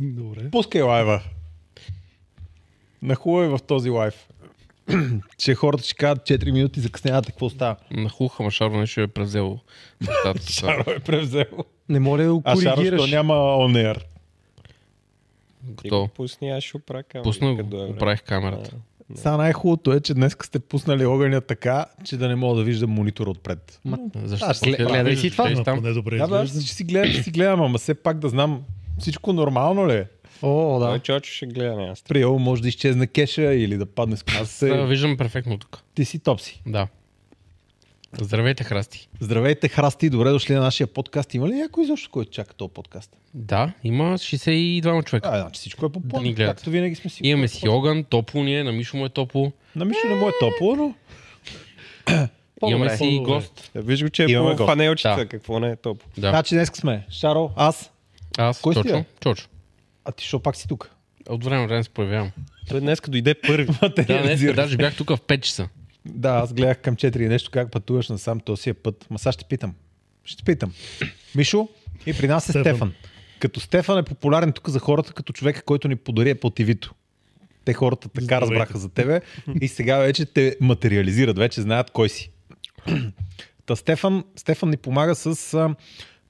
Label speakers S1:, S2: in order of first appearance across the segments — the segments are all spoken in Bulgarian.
S1: Добре.
S2: Пускай лайва. На хубаво е в този лайв. че хората ще кажат 4 минути закъснявате, какво става?
S3: Нахуха, ма Шаро нещо е превзел. нещата са.
S2: Шаро е превзел.
S4: Не моля да го
S2: А Шаро, що
S4: коригираш.
S2: няма on air?
S3: Готово.
S5: Ти го пусни, аз ще опра камера.
S3: Пусна
S5: като
S3: го,
S5: дойде време.
S3: оправих камерата.
S2: Сега най-хубавото е, че днес сте пуснали огъня така, че да не мога да виждам монитора отпред.
S3: Защо?
S2: Аз гле-
S3: Къде
S4: гледай
S1: Е,
S3: виждаш?
S4: си това.
S3: Виж
S1: Ама
S3: там.
S1: поне добре
S2: Да, бе, аз
S1: изглежда.
S2: ще си гледам, ще си гледам, ама все пак да знам всичко нормално ли е.
S4: О,
S5: Той
S4: да.
S5: чочо ще гледа не аз.
S2: Приел, може да изчезне кеша или да падне с
S3: Да,
S2: каса.
S3: виждам перфектно тук.
S2: Ти си топси.
S3: Да. Здравейте, храсти.
S2: Здравейте, храсти, добре дошли на нашия подкаст. Има ли някой изобщо, който чака този подкаст?
S3: Да, има 62 човека.
S2: А, значи всичко е по план,
S3: Да ни гледат.
S2: както винаги сме си.
S3: Имаме си огън, топло ни е, на Мишо му е топло.
S2: На Мишо не му е топло, но
S3: Имаме си и
S1: по-добре.
S3: гост.
S5: Виж го, че е
S2: Имаме
S5: по
S2: гост.
S5: фанелчета,
S3: Да.
S5: какво не е топ.
S3: Да.
S2: Значи днес сме. Шаро, аз,
S3: Аз,
S2: Кой си бе?
S3: Чочо. Чочо.
S2: а ти шо пак си тук.
S3: От време на време се появявам.
S5: Той днес като дойде първи.
S3: Да, днес даже бях тук в 5 часа.
S2: Да, аз гледах към 4 и нещо, как пътуваш насам този е път. Ма сега ще питам. Ще питам. Мишо и при нас е Стефан.
S1: Стефан.
S2: Като Стефан е популярен тук за хората, като човека, който ни подари Еплтивито. Те хората така
S1: Здравейте.
S2: разбраха за тебе и сега вече те материализират, вече знаят кой си. Та Стефан, Стефан ни помага с, а,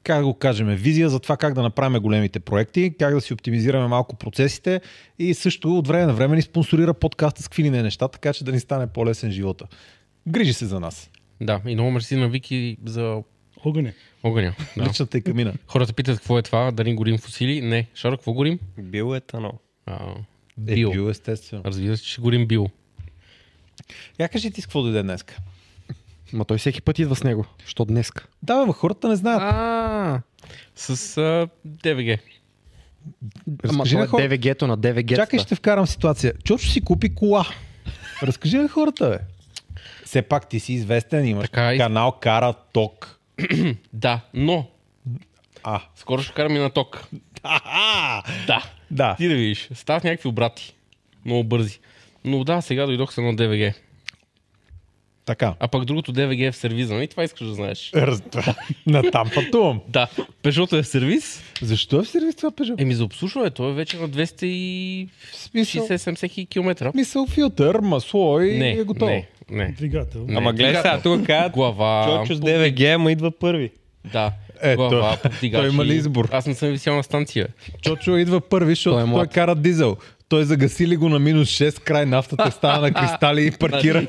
S2: как да го кажем, визия за това как да направим големите проекти, как да си оптимизираме малко процесите и също от време на време ни спонсорира подкаста с какви ли не неща, така че да ни стане по-лесен живота. Грижи се за нас.
S3: Да, и много мерси на Вики за
S1: Огъня.
S3: огъня.
S2: Да.
S3: Да.
S2: Личната и камина.
S3: Хората питат какво е това, дали горим фусили. Не, Шаро, какво горим?
S5: Бил е тано.
S3: А,
S2: Е,
S3: био.
S2: бил, естествено.
S3: Разбира се, че ще горим био.
S2: Я кажи ти с какво дойде днеска.
S4: Ма той всеки път идва с него. Що днеска?
S2: Да, бе, ма, хората не знаят.
S3: А, с а, ДВГ.
S4: Ама
S2: Разкажи
S4: той е
S2: на хората.
S4: ДВГ-то на ДВГ.
S2: Чакай, ще вкарам в ситуация. Чочо си купи кола. Разкажи на хората, бе. Все пак ти си известен, имаш
S3: Така
S2: така,
S3: и-
S2: канал Кара Ток.
S3: Да, но
S2: А,
S3: скоро ще караме на ток.
S2: Аха!
S3: Да.
S2: Да.
S3: Ти да видиш. Стават някакви обрати. Много бързи. Но да, сега дойдох с едно ДВГ.
S2: Така.
S3: А пък другото ДВГ е в сервиза. И това искаш да знаеш.
S2: Раз... Натам пътувам.
S3: Да, Пежото е в сервиз.
S2: Защо е в сервис това Пежо?
S3: Еми за обслужване, той е вече на 260-70
S2: в смисъл,
S3: хиляди километра.
S2: мисъл филтър, масло и
S3: Не,
S2: е готово.
S3: не, не.
S1: Двигател.
S3: Не.
S5: Ама гледай сега,
S2: е
S5: тук казват,
S3: Глава,
S5: чочо с ДВГ, ама идва първи.
S3: да,
S2: Е,
S3: глава,
S2: той-
S3: повдигачи.
S2: той има ли избор?
S3: Аз не съм висял на станция.
S2: Чочо идва първи, защото
S4: Той е
S2: той, той
S4: млад.
S2: кара дизел. Той загасили го на минус 6 край нафтата, стана на кристали и паркира.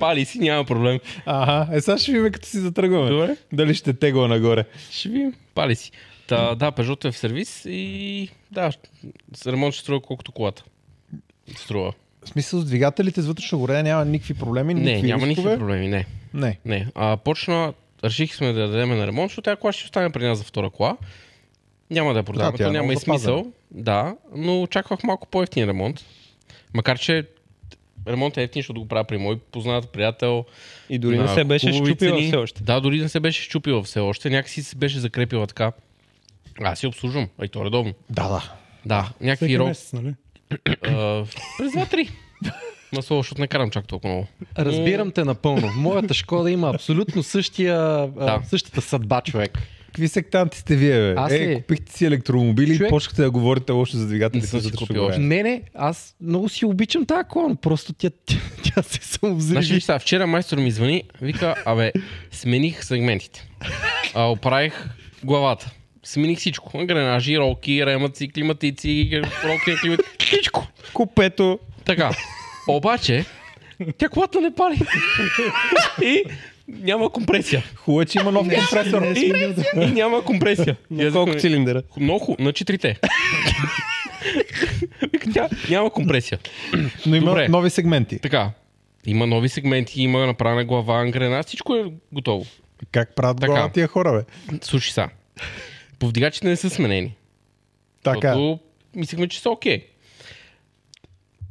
S3: Пали си, няма проблем.
S2: Ага, е сега ще видим като си затръгваме.
S3: Добре.
S2: Дали ще тегла нагоре.
S3: Ще видим. Пали си. Та, да, Peugeot е в сервис и да, с ремонт ще струва колкото колата. Струва.
S2: В смисъл с двигателите с вътрешно горене няма никакви проблеми,
S3: Не,
S2: никакви
S3: няма
S2: рискове.
S3: никакви проблеми, не.
S2: Не.
S3: Не. А, почна, реших сме да я дадем на ремонт, защото тази кола ще остане при нас за втора кола. Няма да я продаваме,
S2: Да,
S3: да,
S2: тя
S3: то
S2: е
S3: няма и
S2: много запазена.
S3: смисъл. Да, но очаквах малко по-ефтин ремонт. Макар, че ремонт е ефтин, защото го правя при мой познат приятел.
S5: И дори не
S3: на
S5: се беше
S3: хубави
S5: щупила
S3: цени.
S5: все още.
S3: Да, дори не се беше щупила все още. Някакси се беше закрепила така. Аз си обслужвам, а и то е редовно.
S2: Да, да.
S3: Да, някакви
S1: Всеки
S3: рок.
S1: месец, нали?
S3: а, През два-три. Масло, защото не карам чак толкова много.
S4: Разбирам те напълно. Моята Шкода има абсолютно същия, а, същата съдба, човек.
S2: Какви сектанти сте вие, бе?
S4: Аз
S2: е,
S4: ли?
S2: купихте си електромобили и
S4: Човек-
S2: почнахте да говорите лошо за
S3: Не
S2: двигателите.
S3: съм
S2: с
S3: си
S2: вътрешно
S3: купил още.
S2: горене.
S4: Не, не, аз много си обичам тази кола, но просто тя, тя, тя се
S3: Значи,
S4: самовзриви.
S3: виж сега, вчера майстор ми звъни, вика, абе, смених сегментите. А, оправих главата. Смених всичко. Гренажи, ролки, ремъци, климатици, ролки, климат... Всичко.
S5: Купето.
S3: Така. Обаче, тя колата не пали. И няма компресия.
S2: Хубаво, е, че има нов компресор.
S3: И, и няма компресия. И аз
S5: Колко
S3: викам,
S5: цилиндъра?
S3: Много хубаво, на четирите. Вика, тя няма компресия.
S2: Но има
S3: Добре.
S2: нови сегменти.
S3: Така, има нови сегменти, има направена глава, ангрена, всичко е готово.
S2: Как правят
S3: Така.
S2: глава тия хора, бе?
S3: Слушай са, повдигачите не са сменени.
S2: Така.
S3: Защото мислихме, че са окей.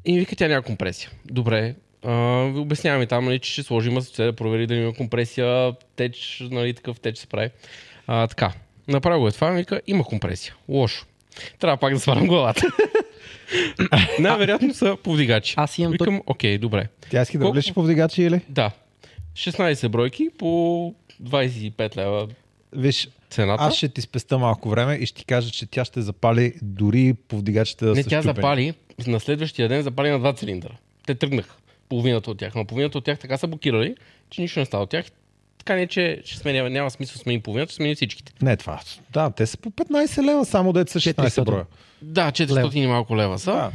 S3: И ми вика тя няма компресия. Добре, а, ви обясняваме там, нали, че ще сложим асоция да провери дали има компресия, теч, нали, такъв теч се прави. А, така, направя го е това, ми вика, има компресия. Лошо. Трябва пак да сварям главата. Най-вероятно са повдигачи.
S4: Аз имам
S3: Викам, окей, добре.
S2: Тя иска да
S3: Колко-
S2: влече повдигачи или?
S3: Да. 16 бройки по 25 лева.
S2: Виж,
S3: Цената?
S2: Аз ще ти спеста малко време и ще ти кажа, че тя ще запали дори повдигачите да
S3: Не,
S2: са
S3: тя
S2: щупени.
S3: запали, на следващия ден запали на два цилиндъра. Те тръгнаха, половината от тях. Но половината от тях така са блокирали, че нищо не става от тях. Така не, че ще сменя, няма смисъл смени половината, ще смени всичките.
S2: Не, това. Да, те са по 15 лева, само дете са 16
S4: 400.
S2: броя.
S3: Да, 400 и малко лева са.
S2: Да.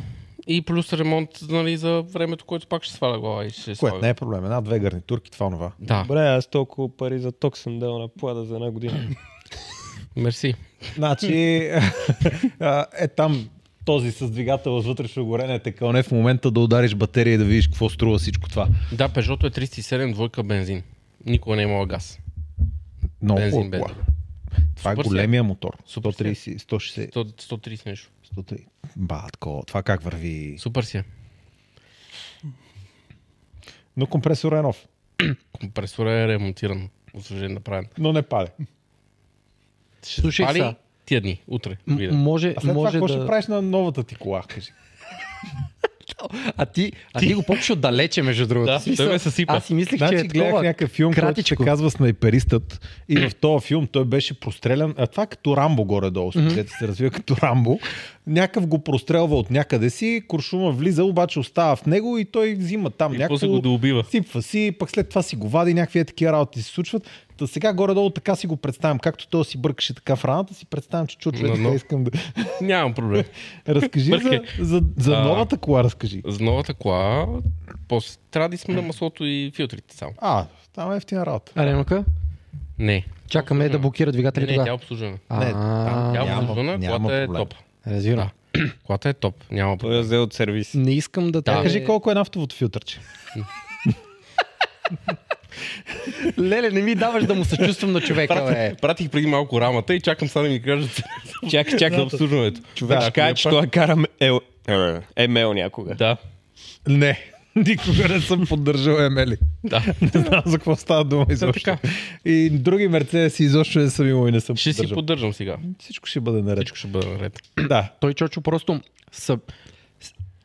S3: И плюс ремонт нали, за времето, което пак ще сваля глава и ще се
S2: Което
S3: слага.
S2: не е проблем. Една-две гарнитурки, това нова.
S3: Да,
S5: Добре, аз толкова пари за ток съм дал на плада за една година.
S3: мерси.
S2: Значи, а, е там този с двигател с вътрешно горене те кълне в момента да удариш батерия и да видиш какво струва всичко това.
S3: Да, Peugeot е 307 двойка бензин. Никога не е имал газ.
S2: Много
S3: Бензин,
S2: хубаво.
S3: бе.
S2: Това е
S3: Супер си е.
S2: големия мотор.
S3: Супер си е.
S2: 130, 160,
S3: 100 130 нещо.
S2: 130. Батко, това как върви?
S3: Супер си е.
S2: Но компресор е нов,
S3: Компресора е ремонтиран. Освежен направен.
S2: но не пале.
S3: Ще
S4: Слушай
S3: запали
S4: сега.
S3: тия дни, утре.
S4: М-
S3: видя.
S4: Може,
S2: А след това
S4: може
S2: какво ще
S4: да...
S2: правиш на новата ти кола? Кажи.
S4: А ти, а ти го почваш отдалече, между другото.
S3: Да,
S4: В смисъл,
S3: той ме съсипа.
S4: Аз си мислих,
S2: Значи
S4: че е
S2: гледах
S4: такова
S2: някакъв филм, който се
S4: кратичко.
S2: казва Снайперистът и в този филм той беше прострелян, а това е като Рамбо горе-долу, mm-hmm. се развива като Рамбо. Някакъв го прострелва от някъде си, куршума влиза, обаче остава в него и той взима там
S3: И
S2: някакво...
S3: после го доубива.
S2: Сипва си, пък след това си го вади, някакви такива работи се случват. Та сега горе-долу така си го представям. Както той си бъркаше така в раната, си представям, че чучо,
S3: Но,
S2: no,
S3: но.
S2: искам да...
S3: Нямам проблем.
S2: Разкажи за,
S3: Бъркай.
S2: за, за
S3: А.
S2: новата кола, разкажи.
S3: За новата кола, после трябва да сме на маслото и филтрите само.
S2: А, там е ефтина работа.
S4: А, Ремъка?
S3: Не.
S4: Чакаме да блокира двигателя
S3: Не, не, тя е
S4: тогава.
S3: обслужена.
S2: Не,
S4: А,
S3: Тя е
S2: няма-
S3: обслужена,
S2: няма
S3: колата е
S2: проблем.
S3: топ.
S4: Разбирам.
S3: Колата е топ, няма проблем.
S5: Той я взе от сервис.
S4: Не искам
S3: Да.
S4: да те...
S2: Кажи колко е нафтовото филтърче.
S4: Леле, не ми даваш да му съчувствам на човека, бе.
S3: Пратих преди малко рамата и чакам сега да ми кажат
S5: Чакай,
S3: за
S5: чакай.
S3: обслужването.
S5: Човек, ще кажа, че той е карам е, емейл някога.
S3: Да,
S2: Не, никога не съм поддържал Емели.
S3: да.
S2: Не знам за какво става дума изобщо. И други Мерцедеси изобщо не съм имал и не съм
S3: Ще си
S2: поддържал.
S3: поддържам сега.
S2: Всичко ще бъде наред.
S3: Всичко ще бъде наред.
S2: Да.
S4: Той Чочо просто са...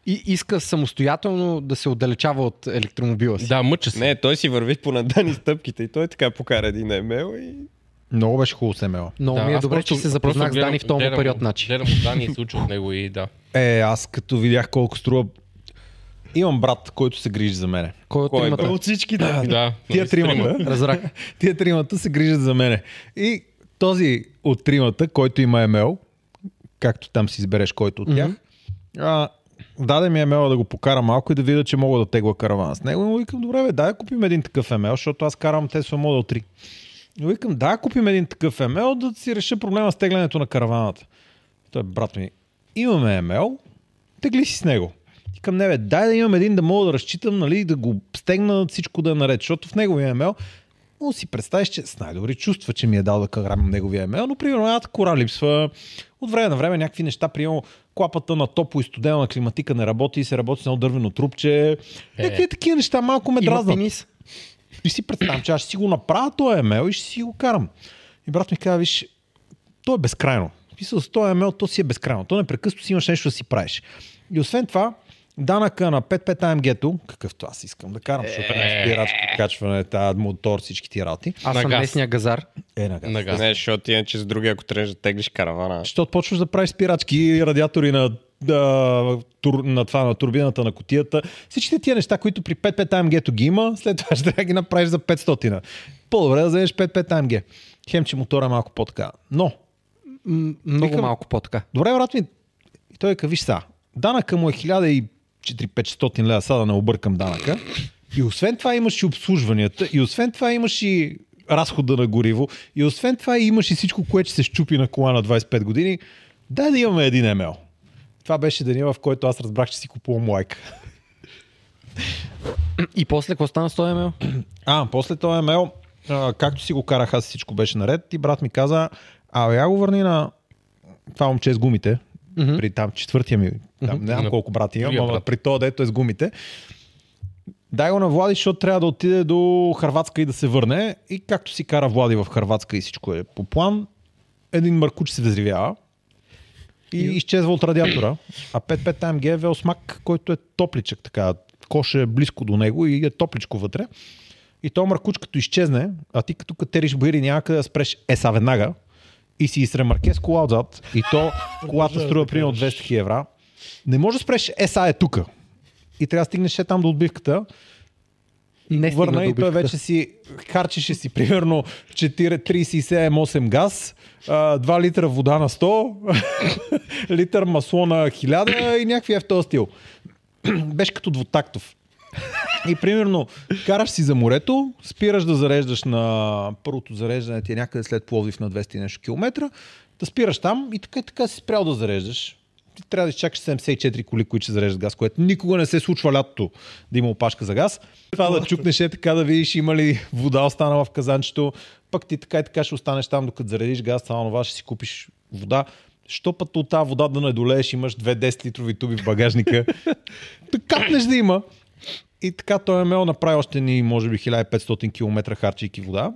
S4: И иска самостоятелно да се отдалечава от електромобила си.
S3: Да, мъча се.
S5: Не, той си върви по надани стъпките и той така покара един емейл и...
S2: Много беше хубаво с Емела.
S4: Много
S3: Да,
S4: ми е
S3: аз
S4: добре,
S3: просто-
S4: че се запознах
S3: просто
S4: с
S3: гледам-
S4: Дани в този му
S3: гледам-
S4: период значи. начин.
S3: Гледам от Дани и се уча от него и да.
S2: Е, аз като видях колко струва... Имам брат, който се грижи за мене.
S4: Кой е от
S5: Кой, бе?
S4: тримата?
S5: От
S2: всички, да.
S3: Да,
S2: Тия
S3: нали, трима.
S2: тримата.
S4: Разбрах.
S2: Тия тримата се грижат за мене. И този от тримата, който има емейл, както там си избереш който от тях, а, даде ми емейла да го покара малко и да видя, че мога да тегла каравана с него. И му викам, добре, бе, дай да купим един такъв емейл, защото аз карам Tesla Model 3. И викам, да, купим един такъв емейл, да си реша проблема с теглянето на караваната. Той, брат ми, имаме емейл, тегли си с него. И към не, бе, дай да имам един да мога да разчитам, нали, да го стегна всичко да е наред, защото в неговия емейл му си представиш, че с най-добри чувства, че ми е дал да карам неговия емейл, но примерно едната кора липсва. От време на време някакви неща, приема клапата на топло и студена климатика не работи и се работи с едно дървено трупче. Някакви такива неща малко ме
S4: Има
S2: дразнат.
S4: пенис.
S2: И си представям, че аз ще си го направя този емейл и ще си го карам. И брат ми каза, виж, то е безкрайно. В смисъл, с този емейл, то си е безкрайно. То непрекъснато си имаш нещо да си правиш. И освен това, данъка на 55 AMG-то, какъвто аз искам да карам, защото е спирачко качване, тази мотор, всички ти работи,
S4: Аз
S3: На
S4: съм
S3: газ.
S4: местния газар.
S2: е на газ.
S3: На газ.
S5: Не, защото иначе с други, ако тръгнеш да теглиш каравана.
S2: Защото почваш да правиш спирачки и радиатори на, да, тур, на, това, на турбината на котията. Всичките тия неща, които при 5-5 AMG-то ги има, след това ще трябва да ги направиш за 500. По-добре да вземеш 5-5 AMG. Хем, че мотора е малко по-така. Но,
S4: М, Много
S2: Викам-
S4: малко по-така.
S2: добре, брат ми, и той ка, виж са, данъка му е 1400-500 лева, сега да не объркам данъка. И освен това имаш и обслужванията, и освен това имаш и разхода на гориво, и освен това имаш и всичко, което ще се щупи на кола на 25 години. Дай да имаме един емейл. Това беше деня, в който аз разбрах, че си купувам лайк.
S4: И после какво стана с този емейл?
S2: А, после този емейл, а, както си го карах, аз всичко беше наред и брат ми каза, а я го върни на това момче с гумите, mm-hmm. при там четвъртия ми, там, не знам
S3: На
S2: колко брат имам,
S3: другия
S2: ама
S3: брат.
S2: при то, дето е с гумите. Дай го на Влади, защото трябва да отиде до Харватска и да се върне. И както си кара Влади в Харватска и всичко е по план, един мъркуч се взривява и изчезва от радиатора. А 5.5 AMG е Велсмак, който е топличък, така, кош е близко до него и е топличко вътре. И то мъркуч като изчезне, а ти като катериш бири няма къде да спреш, е са веднага, и си изсре маркес кола отзад и то колата струва примерно 200 000 евра, не можеш да спреш е, са е тука. И трябва да стигнеш ще там до отбивката. И
S4: Не
S2: не
S4: Е, стигна
S2: върна
S4: до
S2: и той
S4: обивката.
S2: вече си харчеше си примерно 4 37-8 газ, а, 2 литра вода на 100, литър масло на 1000 и някакви е в този стил. Беше като двутактов. И примерно, караш си за морето, спираш да зареждаш на първото зареждане ти е някъде след Пловдив на 200 и нещо километра, да спираш там и така и така си спрял да зареждаш. Ти трябва да изчакаш 74 коли, които ще зареждат газ, което никога не се случва лятото да има опашка за газ. Това да чукнеш е така да видиш има ли вода останала в казанчето, пък ти така и така ще останеш там, докато заредиш газ, само това ще си купиш вода. Що път от тази вода да не долееш, имаш две 10 литрови туби в багажника. да капнеш да има. И така той Емел направи още ни, може би, 1500 км харчейки вода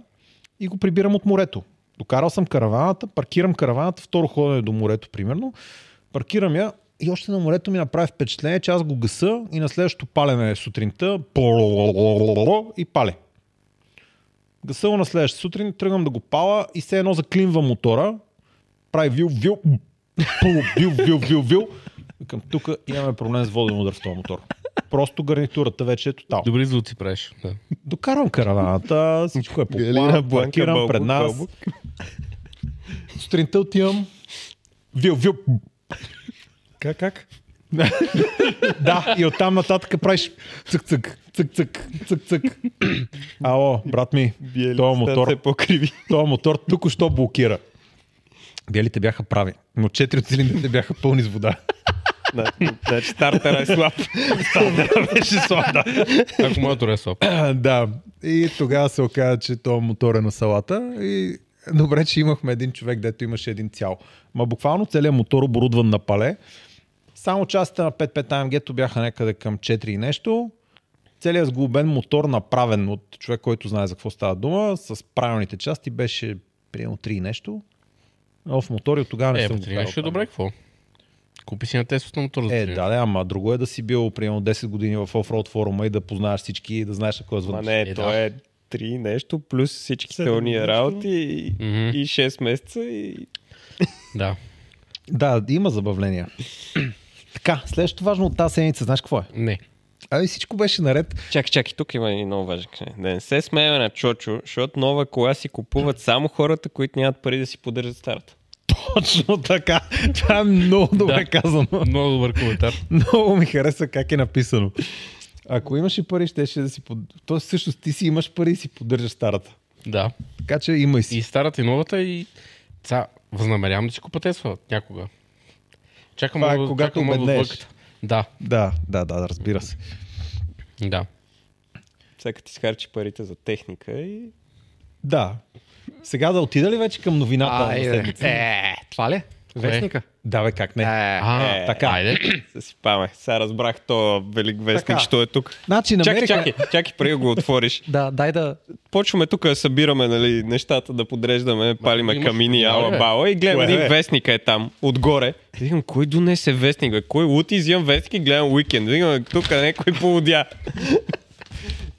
S2: и го прибирам от морето. Докарал съм караваната, паркирам караваната, второ ходене до морето, примерно. Паркирам я и още на морето ми направи впечатление, че аз го гъса и на следващото палене сутринта и пале. Гъса го на следващата сутрин, тръгвам да го пала и все едно заклинва мотора, прави вил, вил, пул, вил, вил, вил, вил. Към тук имаме проблем с воден удар в този мотор. Просто гарнитурата вече е тотал.
S3: Добри звуци правиш. Да.
S2: Докарвам караваната, всичко е по
S5: Галина
S2: план,
S5: Бланка,
S2: паркирам
S5: Бълбук,
S2: пред нас.
S5: Бълбук.
S2: Сутринта отивам. Вил, вил.
S5: Как, как?
S2: Да, и оттам нататък правиш цък-цък, цък-цък, цък-цък. Ало, брат ми,
S5: Бие
S2: този мотор,
S5: се покриви.
S2: този мотор току-що блокира. Белите бяха прави, но четири от цилиндрите бяха пълни с вода.
S5: Зна- Значи стартера е слаб. Стартера беше слаб, да.
S3: Ако моето е слаб.
S2: А, да. И тогава се оказа, че то мотор е на салата и добре, че имахме един човек, дето имаше един цял. Ма буквално целият мотор оборудван на пале. Само частите на 5.5 AMG-то бяха някъде към 4 и нещо. Целият сглобен мотор, направен от човек, който знае за какво става дума, с правилните части беше примерно 3 и нещо. Нов мотор и от тогава не
S3: Е,
S2: съм
S3: по
S2: го карал
S3: 13 е
S2: там.
S3: добре, какво? Купи си на тест на мотор за
S2: Е,
S3: 13.
S2: да, да, ама друго е да си бил примерно 10 години в оффроуд форума и да познаеш всички и да знаеш на кой звъниш.
S5: Ма не,
S3: Е,
S5: то е три нещо, плюс всичките
S1: Седем
S5: уния
S1: нещо.
S5: работи и,
S3: Мгм.
S5: и 6 месеца и
S3: да.
S2: Да, има забавления. така, следващото важно от тази седмица, знаеш какво е?
S3: Не.
S2: Ами всичко беше наред.
S5: Чакай, чакай, тук има и много важен кне. Да не се смееме на Чочо, защото нова кола си купуват само хората, които нямат пари да си поддържат старата.
S2: Точно така. Това е много добре да. казано.
S3: Много добър коментар.
S2: Много ми хареса как е написано. Ако имаш и пари, ще, ще да си под... Тоест, всъщност ти си имаш пари и си поддържаш старата.
S3: да.
S2: Така че имай си.
S3: И старата и новата и... Ца, възнамерявам да си купа Тесла някога. Чакам
S2: Това е
S3: да-
S2: когато
S3: чакам да
S2: обеднееш.
S3: отвъкат. Да,
S2: Да, да, да, разбира се.
S3: да.
S5: Всяка ти схарчи парите за техника и...
S2: Да. Сега да отида ли вече към новината на
S4: Айде.
S2: седмица?
S4: Е, това ли? е? Вестника.
S2: Да, бе, как не.
S4: Е.
S3: А,
S5: Е.
S3: така. Айде.
S5: Засипаме. Сега разбрах то велик вестник,
S2: Така.
S5: че той е тук.
S2: Значи
S5: Чакай,
S2: намерих...
S5: чакай, чакай, преди да го отвориш.
S4: Да, дай да.
S5: Почваме тук да събираме нали, нещата, да подреждаме, палиме
S3: имаш
S5: камини,
S3: футбол,
S5: ала
S3: бе.
S5: бала и гледам
S2: Кое
S5: един
S2: е?
S5: вестник е там, отгоре. И Викам, кой донесе вестник, бе? Кой лути, взимам вестник и гледам уикенд. Викам, тук е някой поводя.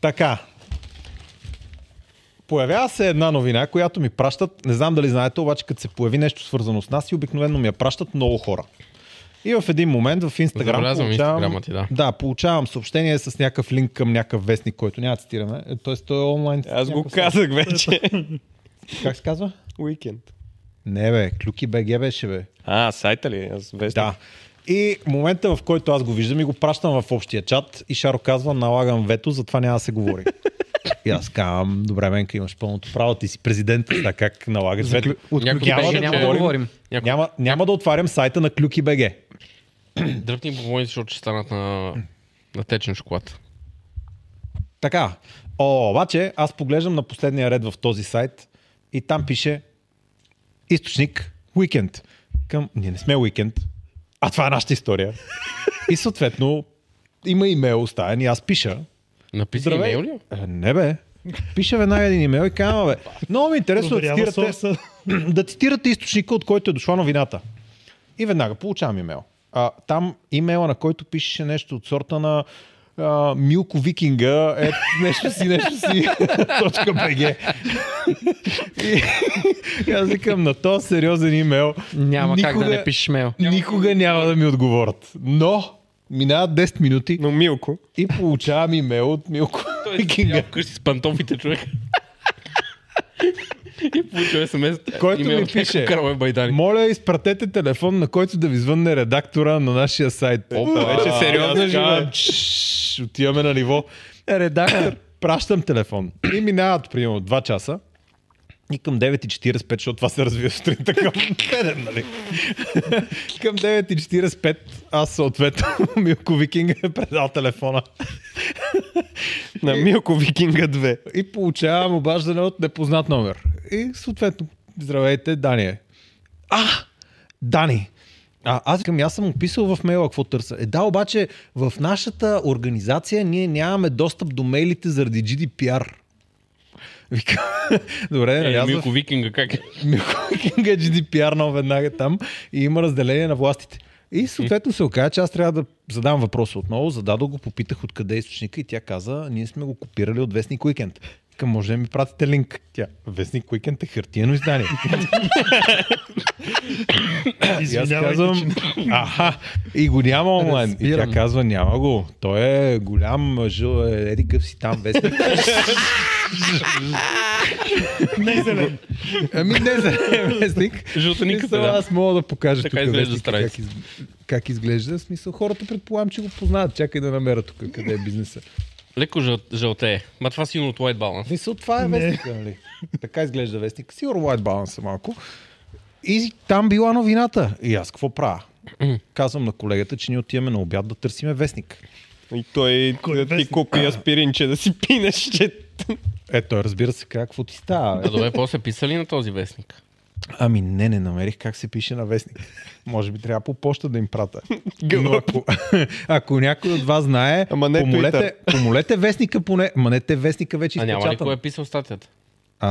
S2: Така. Появява се една новина, която ми пращат. Не знам дали знаете, обаче като се появи нещо свързано с нас и обикновено ми я пращат много хора. И в един момент в Инстаграм
S3: Забелязвам
S2: получавам,
S3: Инстаграма ти, да.
S2: да, получавам съобщение с някакъв линк към някакъв вестник, който няма да цитираме. Е, Тоест той е онлайн.
S5: Аз го
S2: някакъв сайт.
S5: казах вече.
S2: Как се казва?
S5: Уикенд.
S2: Не бе, Клюки БГ беше бе.
S5: А, сайта ли? Аз вестник.
S2: Да. И момента, в който аз го виждам и го пращам в общия чат и Шаро казва, налагам вето, затова няма да се говори. и аз казвам, добре, Менка, имаш пълното право, ти си президент, така как налагаш вето.
S4: От
S3: Някой
S4: Клюки
S2: беше,
S4: беше, няма
S2: че-
S4: да говорим.
S3: Някой
S2: Няма, няма да отварям сайта на Клюки БГ.
S3: дръпни по моите, защото ще станат на, на течен шоколад.
S2: Така. О, обаче, аз поглеждам на последния ред в този сайт и там пише източник уикенд. Към... Ние не сме уикенд, а това е нашата история. и съответно, има имейл оставен и аз пиша.
S3: Написи
S2: Здравей.
S3: имейл ли?
S2: Е, Не бе. Пиша веднага един имейл и казвам, бе, много ми е интересно да
S1: Проверява
S2: цитирате,
S1: сорса.
S2: да цитирате източника, от който е дошла новината. И веднага получавам имейл. А, там имейла, на който пишеше нещо от сорта на а, Милко Викинга е нещо си, нещо си, точка БГ. и, и аз викам, на този сериозен имейл
S4: Няма
S2: никога,
S4: как да не пишеш мейл.
S2: Никога няма да ми отговорят. Но минават 10 минути
S5: Но Милко.
S2: и получавам имейл от Милко
S3: Той е
S2: Викинга.
S3: седял вкъщи с пантофите човек. И получил смс.
S2: Който ми пише.
S3: Караме байдани.
S2: Моля, изпратете телефон, на който да ви звънне редактора на нашия сайт.
S3: Опа,
S2: вече
S3: а,
S2: сериозно
S5: аз казвам,
S2: живе. Чш, Отиваме на ниво. Е, Редактор, пращам телефон. И минават, примерно, 2 часа. И към 9.45, защото това се развива сутринта към 7, нали? към 9.45 аз съответно Милко Викинга е предал телефона.
S5: На Милко Викинга 2.
S2: И получавам обаждане от непознат номер. И съответно, здравейте, Дани е. А, Дани! А, аз викам, аз съм описал в мейла какво търся. Е, да, обаче в нашата организация ние нямаме достъп до мейлите заради GDPR. Викам, добре, нали,
S3: Е,
S2: аз в
S3: Милко Викинга как е?
S2: Милкокинга GDPR на веднага там и има разделение на властите. И съответно се оказа, че аз трябва да задам въпроса отново. Зададох го, попитах откъде е източника и тя каза, ние сме го копирали от Вестник Уикенд. Към може да ми пратите линк. Тя, Вестник Уикенд е хартиено издание. и аз казвам, аха, и го няма онлайн. И тя
S4: Разбирам.
S2: казва, няма го. Той е голям, жил, е, еди къв си там вестник.
S1: Не зелен.
S2: Ами не за вестник.
S3: Жълтениката,
S2: Смисъл,
S3: да.
S2: Аз мога да покажа
S3: Така
S2: тук
S3: изглежда
S2: вестника как,
S3: страница.
S2: из... как изглежда. В смисъл, хората предполагам, че го познават. Чакай да намеря тук къде е бизнеса.
S3: Леко жъл- жълтее. Ма това силно от White
S2: В
S3: Balance.
S2: смисъл, това е
S1: Не.
S2: вестника, нали? Така изглежда вестник. Сигурно white balance е малко. И там била новината. И аз какво правя? Казвам на колегата, че ние отиваме на обяд да търсиме вестник.
S5: И той
S1: Кой
S5: да ти
S1: вестник?
S5: купи аспиринче да си пинеш, че...
S2: Е, той разбира се какво ти става.
S3: А
S2: бе?
S3: Е, добре, после писали на този вестник.
S2: Ами не, не намерих как се пише на вестник. Може би трябва по почта да им прата. Но ако, ако някой от вас знае,
S5: Ама не
S2: помолете, помолете вестника поне. Ма не, те вестника вече
S3: А няма ли кой е
S2: изпечатан.
S3: писал статията?
S2: А,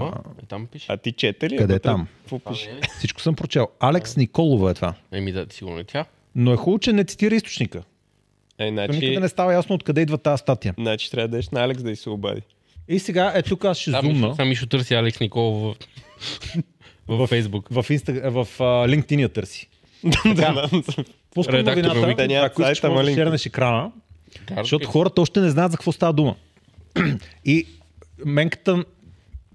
S3: А, е, там пише.
S5: А ти чете ли?
S2: Къде
S5: Вътре
S2: там?
S5: Какво пише?
S2: всичко съм прочел. Алекс Николова е това.
S3: Еми да, сигурно е тя.
S2: Но е хубаво, че не цитира източника.
S5: Е, значи,
S2: Никъде не става ясно откъде идва тази статия.
S5: значи трябва да еш на Алекс да й се обади.
S2: И сега е тук аз ще
S3: Да, Мишо,
S2: зумна
S3: сам Мишо търси Алекс Николов в, в, Фейсбук.
S2: в, Инста... в а, LinkedIn я търси.
S5: Да.
S2: Пускам
S3: Редактор на
S2: новината,
S5: Wikipedia,
S2: ако искаш,
S5: сайта, ма
S2: може да
S5: LinkedIn.
S2: шернеш екрана.
S3: Карат
S2: Защото
S3: ги.
S2: хората още не знаят за какво става дума. И менката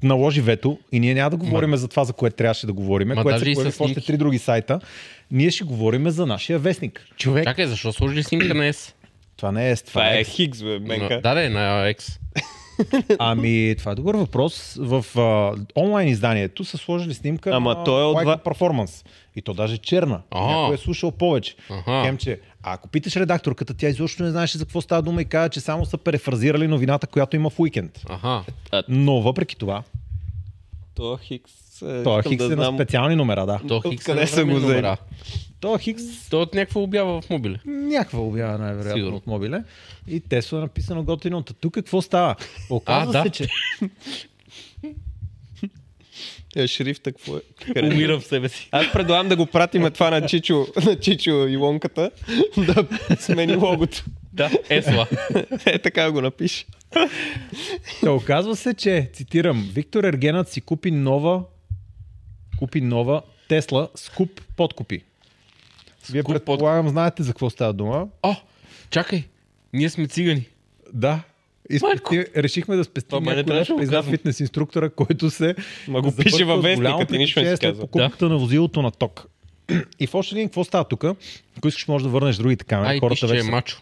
S2: наложи вето и ние няма да говорим за това, за което трябваше да говорим,
S3: Ма
S2: което
S3: даже
S2: се
S3: и
S2: появи
S3: с
S2: в още
S3: Ники.
S2: три други сайта. Ние ще говорим за нашия вестник.
S4: Човек,
S3: Чакай, защо сложили снимка на S?
S2: Това не е с това.
S5: Това е
S2: е.
S5: Хигс, бе,
S3: На-
S5: Менка.
S3: Да, да, е на X.
S2: Ами, това е добър въпрос. В а, онлайн изданието са сложили снимка
S5: Ама
S2: на
S5: той е от
S2: Лайко
S5: два-
S2: перформанс. И то даже черна.
S3: А.
S2: Някой е слушал повече.
S3: Аха.
S2: Хем, че, а ако питаш редакторката, тя изобщо не знаеше за какво става дума и каза, че само са префразирали новината, която има в уикенд.
S3: Аха.
S2: Но въпреки това,
S5: То Хигс... е,
S2: Той
S5: искам
S2: Хикс
S5: да
S2: е на
S5: знам-
S2: специални номера, да.
S3: То Хикс
S5: Откъде
S3: е
S5: са го взели?
S3: номера.
S2: Той Хикс
S3: Той е от някаква обява в мобиле.
S2: някаква обява най-вероятно
S3: Сигурно.
S2: от мобиле. И Тесла е написано готино. Та тук какво става? Оказва
S3: А,
S2: се,
S3: да.
S2: че
S5: Е, шрифта какво е? Къде?
S3: Умира в себе си.
S5: Аз предлагам да го пратиме това на Чичо, на Чичо Илонката, да смени логото.
S3: Да, Есла.
S5: Е, така го напише.
S2: Та, оказва се, че, цитирам, Виктор Ергенът си купи нова купи нова Тесла с куп подкупи. Вие
S3: куп
S2: предполагам, знаете за какво става дума.
S3: О, чакай. Ние сме цигани.
S2: Да. И
S3: Марко.
S2: спести- решихме да
S3: Това
S2: спестим
S3: май не
S2: някой наш
S3: трябваше да го
S2: признат
S3: казвам.
S2: фитнес инструктора, който се
S5: Ма го
S2: забърква
S5: пише във
S2: с голямо
S5: вестника, ти нищо не
S2: приключение
S5: си
S2: след
S5: казал.
S2: покупката на возилото на ток. И в още един, какво става тук? Ако искаш, можеш да върнеш другите камери.
S3: Ай,
S2: Хората
S3: пише, че е
S2: вече... са-
S3: мачо.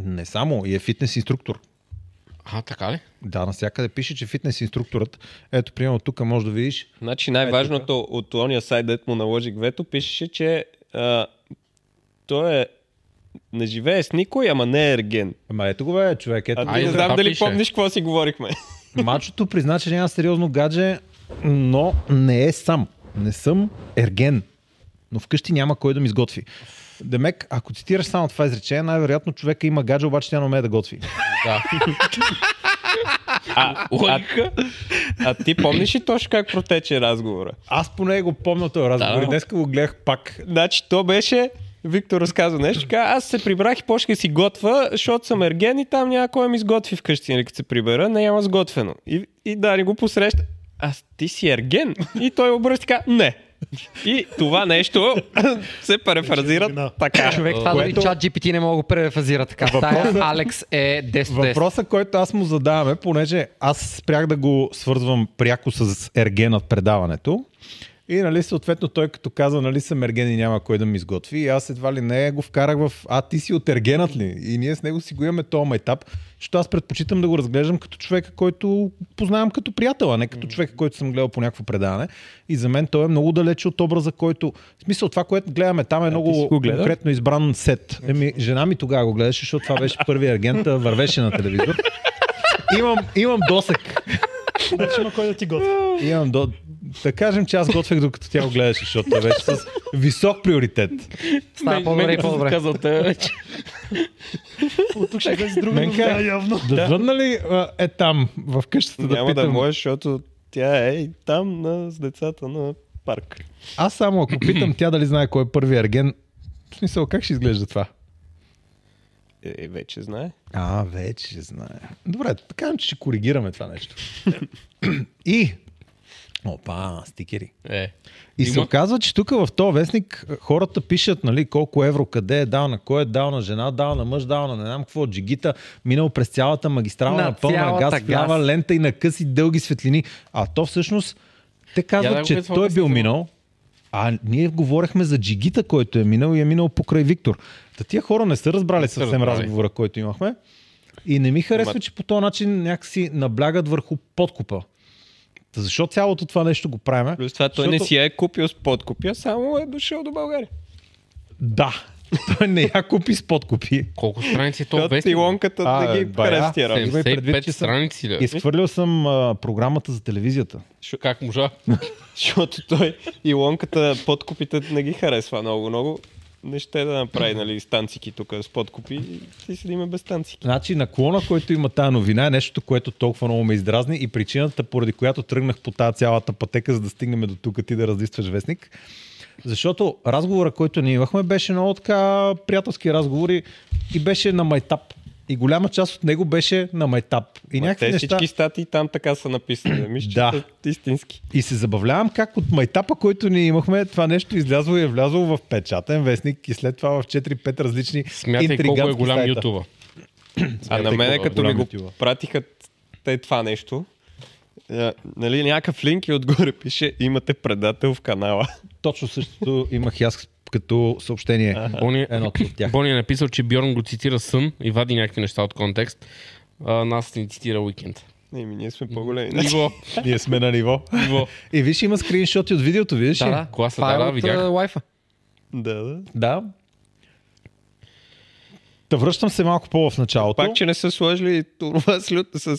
S2: Не само, и е фитнес инструктор.
S3: А, така ли?
S2: Да, навсякъде пише, че фитнес инструкторът, ето, примерно тук може да видиш,
S5: Значи най-важното от ония сайт, дето му наложих вето, пишеше, че а, той е не живее с никой, ама не е ерген.
S2: Ама ето го бе, човек. Ето,
S5: А ти
S3: Ай,
S5: не
S3: да,
S5: знам
S3: това
S5: дали
S3: пише.
S5: помниш какво си говорихме.
S2: Мачото призна, че няма сериозно гадже, но не е сам. Не съм ерген. Но вкъщи няма кой да ми изготви. Демек, ако цитираш само това изречение, най-вероятно човека има гадже, обаче тя не умее да готви.
S3: Да.
S5: А,
S3: Логика.
S5: а ти помниш ли точно как протече разговора?
S2: Аз поне го помня този разговор.
S3: Да.
S2: и Днес го гледах пак.
S5: Значи то беше Виктор разказва нещо. Така, аз се прибрах и почнах да си готва, защото съм ерген и там няма кой ми изготви вкъщи, нали, като се прибера, не няма сготвено. И, и Дани го посреща. Аз ти си ерген. И той обръща така, не. И това нещо се
S1: вина.
S5: префразира така.
S4: Човек, това дори
S2: Което-
S4: чат GPT не мога да го префразира така. Тая
S2: Въпросът-
S4: Алекс е 10
S2: Въпросът, който аз му задаваме, понеже аз спрях да го свързвам пряко с ергена в предаването. И нали, съответно той като каза, нали съм ерген и няма кой да ми изготви. И аз едва ли не го вкарах в, а ти си от ергенът ли? И ние с него си го имаме този етап, защото аз предпочитам да го разглеждам като човека, който познавам като приятел, а не като човека, който съм гледал по някакво предаване. И за мен той е много далеч от образа, който... В смисъл, това, което гледаме там е
S5: ти си
S2: много
S5: го гледа?
S2: конкретно конкретно избран сет. Еми, жена ми тогава го гледаше, защото това беше първият агент, а вървеше на телевизор. Имам, имам досек.
S1: Значи има кой да ти готви.
S2: Имам до... Да кажем, че аз готвех докато тя го гледаше, защото това беше с висок приоритет.
S4: Става по-добре и по-добре.
S3: Казал, те,
S1: От тук ще влезе друга
S2: Менка.
S1: новина явно.
S2: Да звънна ли а, е там, в къщата да
S5: Няма
S2: питам?
S5: да можеш, защото тя е и там на, с децата на парк.
S2: Аз само ако питам тя дали знае кой е първият ерген, в смисъл как ще изглежда това?
S5: Е, е, вече знае.
S2: А, вече знае. Добре, да кажем, че ще коригираме това нещо. И... Опа, стикери.
S3: е.
S2: И се
S3: Има.
S2: оказва, че тук в този вестник е, хората пишат нали, колко евро къде е дал, на кой е дал, на жена дал, на мъж дал, на не знам какво, джигита, минал през цялата магистрала,
S4: На
S2: на, пълна
S4: цялата
S2: газ,
S4: газ.
S2: в лява лента и на къси дълги светлини. А то всъщност, те
S3: Я да
S2: казват,
S3: го
S2: че
S3: видя
S2: той е
S3: това
S2: бил
S3: песен.
S2: минал, а ние говорехме за джигита, който е минал и е минал покрай Виктор. Та тия хора не са разбрали
S3: са
S2: съвсем
S3: разбрали.
S2: разговора, който имахме. И не ми харесва,
S5: Ма-
S2: че по този начин някакси наблягат върху подкупа. Та Защо цялото това нещо го правиме?
S5: Плюс това той не
S2: Защото-
S5: си я е купил с подкупя, само е дошъл до България.
S2: Да. Той не я купи с подкупи.
S3: Колко страници е то
S5: Защото
S3: вестник? бе?
S5: Илонката
S2: А,
S5: да
S2: е,
S5: ги
S2: бая.
S5: кръстира.
S2: Сем. Имай предвид,
S3: 75
S2: че съм-
S3: страници ли?
S2: Изхвърлял съм а, програмата за телевизията.
S3: Как можа?
S5: Защото той Илонката подкупите не ги харесва много, много. Не ще да направи нали, станцики тук с подкупи и си седиме без станцики.
S2: Значи наклона, който има тази новина е нещо, което толкова много ме издразни и причината, поради която тръгнах по тази цялата пътека, за да стигнем до тук ти да раздистваш вестник. Защото разговора, който ние имахме, беше много така приятелски разговори и беше на майтап. И голяма част от него беше на майтап. И
S5: Ма
S2: някакви
S5: те
S2: неща...
S5: всички статии там така са написани. Мисля, че
S2: Да.
S5: са истински.
S2: И се забавлявам как от майтапа, който ние имахме, това нещо излязло и е влязло в печатен вестник и след това в 4-5 различни
S3: Смятай колко е
S2: интригантски
S3: голям
S2: сайта.
S3: ютуба.
S5: А на
S3: те
S5: мене,
S3: колко е
S5: като ми
S2: голям
S5: го
S2: мотива.
S5: пратиха те това нещо, е, нали, някакъв линк и отгоре пише имате предател в канала.
S2: Точно същото имах и аз като съобщение.
S3: Бони,
S2: Е, Едното от тях.
S3: Бони е написал, че Бьорн го цитира сън и вади някакви неща от контекст. А, нас ни цитира уикенд.
S5: Не, ми, ние сме по-големи.
S3: Иво,
S2: Ние сме на ниво.
S3: Иво.
S2: И виж, има скриншоти от видеото, видиш
S4: Да,
S2: ли?
S4: да.
S3: Класа,
S4: Това
S3: да,
S4: е
S3: да,
S4: от,
S3: видях.
S4: а, лайфа.
S5: да, да.
S2: да. Та връщам се малко по-в началото.
S5: Пак, че не са сложили това с, лют, с а,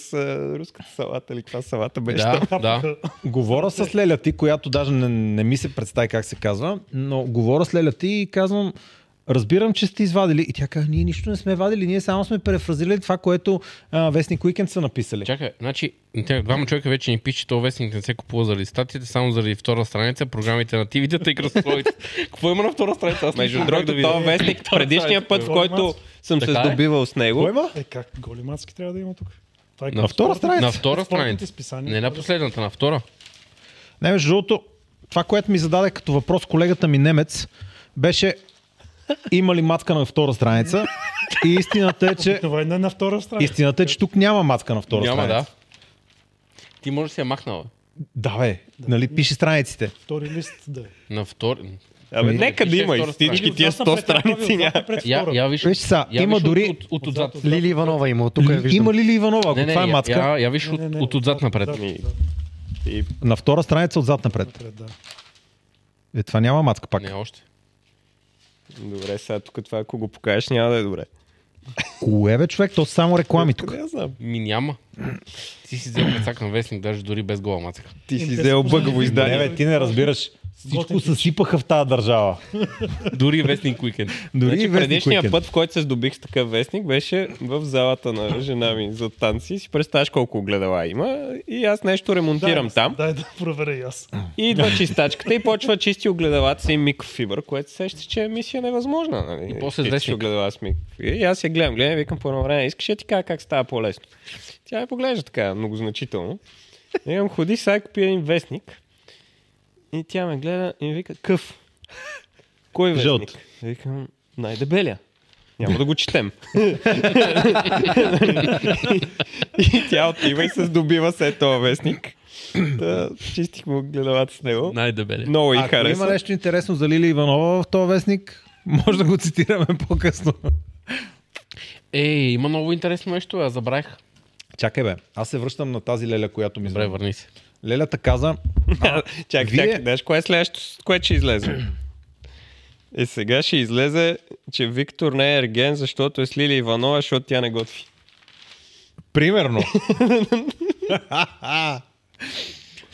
S5: руската салата или каква салата беше. там.
S3: Да, да.
S2: Говоря с Леля ти, която даже не, не ми се представи как се казва, но говоря с Леля ти и казвам, разбирам, че сте извадили. И тя каза, ние нищо не сме вадили, ние само сме префразирали това, което а, Вестник Уикенд са написали.
S3: Чакай, значи, тя- двама човека вече ни пише, че този вестник не се купува заради статиите, само заради втора страница, програмите на тивидата и кръстовите. Какво има на втора страница? Аз
S5: Между
S3: не
S5: другото,
S3: да видя.
S5: този вестник, предишния път, в който съм се
S3: Така е.
S5: здобивал с него,
S2: Кой има?
S1: Е, как големацки трябва да има тук? Това е
S3: На
S1: към
S2: втора
S1: спортните-
S2: страница?
S3: На втора
S1: спортните
S3: страница.
S1: списания.
S3: Не на последната, на втора.
S2: Не, между другото, това, което ми зададе като въпрос колегата ми немец, беше има ли матка на втора страница? И истината е, че,
S1: Това е на на втора страница.
S2: истината е, че тук няма матка на втора
S3: Няма, да.
S2: страница.
S3: Ти можеш да си я махнала.
S2: Да, бе. Нали, пише страниците.
S1: Втори лист, да. е.
S3: На втори.
S5: Абе,
S2: Ами,
S5: нека да
S3: пише
S5: има и
S3: втора
S5: всички
S1: Или
S5: тия
S1: отзад
S5: 100
S1: напред, направи
S5: страници
S1: отзад
S5: няма.
S1: напред
S3: Я,
S1: втора.
S3: я виж,
S2: Виж са,
S3: я
S2: има
S3: виж
S2: дори-
S3: От, от, от, отзад.
S4: Лили Иванова има от тук.
S2: е
S4: я виждам.
S2: Има ли Лили Иванова? Ако
S3: Не, не,
S2: това е матка,
S3: я, я виж
S1: Не, не,
S3: от,
S1: не,
S3: от отзад напред.
S5: Ми,
S2: на втора страница отзад напред.
S1: Напред, да.
S2: Е, това няма матка пак.
S3: Не, още.
S5: Добре, сега тук това, ако го покажеш, няма да е добре.
S2: Кое бе, човек? То са само реклами тук.
S5: Не знам.
S3: Ми няма. Ти си взел мацак на вестник, даже дори без гола мацак.
S5: Ти си
S1: те са
S5: взел
S1: познати
S5: бъгаво
S1: фигури.
S5: издание.
S1: Не, бе, ти не
S2: разбираш. Всичко съсипаха в тази държава.
S3: Дори вестник уикенд.
S2: Дори
S5: Значи,
S2: и Вестник
S5: предишния
S2: Уикенд.
S5: път, в който се здобих с такъв вестник, беше в залата на жена ми за танци. Си представяш колко огледала има и аз нещо ремонтирам
S1: да,
S5: там.
S1: Дай да проверя и аз.
S5: И идва чистачката и почва чисти огледалата си микрофибър, което се сеща, че е мисия невъзможна. Нали?
S3: И после
S5: Чистиш
S3: вестник.
S5: огледала с микрофибър. И аз я гледам, гледам, и викам по едно време, искаш ли ти кажа как става по-лесно? Тя ме поглежда така многозначително. И Имам ходи, сега купи един вестник. И тя ме гледа и ми вика, къв? Кой вестник?
S2: Жълт.
S5: Викам, най-дебелия. Няма да го четем. и тя отива и се здобива след този вестник. Да, чистих му гледалата с него.
S3: Най-дебели.
S5: Много и
S2: Е, Ако
S5: хареса.
S2: има нещо интересно за Лили Иванова в този вестник, може да го цитираме по-късно.
S3: Ей, Е, има много интересно нещо, аз забравих.
S2: Чакай бе, аз се връщам на тази Леля, която ми
S3: Добре,
S2: звъни.
S3: върни се.
S2: Лелята каза,
S5: Чакай,
S2: Вие-
S5: чакай, знаеш кое е следващото, с което ще излезе? И сега ще излезе, че Виктор не е ерген, защото е с Лили Иванова, защото тя не готви.
S2: примерно.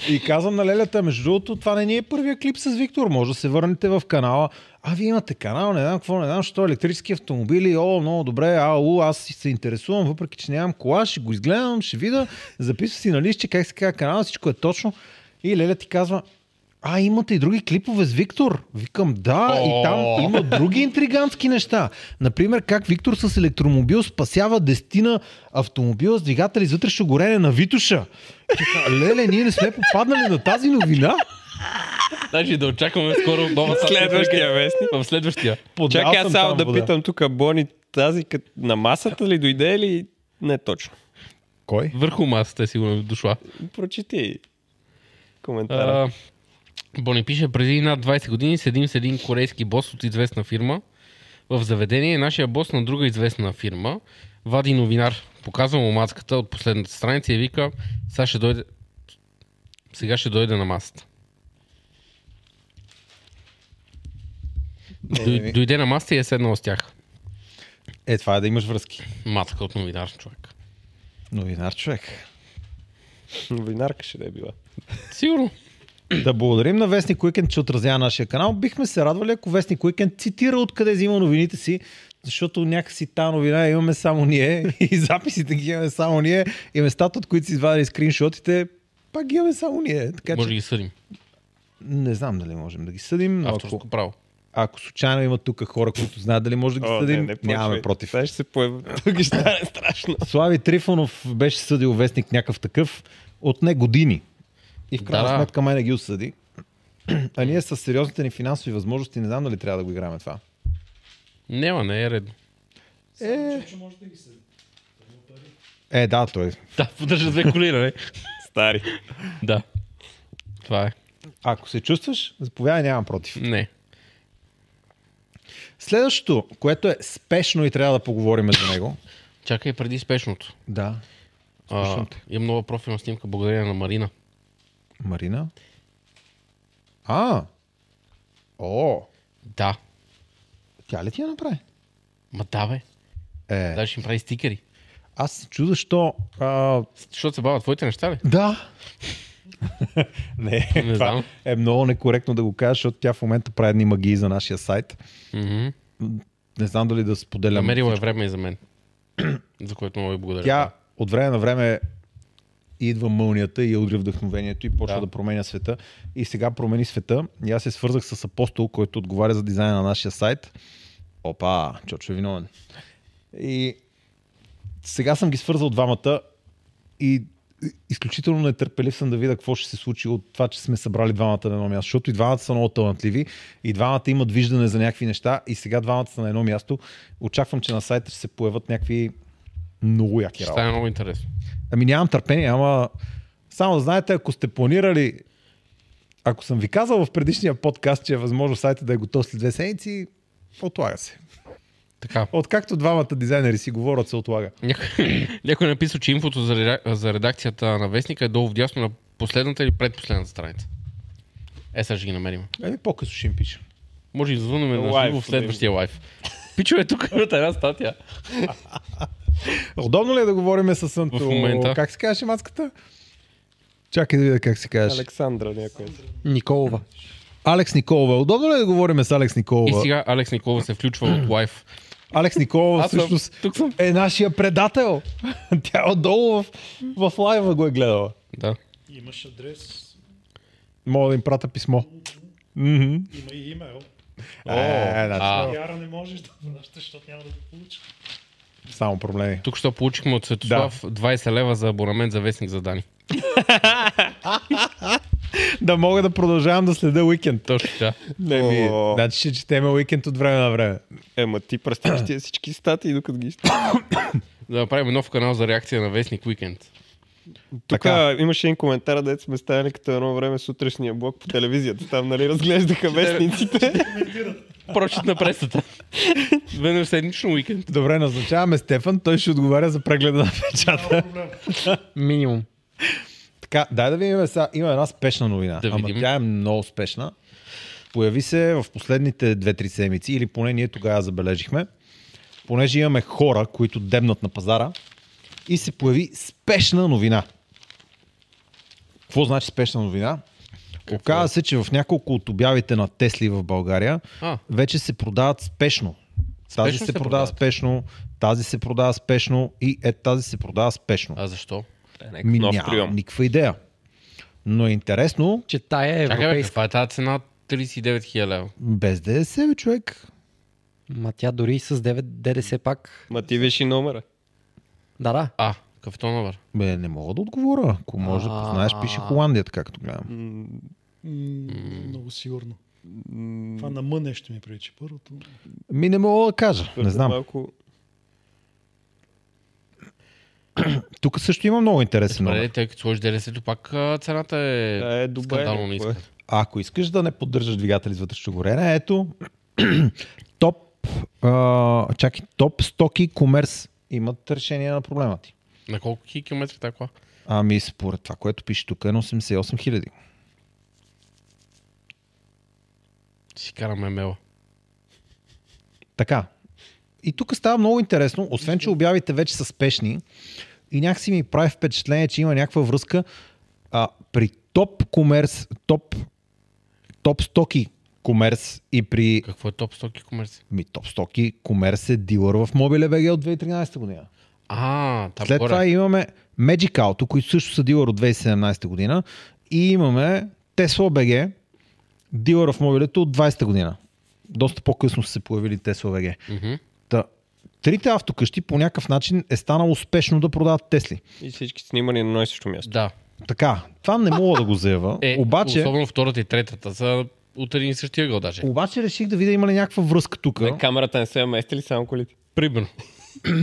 S2: И казвам на Лелята, между другото, това не ни е първия клип с Виктор. Може да се върнете в канала. А, вие имате канал, не знам какво, не знам, що електрически автомобили. О, много добре, ау, аз се интересувам, въпреки че нямам кола, ще го изгледам, ще видя, записвам си на листче как се казва канала, всичко е точно. И Леля ти казва, а, имате и други клипове с Виктор. Викам, да, и там има други интригантски неща. Например, как Виктор с електромобил спасява дестина автомобила с двигатели с вътрешно горене на Витуша. Чека, Леле, ние не сме попаднали на тази новина.
S3: Даже Значи да очакваме скоро нова статия.
S5: Следващия вестник.
S3: В следващия.
S2: Подлял
S5: Чакай аз
S2: съм
S5: само
S2: там
S5: да
S2: вода.
S5: питам тук, Бони, тази кът- на масата ли дойде или не точно?
S2: Кой?
S3: Върху масата е сигурно дошла.
S5: Прочети коментара.
S3: А, Бони пише, преди над 20 години седим с един корейски бос от известна фирма. В заведение е нашия бос на друга известна фирма вади новинар. Показва му мацката от последната страница и вика, сега ще дойде, сега ще дойде на масата. Дой, дойде на масата и е седнал с тях.
S2: Е, това е да имаш връзки.
S3: Мацка от новинар, човек.
S2: Новинар човек.
S5: Новинарка ще да е била.
S3: Сигурно.
S2: Да благодарим на Вестник Уикенд, че отразява нашия канал. Бихме се радвали, ако Вестник Уикенд цитира откъде взима новините си, защото някакси тази новина я имаме само ние и записите ги имаме само ние и местата, от които си извадили скриншотите, пак ги имаме само ние. Така
S3: Може да
S2: че
S3: ги съдим.
S2: не знам дали можем да ги съдим, но ако,
S3: Авторско право.
S2: ако случайно има тук хора, които знаят дали може да ги
S5: О,
S2: съдим,
S5: не, Е, не почвай.
S2: нямаме против.
S5: Това ще се появи. Тук ще стане страшно.
S2: Слави Трифонов беше съдил вестник някакъв такъв от не години. И в крайна
S3: Да.
S2: сметка май не ги осъди. А ние с сериозните ни финансови възможности не знам дали трябва да го играем това.
S3: Няма, не е редно.
S2: Е, е да, той.
S3: Да, поддържа две коли, нали?
S5: Стари.
S3: да. Това е.
S2: Ако се чувстваш, заповядай, нямам против.
S3: Не.
S2: Следващото, което е спешно и трябва да поговорим за него.
S3: Чакай преди спешното.
S2: Да.
S3: А,
S2: Слушам те.
S3: имам нова профилна снимка, благодарение на Марина.
S2: Марина? А! О!
S3: Да.
S2: Тя ли ти я направи?
S3: Ма да, бе.
S2: Е,
S3: Даже ще им прави стикери.
S2: аз се чудя, защо... А,
S3: Защото се бават твоите неща, ли?
S2: Да. не,
S3: Не
S2: това
S3: знам.
S2: е много некоректно да го кажа, защото тя в момента прави едни магии за нашия сайт.
S3: Мгм.
S2: Не знам дали да споделям.
S3: Намерила е време и за мен. за което много ви благодаря.
S2: Тя от време на време идва мълнията и я удря вдъхновението и почва да.
S3: Да.
S2: да променя света. И сега промени света. И аз се свързах с Апостол, който отговаря за дизайна на нашия сайт. Опа, Чочо е виновен. И сега съм ги свързал двамата и изключително нетърпелив съм да видя какво ще се случи от това, че сме събрали двамата на едно място, защото и двамата са много талантливи, и двамата имат виждане за някакви неща, и сега двамата са на едно място. Очаквам, че на сайта ще се появят някакви много яки
S3: Ще
S2: работи.
S3: стане много интересно.
S2: Ами нямам търпение, ама само да знаете, ако сте планирали, ако съм ви казал в предишния подкаст, че е възможно сайта да е готов след две седмици, отлага се.
S3: Така.
S2: Откакто двамата дизайнери си говорят, се отлага.
S3: Някой, някой е написал, че инфото за, реда- за редакцията на Вестника е долу вдясно на последната или предпоследната страница. Е, сега ще ги намерим.
S2: Еми Ами, по-късно ще им пиша.
S3: Може и да звънаме на
S5: Лайв,
S3: живо в следващия лайф. Пичове тук имат една статия.
S2: Удобно ли е да говорим с Анто?
S3: В момента.
S2: Как се казваше мацката? Чакай да видя как се казваше.
S5: Александра някой.
S4: Николова.
S2: Алекс Николова. Удобно ли е да говорим с Алекс
S3: И
S2: Николова?
S3: сега Алекс Николова се включва от лайф.
S2: Алекс Николова
S3: Аз съм-
S2: всъщност
S3: тук съм.
S2: е нашия предател. Тя е отдолу в, в лайва го е гледала.
S3: Да.
S1: Имаш адрес,
S2: Мога да им пратя писмо.
S1: има и имейл.
S2: Е, значи,
S3: А,
S1: Яра не можеш да подаш, защото няма да го получиш.
S2: само проблеми.
S3: тук ще получихме от Светослав 20 лева за абонамент за вестник за Дани.
S2: Да мога да продължавам да следя уикенд.
S3: Точно така.
S2: Не ми,
S5: О.
S2: значи ще четеме уикенд от време на време.
S5: Ема ти представяш тия всички статии, докато ги
S3: Да направим нов канал за реакция на вестник Уикенд.
S5: Тук
S2: Така.
S5: имаше един коментар, дето сме станали като едно време сутрешния блок по телевизията. Там, нали, разглеждаха вестниците.
S3: Прочит на пресата. Веднъж седмично Уикенд.
S2: Добре, назначаваме Стефан, той ще отговаря за прегледа на печата.
S1: Проблем.
S4: Минимум.
S2: Така, дай да видим сега. Има една спешна новина.
S3: Да
S2: Ама
S3: видим.
S2: тя е много спешна. Появи се в последните 2-3 седмици, или поне ние тогава забележихме, понеже имаме хора, които дебнат на пазара и се появи спешна новина. Какво значи спешна новина?
S3: е?
S2: Оказва се, че в няколко от обявите на Тесли в България
S3: А.
S2: вече се продават спешно. Тази
S3: Спешно
S2: се
S3: се
S2: продава
S3: продават.
S2: спешно, тази се продава спешно и е тази се продава спешно.
S3: А защо?
S2: Ми
S5: Е, нов
S2: нямам
S5: прием.
S2: никаква идея. Но е интересно,
S4: Че тая е
S3: Чакай, бе,
S4: европейска.
S3: каква е тази цена? 39 000 лева.
S2: без ДДС, бе, човек.
S4: Ма тя дори и с 9 ДДС пак.
S5: Ма ти виж и номера.
S4: Да, да.
S3: А, какъв е то номер?
S2: Бе, не мога да отговоря. Ако може да познаеш, пише Холандията, както гледам.
S1: М, Много сигурно. Това на М нещо ми прилича. Първото.
S2: Ми не мога да кажа. Не
S5: Твърде
S2: знам.
S5: Е, Малко...
S2: Тук също има много интересен
S3: Добре,
S2: номер.
S3: тъй като сложиш 90 пак а, цената е,
S5: Да, е Дубай,
S3: скандално
S5: някакво е.
S3: ниска.
S2: Ако искаш да не поддържаш двигатели с вътрешно горене, ето топ, а, чакай, топ стоки комерс имат решение на проблема ти.
S3: На колко ки- километри тази кола?
S2: Ами, според това, което пише тук, е на 88 хиляди.
S3: Си караме мела.
S2: Така. И тук става много интересно, освен че обявите вече са спешни и някакси ми прави впечатление, че има някаква връзка а, при топ комерс, топ, топ стоки комерс и при
S3: Какво е топ стоки комерци?
S2: ми, топ стоки комерс е дилър в Mobile BG от 2013 година.
S3: А, там
S2: След
S3: горе.
S2: това имаме Magic Auto, които също са дилър от 2017 година и имаме Tesla BG, дилър в мобилето от 20 година. Доста по-късно са се появили Tesla BG.
S3: Мгм.
S2: Та, трите автокъщи по някакъв начин е станало успешно да продават Тесли.
S5: И всички снимани на едно и също място.
S3: Да.
S2: Така, това не мога да го заява.
S3: Е,
S2: обаче,
S3: Особено втората и третата са от един и същия гъл даже.
S2: обаче реших да видя има ли някаква връзка тук.
S5: Да. Камерата не се я мести ли само колите?
S3: Примерно.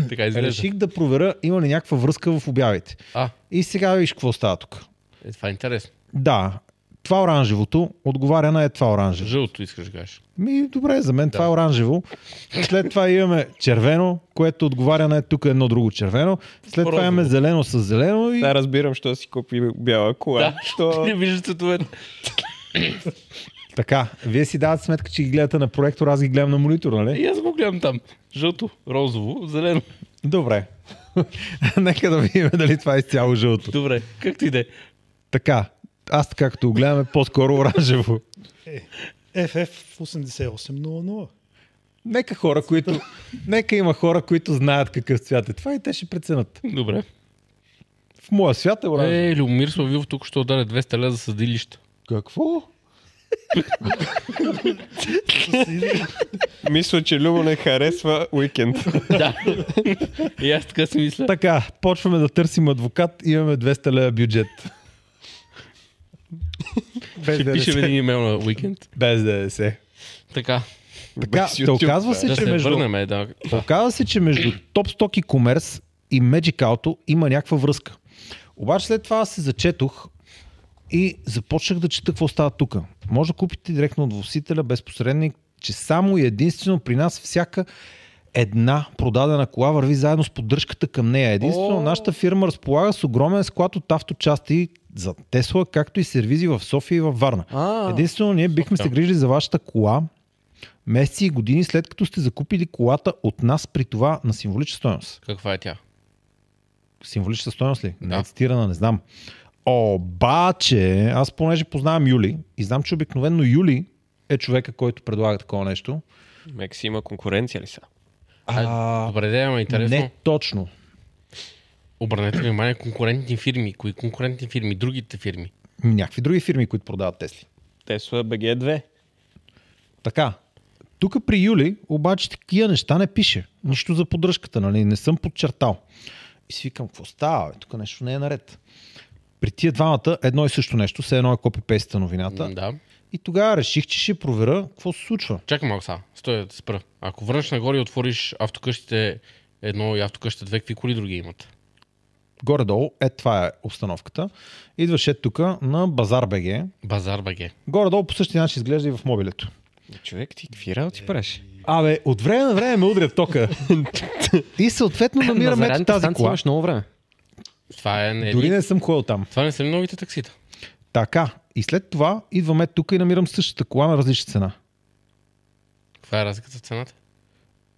S3: така изглежда.
S2: Реших да проверя има ли някаква връзка в обявите.
S3: А,
S2: И сега виж какво става тук.
S3: е, това е интересно.
S2: Да, това оранжевото отговаря на е това оранжево.
S3: Жълто искаш да кажеш.
S2: Ми, добре, за мен да. това е оранжево. След това имаме червено, което отговаря на е тук едно друго червено. След това
S3: Розово.
S2: имаме зелено с зелено и
S5: Да, разбирам, що си купи бяла кола.
S3: Да.
S5: Що...
S3: Не виждаш цветовете.
S2: така. Вие си давате сметка, че ги гледате на проектор, аз ги гледам на монитор, нали?
S3: И аз го гледам там. Жълто, розово, зелено.
S2: Добре. Нека да видим дали това е изцяло жълто.
S3: Добре, както и да е.
S2: Така, аз така като го гледаме, по-скоро оранжево.
S1: е. FF 8800.
S2: Нека хора, които... Нека има хора, които знаят какъв цвят е това и те ще преценят.
S3: Добре.
S2: В моя свят е оранжево.
S3: Е, Любомир Славилов тук ще ударе 200 лева за съдилища.
S2: Какво?
S5: Мисля, че Любо не харесва уикенд.
S3: Да. И аз така си мисля.
S2: Така, почваме да търсим адвокат, имаме 200 лева бюджет. Без
S3: Ще пишем
S2: ДДС.
S3: един имейл на уикенд.
S2: Без ДДС.
S3: Така.
S2: Така,
S5: Без
S2: те
S5: YouTube,
S2: оказва
S5: бе.
S2: се,
S3: Да
S2: че
S3: се
S2: между...
S3: върнем, е, да.
S2: Оказва се, че между Top Stock и Commerce и Magic Auto има някаква връзка. Обаче след това аз се зачетох и започнах да чета какво става тук. Може да купите директно от вносителя без посредник, че само и единствено при нас всяка една продадена кола върви заедно с поддръжката към нея. Единствено, нашата фирма разполага с огромен склад от авточасти за Тесла, както и сервизи в София и във Варна.
S4: А.
S2: Единствено, ние бихме се грижили за вашата кола, месеци и години след като сте закупили колата от нас при това на символична стоеност.
S3: Каква е тя?
S2: Символична стоеност ли? Не
S3: Да.
S2: е цитирана, не знам. Обаче, аз понеже познавам Юли и знам, че обикновено Юли е човека, който предлага такова нещо.
S5: Мекси има конкуренция ли са?
S3: А, добре, да, ама интересно.
S2: Не точно.
S3: Обърнете внимание, конкурентни фирми. Кои конкурентни фирми? Другите фирми.
S2: Някакви други фирми, които продават Тесли.
S5: Тесла BG2.
S2: Така. Тук при Юли обаче такива неща не пише. Нищо за поддръжката, нали? Не съм подчертал. И си викам, какво става? Бе? Тук нещо не е наред. При тия двамата едно и също нещо, все едно е копипейста новината.
S3: М, Да.
S2: И тогава реших, че ще проверя какво се случва.
S3: Чакай малко сега. Стой да те спра. Ако върнеш нагоре и отвориш автокъщите едно и автокъщите две, какви коли други имат?
S2: Горе-долу, е това е установката. Идваше тук на Базар БГ.
S3: Базар БГ.
S2: Горе-долу по същия начин изглежда и в мобилето.
S5: Човек, ти какви работи правиш?
S2: Абе, от време на време ме удря в тока. и съответно намираме ето
S4: зарядната
S2: тази
S4: станция
S2: кола.
S4: имаш много време.
S3: Това е не е
S2: Дори
S3: ли?
S2: не съм ходил там.
S3: Това не са ли новите таксита?
S2: Така. И след това идваме тук и намирам същата кола на различна цена.
S3: Каква е разликата в цената?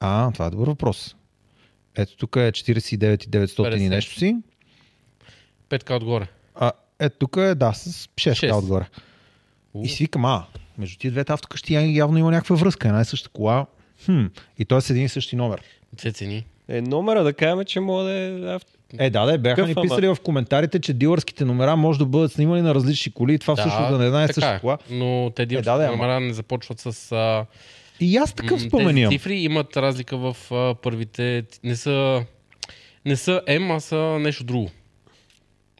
S2: А, това е добър въпрос. Ето тук е 49,900 и
S3: 50.
S2: нещо си.
S3: Петка отгоре.
S2: А ето тук е, да, с 6
S3: Шест.
S2: отгоре.
S3: У.
S2: И си викам, а, между тия двете автокъщи явно има някаква връзка. Една и съща кола. Хм. И той е с един и същи номер.
S3: Две цени.
S5: Е, номера да кажем, че мога да е авто.
S2: Е, да, да, бяха ни
S5: Какъв, ама?
S2: писали в коментарите, че дилърските номера може да бъдат снимани на различни коли и това всъщност да не е една и
S3: така
S2: съща кола. Е,
S3: Но те дилърските
S2: да, да, ама.
S3: номера не започват с... А,
S2: И аз такъв
S3: м,
S2: спомен имам.
S3: Тези цифри имат разлика в а, първите... Не са... Не са М, а са нещо друго.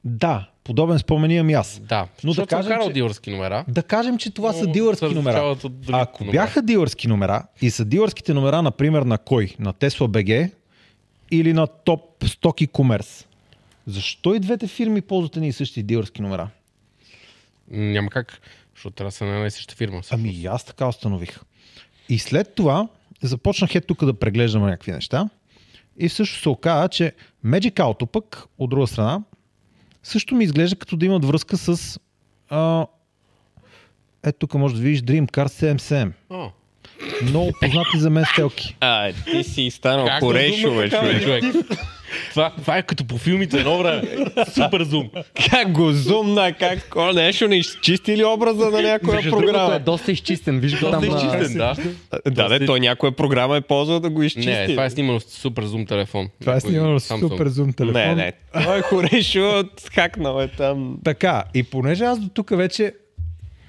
S2: Да, подобен спомен имам и аз.
S3: Да.
S2: Но да
S3: Защото съм
S2: кажем,
S3: карал
S2: че-
S3: дилърски номера.
S2: Да кажем, че това са
S3: но
S2: дилърски
S3: се
S2: номера.
S3: различават от другите
S2: Ако бяха дилърски номера и са дилърските номера, например, на кой? На Tesla BG или на Top Stock e-commerce? Защо и двете фирми ползват едни и същи дилърски номера?
S3: Няма как, защото трябва да са на една и съща фирма.
S2: Ами и аз така установих. И след това започнах е тук да преглеждам някакви неща и също се оказа, че Magic Auto пък, от друга страна, също ми изглежда като да имат връзка с... А, ето тук може да видиш Dreamcar 77.
S3: О,
S2: Много познати за мен стелки.
S5: А, ти си станал
S3: Как да
S5: корешо,
S3: зумна
S5: бе,
S3: такава,
S5: човек.
S3: човек. това, това е като по филмите, едно време. Супер зум.
S5: Как го зумна, как такова нещо не изчисти ли образа на някоя
S4: Между другото е
S5: програма?
S4: доста изчистен. Виж го
S3: Доста
S4: там. на-
S3: изчистен, е да.
S5: Да, да, той някоя програма е ползвал да го изчисти.
S3: Не, това е снимано с супер зум телефон.
S2: Това е
S3: Някой
S2: снимано с
S3: Samsung.
S2: супер зум телефон.
S5: Не, не. Той е хорешо, хакнал е там.
S2: Така, и понеже аз до тук вече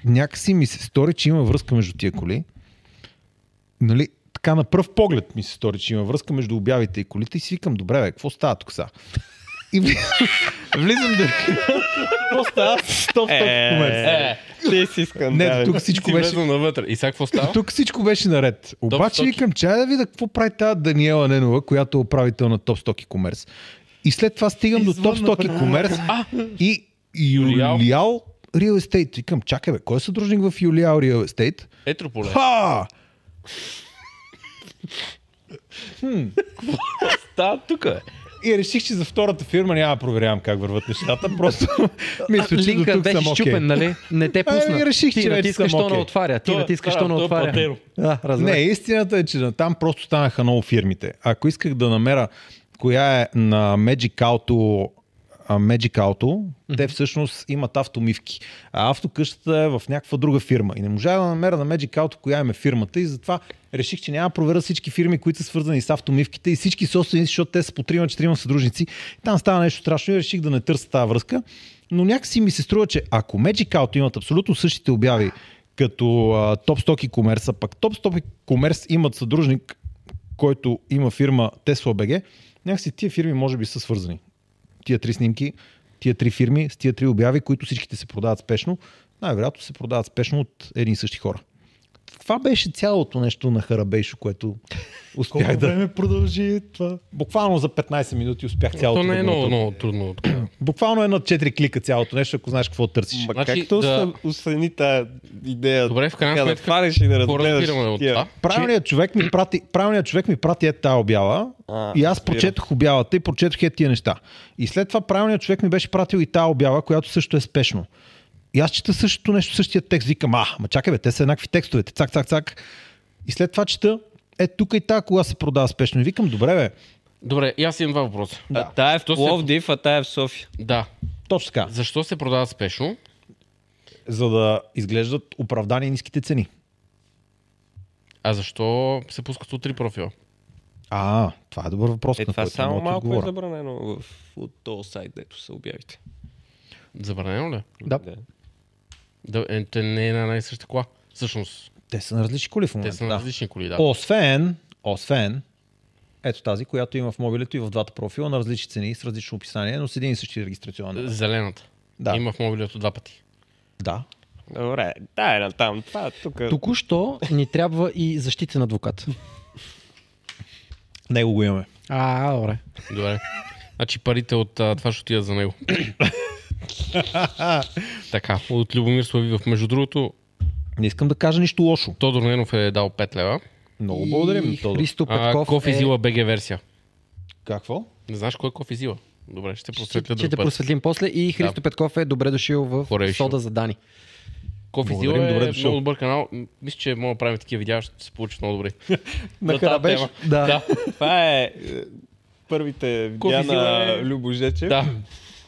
S2: някакси ми се стори, че има връзка между тия коли, нали, така на пръв поглед ми се стори, че има връзка между обявите и колите и си викам, добре, бе, какво става тук сега? И вли- влизам да... Какво става? Стоп, стоп, комерс.
S3: Е,
S5: Ти си скандал.
S2: Не, тук всичко
S3: си
S2: беше...
S3: влезнал навътре. И сега какво става?
S2: Тук всичко беше наред. Обаче
S3: Stock.
S2: викам, чая да видя какво прави тази Даниела Ненова, която е управител на Топ Stock и Комерс. И след това стигам до Топ Stock и Комерс и
S3: Юлиал.
S2: Юлиал Real Estate. Викам, чакай бе, кой е съдружник в Юлиал Real Estate?
S3: Ето поле.
S2: Ха!
S3: Та, тук е.
S2: И реших, че за втората фирма няма да проверявам как върват нещата, просто мисля, че до
S4: Линка
S2: тук
S4: беше
S2: съм окей.
S4: щупен, нали? Не те пусна.
S2: Ами, реших,
S4: ти
S2: че вече
S4: натискаш,
S2: съм
S4: то не
S2: окей.
S4: отваря. Ти
S3: Той е
S4: натискаш,
S3: стара,
S4: то не
S3: той е
S4: отваря.
S3: платеро.
S4: Да, разбрах.
S2: Не, истината е, че на там просто станаха много фирмите. Ако исках да намеря коя е на Magic Auto, а, Magic Auto, те всъщност имат автомивки. А автокъщата е в някаква друга фирма. И не можа да намеря на Magic Auto коя им е фирмата и затова реших, че няма да проверя всички фирми, които са свързани с автомивките и всички собственици, защото те са по 3-4 съдружници. И Там става нещо страшно и реших да не търся тази връзка. Но някакси ми се струва, че ако Magic Auto имат абсолютно същите обяви, като а, Топ Сток и Комерса. Пък Топ Сток и Комерс имат съдружник, който има фирма Tesla BG. Някакси тия фирми може би са свързани. Тия три снимки, тия три фирми с тия три обяви, които всичките се продават спешно. Най-вероятно се продават спешно от едни и същи хора. Това беше цялото нещо на Харабейшо, което
S1: Колко
S2: успях да...
S1: време продължи това?
S2: Буквално за 15 минути успях цялото
S3: То не
S2: да
S3: е
S2: го
S3: много,
S2: натъпя.
S3: много трудно.
S2: Буквално е на 4 клика цялото нещо, ако знаеш какво търсиш.
S5: Ма
S3: Значи,
S5: както
S3: да-
S5: да... усъни тази идея?
S3: Добре, в крайна
S5: Така
S3: сметка,
S5: Да хванеш и да
S3: Какво
S5: разгледаш.
S3: разбираме от
S5: такива.
S3: това?
S2: Правилният човек ми прати, правилният човек ми прати е тая обява
S5: А,
S2: и аз
S5: разбирам.
S2: прочетох обявата и прочетох е тия неща. И след това правилният човек ми беше пратил и тая обява, която също е спешно. И аз чета същото нещо, същия текст. Викам, а, ма чакай бе, те са еднакви текстовете. Цак, цак, цак. И след това чета, е тук и тая кола се продава спешно. И викам, добре бе,
S3: Добре, и аз имам два въпроса.
S5: А тая е в
S3: Що се-
S5: Пловдив, а тая е в София.
S3: Да.
S2: точно така.
S3: Защо се продава спешно?
S2: За да изглеждат оправдани ниските цени.
S3: А защо се пускат от три профила?
S2: А, това е добър въпрос.
S5: Е,
S2: на
S5: това
S2: който
S5: само
S2: мога да ти
S5: малко е
S2: отговоря.
S5: забранено в, от този сайт, дето се обявите.
S3: Забранено ли? е?
S2: Да.
S3: Да, е, те не е на една и съща кола. Всъщност,
S2: Те са на различни коли в
S3: те
S2: момента.
S3: са на
S2: да.
S3: различни коли, да.
S2: Освен, освен, ето тази, която има в мобилето и в двата профила на различни цени, с различно описание, но с един и същи регистрационен.
S3: Зелената.
S2: Да.
S3: Има в мобилето два пъти.
S2: Да.
S5: Добре, дай на там. Това тук.
S4: Току-що ни трябва и защитен адвокат.
S2: Него го имаме.
S4: А, добре.
S3: Добре. Значи парите от а, това ще отидат за него. така, от Любомир Славивов. Между другото,
S2: Не искам да кажа нищо лошо.
S3: Тодор Ненов е дал 5 лева.
S2: Много благодарим.
S4: И
S2: Тодор.
S4: Христо
S3: А,
S4: Петков
S3: Кофи
S4: е...
S3: Зила БГ версия.
S2: Какво?
S3: Не знаеш кой е Кофи Зила? Добре, ще
S4: Ще,
S3: просветля
S4: ще
S3: друг
S4: те
S3: път.
S4: просветлим после. И Христо Петков е добре дошъл в
S3: Хорейшо.
S4: Сода за Дани.
S3: Кофи
S2: Благодарим,
S3: Зила е
S2: добре дошъл.
S3: много добър канал. М, Мисля, че мога да правим такива видеа, ще се получат много добре.
S4: На
S3: тази
S4: Карабеш.
S3: тема.
S4: Да. да.
S5: Това е е, първите видеа
S3: Кофизила
S5: на
S3: е-
S5: Любо Жечев.
S3: да.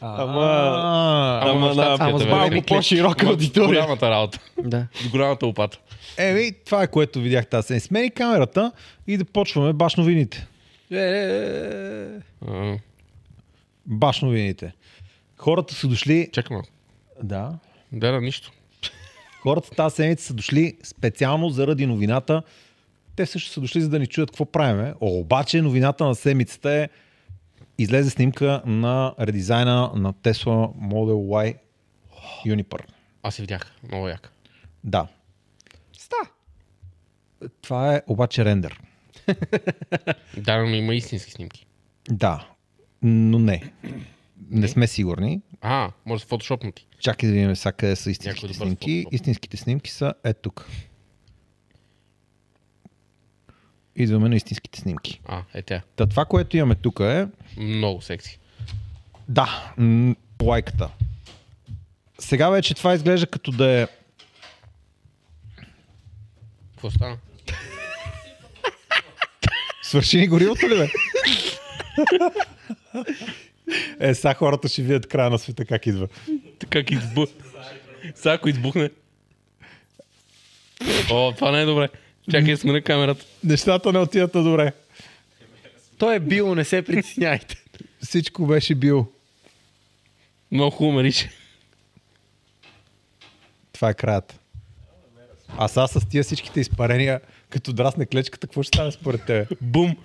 S5: Ама,
S2: А,
S5: ама
S3: в
S5: на-
S3: щатската
S4: ама с
S3: версия.
S4: малко
S5: по-широка
S3: Ама
S5: аудитория.
S3: Голямата работа.
S4: да.
S3: С голямата опата.
S2: Еми, това е което видях тази седмица. Смени камерата и да почваме баш новините.
S3: А,
S2: Баш новините. Хората са дошли...
S3: Чакай малко.
S2: Да.
S3: Да, да, нищо.
S2: Хората тази седмица са дошли специално заради новината. Те също са дошли, за да ни чуят какво правиме. О, обаче новината на седмицата е излезе снимка на редизайна на Tesla Model Y Uniper.
S3: Аз се видях. Много як.
S2: Да. Ста. Това е обаче рендер.
S3: Да, но има истински снимки.
S2: Да. Но не. Не сме сигурни.
S3: А, може да са фотошопнати.
S2: Чакай да видим сега къде са истинските
S3: Някой добър
S2: снимки.
S3: фотошоп.
S2: Истинските снимки са е тук. Идваме на истинските снимки.
S3: А, е тя.
S2: Та това, което имаме тук е...
S3: Много секси.
S2: Да, м, лайката. Сега вече това изглежда като да е...
S3: Какво стана?
S2: Свърши ни горивото ли бе? е, сега хората ще видят края на света как идва.
S3: Така как избухне. Сега ако избухне. О, това не е добре. Чакай, сменя камерата.
S2: Нещата не отиват на добре.
S4: Той е бил, не се притесняйте.
S2: Всичко беше бил.
S3: Много хубаво мерише.
S2: Това е краят. А сега с тия всичките изпарения, като драсне клечката, какво ще стане според тебе?
S3: Бум!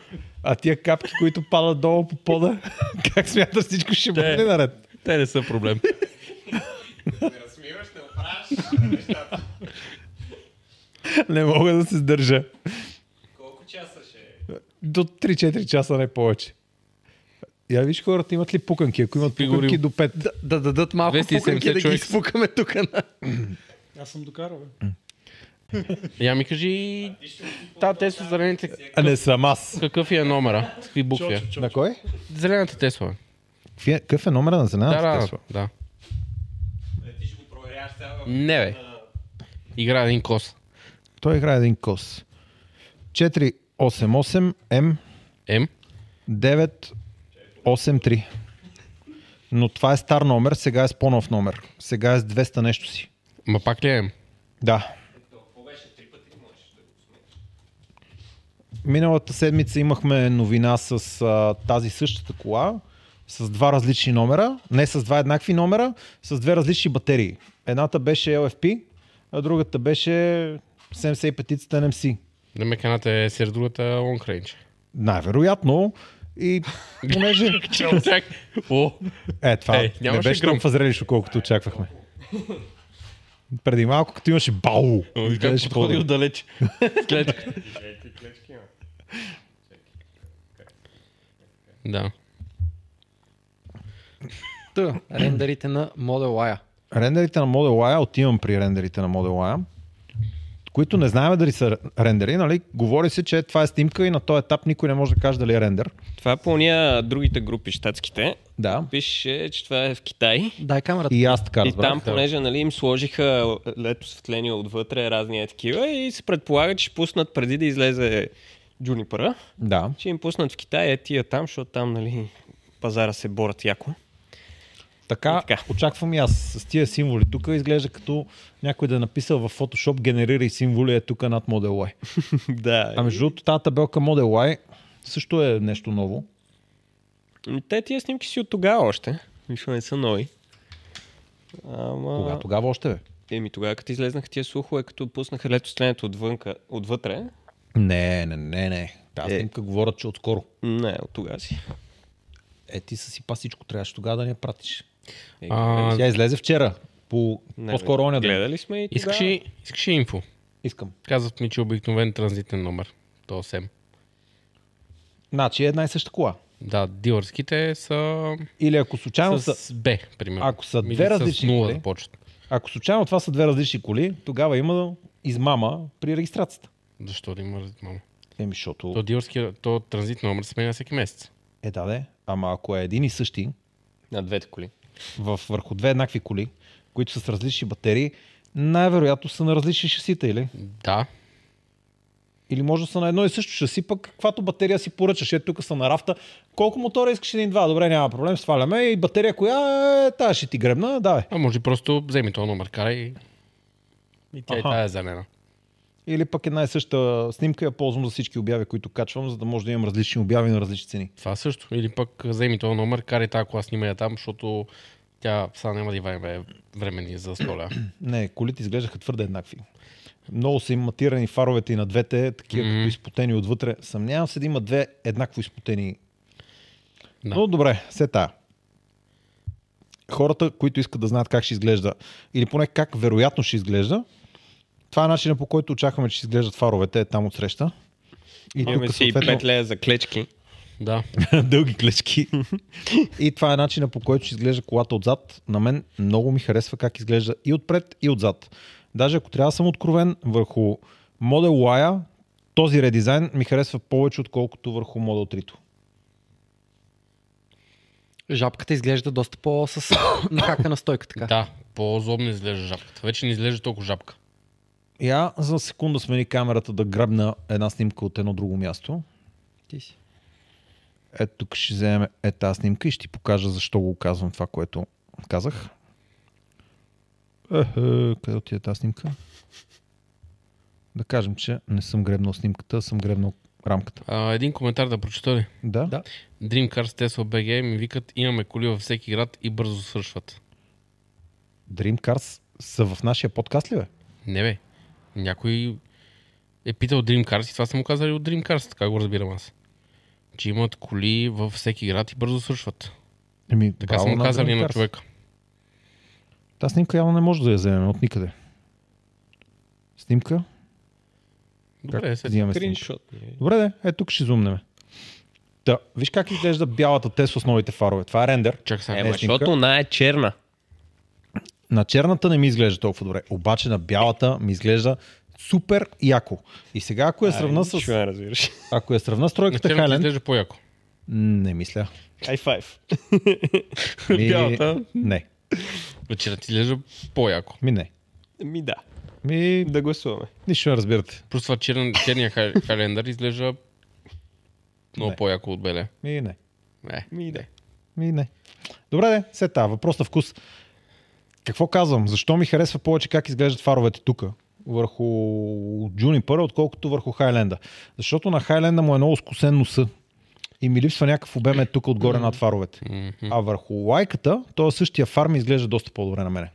S2: А тия капки, които падат долу по пода, как смяташ всичко ще бъде наред?
S3: Те не са проблем.
S2: Не мога да се сдържа.
S5: Колко часа ще е?
S2: До 3-4 часа не повече. Я виж хората имат ли пуканки, ако имат
S3: Фигури.
S2: пуканки до 5.
S4: Да, да дадат малко
S3: 270
S4: пуканки да ги
S3: човек.
S4: изпукаме тук. На...
S1: Аз съм докарал, бе.
S3: Я ми кажи, та Тесла зелените,
S2: А не съм аз.
S3: какъв е номера? С какви букви е?
S1: Чочо, чочо.
S2: На кой?
S3: Зелената Тесла. бе.
S2: Какви е- Какъв е номера на
S3: Да,
S2: зелената
S3: да,
S2: Тесла?
S3: да.
S5: Е, Ти ще го проверяваш сега.
S3: Не, бе. Игра един кос.
S2: Той играе един кос. 488 М
S3: М?
S2: 983. Но това е стар номер, сега е с по-нов номер. Сега е с 200 нещо си.
S3: Ма пак ли е М?
S2: Да. Миналата седмица имахме новина с а, тази същата кола, с два различни номера, не с два еднакви номера, с две различни батерии. Едната беше LFP, а другата беше 75-цата NMC.
S3: Да ме каната е сер другата Long Range.
S2: Най-вероятно. И понеже...
S3: Чак. О,
S2: Е, това
S3: Е,
S2: е, не
S3: нямаше
S2: беше
S3: гръм.
S2: толкова зрелищо, колкото очаквахме. Преди малко, като имаше бау,
S3: как
S2: изглеждаше
S3: подходи
S2: по-добре.
S3: отдалеч. Клетка. Да.
S4: Та, рендерите на Model Y.
S2: Рендерите на Model Y, отивам при рендерите на Model Y, които не знаем дали са рендери, нали? Говори се, че това е снимка и на този етап никой не може да каже дали е рендер.
S5: Това по уния другите групи, щатските.
S2: Да.
S5: Пише, че това е в Китай.
S4: Дай камерата.
S2: И аз така
S5: И
S2: разбрах.
S5: там, понеже нали, им сложиха лед осветление отвътре, разни е такива и се предполага, че ще пуснат преди да излезе Джунипера,
S2: Да.
S5: че им пуснат в Китай е тия там, защото там нали, пазара се борят яко.
S2: Така,
S5: И така.
S2: очаквам и аз с тия символи. Тук изглежда като някой да е написал в Photoshop, генерирай символи е тук над Model Y.
S5: да.
S2: А между другото, тази табелка Model Y също е нещо ново.
S5: Ами, Те тия снимки си от тогава още. Нищо не са нови. Ама...
S2: Кога тогава още бе?
S5: Еми тогава, като излезнаха тия слухове, като пуснаха летостенето отвънка, отвътре.
S2: Не, не, не, не. Тази
S5: Е.
S2: снимка говоря, че отскоро.
S5: Не, от тогава си.
S2: Е, ти са си пасичко, трябваше тогава да ни я пратиш.
S5: Е,
S3: А,
S2: Тя излезе вчера. По...
S5: не,
S2: По-скоро
S5: бе,
S2: оня ден.
S5: Гледали сме и
S3: искаш,
S5: тогава.
S3: ли, искаш ли инфо?
S2: Искам.
S3: Казват ми, че е обикновен транзитен номер. То 8.
S2: Значи е една и съща кола.
S3: Да, дилърските са
S2: Или ако случайно, са,
S3: с Б, примерно.
S2: ако са
S3: Или
S2: две
S3: с
S2: различни нали?
S3: нула
S2: коли.
S3: да почват.
S2: ако случайно това са две различни коли, тогава има измама при регистрацията.
S3: Защо да има раз- мамо?
S2: Еми, защото...
S3: То дилърски, то транзит номер се сменя всеки месец.
S2: Е, да, да. Ама ако е един и същи,
S5: На двете коли.
S2: в, върху две еднакви коли, които са с различни батерии, най-вероятно са на различни шасита, или?
S3: Да.
S2: Или може да са на едно и също шаси, пък каквато батерия си поръчаш. Ето тук са на рафта. Колко мотора искаш? Един-два. Добре, няма проблем, сваляме. И батерия, коя е тази ще ти гребна? Давай.
S3: А може просто вземи този номер, карай. И тя и
S2: Аха.
S3: тая е зелена.
S2: Или пък една и съща снимка я ползвам за всички обяви, които качвам, за да може да имам различни обяви на различни цени.
S3: Това също. Или пък вземи този номер, карай тази кола, снимай я там, защото тя сега няма да има времени за столя.
S2: Не, колите изглеждаха твърде еднакви. Много са им матирани фаровете и на двете, такива
S3: Мгм.
S2: като изпотени отвътре. Съмнявам се да има две еднакво изпотени.
S3: Да.
S2: Но добре, се тая. Хората, които искат да знаят как ще изглежда, или поне как вероятно ще изглежда, това е начинът по който очакваме, че ще изглеждат фаровете е там от среща. И
S5: Имаме си и
S2: съответно-
S5: 5 лея за клечки.
S3: Да.
S2: дълги клечки. и това е начина по който ще изглежда колата отзад. На мен много ми харесва как изглежда и отпред, и отзад. Даже ако трябва да съм откровен, върху Model Y този редизайн ми харесва повече, отколкото върху Model 3.
S4: Жабката изглежда доста по-с нахака на стойка така.
S3: Да, по-злобно изглежда жабката. Вече не изглежда толкова жабка.
S2: Я за секунда смени камерата да грабна една снимка от едно друго място.
S4: Ти си.
S2: Ето тук ще вземем е тази снимка и ще ти покажа защо го казвам това, което казах. Ехе, къде отиде тази снимка? Да кажем, че не съм гребнал снимката, а съм гребнал рамката.
S3: А, един коментар да прочета ли?
S2: Да?
S4: Да.
S3: Dream Cars Tesla BG ми викат, имаме коли във всеки град и бързо свършват.
S2: Dream Cars са в нашия подкаст ли бе?
S3: Не бе. Някой е питал Dream Cars и това са му казали от Dream Cars, така го разбирам аз. Че имат коли във всеки град и бързо свършват.
S2: Еми,
S3: Ами, Така са
S2: браво
S3: му казали
S2: Dream
S3: на
S2: Cars.
S3: човека.
S2: Та снимка явно не може да я вземем от никъде. Снимка?
S3: Добре,
S2: как
S3: се.
S2: взимаме снимка?
S5: Скриншот. не.
S2: Добре, де, е тук ще зумнем. Да, виж как изглежда бялата Тесла с новите фарове. Това е рендер.
S3: Чак сега.
S5: Е,
S2: Не,
S5: ма,
S2: снимка.
S5: защото она е черна.
S2: На черната не ми изглежда толкова добре, обаче на бялата ми изглежда супер яко. И сега, ако я сравна
S5: Ай,
S2: с,
S5: Шуен, разбираш.
S2: ако я сравна с
S3: на
S2: тройката
S3: черната
S2: Хайленд,
S3: изглежда по-яко.
S2: не мисля.
S5: Хай файв.
S2: Ми,
S5: Бялата?
S2: Не,
S3: На черната изглежда по-яко.
S2: ми не.
S5: Ми да.
S2: Ми,
S5: Да гласуваме.
S2: нищо не разбирате.
S3: Просто това черен, черния хай- хайлендър изглежда много
S2: Не.
S3: по-яко от беля.
S2: Ми не.
S3: Не.
S5: Ми да.
S2: Ми не. Добре, де, се е тая, въпрос на вкус. Какво казвам? Защо ми харесва повече как изглеждат фаровете тук? върху Juniper, отколкото върху Хайленда. Защото на Хайленда му е много скосен носа и ми липсва някакъв обем е тук отгоре над фаровете.
S3: Мгм.
S2: А върху лайката, то същия фар ми изглежда доста по-добре на мене.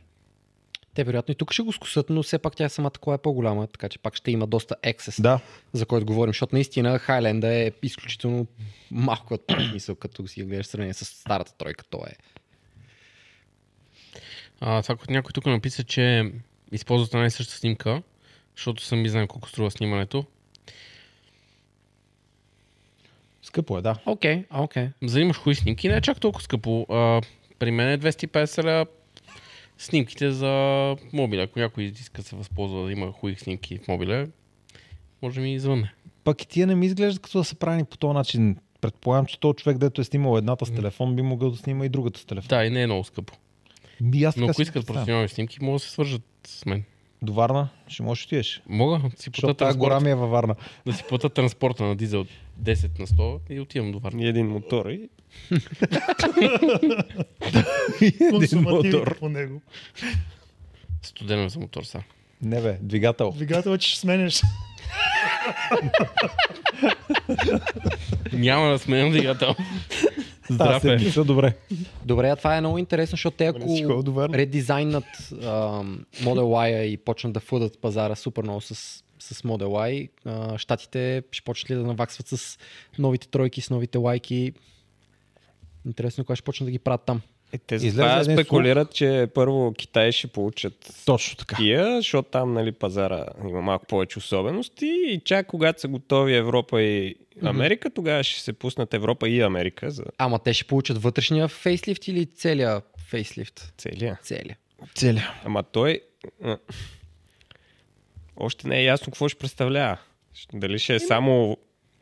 S4: Те вероятно и тук ще го скусат, но все пак тя самата кола е по-голяма, така че пак ще има доста ексес,
S2: Да.
S4: за който говорим, защото наистина Хайленда е изключително малко от мисъл, като си я гледаш в сравнение с старата тройка, то е.
S3: А, това, което някой тук написа, че използват една и съща снимка, защото сами знаем колко струва снимането.
S2: Скъпо е, да.
S4: Окей, окей.
S3: За да имаш хубави снимки, не е чак толкова скъпо. А, при мен е 250 ля снимките за мобиля. Ако някой иска да се възползва да има хубави снимки в мобиля, може ми извънне.
S2: Пък и тия не ми изглеждат като да са правени по този начин. Предполагам, че този човек, дето е снимал едната с телефон, би могъл да снима и другата с телефон.
S3: Да, и не е много скъпо.
S2: Ми, аз
S3: Но
S2: така
S3: ако
S2: си
S3: искат
S2: представям.
S3: професионални снимки, могат да се свържат с мен.
S2: До Варна ще можеш да отидеш.
S3: Мога да си плата
S2: Защото тази гора
S3: транспорт,
S2: ми е във Варна.
S3: да си плата транспорта на дизел 10 на 100 и отивам до Варна.
S5: И един мотор и
S2: Един
S1: Консумативите
S2: мотор.
S1: по него.
S3: Студен за мотор са.
S2: Не бе, двигател.
S1: Двигателът, че ще сменяш.
S3: Няма да сменям двигател.
S2: Тази
S3: Здраве.
S2: седмица, добре.
S4: Добре, а това е много интересно, защото те
S1: не си ходил
S4: ако
S1: до Варна.
S4: редизайнат ам, Model Y и почнат да фудат пазара супер много с, с Model Y, а, щатите ще почнат ли да наваксват с новите тройки, с новите лайки? Интересно, кога ще почнат да ги правят там.
S5: е, те
S2: Излезе
S5: затова
S2: един слух.
S5: спекулират, че първо Китай ще получат
S2: Точно така.
S5: тия, защото там нали, пазара има малко повече особености и чак когато са готови Европа и Америка, тогава ще се пуснат Европа и Америка за
S4: Ама те ще получат вътрешния фейслифт или целия фейслифт?
S5: целия.
S4: Целия.
S2: Целя.
S5: Ама той а, още не е ясно какво ще представлява. Дали ще е само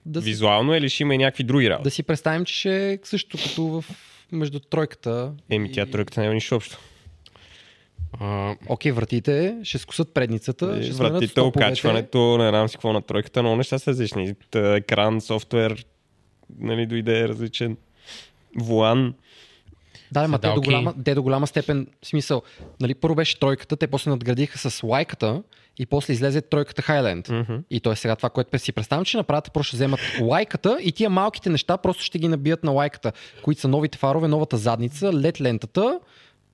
S4: Да, си,
S5: визуално или ще има и някакви други работи.
S4: да си представим, че ще е също като в между тройката.
S5: Еми, тя тройката няма нищо общо.
S3: А,
S4: Окей, вратите ще скусат предницата, ще сменят
S5: Вратите,
S4: стоповете.
S5: Е, окачването, не знам си какво на тройката, но неща са различни. Та, Екран, софтуер, нали, дойде е различен. Вуан.
S4: Да,
S3: Сега,
S4: ма те, до
S3: окей.
S4: голяма, те до голяма степен, в смисъл, нали, първо беше тройката, те после надградиха с лайката и после излезе тройката Хайленд.
S5: Мгм.
S4: И то е сега това, което си представям, че направят, просто ще вземат лайката и тия малките неща просто ще ги набият на лайката, които са новите фарове, новата задница, LED лентата,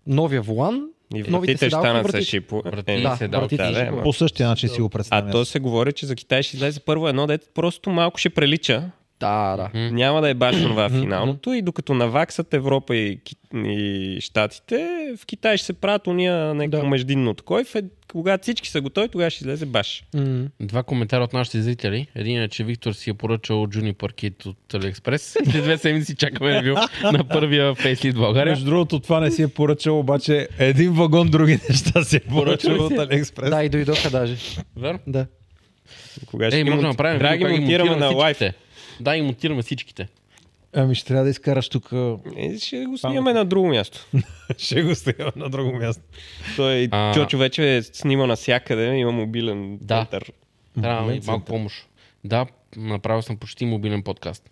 S4: новия волан,
S5: И
S4: новите
S5: вратите ще
S4: седалки,
S5: станат с
S4: вратите.
S5: шипо.
S3: Врати
S5: Е,
S3: и
S4: Да,
S3: седалки.
S4: вратите
S5: да,
S4: и
S5: да,
S4: жипове.
S5: ама.
S2: По същия начин си го
S5: А то
S2: представя.
S5: се говори, че за Китай ще излезе първо едно, дете просто малко ще прилича.
S4: Да, да.
S5: Няма да е баш това финалното. И докато наваксат Европа и, Ки- и Штатите, в Китай ще се правят уния някакво
S4: Да.
S5: междинно такова. И в ед- Когато всички са готови, тогава ще излезе баш.
S4: М.
S3: Два коментара от нашите зрители. Един е, че Виктор си е поръчал Juniper Kit от Алиекспрес. След две седмици чакаме ревю на първия фейслифт в България.
S2: Между другото, това не си е поръчал, обаче един вагон други неща си е поръчал от Алиекспрес.
S4: Да, и дойдоха даже.
S3: Верно?
S4: Да.
S5: Кога ще
S3: Ей,
S5: ги
S3: може да
S5: мон-
S3: направим.
S5: Трябва да
S3: видео,
S5: ги
S3: как
S5: монтираме на лайф.
S3: всичките. Да, и монтираме всичките.
S2: Ами ще трябва да изкараш тук.
S5: Е, ще го снимаме на друго място.
S2: Ще го стоя на друго място.
S5: Той
S3: А.
S5: Чочо вече е снима навсякъде, има мобилен
S3: Да.
S5: център.
S3: Трябва ми
S2: Момент
S3: малко
S2: център.
S3: помощ. Да, направил съм почти мобилен подкаст.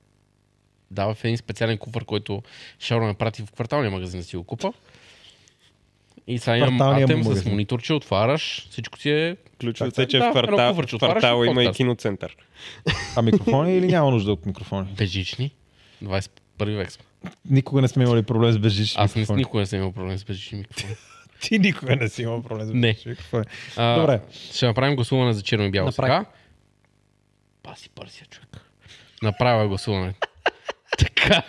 S3: Да, в един специален куфар, който Шаро ме прати в кварталния магазин да си го купа. И сега имам
S2: Кварталния
S3: атем с
S2: магазин.
S3: мониторче, отваряш, всичко си е...
S5: Ключовете
S3: Да,
S5: е, че в
S3: едно
S5: квартал,
S3: куфарче
S5: в
S3: отваряш
S5: квартала
S3: и
S5: има и
S3: подкаст.
S5: киноцентър.
S2: А микрофони или няма нужда от микрофони?
S3: Бежични. 21 век сме.
S2: Никога не сме имали проблем с безжични
S3: Аз не,
S2: микрофони.
S3: никога не съм имал проблем с бежични микрофони.
S2: Ти никога не си имал проблем с
S3: Не.
S2: безжични микрофони.
S3: А,
S2: Добре.
S3: Ще направим гласуване за черно и бяло
S4: Направи.
S3: сега. Паси пърсия, човек. е Направя гласуване. така.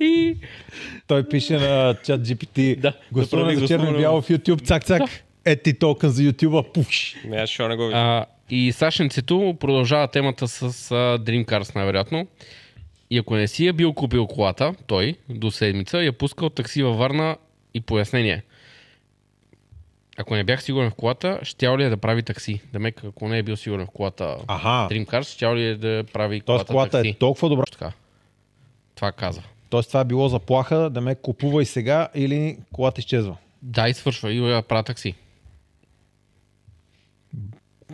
S3: И
S2: Той пише на чат GPT.
S3: Да,
S2: гласуване
S3: направи
S2: за черно и
S3: гласуване.
S2: бяло в YouTube. Цак, цак. Е ти токен за YouTube. Пуш.
S5: Не, Ами аз шо не го виждам.
S3: А, и Сашенцето продължава темата с а, Dreamcars, най-вероятно. И ако не си е бил купил колата, той до седмица я пускал такси във Варна и пояснение. Ако не бях сигурен в колата, щял ли е да прави такси? Дамек, ако не е бил сигурен в колата
S2: Аха.
S3: Dreamcars, щял ли е да прави
S2: Тоест
S3: колата,
S2: колата
S3: такси?
S2: е толкова добра.
S3: Така. Това казва.
S2: Тоест това е било заплаха да ме купувай сега или колата изчезва.
S3: Да, и свършва. И я правя такси.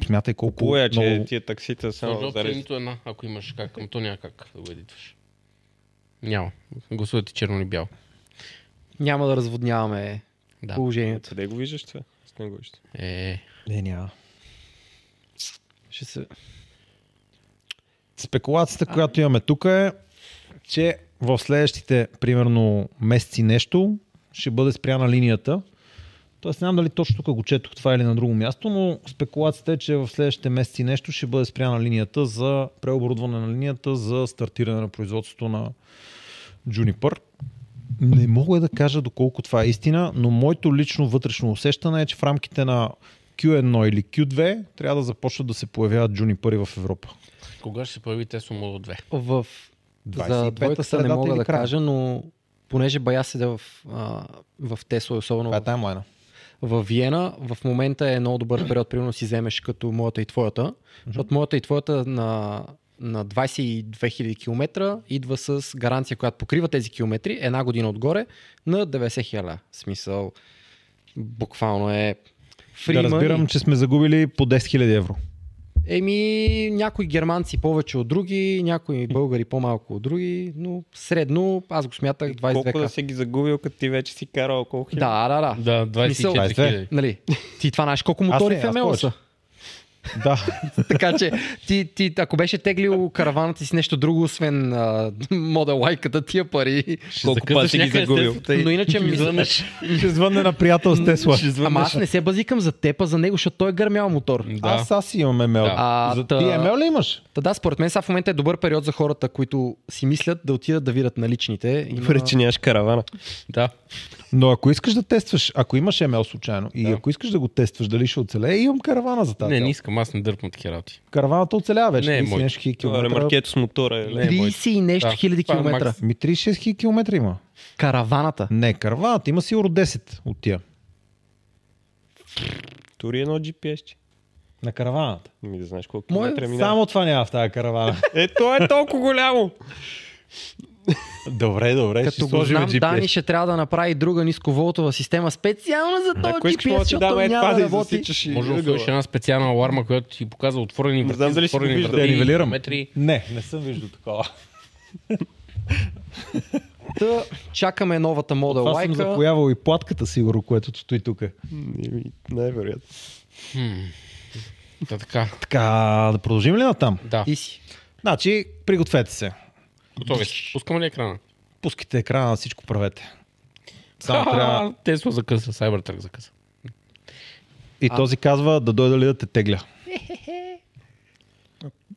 S2: Смятай колко
S5: Хубаво е, че
S2: много...
S5: тия таксита само
S3: Сложил
S5: зарез.
S3: нито една, ако имаш как, към то няма как да го едитваш. Няма. Гласувате черно или бяло.
S4: Няма да разводняваме
S3: Да.
S4: положението.
S5: Къде го виждаш това? Аз не го виждам.
S3: Е,
S2: Не, няма.
S4: Ще се...
S2: Спекулацията, която имаме тук е, че в следващите, примерно, месеци нещо ще бъде спряна линията. Тоест, не знам дали точно тук го четох това или на друго място, но спекулацията е, че в следващите месеци нещо ще бъде спряна линията за преоборудване на линията за стартиране на производството на Juniper. Не мога да кажа доколко това е истина, но моето лично вътрешно усещане е, че в рамките на Q1 или Q2 трябва да започнат да се появяват Juniper в Европа.
S3: Кога ще се появи Tesla Model 2?
S4: В...
S2: 25-та
S4: За двойката не
S2: средата
S4: мога
S2: или
S4: да
S2: края?
S4: кажа, но понеже бая седя в, а, в Тесла, особено
S2: Това е
S4: в
S2: таймлайна.
S4: в Виена в момента е много добър период, примерно да си вземеш като моята и твоята, защото моята и твоята на, на 22 000 км идва с гаранция, която покрива тези километри, една година отгоре на 90 000. В смисъл, буквално е
S2: да разбирам, че сме загубили по 10 000 евро.
S4: Еми, някои германци повече от други, някои българи по-малко от други, но средно аз го смятах 22
S5: Колко да
S4: да,
S5: си ги загубил, като ти вече си карал колко хиляди?
S4: да, да,
S3: Да,
S4: да.
S3: 24
S2: Мисъл-
S3: хиляди.
S4: Нали, ти това знаеш колко
S2: не,
S4: мотори
S2: аз
S4: в МЛ са.
S2: Да,
S4: Така че, ти, ти, ако беше теглил каравана ти си нещо друго, освен а, модел лайката, тия пари, колко пъти си ги загубил. Но иначе ми
S2: ще звънне на приятел с Тесла.
S4: Ама аз не се базикам за тепа, за него, защото той е гърмял мотор.
S3: Да.
S2: Аз аз имам ML.
S3: Да.
S4: А,
S2: За...
S4: та-
S2: Ти ML ли имаш?
S4: Та да, според мен сега в момента е добър период за хората, които си мислят да отидат да видят наличните. Има...
S5: Добре, че нямаш каравана.
S3: Да.
S2: Но ако искаш да тестваш, ако имаш ML случайно и ако искаш да го тестваш, дали ще оцелее, имам каравана за тази.
S3: Не,
S2: цел.
S3: не искам, аз не дърпам такива работи.
S2: Караваната оцелява вече.
S3: Не е
S2: Не,
S3: мой.
S2: нещо хиляди
S5: Това е
S2: километра.
S5: ремаркето с мотора. Е.
S3: Не е моето.
S4: 30 и нещо
S3: Да,
S4: хиляди
S3: това е
S4: километра.
S3: макс.
S2: Ми 36 хиляди километра има.
S4: Караваната.
S2: Не, караваната има сигурно 10 от тия.
S5: Тури едно GPS. че.
S2: На караваната.
S5: Ми да знаеш колко
S4: Мое-
S5: километра е минава.
S2: Само това няма в тази каравана.
S5: Е, то е толкова голямо.
S2: добре, добре. ще
S4: Като го
S2: сложим
S4: знам,
S2: GPS.
S4: Дани ще трябва да направи друга нисковолтова система специално за
S5: Ако
S4: този
S5: искаш,
S4: GPS,
S5: мога да ти
S4: защото
S5: дам е това
S4: няма
S5: да
S4: да
S5: и
S4: работи.
S5: засичаш.
S3: Може да
S5: да
S3: отвориш една специална аларма, която ти показва отворени врати.
S5: знам дали ще го
S3: затворени
S5: виждам.
S2: Да я
S3: врати,
S2: нивелирам.
S3: метри.
S2: Не, не съм виждал такова.
S4: Та, чакаме новата мода
S2: Това съм
S4: лайка.
S2: запоявал и платката, сигурно, което стои тук.
S5: Ами, Най-вероятно.
S3: Да, така.
S2: Така, да продължим ли натам?
S3: Да.
S4: Ти си.
S2: Значи, пригответе се.
S3: Готови. сте. Пускаме ли екрана?
S2: Пускайте екрана, всичко правете. Само трябва...
S3: Ха, Тесла закъса, Cybertruck закъса.
S2: И този казва да дойда ли да те тегля.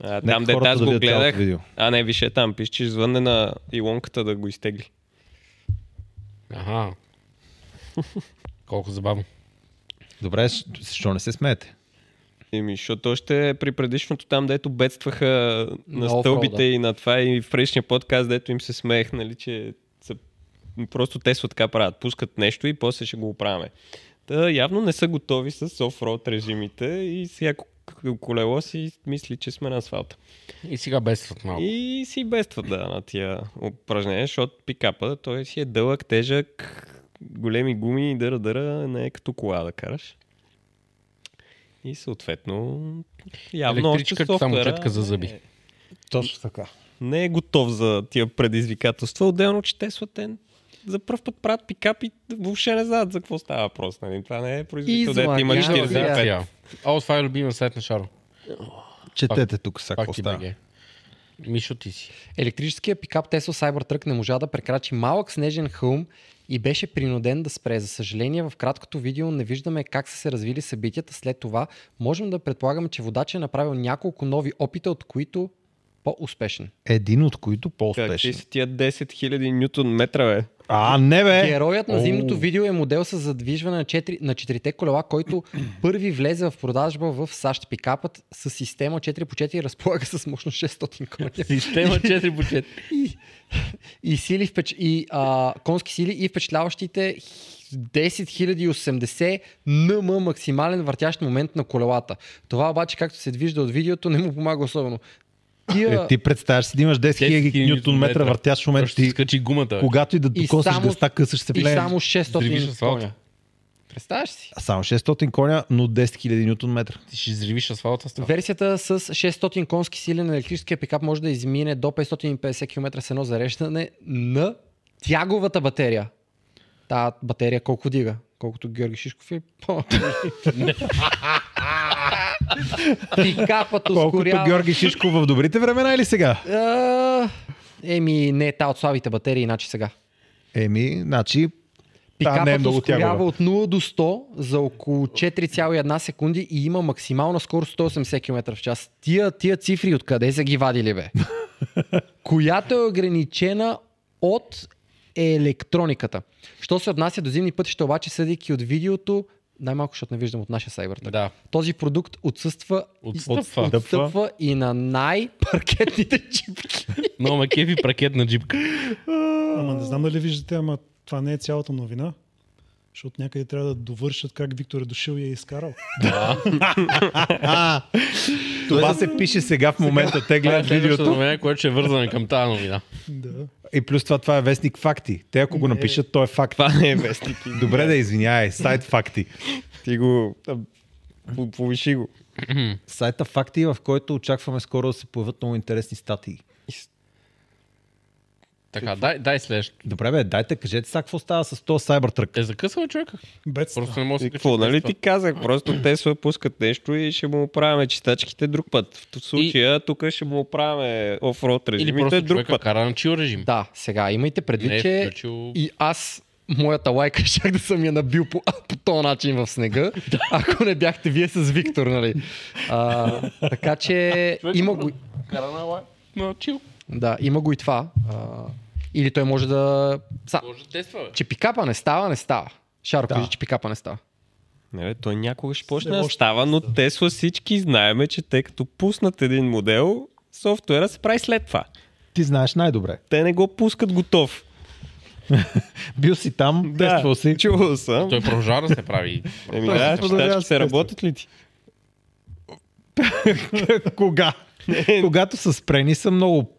S5: А,
S2: Нека
S5: там
S2: хората
S5: дете аз
S2: да
S5: го
S2: видят цялото
S5: гледах.
S2: видео.
S5: А, не, више там, пише, че звънне на Илонката да го изтегли.
S3: Аха. Колко забавно.
S2: Добре, с- защо не се смеете?
S5: Еми, защото още при предишното там, дето бедстваха на,
S4: На
S5: стълбите
S4: офроуда.
S5: и на това и в предишния подкаст, дето им се смеех, нали, че са... просто Тесла така правят. Пускат нещо и после ще го оправяме. Та, явно не са готови с офроуд режимите и сега к- колело си мисли, че сме на асфалта.
S3: И сега бедстват малко.
S5: И си бестват да на тия упражнения, защото пикапа той си е дълъг, тежък, големи гуми и дъра-дъра, не е като кола да караш. И съответно, явно още
S3: Електричката, само
S5: софтуера
S3: четка за зъби.
S5: не е-
S2: Точно така.
S5: Не е готов за тия предизвикателства. Отделно, че Тесла те за първ път правят пикапи, въобще не знаят за какво става въпрос. Нали? Това не е производител, дето има
S4: Излагащо.
S5: 45
S3: Изолация. О, това е любима сайт на Шаро.
S2: Четете тук сега
S3: Пак
S2: какво
S3: ти
S2: става.
S3: БГ. Мишо, ти си.
S4: Електрическия пикап Tesla Cybertruck не можа да прекрачи малък снежен хълм и беше принуден да спре. За съжаление, в краткото видео не виждаме как са се развили събитията след това. Можем да предполагаме, че водач е направил няколко нови опита, от които по-успешен.
S2: Един от които
S5: Какви
S2: по-успешен.
S5: са тия 10 000 ньютон метра, бе?
S2: А, не бе!
S4: Героят на
S2: Оу.
S4: зимното видео е модел с задвижване на, четири, на четирите колела, който първи влезе в продажба в САЩ. Пикапът с система 4x4 разполага с мощност 600 коня.
S3: Система 4 по 4.
S4: и, сили впеч... и а, конски сили и впечатляващите 10080 нм максимален въртящ момент на колелата. Това обаче, както се вижда от видеото, не му помага особено. Тия...
S2: Е, ти представяш си да имаш 10 000 ньютон метра въртящ в момента.
S3: Ще ти
S2: Ти,
S3: скачи гумата.
S2: когато и да
S4: И
S2: докоснеш
S4: само-
S2: гъста, късаш се
S4: и
S2: влее.
S4: само
S3: Взривиш
S4: 600
S3: асфалта.
S4: коня. Представяш си?
S2: Само 600 коня, но 10 000 ньютон метра.
S3: Ти ще изривиш асфалта с това.
S4: Версията с 600 конски сили на електрическия пикап може да измине до 550 км с едно зареждане на тяговата батерия. Та батерия колко дига? Колкото Георги Шишков е по... Пикапът
S2: Колкото
S4: ускорява...
S2: Георги Шишков в добрите времена или сега?
S4: А, Еми, не, та от слабите батерии, иначе сега.
S2: Еми, значи, та не е
S4: Пикапът
S2: много
S4: ускорява
S2: тягова.
S4: от 0 до 100 за около 4,1 секунди и има максимална скорост 180 км в час. Тия, тия цифри откъде са ги вадили, бе? Която е ограничена от електрониката. Що се отнася до зимни пътища, обаче, съдейки от видеото, най-малко, защото не виждам от нашия Cybertruck.
S3: Да.
S4: Този продукт отсъства,
S3: Отстъпва.
S4: отстъпва, отстъпва и на най-паркетните джипки.
S3: Но ме кефи пракет на джипка.
S1: Ама не знам дали виждате, ама това не е цялата новина. Защото някъде трябва да довършат как Виктор е дошъл и я е изкарал.
S2: А, това се пише сега в момента. Те
S3: Това е
S2: гледат
S3: следващата
S2: видеото.
S3: новина, което ще е вързане към тази новина.
S1: Да.
S2: И плюс това, това е вестник факти. Те ако го напишат, то е факт.
S5: Това не е вестник.
S2: Добре да извиняй, сайт факти.
S5: Ти го... а, по- Повиши го.
S2: Сайта факти, в който очакваме скоро да се появят много интересни статии.
S3: Така, дай, дай следващо.
S2: Добре бе, дайте, кажете сега какво става с този Cybertruck.
S3: Е, закъсваме човека.
S1: Бедства.
S3: Просто не мога да
S5: И
S3: се
S5: какво, нали ти казах? Просто Тесла пускат нещо и ще му оправяме чистачките друг път. В случая тук ще му оправяме офроуд
S3: Или
S5: режимите е
S3: просто
S5: друг
S3: човека
S5: път.
S3: кара на чил режим.
S4: Да, сега имайте
S3: Не е
S4: предвид, че
S3: включил-
S4: и аз моята лайка щях да съм я набил по, по този начин в снега, ако не бяхте вие с Виктор, нали? А, така че
S5: е
S4: има го,
S3: Кара на лай. На чил.
S4: да, има го и това. А, или той може да... Са,
S3: Може да тества, бе.
S4: че пикапа не става, не става. Шаро,
S2: Да.
S4: кажи, че пикапа не става.
S5: Не, бе, Нали, той някога ще
S1: Не
S5: почне да
S1: може.
S5: става, но Тесла всички знаеме, че те като пуснат един модел, софтуера се прави след това.
S2: Ти знаеш най-добре.
S5: Те не го пускат готов.
S2: Бил си там, тествал си.
S5: Чувал съм.
S3: Той е продължава да се прави.
S5: Еми,
S2: Той
S5: да,
S2: си продължава да
S5: читачките
S2: се
S5: работят ли ти?
S2: Кога? Когато са спрени са много,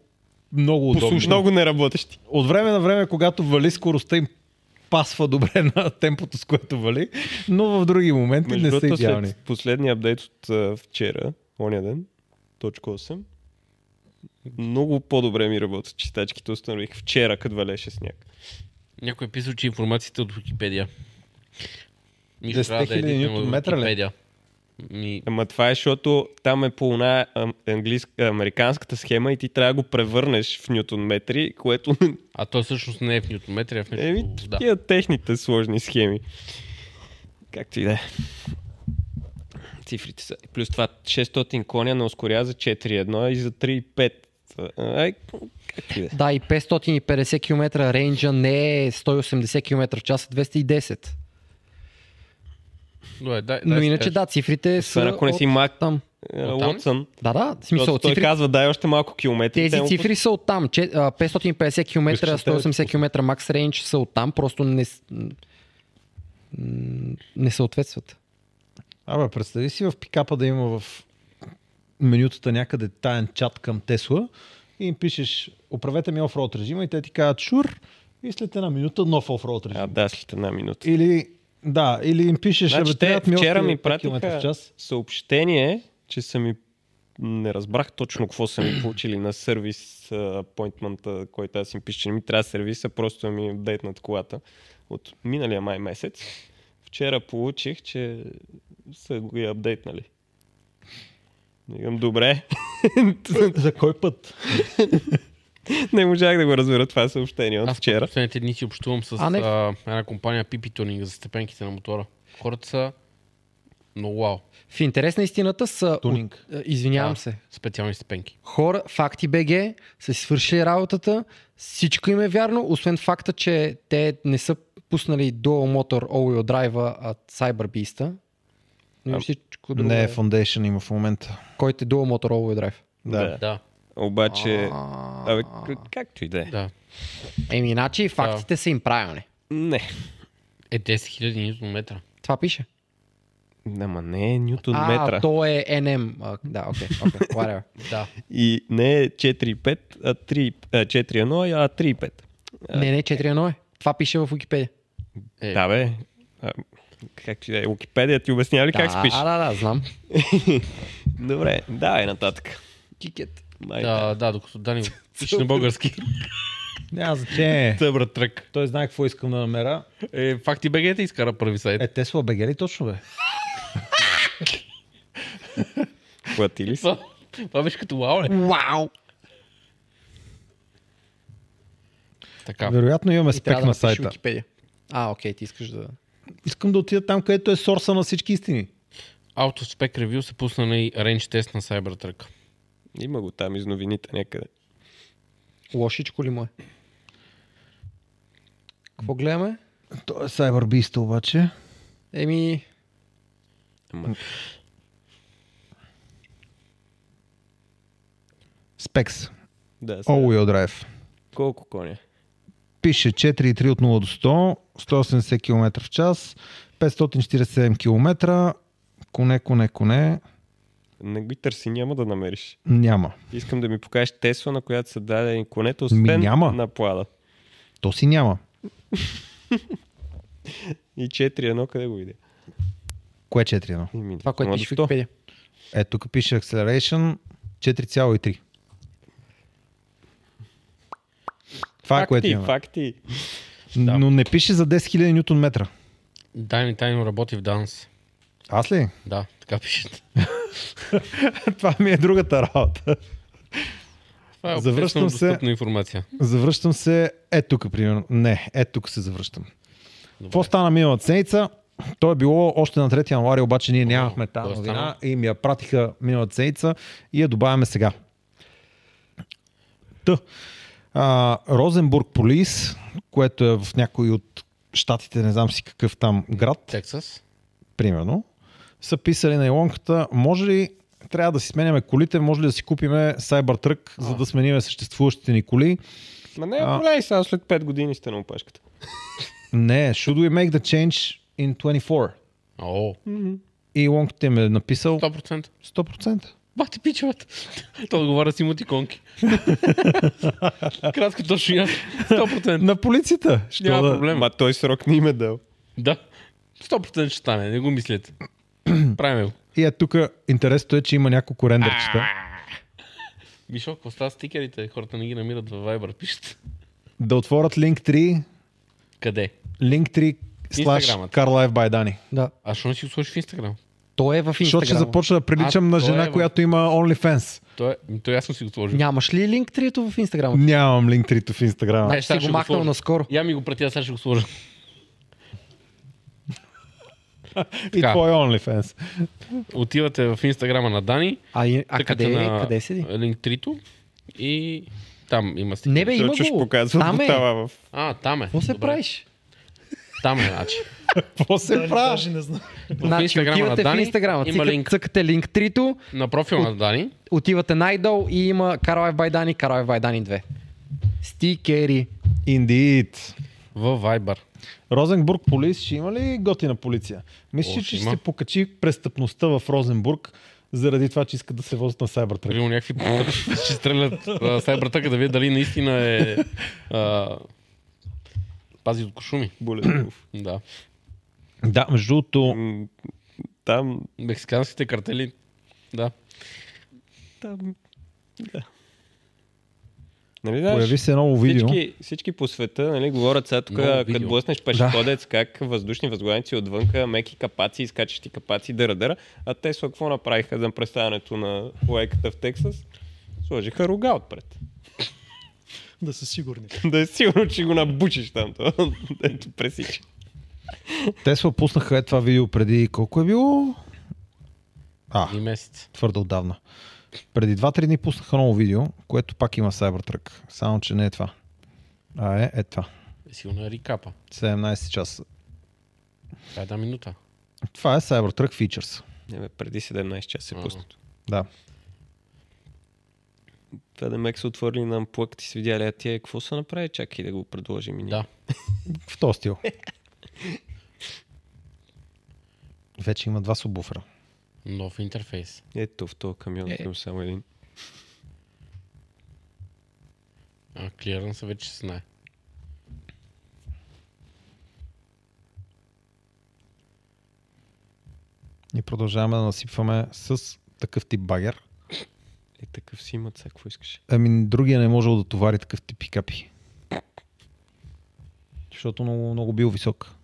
S2: много удобни.
S5: Послушно. Много не работещи.
S2: От време на време, когато вали скоростта им пасва добре на темпото, с което вали, но в други моменти
S5: Между
S2: не са
S5: другото,
S2: идеални.
S5: след последния апдейт от а, вчера, оня ден, точка 8, много по-добре ми работят читачките, установих вчера, като валеше сняг.
S3: Някой е писал, че информацията е от Википедия.
S2: 10 000 ньютон-метра ли?
S3: Википедия. Ми,
S5: Ама това е, защото там е по една ам, английска, американската схема и ти трябва да го превърнеш в ньютон метри, което
S3: а той всъщност не е в ньютометри, а в
S5: Еми,
S3: нещо.
S5: да.
S3: да.
S5: тия техните сложни схеми. Както и да е. Цифрите са. Плюс това 600 коня не ускоря за 4.1 и за 3.5. Ай, както и да е.
S4: Да, и 550 км рейнджа не е 180 км в час, а 210.
S3: Добре, дай,
S4: Но
S3: дай
S4: иначе
S3: сега.
S4: да, цифрите са...
S5: Освен ако не си
S4: Е, от
S5: мак
S4: там.
S5: а,
S3: Оттам?
S5: Уотсън.
S4: Да, да, в смисъл,
S5: Защото той
S4: цифри,
S5: казва, дай още малко километри. те
S4: Тези
S5: му
S4: цифри са оттам. Че, а, 550 км,
S2: Вижте, че те-
S4: 180 км макс рейндж са оттам, просто не, с- м, м, не съответстват.
S2: Абе, представи си в пикапа да има в менютата някъде таен чат към Тесла и им пишеш управете ми офроуд режима и те ти казват шур и след една минута нов офроуд режим.
S5: А, да, след една минута.
S2: Или да, или им пишеш,
S5: Значи,
S2: абе,
S5: те
S2: трябват ми
S5: вчера
S2: още
S5: ми
S2: 5 км в
S5: пратиха
S2: час.
S5: съобщение, че са ми не разбрах точно какво са ми получили на сервис апойнтмента, който аз им пиша, че не ми трябва сервиса, просто ми апдейтнат колата от миналия май месец. Вчера получих, че са го и апдейтнали. Викам, добре.
S2: За кой път?
S5: не можах да го разбера това съобщение от
S3: Аз
S5: вчера.
S3: вчера. последните дни си общувам с
S4: А,
S3: а,
S4: не.
S3: една компания PP Tuning за степенките на мотора. Хората са много вау.
S4: В интерес на истината са...
S2: Тунинг.
S4: От, а, извинявам
S3: Да.
S4: се.
S3: Специални степенки.
S4: Хора, факти БГ са си свършили работата, всичко им е вярно, освен факта, че те не са пуснали Dual Motor All-Wheel Drive, а Cyber Beast. Но
S5: А,
S4: и всичко друго.
S2: Не,
S4: е.
S2: Foundation има в момента.
S4: Който е Dual Motor All-Wheel Drive.
S2: Да.
S5: Да.
S3: Да,
S5: Обаче,
S4: А,
S5: абе, к- както и да е.
S3: да.
S4: Еми, иначе фактите са им правилни.
S5: Не.
S3: Е 10 000 метра.
S4: Това пише.
S5: Ама не е ньютон
S4: а,
S5: метра.
S4: то е NM. А, да, окей, okay, okay, whatever.
S3: Да.
S5: И не е 4,5, а 3, а 4,1, а 3,5.
S4: не, не, 4-1 е. Това пише в Википедия.
S3: Е,
S5: Да, бе. А, Както и да е, Wikipedia ти обяснява ли как
S4: да,
S5: се пише?
S4: Да, да, знам.
S5: Добре, давай нататък. Кикет.
S3: да, да, докато Дани го пише на български.
S2: Няма значение.
S3: Тъбра трък.
S2: Той знае какво искам да намеря.
S3: Е, факти БГ те изкара първи сайт.
S2: Е, Тесла БГ ли точно бе?
S5: Платили си.
S3: Това- Това беше като е. вау, не?
S4: Вау!
S3: Така.
S2: Вероятно имаме
S4: И трябва
S2: спек
S4: да
S2: на
S4: напишеш
S2: сайта.
S4: Википедия. А, окей, ти искаш да...
S2: Искам да отида там, където е сорса на всички истини.
S3: Out of Spec Review се пусна на и range тест на Cybertruck.
S5: Има го там из новините някъде.
S4: Лошичко ли му е? Какво гледаме?
S2: Той е Cyberbeast обаче.
S4: Еми,
S2: Specs.
S5: Да, сега.
S2: All-wheel drive.
S5: Колко коня?
S2: Пише 4,3 от 0 до 100, 180 км в час, 547 км, коне, коне, коне.
S5: Не ги търси, няма да намериш.
S2: Няма.
S5: Искам да ми покажеш Тесла, на която са дадени конете, освен
S2: Ми няма.
S5: на плада.
S2: То си няма.
S5: И 4-1, къде го видя?
S2: Кое е 4.1?
S5: Еми,
S4: Това, което
S5: нула до
S4: пише в
S5: 100.
S4: Википедия.
S2: Е, тук пише Acceleration 4.3. Това е което
S5: Факти, което
S2: има.
S5: факти.
S3: Да.
S2: Но не пише за 10 000 ньютон метра.
S3: Дайни тайно работи в данс.
S2: Аз ли?
S3: Да, така пише.
S2: Това ми е другата работа.
S3: Това е
S2: Завръщам
S3: Завръщам
S2: се.
S3: се. достъпна информация.
S2: Завръщам се е тук, примерно. Не, е тук се завръщам. Какво стана миналата седмица? То е било още на 3 януари, обаче ние нямахме тази
S3: кой е
S2: новина
S3: станал?
S2: и ми я пратиха миналата седмица и я добавяме сега. Та. А, Розенбург Полис, което е в някой от щатите, не знам си какъв там град,
S3: Тексас.
S2: примерно, са писали на Илонката, може ли трябва да си сменяме колите, може ли да си купиме Cybertruck, за да смениме съществуващите ни коли.
S5: Ма не,
S2: А.
S5: голей, сега след 5 години ще на опашката.
S2: Не, should we make the change in 24?
S3: О,
S2: И Лонкът им е написал
S3: 100%.
S2: 100%.
S3: Бати пичеват. Той отговаря си мотиконки. Кратко точно и аз. 100%.
S2: На полицията. Що
S3: Няма
S2: да-
S3: проблем.
S5: Ма той срок не им е дал.
S3: Да. 100% ще стане, не го мислете. Правим го.
S2: И е тук интересното е, че има няколко рендърчета.
S3: Мишо, какво става с стикерите? Хората не ги намират във Viber, пишат.
S2: Да отворят Link3,
S3: Къде?
S2: Link3 slash
S3: Инстаграмът.
S2: Car Life by Dani.
S4: Да.
S3: А що не си го сложиш в Instagram?
S4: Той е в
S2: Защото ще
S4: Instagram.
S2: започна да приличам
S3: А,
S2: на
S3: то е
S2: жена,
S3: в-
S2: която има OnlyFans.
S3: Той, е- ми, той аз съм си го сложил.
S4: Нямаш ли линк трито в Instagram?
S2: Нямам Link3 в Instagram.
S3: Не.
S4: Значи
S3: Е,
S4: си
S3: сега
S4: го
S3: ще го
S4: махнал
S3: сложа.
S4: наскоро.
S3: Я ми го прати, аз сега ще го сложа.
S2: И
S3: така.
S2: твой е OnlyFans.
S3: Отивате в Инстаграма на Дани.
S4: А, и- а
S3: тъкате
S4: къде, е?
S3: на
S4: къде седи?
S3: Линктрито и там има стикер.
S4: Не бе, има
S5: Чуш
S4: го.
S5: показва
S4: Там е.
S5: бутала в...
S3: А, там е.
S4: Какво се
S3: Добре.
S4: правиш?
S3: Там е, значи.
S2: Какво се
S1: Даже,
S2: правиш?
S1: даже не знам.
S3: В
S4: Значи
S3: Инстаграма на
S4: отивате в
S3: Дани
S4: Инстаграма,
S3: има линк
S4: цъкате линк трито,
S3: на профила на Дани.
S4: отивате най-долу и има Каролайв Байдани, Каролайв Байдани 2. Стикери.
S2: Indeed.
S3: Във Viber.
S2: Розенбург полис ще има ли готина полиция?
S3: О,
S2: Мисля,
S3: ще
S2: че ще
S3: има.
S2: се покачи престъпността в Розенбург заради това, че искат да се возят на Cybertruck.
S3: Примерно някакви Нали, ще стрелят а, сайбратъка да видят дали наистина е... А, пази от кошуми.
S5: Болезнов.
S3: Да.
S2: Да, между другото,
S5: М, Там...
S3: Мексиканските картели. Да.
S5: Там... Да. Нали, знаеш,
S2: появи се ново видео.
S5: всички, всички по света нали, говорят сега тук,
S3: Много
S5: като
S3: видео.
S5: блъснеш пешеходец, как въздушни възглавници отвънка, меки капаци, изкачащи капаци, дъра-дъра. А Тесла какво направиха за представянето на лайката в Тексас? Сложиха рога отпред.
S1: Да са сигурни.
S5: да е сигурно, че го набучиш там. това. Ето пресича.
S2: Тесла пуснаха е това видео преди колко е било? А,
S3: И месец.
S2: твърде отдавна. Преди 2-3 дни пуснаха ново видео, което пак има Cybertruck. Само, че не е това. А е, е това.
S3: Сигурно е рикапа.
S2: 17 часа.
S3: Това е една минута.
S2: Това е Cybertruck Features.
S5: Не, бе, преди 17 часа е
S3: Ага.
S5: пуснато.
S2: Да.
S5: Това да мек са отворили на амплък, ти си видя ли, а тия какво са направи? Чакай да го предложим и ние.
S3: Да.
S2: В този стил. Вече има два субуфера.
S3: Нов интерфейс.
S5: Ето в този камион, е. само един.
S3: А, клирънса вече се знае.
S2: И продължаваме да насипваме с такъв тип багер.
S5: Е, такъв си имат, сега какво искаш.
S2: Ами, другия не е можел да товари такъв тип пикапи. Защото много, много бил висок.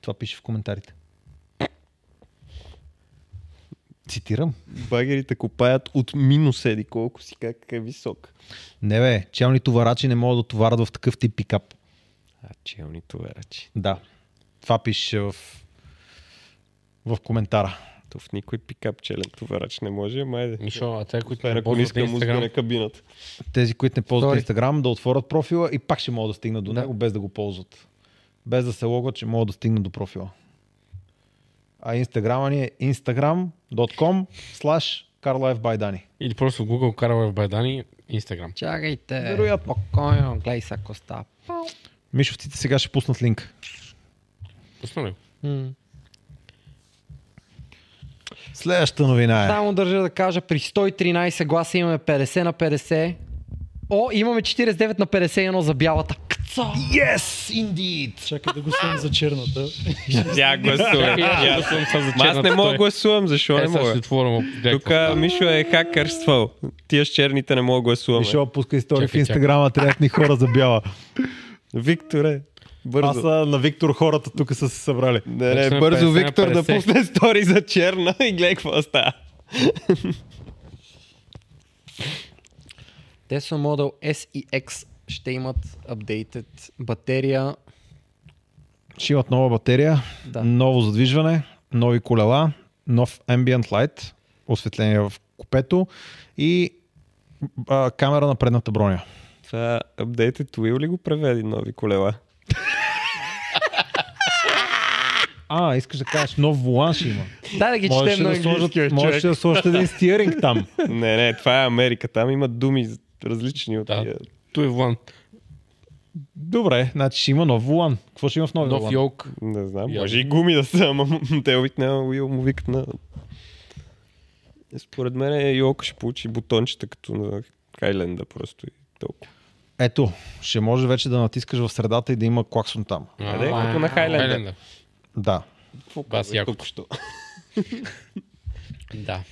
S2: Това пише в коментарите. Цитирам.
S5: Багерите копаят от минус еди колко си как е висок.
S2: Не бе, челни товарачи не могат да товарят в такъв тип пикап.
S5: А, челни товарачи.
S2: Да. Това пише в, в коментара.
S5: То в никой пикап челен товарач не може, ама айде.
S3: Мишо, а те, които
S5: Освен
S3: не
S5: ако не
S3: ползват
S5: иска му
S3: Инстаграм,
S5: на кабината.
S2: Тези, които не ползват
S4: Sorry.
S2: Instagram, да отворят профила и пак ще могат да стигнат до
S4: Да.
S2: него, без да го ползват. Без да се логват, че могат да стигнат до профила. А инстаграма ни е instagram.com slash carlifebydani.
S3: или просто в Google Каравай в Байдани, Инстаграм.
S4: Чакайте.
S2: Вероятно.
S4: Спокойно, гледай са коста.
S2: Мишовците сега ще пуснат линк.
S3: Пусна ли го?
S2: Следващата новина е.
S4: Само държа да кажа, при 113 гласа имаме 50 на 50. О, имаме 49 на 51 за бялата. Кца!
S2: Yes, indeed!
S1: Чакай да го съм за черната.
S5: Я гласувам.
S3: Аз
S5: Я-
S3: съм със за
S5: Ма Аз не
S3: черната,
S5: мога да
S3: той.
S5: гласувам, защо не
S3: Е, сега
S5: мога?
S3: ще отворим.
S5: Тук Мишо е хакърствал. Тия с черните не мога да гласуваме.
S2: Мишо пуска истории в
S3: Чакай, чакай.
S2: инстаграма, трябват ни хора за бяла.
S5: Викторе,
S2: Аз
S5: бързо.
S2: а, на Виктор хората тук са се събрали.
S5: Не,
S3: Вече
S5: не,
S3: сме
S5: бързо
S3: 50 на
S5: Виктор да
S3: 50.
S5: пусне стори за черна и гледай какво става.
S4: Tesla Model S и X ще имат апдейтед батерия.
S2: Ще имат нова батерия,
S4: Да.
S2: ново задвижване, нови колела, нов ambient light, осветление в купето и а, камера на предната броня.
S5: Това апдейтът Уил ли го преведи нови колела?
S2: А, искаш да кажеш, нов волан ще има.
S4: Да, да ги
S2: Можеш
S4: четем на
S2: да
S4: английски, бе,
S2: сложат, можеш
S4: човек.
S2: да сложат един стиеринг там.
S5: не, не, това е Америка. Там има думи различни от
S3: Да.
S5: тия.
S3: Той е влан.
S2: Добре, значи ще има нов волан. Какво ще има в новия
S3: Нов
S2: волан?
S3: йолк.
S5: Не знам,
S3: Я.
S5: може и гуми да са, ама те обикновено Уил му викат на... Е, Според мен Йоко ще получи бутончета като на Хайленда просто и толкова.
S2: Ето, ще може вече да натискаш в средата и да има клаксон там.
S5: Къде е
S3: А,
S5: като на Хайленда?
S3: Хайленда.
S2: Да.
S5: Какво
S3: Бас
S5: казах
S3: якото.
S5: току-що?
S3: Да.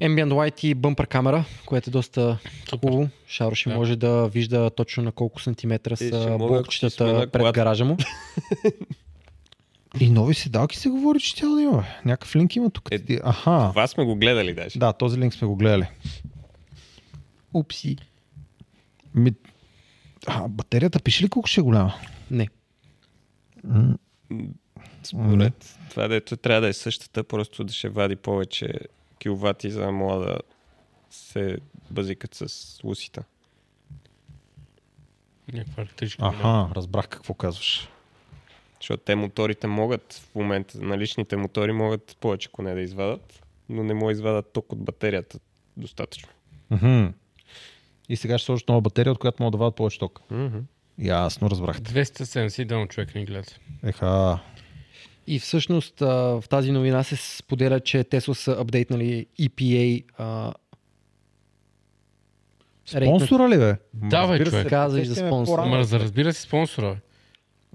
S4: Ambient Light и бъмпър камера, което е доста хубаво. Шаро ще
S3: Да.
S4: може да вижда точно на колко сантиметра
S5: ще
S4: са
S5: мога, ако ще сме на
S4: блокчетата пред
S5: колата.
S4: гаража му.
S2: И нови седалки се говори, че тя да има. бе. Някакъв линк има тук.
S5: Е,
S2: Ти- Аха.
S5: Това сме го гледали даже.
S2: Да, този линк сме го гледали.
S4: Упси.
S2: Ми... А, батерията пише ли колко ще е голяма?
S4: Не.
S5: Според това дето трябва да е същата, просто да ще вади повече киловати, за да мога да се базикат с лусита.
S3: Някаква електричка. голяма.
S2: Аха, разбрах какво казваш.
S5: Защото те моторите могат в момента, наличните мотори могат повече коне да извадат, но не могат да извадат ток от батерията достатъчно.
S2: Мгм. И сега ще сложат нова батерия, от която могат да вадят повече ток.
S5: Mm-hmm.
S2: Ясно, разбрахте.
S3: 271 човека ни гледат.
S2: Еха.
S4: И всъщност а, в тази новина се споделя, че Tesla са апдейтнали EPA а,
S2: Спонсора ли бе? Ма,
S3: Да, бе,
S2: разбира
S3: човек.
S2: се,
S4: Каза и за
S2: те ще ме
S4: спонсора.
S2: порано.
S3: Ама за разбира се спонсора. бе.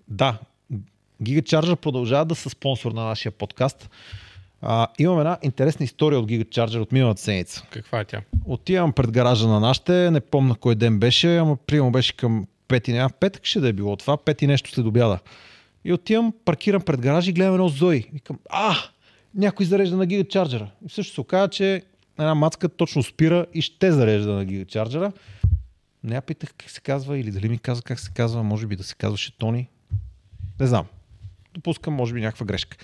S2: Да, GigaCharger продължава да са спонсор на нашия подкаст. А, имам една интересна история от GigaCharger от миналата седмица.
S3: Каква е тя?
S2: Отивам пред гаража на нашите, не помня кой ден беше, ама примерно беше към 5 и няма петък ще да е било това, 5 и нещо след обяда. И отивам, паркирам пред гаража и гледам едно Зои. Викам, а, някой зарежда на гигачарджера. И също се оказа, че една мацка точно спира и ще зарежда на гигачарджера. Не я питах как се казва или дали ми каза как се казва, може би да се казваше Тони. Не знам. Допускам, може би, някаква грешка.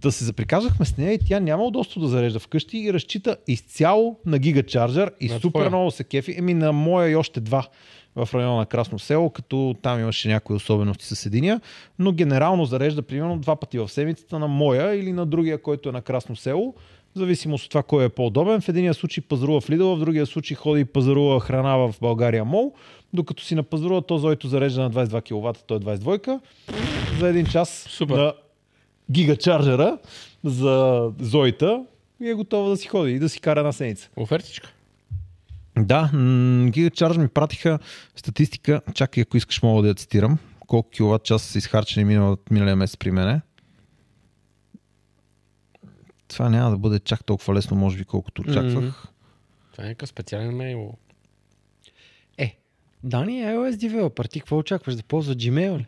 S2: Да се заприказвахме с нея и тя няма удобство да зарежда вкъщи и разчита изцяло на гигачарджер и
S3: На
S2: супер
S3: твоя.
S2: много се кефи. Еми на моя и още два в района на Красно село, като там имаше някои особености с единия, но генерално зарежда примерно два пъти в седмицата на моя или на другия, който е на Красно село, в зависимост от това кой е по-удобен. В единия случай пазарува в Лидъл, в другия случай ходи и пазарува храна в България Мол, докато си напазарува то зойто зарежда на 22 кВт, той е 22 за един час
S3: Супер.
S2: на гигачарджера за зоита и е готова да си ходи и да си кара една седмица.
S3: Офертичка.
S2: Да, м, GigaCharge ми пратиха статистика. Чакай, ако искаш, мога да я цитирам. Колко киловатт часа са изхарчени минал, миналия месец при мене. Това няма да бъде чак толкова лесно, може би, колкото очаквах.
S3: Това е някакъв специален мейл.
S4: Е, Дани е iOS developer. Ти какво очакваш да ползва Gmail? ли?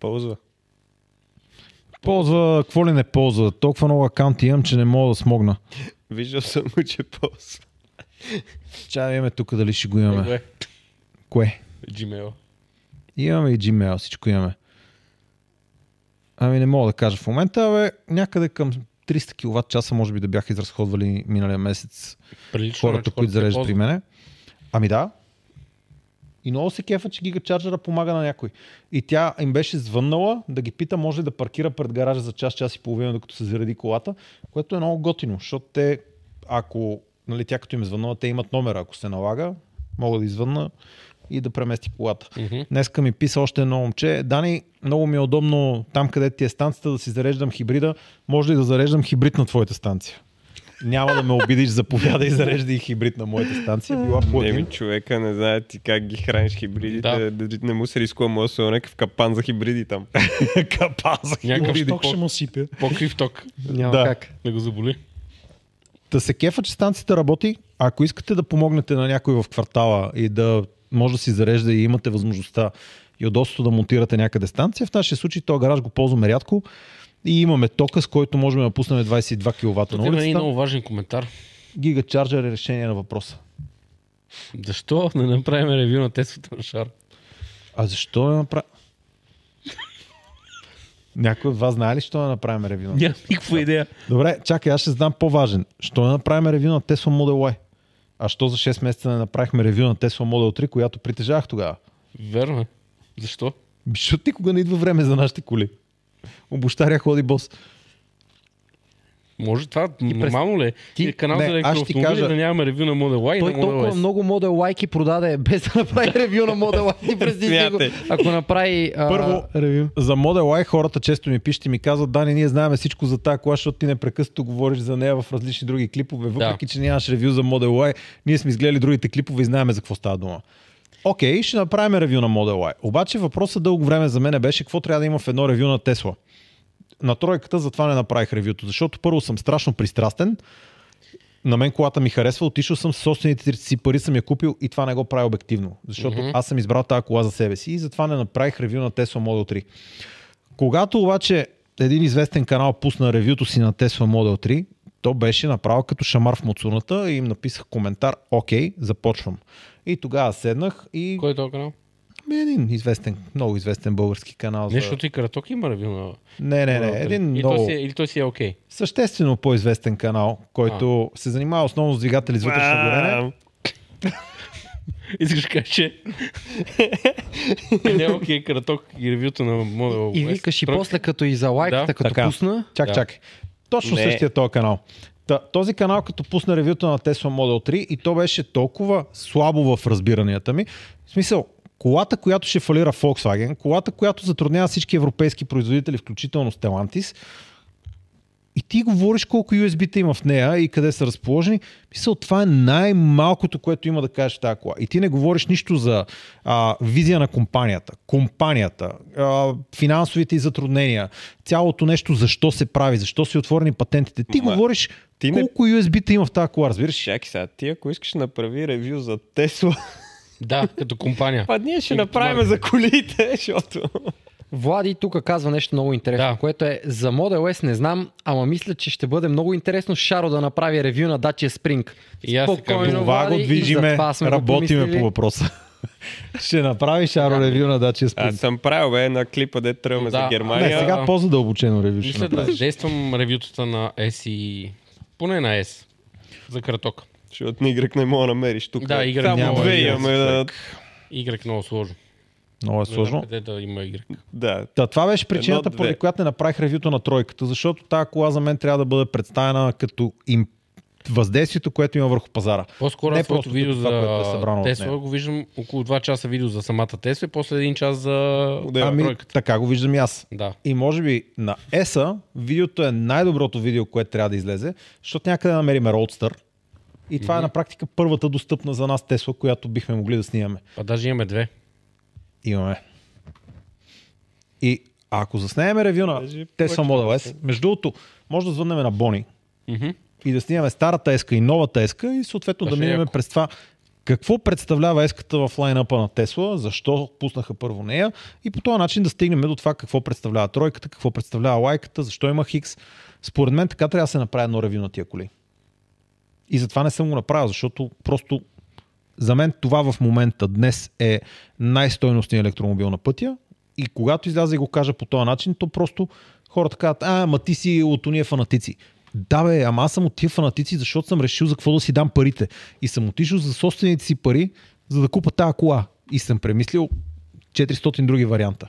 S5: Ползва.
S2: Ползва, какво ли не ползва? Толкова много акаунти имам, че не мога да смогна.
S5: Виждал съм, му, че ползва.
S2: Чай да имаме тук дали ще го
S3: Него
S2: имаме.
S3: е.
S2: Кое?
S3: Gmail.
S2: Имаме и Gmail, всичко имаме. Ами не мога да кажа в момента, бе, някъде към 300 кВт часа може би да бяха изразходвали миналия месец
S3: Прилично на
S2: хората,
S3: хората,
S2: които зареждат при
S3: ползват.
S2: мене. Ами да. И много се кефа, че гигачарджера помага на някой. И тя им беше звъннала да ги пита, може ли да паркира пред гаража за час, час и половина, докато се зареди колата, което е много готино, защото те, ако, нали, тя като им звъннала, те имат номера, ако се налага, мога да извънна, и да премести колата.
S3: Мгм.
S2: Днеска ми писа още едно момче. Дани, много ми е удобно там, където ти е станцията, да си зареждам хибрида. Може ли да зареждам хибрид на твоята станция? Няма да ме обидиш, заповядай, зареждай хибрид на моята станция. Била
S5: Еми,
S2: плодин.
S5: човека не знае ти как ги храниш
S3: Да.
S5: хибридите. Да. Не му се рискува, може да се е някакъв капан за хибриди там.
S2: Капа за
S3: Някакъв
S2: хибриди.
S1: Ток ще му сипе.
S3: По-крив ток.
S4: Няма
S2: Да.
S4: как.
S3: Да го заболи.
S2: Да се кефа, че станцията работи. Ако искате да помогнете на някой в квартала и да може да си зарежда и имате възможността и удобството да монтирате някъде станция, в нашия случай този гараж го ползваме рядко и имаме тока, с който можем да пуснем 22 кВт
S3: Тук
S2: на
S3: има един
S2: улицата.
S3: много важен коментар.
S2: Гигачарджер е решение на въпроса.
S3: Защо не направим ревю на теството на Шар?
S2: А защо да направим? Някой от вас знае ли, що да направим ревю? на-
S3: Нямам никаква идея.
S2: Добре, чакай, аз ще задам по-важен. Що да направим ревю на Tesla Model Y? А що за 6 месеца не направихме ревю на Tesla Model 3, която притежавах тогава?
S3: Верно е. Защо?
S2: Защото никога не идва време за нашите коли. Обощаря ходи бос.
S3: Може това, нормално ли? е?
S2: ти-
S3: Е, канал
S2: не,
S3: за
S2: аз ще ти
S3: електроавтомобили
S2: кажа-
S3: да нямаме ревю на Model Y
S4: Той
S3: и на
S4: толкова
S3: Model S.
S4: много Model Y-ки продаде, без да направи ревю на Model Y през Disney.
S5: Смятай.
S4: го- Ако направи... А...
S2: Първо,
S4: ревю.
S2: За Model Y хората често ми пишат и ми казват, Дани, ние знаем всичко за тази кола, защото ти непрекъснато говориш за нея в различни други клипове, въпреки че нямаш ревю за Model Y, ние сме изгледали другите клипове и знаем за какво става дума. Окей, ще направим ревю на Model Y. Обаче въпросът дълго време за мен беше какво трябва да има в едно ревю на Тесла. На тройката затова не направих ревюто, защото първо съм страшно пристрастен, на мен колата ми харесва, отишъл съм с собствените си пари, съм я купил и това не го прави обективно, защото mm-hmm. аз съм избрал тази кола за себе си и затова не направих ревю на Tesla Model 3. Когато обаче един известен канал пусна ревюто си на Tesla Model 3, то беше направо като шамар в муцуната и им написах коментар, окей, започвам. И тогава седнах и
S3: Кой е този канал?
S2: Ми, е един известен, много известен български канал.
S3: Не,
S2: за...
S3: защото и Караток има ревю на
S2: не, не, не,
S3: Model 3.
S2: един
S3: И той
S2: много
S3: си е- Или той си е окей.
S2: съществено по-известен канал, който се занимава основно с двигатели с вътрешно горене.
S5: Ам.
S3: Искаш да кажеш, че... Не е окей, Караток и ревюто на Model
S4: И
S3: S.
S4: викаш и
S3: Тройка.
S4: после, като и за лайката,
S3: Да,
S4: като
S2: така.
S4: пусна...
S2: Чак,
S3: Да.
S2: чак. Точно
S5: Не.
S2: същия този канал. Та, този канал като пусна ревюто на Tesla Model 3 и то беше толкова слабо в разбиранията ми. В смисъл, колата, която ще фалира Volkswagen, колата, която затруднява всички европейски производители, включително Stellantis, и ти говориш колко USB-та има в нея и къде са разположени. Мисъл, това е най-малкото, което има да кажеш в тази кола. И ти не говориш нищо за а, визия на компанията, компанията, а, финансовите и затруднения, цялото нещо, защо се прави, защо си отворени патентите. Ти
S5: Ма,
S2: говориш
S5: ти не-
S2: колко USB-та има в тази кола, разбираш?
S5: Чакай сега, ти ако искаш направи ревю за Тесла,
S3: Да, като компания.
S5: па ние ще
S3: Или
S5: направим
S3: Томар.
S5: за колите, защото...
S4: Влади тук казва нещо много интересно,
S3: Да.
S4: което е за Model S не знам, ама мисля, че ще бъде много интересно Шаро да направи ревю на Dacia Spring.
S3: И аз така
S4: Спокойно,
S3: мисля.
S2: Това
S4: Влади,
S2: го
S4: и за
S2: движиме,
S4: това сме го
S2: работиме
S4: помислили.
S2: по въпроса. Ще направиш Аро ревю на Dacia Spring.
S5: Аз съм правил бе на клипа, де тръгваме
S3: Да.
S5: за
S2: Не,
S5: Германия.
S2: сега по-задълбочено ревю ще
S3: Мисля да
S2: направиш.
S3: жествам ревютата на S и... Поне на S. За Караток.
S5: Защото на Y не мога да намериш тук.
S3: Да, Y
S5: Само
S3: няма,
S5: две
S3: Y
S5: имаме. Да,
S3: Y много сложно.
S2: Много е
S3: Не
S2: сложно.
S3: знам Къде да има Y?
S5: да.
S2: Та, това беше причината,
S5: Едно, две.
S2: поради която не направих ревюто на тройката, защото тази кола за мен трябва да бъде представена като им въздействието, което има върху пазара.
S3: По-скоро
S2: Не
S3: аз своето
S2: просто
S3: видео
S2: като това, което е
S3: за
S2: събрано от
S3: Тесла
S2: нея.
S3: го виждам около 2 часа видео за самата Тесла и после 1 час за
S5: Отдел.
S2: ами,
S3: тройката.
S2: така го виждам и аз.
S3: Да.
S2: И може би на ESA видеото е най-доброто видео, което трябва да излезе, защото някъде намерим Roadster. И това е на практика първата достъпна за нас Тесла, която бихме могли да снимаме.
S3: А даже имаме две.
S2: Имаме. И ако заснеме ревю на
S5: Даже
S2: Tesla Model S, между другото, може да звъннем на Бони
S3: Мгм.
S2: и да снимаме старата еска и новата еска и съответно
S3: Това
S2: да
S3: ще е
S2: минем
S3: яко.
S2: през това какво представлява еската в лайнъпа на Тесла, защо пуснаха първо нея и по този начин да стигнем до това какво представлява тройката, какво представлява лайката, защо има Хикс. Според мен така трябва да се направи едно ревю на тия коли. И затова не съм го направил, защото просто за мен това в момента днес е най-стойностният електромобил на пътя. И когато изляза и го кажа по този начин, то просто хората казват, а, ма ти си от уния фанатици. Да бе, ама аз съм от тия фанатици, защото съм решил за какво да си дам парите. И съм отишъл за собствените си пари, за да купа тази кола. И съм премислил 400 други варианта.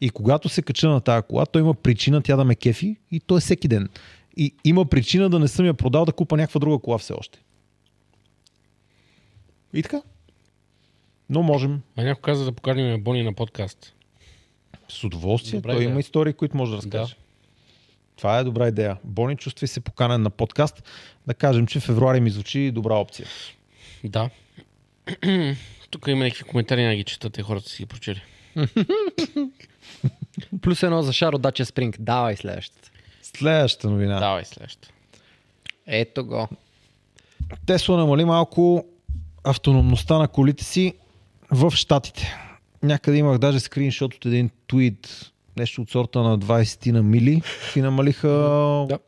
S2: И когато се кача на тази кола, то има причина тя да ме кефи и то е всеки ден. И има причина да не съм я продал да купа някаква друга кола все още. И така. Но можем.
S3: А някой каза да поканим Бони на подкаст.
S2: С удоволствие.
S3: Добра
S2: Той
S3: идея.
S2: има истории, които може да разкаже. Да. Това е добра идея. Бони, чувствай се поканен на подкаст. Да кажем, че февруари ми звучи добра опция.
S3: Да. Тук има някакви коментари, няма ги четат, е хората си ги прочели.
S4: Плюс едно за Шаро Дача Спринг. Давай следващата.
S2: Следващата новина.
S3: Давай следващата.
S4: Ето го.
S2: Тесла намали малко автономността на колите си в Штатите. Някъде имах даже скриншот от един твит, нещо от сорта на 20 на мили. Си намалиха...
S4: Да.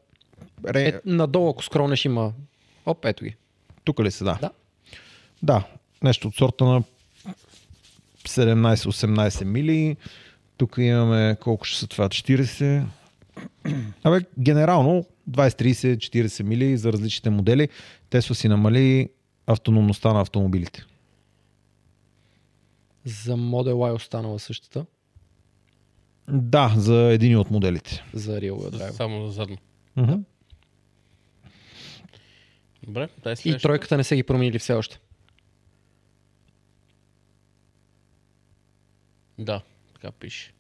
S2: Ре...
S4: Е, надолу, ако скронеш, има... Оп, ето ги.
S2: Тук ли се да?
S4: Да.
S2: Да, нещо от сорта на 17-18 мили. Тук имаме колко ще са това? 40. Абе, генерално 20, 30, 40 мили за различните модели. Те са си намали автономността на автомобилите.
S4: За Model Y останала същата.
S2: Да, за един от моделите.
S4: За Real Wheel Drive.
S3: Само за задно.
S2: Мгм.
S3: Добре, дай
S4: И
S3: следващата.
S4: тройката не са ги променили все още.
S3: Да, така пише.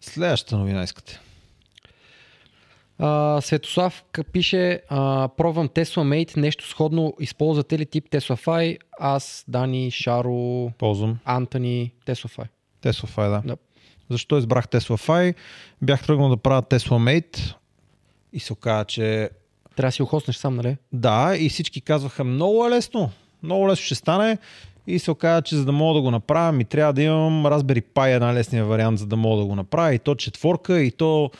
S2: Следващата новина искате.
S4: А, Светослав к- пише, а, пробвам Tesla Mate, нещо сходно, използвате ли тип Tesla Fi? Аз, Дани, Шаро,
S2: Ползвам
S4: Антони, Tesla Fi.
S2: Tesla Fi, да.
S4: Да.
S2: Защо избрах Tesla Fi? Бях тръгнал да правя Tesla Mate и се оказа, че
S4: Трябва да си охоснеш сам, нали?
S2: Да, и всички казваха много е лесно, много лесно ще стане и се оказа, че за да мога да го направя, ми трябва да имам Raspberry Pi, една лесния вариант, за да мога да го направя и то четворка и то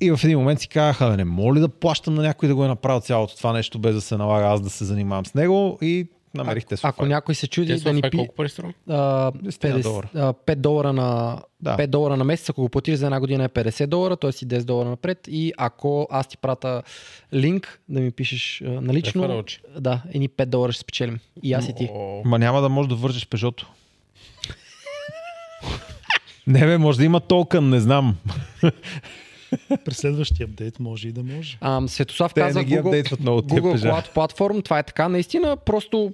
S2: и в един момент си казаха, «Абе, не мога ли да плащам на някой да го е направил цялото това нещо, без да се налага аз да се занимавам с него и намерих те
S4: Ако някой се чуди
S3: Те
S4: да
S3: са
S4: ни
S3: това
S4: пи...
S3: колко пари струва?
S4: а,
S2: 10
S4: 50
S2: долара.
S4: а, 5 долара на
S2: Да.
S4: 5 долара на месец, ако го платиш за една година е 50 долара, т.е. си 10 долара напред и ако аз ти прата линк да ми пишеш а, налично,
S3: Рефералче.
S4: да, едни 5 долара ще спечелим. И аз и ти.
S3: О,
S2: Ма няма да можеш да вържеш пежото. не бе, може да има толкън, не знам.
S1: При следващия апдейт може и да може.
S4: Ам, Светослав
S2: Те
S4: каза
S2: не ги
S4: Google,
S2: апдейтват много тия
S4: Google
S2: пежа.
S4: Cloud Platform, това е така, наистина, просто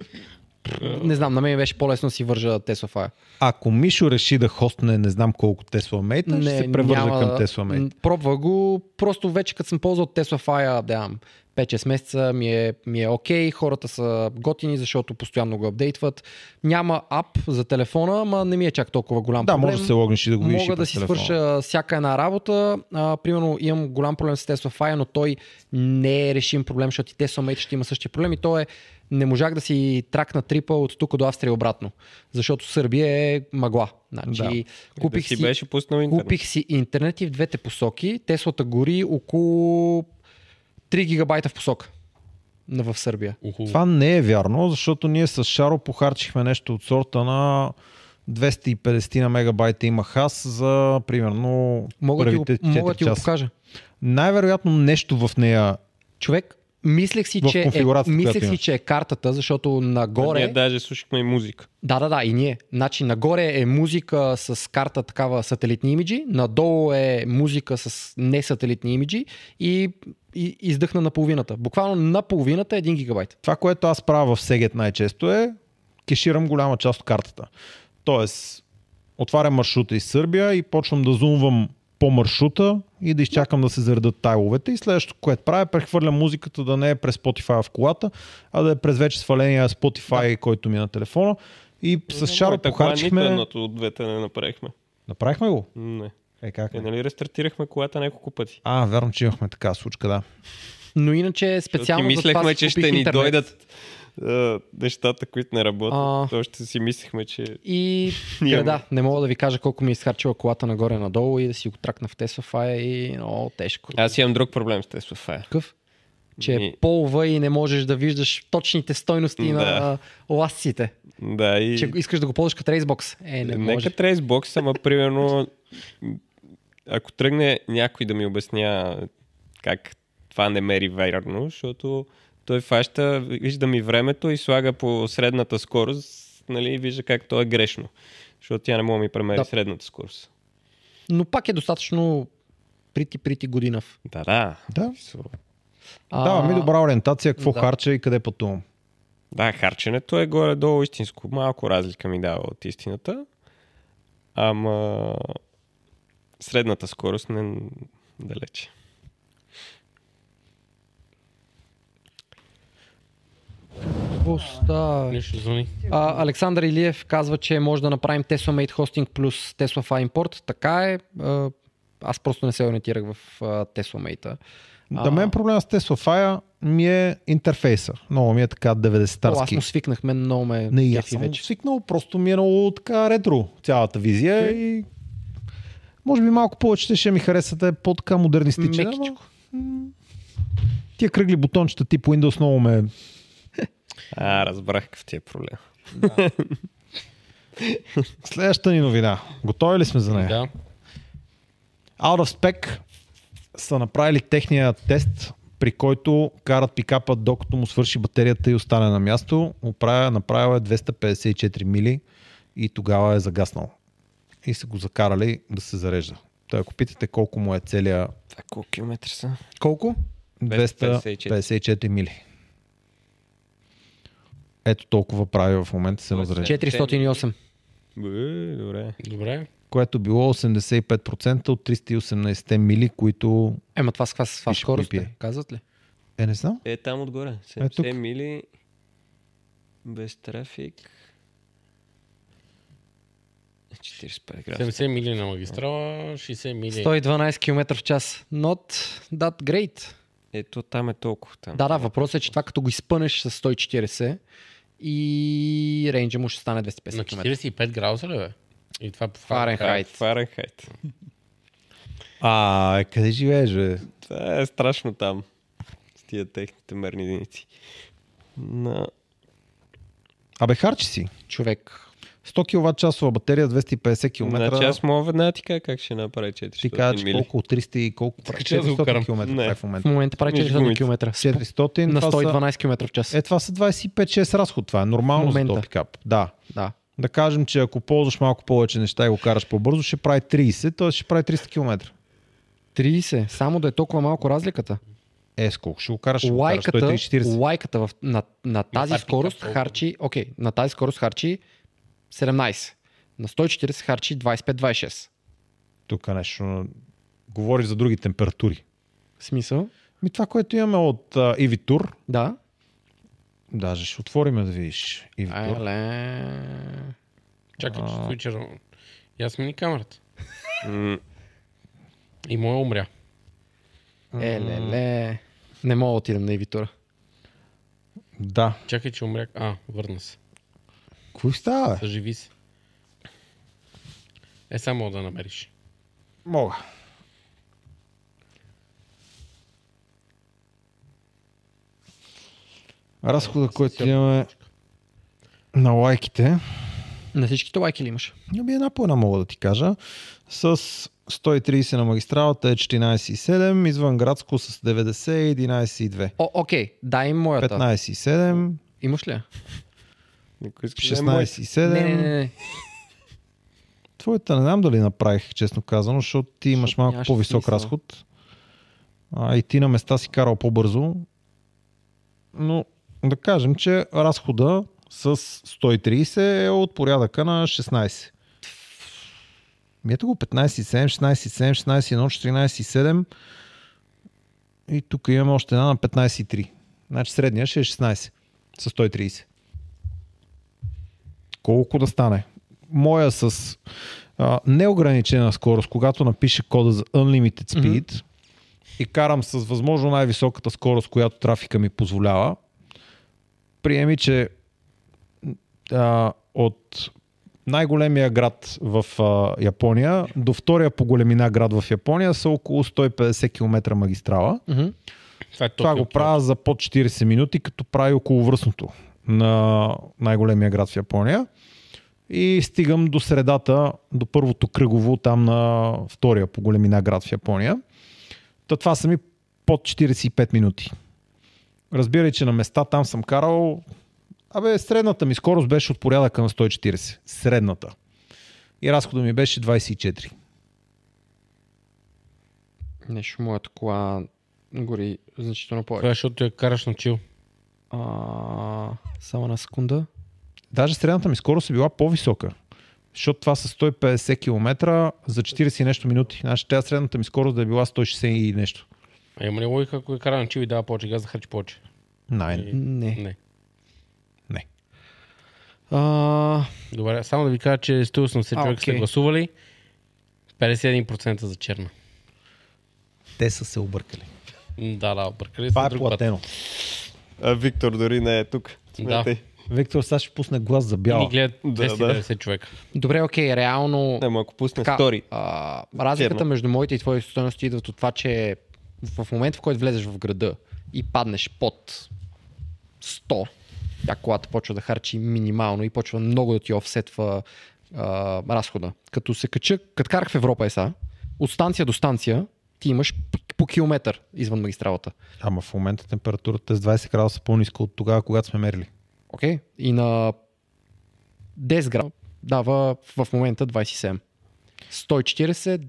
S4: не знам, на мен ми беше по-лесно да си вържа Tesla Fire.
S2: Ако Мишо реши да хостне не знам колко Тесла Мейта, ще се превържа
S4: няма-
S2: към Тесла
S4: м,
S2: Мейт.
S4: Пробва го, просто вече като съм ползвал Tesla Fire, да, 5-6 месеца ми е, ми е окей, хората са готини, защото постоянно го апдейтват. Няма ап за телефона, ма не ми е чак толкова голям
S2: Да,
S4: проблем.
S2: може да се логнеш и да го видиш и
S4: Мога да
S2: през
S4: си
S2: телефона.
S4: свърша всяка една работа. А, примерно имам голям проблем с Tesla Fire, но той не е решим проблем, защото и Tesla Mate ще има същия проблем и то е не можах да си тракна трипа от тук до Австрия и обратно, защото Сърбия е мъгла. Значи, да.
S5: Купих
S4: купих,
S5: да си,
S4: си,
S5: беше пуснал интернет.
S4: купих си интернет и в двете посоки. Теслата гори около 3 гигабайта в посока на- в Сърбия.
S3: уху.
S2: Това не е вярно, защото ние с Шаро похарчихме нещо от сорта на 250 на мегабайта имах аз за примерно
S4: Мога да ти го,
S2: първите 4
S4: мога да ти го
S2: часа.
S4: покажа.
S2: Най-вероятно нещо в нея.
S4: Човек, мислех си,
S2: В
S4: че е,
S2: конфигурацията, която
S4: мислех
S2: имаш.
S4: си,
S2: Ами е
S4: че е картата, защото нагоре...
S5: Ние даже слушахме и музика.
S4: Да, да, да, и ние. Значи нагоре е музика с карта такава сателитни имиджи, надолу е музика с несателитни имиджи и, и издъхна на половината. Буквално на половината е 1 гигабайт.
S2: Това, което аз правя в Сегет най-често е кеширам голяма част от картата. Тоест, отварям маршрута из Сърбия и почвам да зумвам по маршрута и да изчакам да се заредат тайловете. И следващото, което правя, е прехвърлям музиката да не е през Spotify в колата, а да е през вече сваления Spotify, да. който ми е на телефона. И с Шаро
S5: Моята кола Нито
S2: похарчихме...
S5: едното от двете не направихме.
S2: Направихме го?
S5: Не.
S2: Е, как?
S5: Е,
S2: не?
S5: нали рестартирахме колата няколко пъти?
S2: А, вярно, че имахме така случка, да.
S4: Но иначе е специално
S5: Защото си
S4: за това
S5: мислехме,
S4: си
S5: че
S4: купих
S5: ще ни
S4: интернет.
S5: дойдат а, нещата, които не работят.
S4: А.
S5: Още си мислехме, че
S4: И е,
S5: Няма.
S4: да, не мога да ви кажа колко ми е изхарчила колата нагоре-надолу и да си го тракна в Tesla Fire и много тежко.
S5: Аз имам друг проблем с Tesla Fire.
S4: Какъв? Че
S5: Ми-
S4: е полва и не можеш да виждаш точните стойности
S5: Да.
S4: на ластците.
S5: Да, и...
S4: Че искаш да го ползваш като Racebox. Е, не може.
S5: Нека трейсбокс, ама примерно ако тръгне някой да ми обясня как това не мери верно, защото той фаща, вижда ми времето и слага по средната скорост, нали, и вижда как то е грешно. Защото тя не мога да ми премери да.
S4: Да.
S5: средната скорост.
S4: Но пак е достатъчно прити-прити годинав.
S5: Да, да.
S2: Да, Дава ми добра ориентация, какво
S4: да.
S2: харча и къде пътувам.
S5: Да, харченето е горе-долу истинско. Малко разлика ми дава от истината. Ама средната скорост не далече.
S4: Поста.
S3: Нещо звъни.
S4: А, Александър Илиев казва, че може да направим Tesla Made Hosting плюс Tesla Fi Import. Така е. А, Аз просто не се ориентирах в а, Tesla Mate.
S2: Да мен проблема с Tesla Fire ми е интерфейса. Много ми е така
S4: Аз
S2: 90-тарски.
S4: му свикнах, мен много ме
S2: Не, и аз
S4: кефи
S2: съм
S4: вече.
S2: свикнал, просто ми е много така ретро цялата визия и може би малко повече ще ми хареса да е по-така модернистичен. ама,
S4: Мекичко.
S2: м, Тия кръгли бутончета тип Windows много ме...
S5: А, разбрах какъв ти е проблем.
S2: Следващата ни новина. Готови ли сме за нея?
S3: Да.
S2: Out of Spec са направили техния тест, при който карат пикапа докато му свърши батерията и остане на място. Оправя, направил е 254 мили и тогава е загаснал. И са го закарали да се зарежда. Та, ако питате колко му е целия...
S5: Това колко километри са?
S2: Колко?
S5: 254.
S2: 254 мили. Ето толкова прави в момента се разрежда.
S4: 408.
S5: Бъ, добре.
S3: Добре.
S2: Което било 85% от 318 мили, които...
S4: Ема това с каква с каква
S2: Пише
S4: скорост е?
S2: PPA.
S4: Казват ли?
S2: Е, не знам.
S5: Е, там отгоре. 70
S2: Е, тук.
S5: мили. Без трафик. Е, 45 градуса.
S3: 70 мили на магистрала, 60 мили.
S4: 112 км в час. Not that great.
S5: Ето там е толкова. Там.
S4: Да, да, въпросът е, че това като го изпънеш с 140 и рейнджа му ще стане 250
S3: На
S4: км.
S3: 45 градуса ли бе? И това е по
S4: Фаренхайт.
S5: Фаренхайт.
S2: А, къде живееш, бе?
S5: Това е страшно там. С тия техните мерни единици. На...
S2: Абе, харчи си.
S4: Човек.
S2: 100 кВт часова батерия, 250 км.
S5: Значи аз мога веднага ти кажа как ще направи 400
S2: ти кажа, че
S5: мили.
S2: колко? 300 и колко? прави?
S3: че аз го
S2: 400
S3: карам.
S2: км
S5: Не.
S2: прави е в
S4: В
S2: момента.
S4: момента прави
S5: Между
S4: 400
S5: гумите.
S4: км.
S2: 400
S4: На
S2: това са-
S4: 112 км в час.
S2: Е, това са 25-6 разход. Това е нормално за
S4: Момента.
S2: този пикап. Да.
S4: Да.
S2: Да кажем, че ако ползваш малко повече неща и го караш по-бързо, ще прави 30, т.е. ще прави 300 км.
S4: 30. Само да е толкова малко разликата.
S2: Е, с колко ще го караш? Ще го караш
S4: Лайката,
S2: 130.
S4: лайката в, на, на тази
S3: това е
S4: скорост
S3: пикап,
S4: харчи, окей, на тази скорост харчи 17. На 140 харчи 25-26.
S2: Тук нещо. Говориш за други температури.
S4: Смисъл? а,
S2: Ми това, което имаме от а, Ивитур,
S4: Да.
S2: даже ще отвориме да видиш Ивитур.
S4: Еле.
S3: Чакай, че стои черно. Я смени камерата. И моя умря.
S4: Еле. Не мога да отидем на Ивитура.
S2: Да.
S3: Чакай, че умря. А, върна се.
S2: Кой става? бе?
S3: Съживи се. Е, само да намериш.
S2: Мога.
S4: Е,
S2: Разхода, който имаме на лайките,
S4: На всичките лайки ли имаш?
S2: би една по една мога да ти кажа, с 130 на магистралата е 14,7, извън градско с 90 е 11,2.
S4: О, окей, дай им моята.
S2: 15,7,
S4: Имаш ли? я?
S5: Ако искаш, дай моите.
S2: 16,7.
S4: Не, не, не, не.
S2: Твоята не знам дали направих, честно казано, защото ти имаш
S4: Защото
S2: малко
S4: нямаше
S2: по-висок
S4: смисъл.
S2: разход. А, и ти на места си карал по-бързо. Но да кажем, че разхода с 130 е от порядъка на 16. Ми ето го 15,7, 16,7, 16,1, 14,7. И тук имаме още една на 15,3. Значи средния ще е 16 с 130. Колко да стане? Моя е с а, неограничена скорост, когато напише кода за Unlimited Speed и карам с възможно най-високата скорост, която трафика ми позволява, приеми, че а, от най-големия град в а, Япония до втория по големина град в Япония са около 150 км магистрала.
S4: Мгм.
S3: Това е
S2: Това
S3: Токио.
S2: го правя за под 40 минути, като прави околовръстното на най-големия град в Япония. И стигам до средата, до първото кръгово там на втория по големина град в Япония. Та това са ми под 45 минути. Разбирай, че на места там съм карал... Абе, средната ми скорост беше от порядъка на 140. Средната. И разходът ми беше 24.
S4: Нещо моята кола гори значително
S3: Това е,
S4: повече.
S3: защото я караш на чил.
S4: А, само на секунда.
S2: Даже средната ми скорост е била по-висока. Защото това са 150 км за 40 и нещо минути. Значи тя средната ми скорост да е била 160 и нещо.
S3: Е, има ли логика, ако е кара на чил и дава повече газ, да харчи повече?
S2: Най-
S4: Не.
S3: Не.
S2: не.
S4: А,
S3: Добре, само да ви кажа, че 180
S4: А,
S3: човека сте
S4: окей.
S3: гласували. 51% за черна.
S2: Те са се объркали.
S3: М, Да, да, объркали
S2: Това
S3: са
S2: е
S3: друг път.
S2: платено.
S5: А Виктор дори не е тук. Смятай.
S2: Виктор, сега ще пусне глас за
S3: И ни
S2: бяла.
S3: гледат
S5: Да, да.
S3: 290 човека.
S4: добре, окей, реално...
S5: Ама ако пусне
S4: Така,
S5: стори.
S4: а, разликата
S5: Черно.
S4: между моите и твоите стоености идват от това, че в момента, в който влезеш в града и паднеш под 100, тя колата почва да харчи минимално и почва много да ти офсетва а, разхода. Като се кача, като карах в Европа е сега, от станция до станция ти имаш по, по километър извън магистралата.
S2: Ама в момента температурата е с 20 градуса по-ниска от тогава, когато сме мерили.
S4: Окей? И на 10 грама дава в момента 27. 140,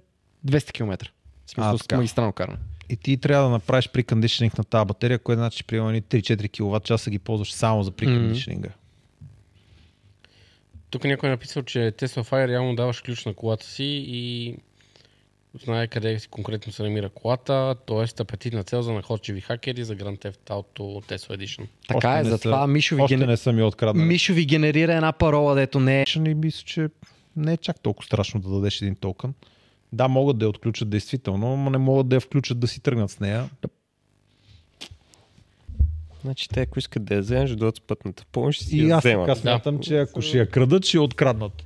S4: 200 км. В смисъл
S2: А,
S4: с
S2: така.
S4: магистрално каране.
S2: И ти трябва да направиш прикандишнинг на тази батерия, което значи, че примерно ни 3-4 кВт часа ги ползваш само за прикандишнинга.
S3: Тук някой е написал, че Tesla Fire реално даваш ключ на колата си и знае къде си конкретно се намира колата, т.е. апетитна цел за находчиви хакери за Grand Theft Auto Tesla Edition.
S4: Така
S2: Още
S4: е,
S2: не
S4: затова
S2: са-
S4: Мишо ви
S2: Още
S4: гене-
S2: не съм я откраднал.
S4: Мишо ви генерира една парола, дето не е.
S2: Ще ни мисля, че не е чак толкова страшно да дадеш един токен. Да, могат да я отключат действително, но не могат да я включат да си тръгнат с нея.
S5: Значи те, ако искат да я вземеш, дойдат с пътната помощ и си
S2: И
S5: я
S2: аз така
S5: вземат.
S2: смятам, че ако ще я крадат, ще я откраднат.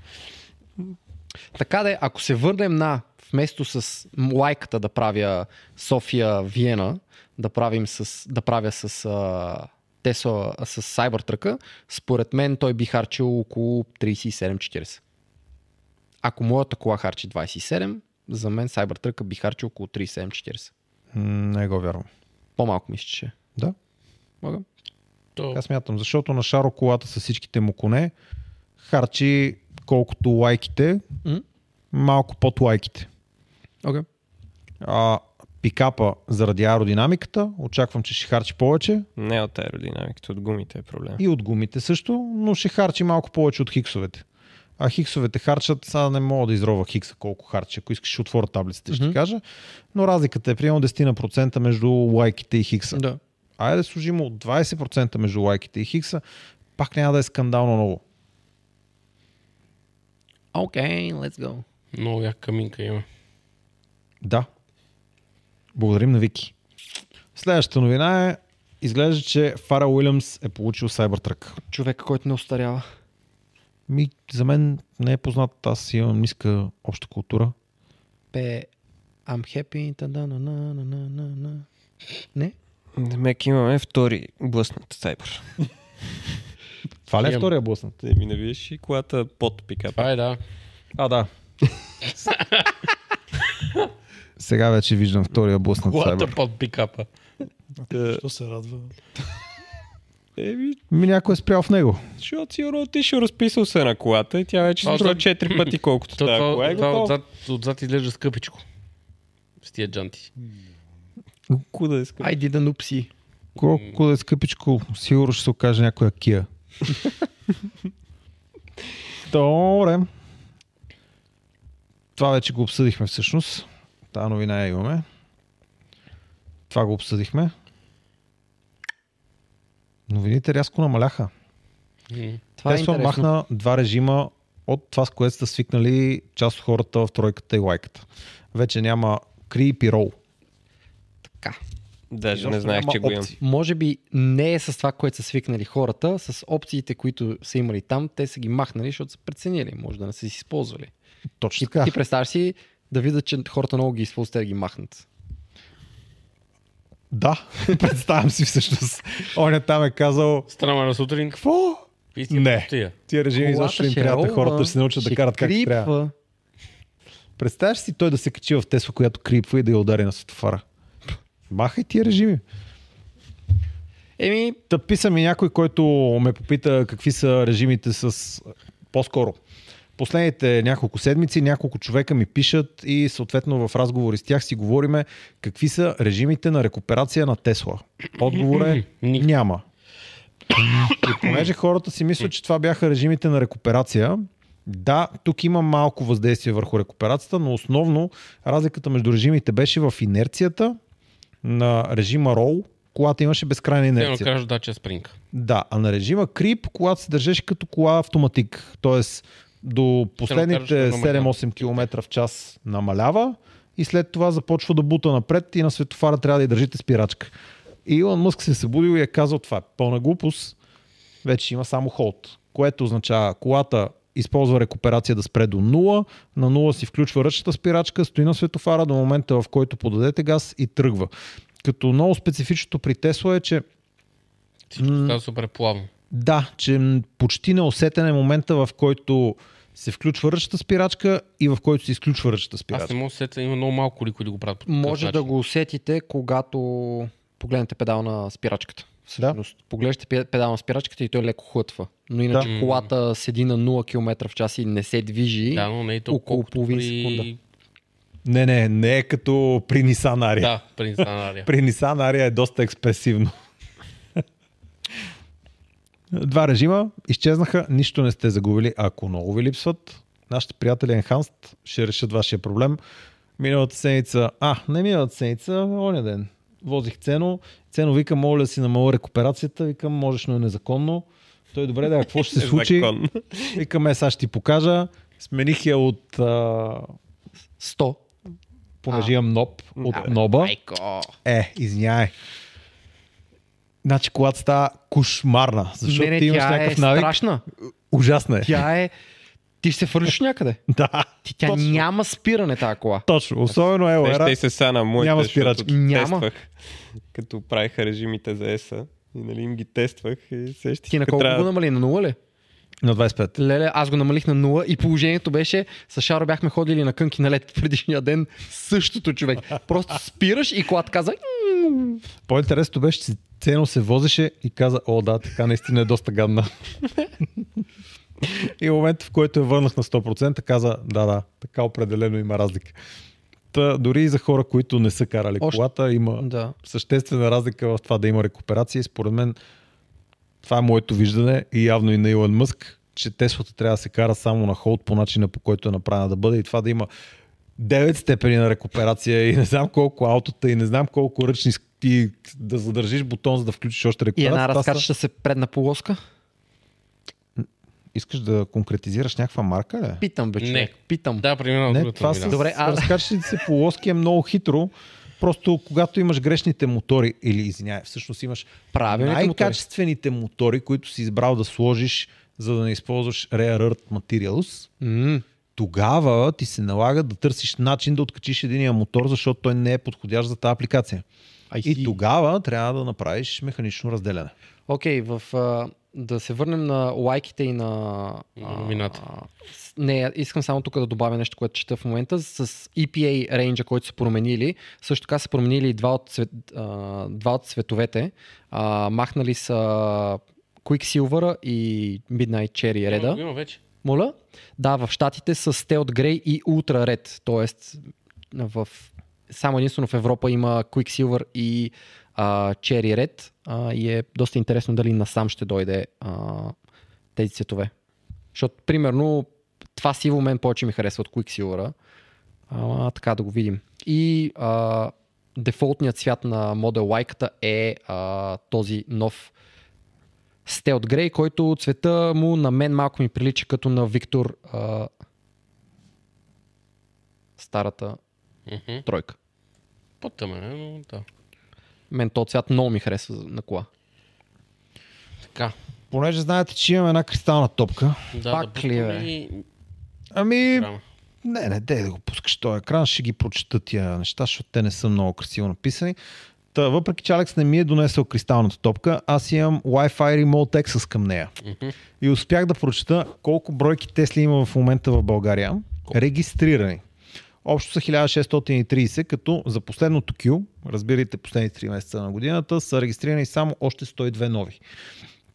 S4: Така да е, ако се върнем на вместо с лайката да правя София Виена, да, правим с, да правя с а, Тесла, а, с Cybertruck, според мен той би харчил около 37-40. Ако моята кола харчи 27, за мен Cybertruck би харчил около 37-40.
S2: М, Не го вярвам.
S4: По-малко мисля, че.
S2: Да,
S4: Мога.
S3: То,
S2: така смятам. Защото на Шаро колата с всичките му коне харчи колкото лайките,
S4: М.
S2: малко под лайките.
S4: Okay.
S2: А пикапа заради аеродинамиката, очаквам, че ще харчи повече,
S5: Не е от аеродинамиката, от гумите е проблем.
S2: И от гумите също, но ще харчи малко повече от хиксовете. А хиксовете харчат, сега не мога да изрова хикса колко харчи. Ако искаш, ще отворя таблицата, ще ти
S4: Мгм.
S2: кажа. Но разликата е примерно 10% между лайките и хикса.
S4: Да.
S2: Айде да служим от 20% между лайките и хикса, пак няма да е скандално много.
S4: Окей, okay, let's go.
S3: много як каминка има.
S2: Да. Благодарим на Вики. Следващата новина е, изглежда, че Фара Уилямс е получил Cybertruck.
S4: Човека, който не остарява.
S2: Ми, за мен не е познат, аз имам ниска обща култура.
S4: Пе I'm happy, та да на на на на на на. Не?
S5: Демек имаме втори блъснат Сайбър.
S2: Това ли е
S3: Имам.
S2: втория блъснат?
S5: Ти ми навиеш и колата под пикап.
S3: Това е да.
S2: А, да. Сега вече виждам втория бус на
S3: Колата
S2: Cyber.
S3: под пикапа.
S1: Що се радва?
S5: Еми,
S2: Ми някой е спрял в него.
S5: защото сигурно отишъл, разписал се на колата и тя вече
S3: А,
S5: струва
S3: то-
S5: 4 пъти колкото
S3: То,
S5: тази
S3: това,
S5: кола. Е
S3: това
S5: готова.
S3: отзад, отзад изглежда скъпичко. С тия джанти.
S5: Куда иска.
S4: I didn't oopsie.
S2: Колко да е скъпичко, сигурно ще се окаже някоя кия. Добре. Това вече го обсъдихме всъщност. Та новина я имаме. Това го обсъдихме. Новините рязко намаляха.
S3: М.
S4: Това е
S2: Тесла
S4: интересно. Махна...
S2: махна два режима от това, с което са свикнали част от хората в тройката и лайката. Вече няма creep и roll.
S4: Така.
S5: Даже не
S2: Изобщо
S5: знаех,
S2: няма
S5: че го имам.
S2: опции.
S4: Може би не е с това, което са свикнали хората, с опциите, които са имали там, те са ги махнали, защото са преценили, може да не са си използвали.
S2: Точно
S4: Ти,
S2: така.
S4: ти представяш си да видят, че хората много ги използват, те да ги махнат.
S2: Да, представям си всъщност. Оня там е казал,
S3: Страма на сутрин.
S2: какво?
S3: Истина
S2: Не,
S3: пустия.
S2: тия режими
S4: Колата
S2: изобщо им
S4: ще
S2: трябва
S4: ролва,
S2: хората ще се научат да
S4: ще
S2: карат както
S4: крипва.
S2: трябва. Представяш си той да се качи в Тесла, която крипва и да я удари на светофара. Махай тия режими.
S4: Еми,
S2: Та писа ми някой, който ме попита какви са режимите с... По-скоро. Последните няколко седмици няколко човека ми пишат и съответно в разговори с тях си говориме какви са режимите на рекуперация на Тесла. Отговор е няма. И понеже хората си мислят, че това бяха режимите на рекуперация, да, тук има малко въздействие върху рекуперацията, но основно разликата между режимите беше в инерцията на режима рол, когато имаше безкрайна
S3: Те му
S2: инерция.
S3: кажат, да, че е спринг.
S2: Да, а на режима Крип, когато се държеш като кола автоматик, т.е. до последните
S3: караш на номер,
S2: 7-8 км в час намалява и след това започва да бута напред и на светофара трябва да й държите спирачка. И Илон Мъск се е събудил и е казал това е пълна глупост, вече има само холд, което означава колата използва рекуперация да спре до 0, на 0 си включва ръчната спирачка, стои на светофара до момента в който подадете газ и тръгва. Като много специфичното при Тесла е, че
S3: Всичко става супер плавно.
S2: да, че м, почти неусетен е момента, в който се включва ръчната спирачка и в който се изключва ръчната
S3: Аз не
S2: спирачка.
S3: мога да се сетя, има много малко коли, които го правят. по такъв
S4: Може да
S3: начин.
S4: го усетите, когато погледнете педал на спирачката.
S2: Да?
S4: Всъщност, поглеждате пе- педал на спирачката и той леко хлътва. Но иначе
S3: Да.
S4: колата седи на 0 км в час и не се движи.
S3: Да, но не е толкова.
S4: около
S3: колкото
S4: половин
S3: при-
S4: секунда.
S2: Не, не, не е като при Nissan Aria.
S3: Да, при Инстанария.
S2: При Nissan Aria е доста експресивно. Два режима изчезнаха, нищо не сте загубили, ако много ви липсват. Нашите приятели Enhanced ще решат вашия проблем. Миналата седмица, а, не миналата седмица, оня ден. Возих Цено. Цено вика, моля да си намаля рекуперацията. Викам, можеш, но е незаконно. Той добре, да, какво ще се случи?
S5: Е, Закон.
S2: Викаме, сега ще ти покажа. Смених я от, а,
S4: 100.
S2: понеже имам НОП, от НОБа.
S4: Майко.
S2: Е, извинявай. Значи колата става кошмарна, защото
S4: Не, не,
S2: ти имаш
S4: тя е
S2: някакъв навик.
S4: страшна.
S2: Ужасна е.
S4: Тя е... Ти ще се фърлиш някъде.
S2: Да,
S4: Ти, тя няма спиране тази кола.
S2: точно. Особено е
S5: Те ще
S2: Лера.
S5: и се сана моите,
S2: Няма
S5: защото
S2: спирачки.
S4: Няма.
S5: Тествах, като правиха режимите за ЕСА. И нали им ги тествах и сещи.
S2: Е,
S4: Ти на колко го намали? На 0 ли?
S2: На 25.
S4: Леле, аз го намалих на 0 и положението беше, с Шаро бяхме ходили на кънки на лед предишния ден, същото човек. Просто спираш и колата каза, «М,
S2: По-интересното беше, че Цено се возеше и каза, о да, така наистина е доста гадна. и в момента, в който я върнах на 100%, каза, да, да, така определено има разлика. Та, дори и за хора, които не са карали
S4: Още-
S2: колата, има
S4: Да.
S2: съществена разлика в това да има рекуперация. И според мен това е моето виждане и явно и на Илон Мъск, че Теслата трябва да се кара само на холд по начина по който е направена да бъде и това да има 9 степени на рекуперация и не знам колко аутота и не знам колко ръчни с- и да задържиш бутон, за да включиш още
S4: И
S2: рекуперация.
S4: една
S2: Това са-
S4: разкачаща се предна полоска.
S2: Искаш да конкретизираш някаква марка ли?
S4: Питам, бе, човек.
S3: Не.
S4: е. Питам.
S3: Да, примерно
S2: Не,
S3: другата
S2: това
S3: новина.
S2: с,
S4: Добре,
S2: Добре,
S4: а-
S2: а... разкачащите се полоски е много хитро. Просто когато имаш грешните мотори, или извинявай, всъщност имаш е.
S4: Правилните мотори.
S2: най-качествените мотори. които си избрал да сложиш, за да не използваш Rare Earth Materials,
S4: М,
S2: тогава ти се налага да търсиш начин да откачиш единия мотор, защото той не е подходящ за тази апликация.
S4: I
S2: И
S4: see.
S2: тогава трябва да направиш механично разделяне.
S4: Окей, в, а, да се върнем на лайките и на... а,
S3: Номината.
S4: с- не, искам само тук да добавя нещо, което чета в момента. С E EPA рейнджа, който са променили, също така са променили и два от, цвет, а, два от цветовете. А, махнали са Quicksilver и Midnight Cherry
S3: Има-
S4: реда.
S3: Има вече.
S4: Моля? Да, в щатите са Stealth Grey и Ultra Red, т.е. в само единствено в Европа има Quicksilver и а, Cherry Red а, и е доста интересно дали насам ще дойде а, тези цветове. Защото, примерно, това сиво мен повече ми харесва от Quicksilver. А, така да го видим. И а, дефолтният цвят на Model Y е а, този нов Стелт Грей, който цвета му на мен малко ми прилича като на Виктор а... старата
S3: Мгм.
S4: тройка.
S3: По-тъмен, е, но да.
S4: Мен този цвят много ми харесва на кола.
S3: Така.
S2: Понеже знаете, че имам една кристална топка.
S3: Да,
S4: Пак
S3: да
S4: ли, е, бе?
S3: пусна
S2: Ами,
S3: и драма.
S2: Не, не, дай да го пускаш този екран, ще ги прочета тия неща, защото те не са много красиво написани. Та, въпреки че Алекс не ми е донесъл кристалната топка, аз имам Wi-Fi Remote Access към нея. И успях да прочета колко бройки Тесли има в момента в България, регистрирани. Общо са 1630, като за последното Q, разбирайте последните 3 месеца на годината, са регистрирани само още 102 нови.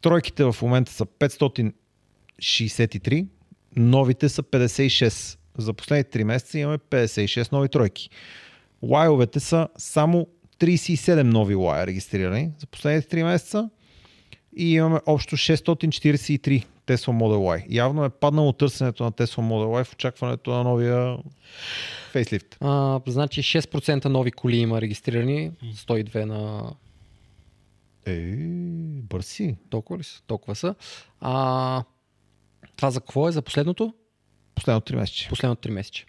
S2: Тройките в момента са 563, новите са 56. За последните 3 месеца имаме 56 нови тройки. Лайовете са само 37 нови лая регистрирани за последните 3 месеца и имаме общо 643 Tesla Model Y. Явно е паднало търсенето на Tesla Model Y в очакването на новия фейслифт.
S4: А, значи 6% нови коли има регистрирани, 102 на
S2: Е, бърз си.
S4: толкова ли са? Толкова са. А, това за какво е? За последното?
S2: Последно 3 месече.
S4: Последното 3 месече.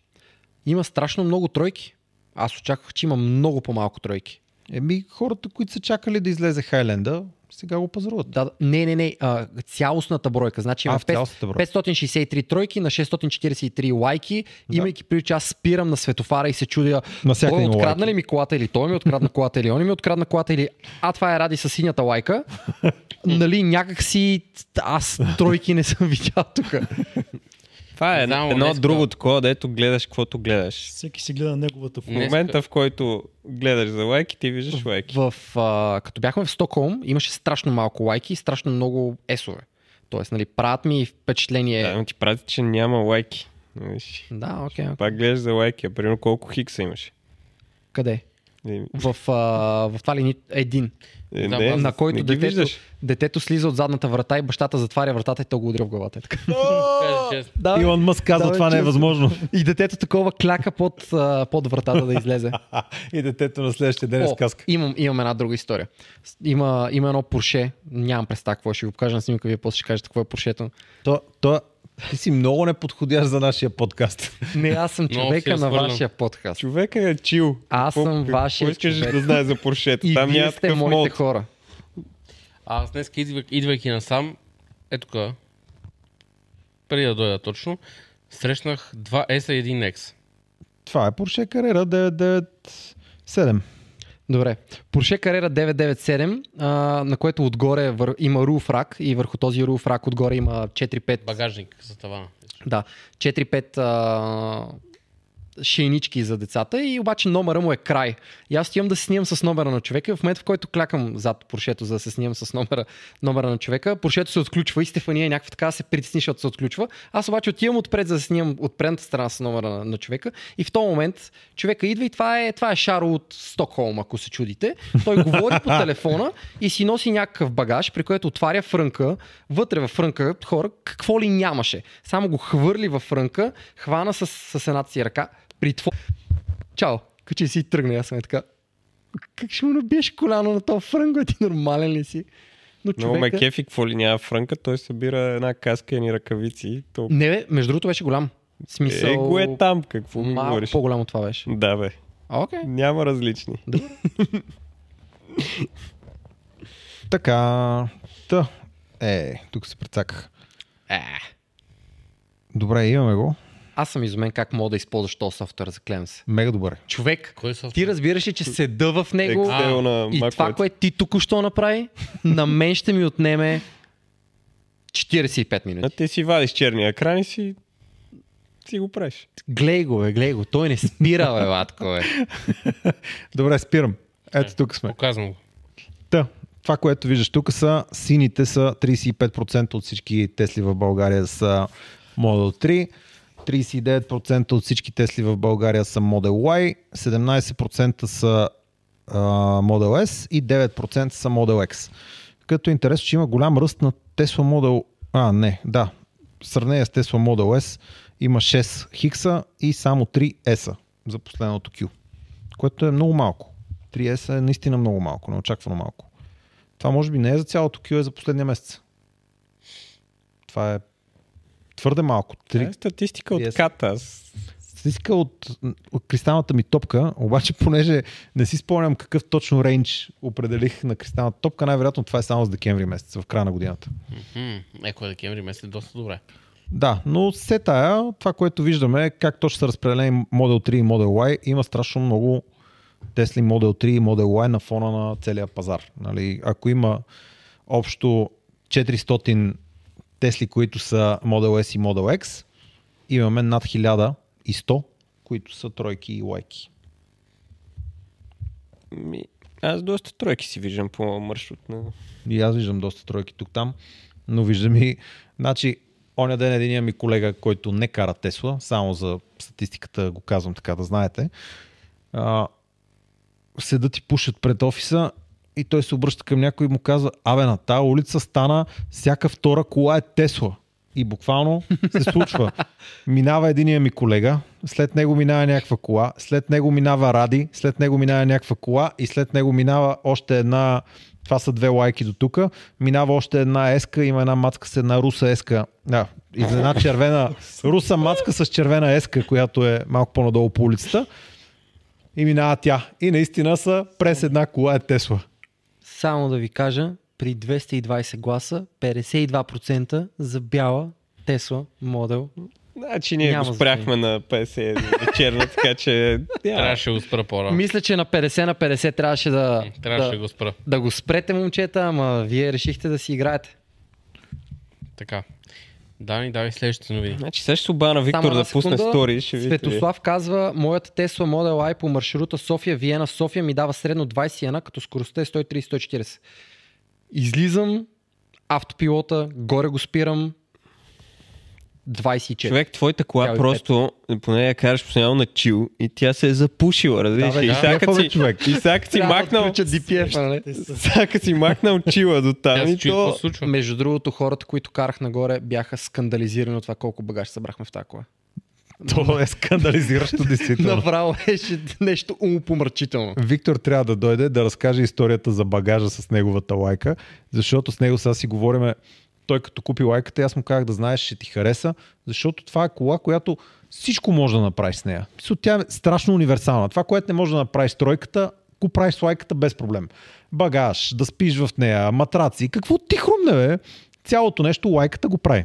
S4: Има страшно много тройки. Аз очаквах, че има много по-малко тройки.
S2: Еми, хората, които са чакали да излезе Хайленда, сега го пазаруват.
S4: Да, да. не, не, не. А, цялостната бройка. Значи има
S2: А, в цялостната бройка.
S4: 563 тройки на 643 лайки. Имайки преди, че аз спирам на светофара и се чудя.
S2: Навсякъде
S4: той
S2: има
S4: открадна
S2: лайки.
S4: ли ми колата или той ми е открадна колата или он ми открадна колата или а това е ради с синята лайка. нали, някакси аз тройки не съм видял тук.
S5: Това е
S3: Знам,
S5: едно, едно
S3: днеска-
S5: друго такова, дето гледаш каквото гледаш.
S1: Всеки си гледа неговата кола.
S5: В
S3: Днеска-
S5: момента, в който гледаш за лайки, ти виждаш лайки.
S4: В, а, като бяхме в Стокхолм, имаше страшно малко лайки и страшно много есове. Тоест, нали, правят ми впечатление.
S5: Да, но ти прати, че няма лайки. Виж.
S4: Да, окей. окей.
S5: Пак гледаш за лайки, а примерно колко хикса имаш.
S4: Къде?
S5: Еми,
S4: В, а, в това ли ни- един?
S5: е,
S3: Да,
S5: не,
S3: аз
S4: на
S5: не
S4: който
S5: ги
S4: детето,
S5: виждаш.
S4: детето слиза от задната врата и бащата затваря вратата и то го удря в главата. Е така.
S3: Кажа честно.
S4: Да,
S2: Илон Мъск каза,
S4: Да, бе,
S2: това не е
S4: честно.
S2: възможно.
S4: И детето такова кляка под, а, под вратата да излезе.
S2: и детето на следващия ден е
S4: О,
S2: с каска.
S4: имам, имам една друга история. С- Има, има едно Порше, нямам представа какво е, ще го покажа на снимка, вие после ще кажете какво е Поршето.
S2: То, то, ти си много неподходящ за нашия подкаст.
S4: Не, аз съм
S3: Много
S5: е
S4: човека
S3: си
S4: на
S3: разхвърлям.
S4: вашия подкаст.
S5: Човека е чил.
S4: Аз
S5: Какво-
S4: съм
S5: какво
S4: вашия
S5: искаш
S4: човек.
S5: да знаеш за Поршето?
S4: И
S5: Там
S4: вие
S5: няма
S4: сте
S5: такъв
S4: моите
S5: мод.
S4: хора.
S3: А аз днес идвай, идвайки насам, е тук, преди да дойда точно, срещнах 2 S и 1 X.
S2: Това е Porsche Carrera 997.
S4: Добре. Porsche Carrera 997, а, на което отгоре вър... има roof rack и върху този roof rack отгоре има 4-5
S3: Багажник за тавана.
S4: Да, 4-5 а, шейнички за децата и обаче номера му е край. И аз отивам да се снимам с номера на човека и в момента в който клякам зад Поршето за да се снимам с номера, номера на човека, Поршето се отключва и Стефания някаква така се притесни, защото се отключва. Аз обаче отивам отпред за да се снимам от предната страна с номера на, на човека и в този момент човека идва и това е, това е Шаро от Стокхолм, ако се чудите. Той говори по телефона и си носи някакъв багаж, при което отваря фрънка. Вътре във фрънка, хора, какво ли нямаше? Само го хвърли във фрънка, хвана с, с едната си ръка, притвори. Чао, качи си и тръгна, и аз съм е така. Как ще му набиеш коляно на този фрънк, бе? ти нормален ли си? Но
S5: Много ме
S4: човека...
S5: кефи, какво ли няма фрънка, той събира една каска и ни ръкавици. Толкова.
S4: Не, бе, между другото беше голям. В Смисъл...
S5: Е, го е там, какво ми
S4: Малко
S5: говориш?
S4: по-голямо това беше.
S5: Да, бе.
S4: А, Окей.
S5: Няма различни.
S2: Така. Та. Е, тук се прецаках.
S4: Е,
S2: Добре, имаме го.
S4: аз съм изумен как мога да използваш този софтуер за Клемс.
S2: Мега добър. е.
S4: Човек,
S3: Кой софт?
S4: ти разбираш ли, че седа в него
S5: Excel на
S4: и това,
S5: Mac OS.
S4: което ти току-що направи, на мен ще ми отнеме 45
S5: А
S4: минути.
S5: ти си вадиш черния екран и си... си го правиш.
S4: Глей го, бе, глей го. Той не спира, бе, Ватко, бе.
S2: Добре, спирам. Ето тук сме.
S3: Показвам го.
S2: Та. Това, което виждаш тук са сините са 35% от всички Тесли в България са Model 3, 39% от всички Тесли в България са Model Y, 17% са а, Model S и 9% са Model X. Като е интересно, че има голям ръст на Tesla Model... А, не, да. В сравнение с Tesla Model S има 6 хикса и само 3 S за последното Q, което е много малко. 3 S е наистина много малко, неочаквано малко. Това може би не е за цялото Q, е за последния месец. Това е твърде малко.
S5: Това
S2: Три...
S5: е статистика от
S2: Yes.
S5: ката. Аз...
S2: Статистика от, от кристалната ми топка, обаче понеже не си спомням какъв точно рейндж определих на кристалната топка, най-вероятно това е само за декември месец, в края на годината.
S3: Мгм. Еко е декември месец, доста добре.
S2: Да, но се тая, това, което виждаме, е как точно са разпределени Model 3 и Model Y, има страшно много Tesla Model 3 и Model Y на фона на целия пазар. Нали, ако има общо 400 Тесли, които са Model S и Model X, имаме над 1100, които са тройки и лайки.
S5: Ми... Аз доста тройки си виждам по маршрут на...
S2: И аз виждам доста тройки тук там, но виждам и... Значи, оня ден един ми колега, който не кара Тесла, само за статистиката го казвам така да знаете, а, седат и пушат пред офиса и той се обръща към някой и му казва, абе на тази улица стана всяка втора кола е Тесла. И буквално се случва. Минава единия ми колега, след него минава някаква кола, след него минава Ради, след него минава някаква кола и след него минава още една, това са две лайки до тук, минава още една еска, има една мацка с една руса еска, а, и за една червена, руса мацка с червена еска, която е малко по-надолу по улицата и минава тя. И наистина са през една кола е Тесла.
S4: Само да ви кажа, при 220 гласа, 52% за бяла Тесла модел.
S5: Значи ние
S4: Няма
S5: го
S4: значение.
S5: спряхме на 50 вечерна, така че... няма.
S3: Трябваше да го спра по-рано.
S4: Мисля, че на 50 на 50 трябваше да,
S3: Е, Трябваше да.
S4: да,
S3: го спра.
S4: да го спрете, момчета, ама вие решихте да си играете.
S3: Така. Дани, давай следващите новини.
S5: Значи сега ще се обая на Виктор
S4: Само
S5: да
S4: една
S5: пусне
S4: секунда.
S5: стори, ще видите. вие.
S4: Светослав казва, моята Tesla Model I по маршрута София, Виена, София ми дава средно 21, като скоростта е 130-140. Излизам, автопилота, горе го спирам, 24.
S5: Човек, твоята кола
S4: Цяло и
S5: просто, поне я караш постоянно на чил и тя се е запушила, разбираш
S2: Да,
S5: ли?
S2: бе, да.
S5: и сега като
S2: Кефа, бе,
S5: си,
S2: човек.
S5: и сега като си
S4: Трябва да
S5: макнал,
S4: отключа DPF, нали?
S5: сега като си макнал чила до там
S3: Аз
S5: и
S3: чуя какво
S5: Ами то...
S3: се случва.
S4: Между другото, хората, които карах нагоре, бяха скандализирани от това колко багаж събрахме в тази кола.
S2: То е скандализиращо действително.
S4: Направо беше нещо умопомрачително.
S2: Виктор трябва да дойде да разкаже историята за багажа с неговата лайка, защото с него сега си говориме, той като купи лайката, аз му казах да знаеш, ще ти хареса, защото това е кола, която всичко може да направиш с нея. В смисъл, Тя е страшно универсална. Това, което не може да направиш с тройката, го правиш с лайката без проблем. Багаж, да спиш в нея, матраци, какво ти хрумне, бе? Цялото нещо лайката го прави.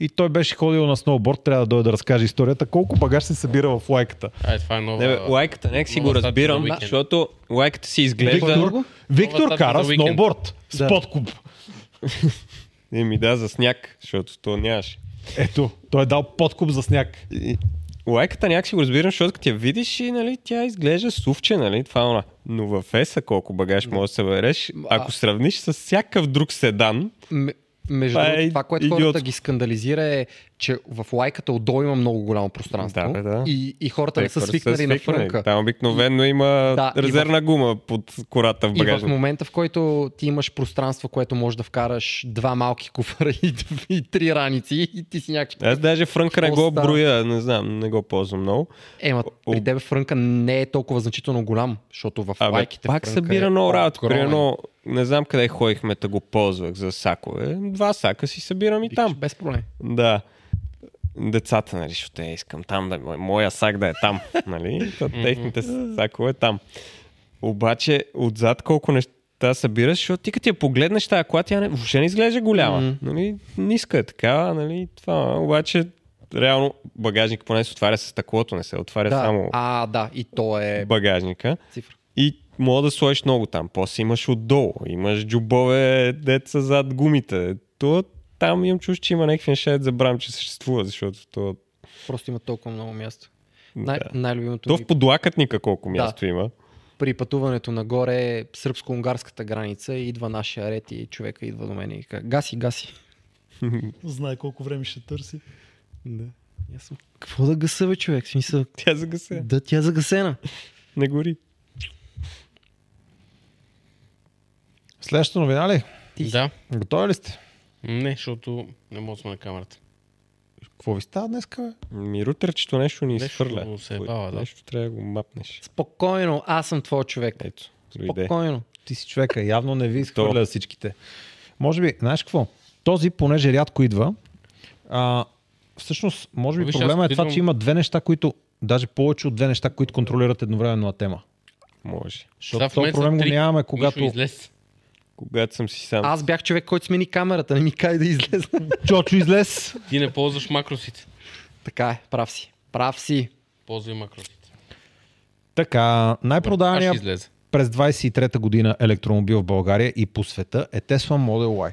S2: И той беше ходил на сноуборд, трябва да дойде да разкаже историята, колко багаж се събира в лайката.
S3: Ай, това е нова.
S5: Не, бе, лайката, нека си го
S3: Много статия за
S5: разбирам,
S3: уикенд.
S5: защото лайката си изглежда...
S2: Виктор,
S4: друго?
S2: Виктор
S3: Новата
S2: кара
S3: за уикенд.
S2: сноуборд с
S4: Да.
S2: подкуп.
S5: Не ми да, за сняг, защото то нямаше.
S2: Ето, той е дал подкуп за сняг.
S5: И- Лайката някак си го разбирам, защото като я видиш и нали, тя изглежда сувче, нали, това е она. Но в ЕСА колко багаж може да събереш, ако сравниш с всякакъв друг седан,
S4: М- между
S5: Това е
S4: това, е това което хората
S5: идиотско.
S4: ги скандализира е, че в лайката отдолу има много голямо пространство.
S5: Да, бе, да.
S4: И, и хората не са
S5: хората
S4: свикнали, на фрънка.
S5: Там обикновено има
S4: Да, и в-
S5: резервна гума под кората в
S4: И в
S5: багажа.
S4: момента, в който ти имаш пространство, което можеш да вкараш два малки куфара и, д- и три раници, и ти си някакъв.
S5: Аз даже фрънка не го
S4: Какво става?
S5: броя, не знам, не го ползвам много.
S4: Ема, Е, при тебе фрънка не е толкова значително голям, защото в
S5: Абе,
S4: лайките
S5: пак
S4: фрънка
S5: събира
S4: е
S5: много работа.
S4: огромен.
S5: Примерно, не знам къде ходихме, да го ползвах за сакове. Два сака си събирам и там.
S4: Значи, Без проблем.
S5: Да. Децата, нали, защото я искам там да е моя сак да е там, нали? Та Техните сакове е там. Обаче, отзад колко неща събираш, защото ти като я погледнеш тази кола, тя не, въобще не изглежда голяма.
S4: Мгм.
S5: Нали? Ниска е така, нали? Това, обаче, реално багажник поне се отваря с стъклото, не се отваря
S4: Да.
S5: Е, само
S4: А, да, и то е
S5: багажника.
S4: цифра.
S5: И мога да сложиш много там. После имаш отдолу, имаш джубове, деца зад гумите. То там имам чуш, че има някакви неща, дето забравям, че съществува, защото то...
S4: Просто има толкова много място. Най-
S5: да.
S4: Най-любимото
S5: То
S4: ми
S5: в подлакътника колко място има.
S4: при пътуването нагоре сръбско-унгарската граница и идва нашия ред и човека идва до мен и казва, гаси, гаси.
S1: Знае колко време ще търси.
S4: Да. И Аз съм, какво да гаса, бе, човек? В Смисъл,
S5: Тя загасе.
S4: да тя е загасена.
S5: Не гори.
S2: Следващата новина ли?
S4: Ти си.
S3: Да.
S2: Готови ли сте?
S3: Не, защото не мога да сме на камерата.
S2: Какво ви става днес? Бе?
S5: Ми рутерчето нещо ни
S3: Нещо
S5: изхвърля.
S3: го
S4: е
S3: се ебава, да.
S5: Нещо трябва да го мапнеш.
S4: Спокойно, аз съм твой човек.
S3: Е,
S5: Ето, дойде.
S4: Спокойно.
S2: Ти си човека, явно не ви изхвърля всичките. Може би, знаеш какво? Този, понеже рядко идва, а, всъщност, може би
S3: Виж, аз
S2: проблема е това,
S3: идвам-
S2: че има две неща, които, даже повече от две неща, които контролират едновременно на тема.
S5: Може.
S3: Сега
S2: Защото
S3: в
S2: този
S3: момента са
S2: проблем го
S3: три.
S2: нямаме,
S3: Когато...
S2: когато...
S3: Мишо излез.
S5: Когато съм си сам.
S4: Аз бях човек, който смени камерата, не ми кай да излезе.
S2: Чочо излез!
S3: Ти не ползваш макросите.
S4: така е, прав си. Прав си.
S3: Ползвай макросите.
S2: Така,
S3: Аз
S2: най-продавания
S3: ще излезе.
S2: през 23-та година електромобил в България и по света е Tesla Model Y.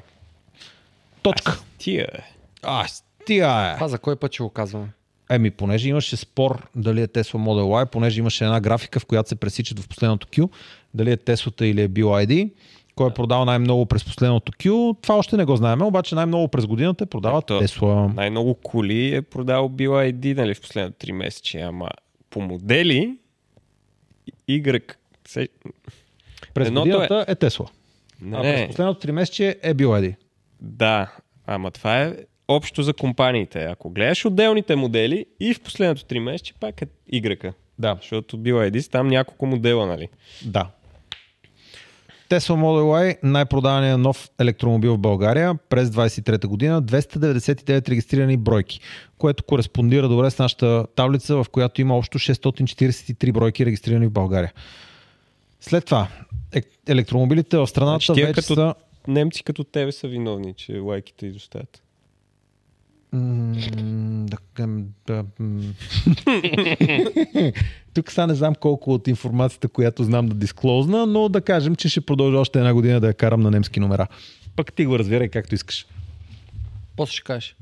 S2: Точка.
S5: Тия е.
S2: А, тия е.
S4: Това за кой път ще го казваме?
S2: Еми, понеже имаше спор дали е Tesla Model Y, понеже имаше една графика, в която се пресичат в последното Q, дали е Теслата или е BYD, кой е продал най-много през последното Q, това още не го знаем, обаче най-много през годината е продава
S5: Ето.
S2: Тесла.
S5: Най-много коли е продал BYD, нали, в последното 3 месече, ама по модели Y... Се...
S2: През
S5: Едното е-
S2: годината е... Тесла. А през
S5: Не,
S2: последното 3 месече е бил Еди.
S5: да, ама това е общо за компаниите. Ако гледаш отделните модели и в последното 3 месече пак е Y.
S2: Да.
S5: Защото била еди, там няколко модела, нали?
S2: Да. Tesla Model Y, най-продавания нов електромобил в България през 23-та година, 299 регистрирани бройки, което кореспондира добре с нашата таблица, в която има общо 643 бройки регистрирани в България. След това, е- електромобилите в страната
S5: Значи тия
S2: вече
S5: като-
S2: са...
S5: Немци като тебе са виновни, че лайките изостават.
S2: М, да, към, да, м. Тук сега не знам колко от информацията, която знам да дисклозна, но да кажем, че ще продължа още една година да я карам на немски номера. Пък ти го разбирай както искаш.
S4: После ще кажеш.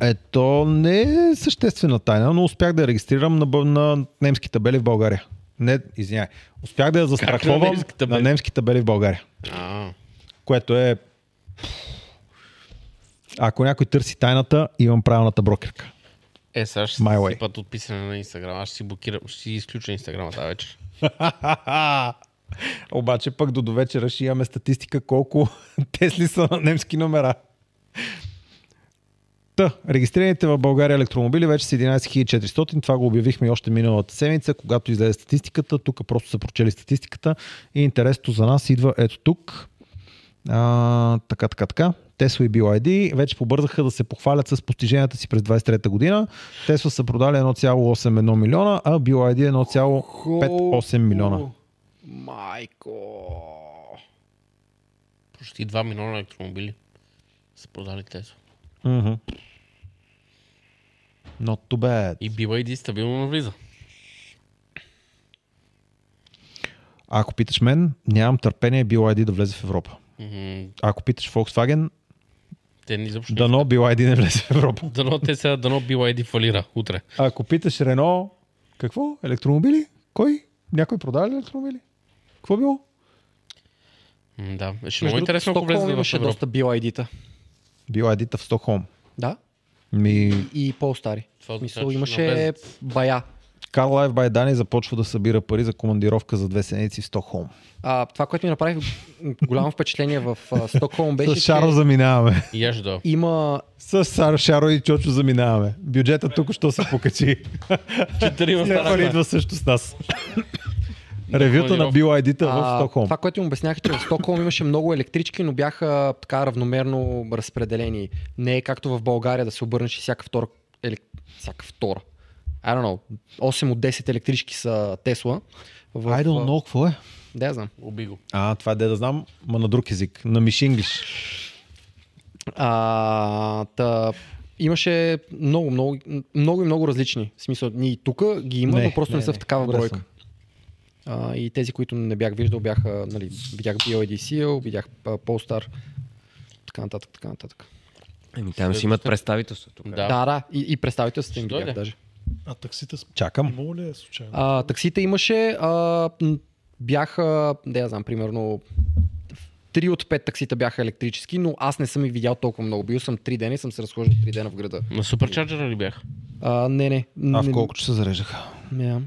S2: Ето не е съществена тайна, но успях да я регистрирам на, бъ- на немски табели в България. Не, извиняй. Успях да я
S3: на
S2: застраховам
S3: немски
S2: на,
S3: табели?
S2: немски табели в България.
S3: А,
S2: Което е... Ако някой търси тайната, имам правилната брокерка.
S3: е, сега ще
S2: My
S3: My
S2: way.
S3: си път отписане на Инстаграм. Аз ще си блокирам, ще си изключа Инстаграма тази вечер.
S2: Обаче пък до довечера ще имаме статистика колко Тесли са на немски номера. Та, регистрираните в България електромобили вече са 11 400. Това го обявихме и още миналата седмица, когато излезе статистиката. Тук просто са прочели статистиката и интересното за нас идва ето тук. А, така, така, така. Тесла и BYD вече побързаха да се похвалят с постиженията си през 23-та година. Тесла са продали 1,81 милиона, а BYD 1,58 милиона.
S4: Майко.
S3: Почти 2 милиона електромобили са продали Тесла.
S2: Mm-hmm. Not too bad.
S3: И BYD стабилно навлиза.
S2: Ако питаш мен, нямам търпение BYD да влезе в Европа.
S3: М,
S2: Ако питаш Volkswagen,
S3: Те ни изобщо. Да.
S2: дано BYD не влезе в Европа.
S3: Дано те сега, дано BYD фалира утре.
S2: Ако питаш Renault, какво? Електромобили? Кой? Някой продава ли електромобили? Какво било?
S3: М, Да, ще е много интересно, ако влезе в
S4: имаше
S3: Европа.
S4: доста BYD-та.
S2: BYD-та в Стокхолм.
S4: Да.
S2: Ми,
S4: И по-стари.
S3: Това
S4: В смисъл,
S3: означава, че ще
S4: имаше
S3: навлезат.
S4: бая.
S2: Car Life by Dani започва да събира пари за командировка за две седмици в Стокхолм.
S4: А, това, което ми направи голямо впечатление в а, Стокхолм
S2: С
S4: беше,
S2: Шаро
S4: че
S2: заминаваме.
S3: И аз ще дойда.
S4: има
S2: С Шар- Шаро и Чочо заминаваме. Бюджета тук що се покачи.
S3: Четирима
S2: Стефан
S3: стана.
S2: идва също с нас. Ревюта на
S3: планировка.
S2: BYD-та в
S4: А,
S2: Стокхолм.
S4: Това, което им обясняха, че в Стокхолм имаше много електрички, но бяха така равномерно разпределени. Не е както в България да се обърнеш и всяка втора. Елек... Всяка втора. I don't know. 8 от 10 електрички са Тесла. В...
S2: I don't know какво е.
S4: Да, я знам.
S3: Уби го.
S2: А, това е да знам, ма на друг език. На мишинглиш.
S4: А, та, имаше много, много, много и много различни. В смисъл, ние и тук ги има,
S2: Не,
S4: но просто не,
S2: не,
S4: не са
S2: не.
S4: в такава
S2: Добре
S4: бройка.
S2: съм.
S4: А, и тези, които не бях виждал, бяха, нали, видях BLDCL, видях а, Polestar, така нататък, така нататък.
S5: Еми, Ами там си имат представителство тук.
S3: Да.
S4: Да, да, и, и представителствата им ги
S3: дойде.
S4: бях даже.
S1: А таксите с...
S2: Чакам.
S1: Имало ли е случайно?
S4: А, таксите имаше, а, м, бяха, да я знам, примерно, три от пет таксита бяха електрически, но аз не съм ги видял толкова много. Бил съм три дена и съм се разхождал три дена в града.
S3: На суперчарджера ли бях?
S4: А, не, не.
S2: А
S4: не-
S2: в колко часа зареждаха?
S4: Не,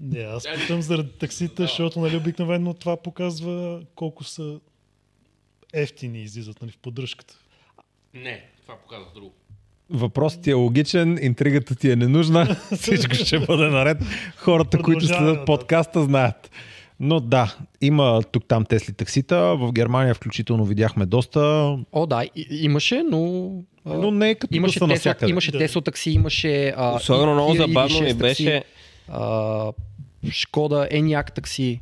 S1: Не, аз питам заради таксите, защото нали, обикновено това показва колко са ефтини излизат нали, в поддръжката.
S3: Не, това показва друго.
S2: Въпросът ти е логичен, интригата ти е ненужна, всичко ще бъде наред. Хората, които
S1: Продължаваме
S2: следят
S1: нататък.
S2: подкаста, знаят. Но да, има тук-там Тесли таксита, в Германия включително видяхме доста,
S4: О, да, и, имаше, но... а,
S2: но не е като
S4: имаше
S2: да са
S4: Тесла,
S2: навсякъде.
S4: имаше
S1: Да.
S4: Тесла такси, имаше... А,
S5: Особено
S4: и-
S5: много
S4: и- и
S5: забавно ми
S4: шест такси,
S5: беше
S4: А, Шкода, Еняк такси.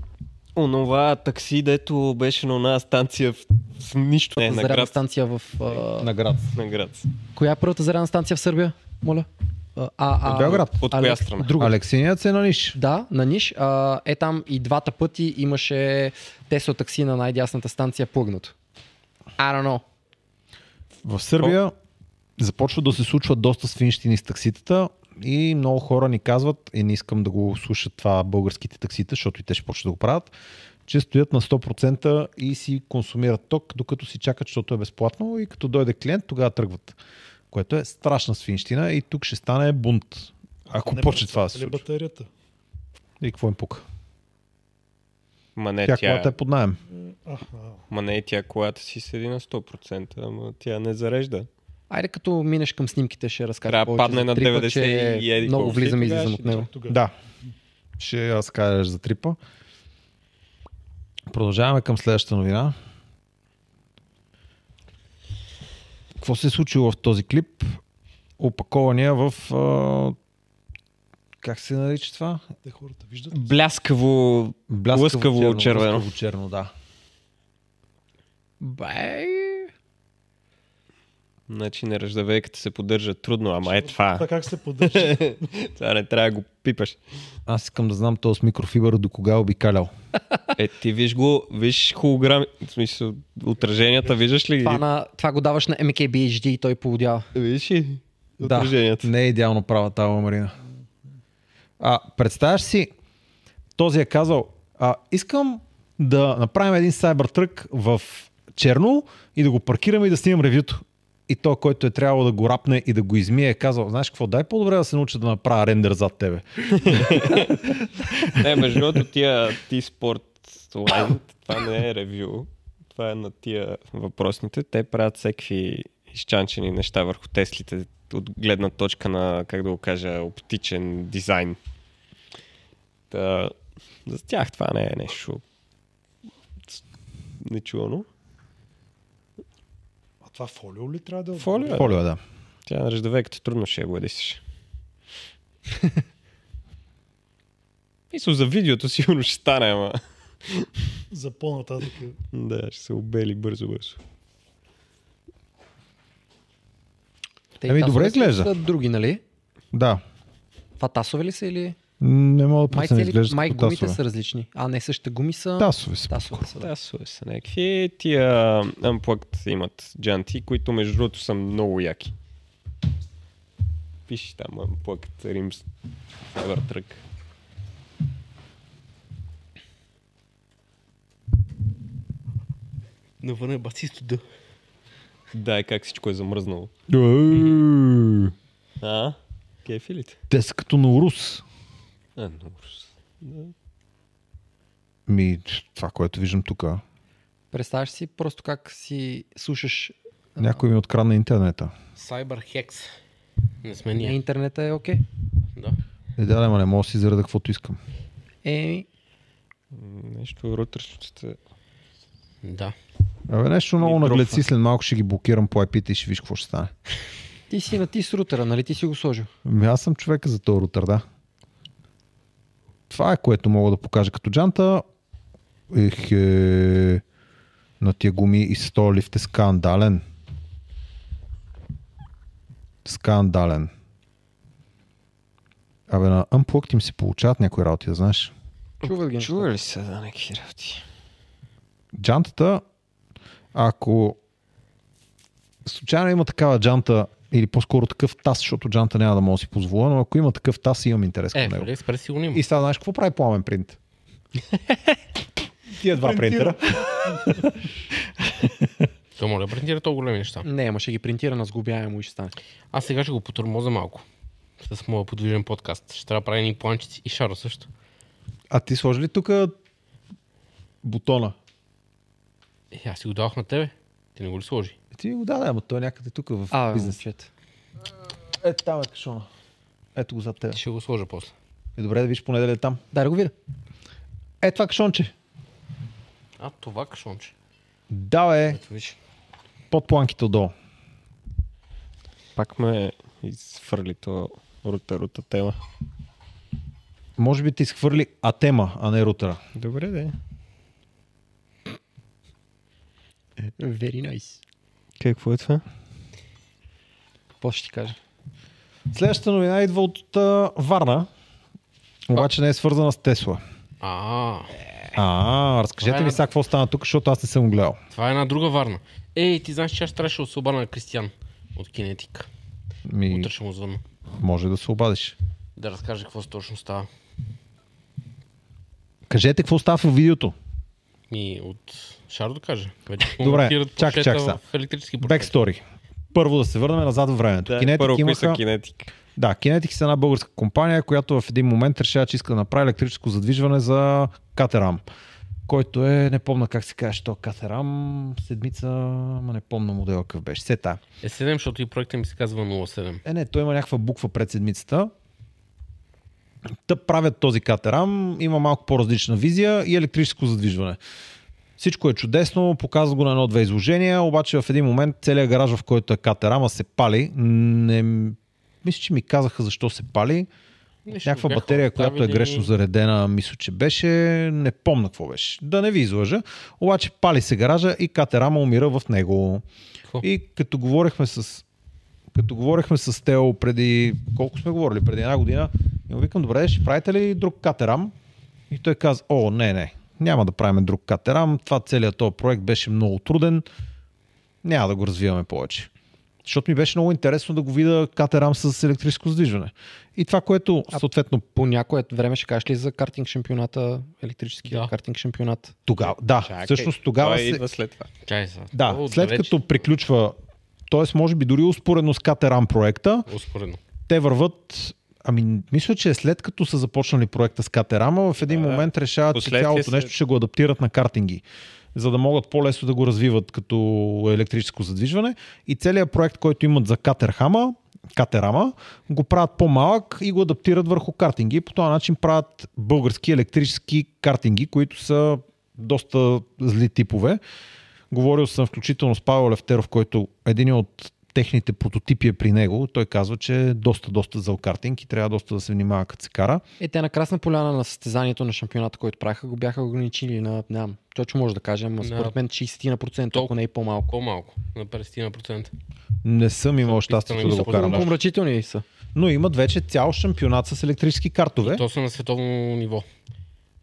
S5: онова такси, дето беше на една станция в, в нищо. Не, на
S4: зарядна
S5: град.
S4: станция в... А,
S2: На град.
S5: На град.
S4: коя е първата зарядна станция в Сърбия? Моля. А, а,
S2: От Белград?
S5: От коя страна?
S4: Друга.
S2: Алексиният се на ниш.
S4: Да, на Ниш. А, е там и двата пъти имаше Тесла такси на най-дясната станция плъгнато. I don't know.
S2: В Сърбия започва да се случват доста свинщини с такситата и много хора ни казват, и не искам да го слушат това българските таксита, защото и те ще почнат да го правят, че стоят на 100% и си консумират ток, докато си чакат, защото е безплатно и като дойде клиент, тогава тръгват. Което е страшна свинщина и тук ще стане бунт, ако
S1: Не
S2: почне това да се
S1: Или
S2: случва.
S1: батерията.
S2: И какво им пука?
S5: Ма не,
S2: Тя
S5: тя,
S2: колата е под найем.
S1: Аха.
S5: ма не, тя колата си седи на 100%, ама тя не зарежда.
S4: Айде като минеш към снимките, ще разкажа
S5: Трябва да
S4: повече
S5: падне
S4: за
S5: на
S4: трипа,
S5: 90
S4: че
S5: и еди
S4: много
S5: колко си,
S4: влизам и
S5: тогава
S4: излизам
S5: ще
S4: от него.
S1: Тогава.
S2: Да. Ще аз кажеш за трипа. Продължаваме към следващата новина. Какво се е случило в този клип? Опакования в... А... Как се нарича това?
S1: Те хората виждат.
S5: Бляскаво
S2: Бляскаво
S5: Лъскаво червено.
S2: Лъскаво черно, да.
S4: Бай!
S5: Значи неръждавейката се поддържа трудно, ама е това.
S1: Това как се поддържа?
S5: Това не трябва да го пипаш.
S2: Аз искам да знам този с микрофибър до кога е обикалял.
S5: Е, ти виж го, виж холограми, в смисъл, отраженията, виждаш ли ги?
S4: Това, на, това го даваш на MKBHD и той поводява.
S5: Виж ли отраженията?
S2: Да, не е идеално права тази ламарина. А, представяш си, този е казал, а, искам да направим един Cybertruck в черно и да го паркираме и да снимам ревюто. И то, който е трябвало да го рапне и да го измие, е казал, знаеш какво, дай по-добре да се науча да направя рендер зад тебе.
S5: Не, между другото, тия T-Sport онлайн, това не е ревю. Това е на тия въпросните. Те правят всеки изчанчени неща върху Теслите от гледна точка на, как да го кажа, оптичен дизайн. Та, за тях това не е нещо нечувано.
S1: А това фолио ли трябва да е?
S5: Фолио е.
S2: Полио, да.
S5: Тя на ръждавейката трудно ще я гладисиш. Мисля, за видеото сигурно ще стане, ама...
S1: За по-нататък. е.
S5: Да, ще се обели бързо-бързо.
S4: Те
S2: Ами,
S4: и
S2: добре
S4: тасовете
S2: изглежда.
S4: Са други, нали?
S2: Да.
S4: Това тасове ли са или...
S2: Не мога да
S4: Май,
S2: преценя,
S4: цели-
S2: изглежда
S4: май
S2: като
S4: гумите
S2: тасове.
S4: са различни. А, не, същите гуми са...
S2: Тасове са.
S4: Тасове са, да.
S5: Тасове са някакви. Тия Unplugged имат джанти, които между другото са много яки. Пиши там Unplugged Rims Cybertruck.
S3: Навън е баци студа.
S5: Да, и как всичко е замръзнало.
S2: Еее,
S5: А? Кефи ли те?
S2: Те са като на Урус.
S5: А, много ужас.
S2: Ми, това, което виждам тук. а.
S4: Представяш си просто как си слушаш
S2: Някой ми е открадна интернета.
S3: Cyber Hex. Не сме
S4: на
S3: ние.
S4: интернета е окей. Okay.
S3: Да.
S2: Е, да, ама не мога да си зареда каквото искам.
S4: Еми,
S5: Нещо рутърчетата.
S3: Да.
S2: Абе, нещо много
S5: Ми дропва.
S2: наглеци, след малко ще ги блокирам по IP-та и ще виж какво ще стане.
S4: ти си на ти с рутера, нали ти си го сложил?
S2: Ами аз съм човека за този рутер, да. Това е което мога да покажа като джанта. Ех, е... На тия гуми и с този лифт е скандален. Скандален. Абе, на Unplugged им се получават някои работи, да знаеш.
S4: Чува ги.
S5: Чува ли са да някакви работи?
S2: джантата, ако случайно има такава джанта, или по-скоро такъв таз, защото джанта няма да мога да си позволя, но ако има такъв таз, имам интерес към
S3: Е, в
S4: нали?
S2: него.
S3: AliExpress сигурно има.
S2: И сега знаеш какво прави пламен принт? Тия два принтера.
S3: Той може да принтира толкова големи неща.
S4: Не, ама ще ги принтира на сгубяемо и ще стане.
S3: Аз сега ще го потормоза малко. С моя подвижен подкаст. Ще трябва да правя едни планчици и шаро също.
S2: А ти сложи ли тук бутона?
S3: Е, аз си го давах на тебе. Ти не го ли сложи?
S2: Ти го даде, ама той е някъде тук в
S4: А,
S2: бизнес.
S4: момчета.
S2: Е, там е кашона. Ето го зад теб.
S3: Ще го сложа после.
S2: Е, добре да виж понеделя е там.
S4: Дай да го видя.
S2: Е, това кашонче.
S3: А, това кашонче.
S2: Да, е,
S3: Ето виж.
S2: под планките отдолу.
S5: Пак ме изфърли то рутер-рута тема.
S2: Може би ти изхвърли атема, а не рутера.
S5: Добре, да.
S4: Very nice.
S5: Какво е това?
S4: Какво ще ти кажа?
S2: Следващата новина идва от а, Варна. Обаче не е свързана с Тесла.
S3: А,
S2: А, разкажете ми сега какво стана тук, защото аз не съм гледал.
S3: това е една друга варна. Ей, ти знаеш, че аз трябваше да се обадя на Кристиян от Кинетик.
S2: Ми,
S3: Утре ще му звънна.
S2: може да се обадиш.
S3: Да разкаже какво точно става.
S2: Кажете какво става в видеото.
S3: Ми от Шаро да кажа. Вече му
S2: Добре,
S3: монтират
S2: чакай,
S3: поршета
S2: чакай сега.
S3: в електрически поршета.
S2: Бекстори. Първо да се върнем назад във времето.
S5: Да,
S2: Кинетик
S5: е първо, кои
S2: имаха...
S5: са кинетик?
S2: Да, Kinetics е една българска компания, която в един момент решава, че иска да направи електрическо задвижване за Катерам, който е, не помна как се казваше, то Катерам, седмица, ма не помна модела какъв беше, се тая.
S3: Е 7, защото и проекта ми се казва 07.
S2: Е, не, той има някаква буква пред седмицата. Та правят този катерам, има малко по-различна визия и електрическо задвижване. Всичко е чудесно, показва го на едно-две изложения, обаче в един момент целият гараж, в който е катерама, се пали. Не... Мисля, че ми казаха защо се пали.
S3: Нещо
S2: Някаква
S3: бяха
S2: батерия, която е
S3: оставили.
S2: грешно заредена, мисля, че беше. Не помна какво беше. Да не ви излъжа. Обаче пали се гаража и катерама умира в него.
S3: Какво?
S2: И като говорихме с като говорихме с Тео преди, колко сме говорили, преди една година, и му викам, добре, ще правите ли друг катерам? И той каза, о, не, не, няма да правим друг катерам, това целият този проект беше много труден, няма да го развиваме повече. Защото ми беше много интересно да го видя катерам с електрическо задвижване. И това, което съответно
S4: По някое време ще кажеш ли за картинг шампионата, електрическия
S3: Да.
S4: картинг шампионат?
S2: тогава, да,
S4: Чакай,
S2: всъщност тогава
S5: е. Това
S2: се,
S5: идва след това.
S3: Чай сега.
S2: да,
S3: О,
S2: след
S3: далеч.
S2: като приключва, т.е. може би дори успоредно с катерам проекта,
S3: Успоредно.
S2: те върват. Ами, мисля, че след като са започнали проекта с Катерама, в един
S5: Да,
S2: да,
S5: да.
S2: момент решават, че
S5: Последствие
S2: цялото
S5: се-
S2: нещо ще го адаптират на картинги, за да могат по-лесно да го развиват като електрическо задвижване. И целият проект, който имат за Катерхама, Катерама, го правят по-малък и го адаптират върху картинги. По този начин правят български електрически картинги, които са доста зли типове. Говорил съм включително с Павел Левтеров, който един от техните прототипи е при него. Той казва, че е доста, доста зъл картинг и трябва доста да се внимава като се кара.
S4: Е, те на Красна поляна на състезанието на шампионата, който правиха, го бяха ограничили на, нямам, точно може да кажем, но според мен 60%,
S3: Толкова.
S4: ако не и по-малко.
S3: По-малко. На 50%.
S2: Не съм имал щастието
S3: пистата
S2: да
S3: ми
S2: го
S3: са
S2: карам.
S3: по-добра.
S4: Помрачителни са.
S2: Но имат вече цял шампионат с електрически картове.
S3: То са на световно ниво.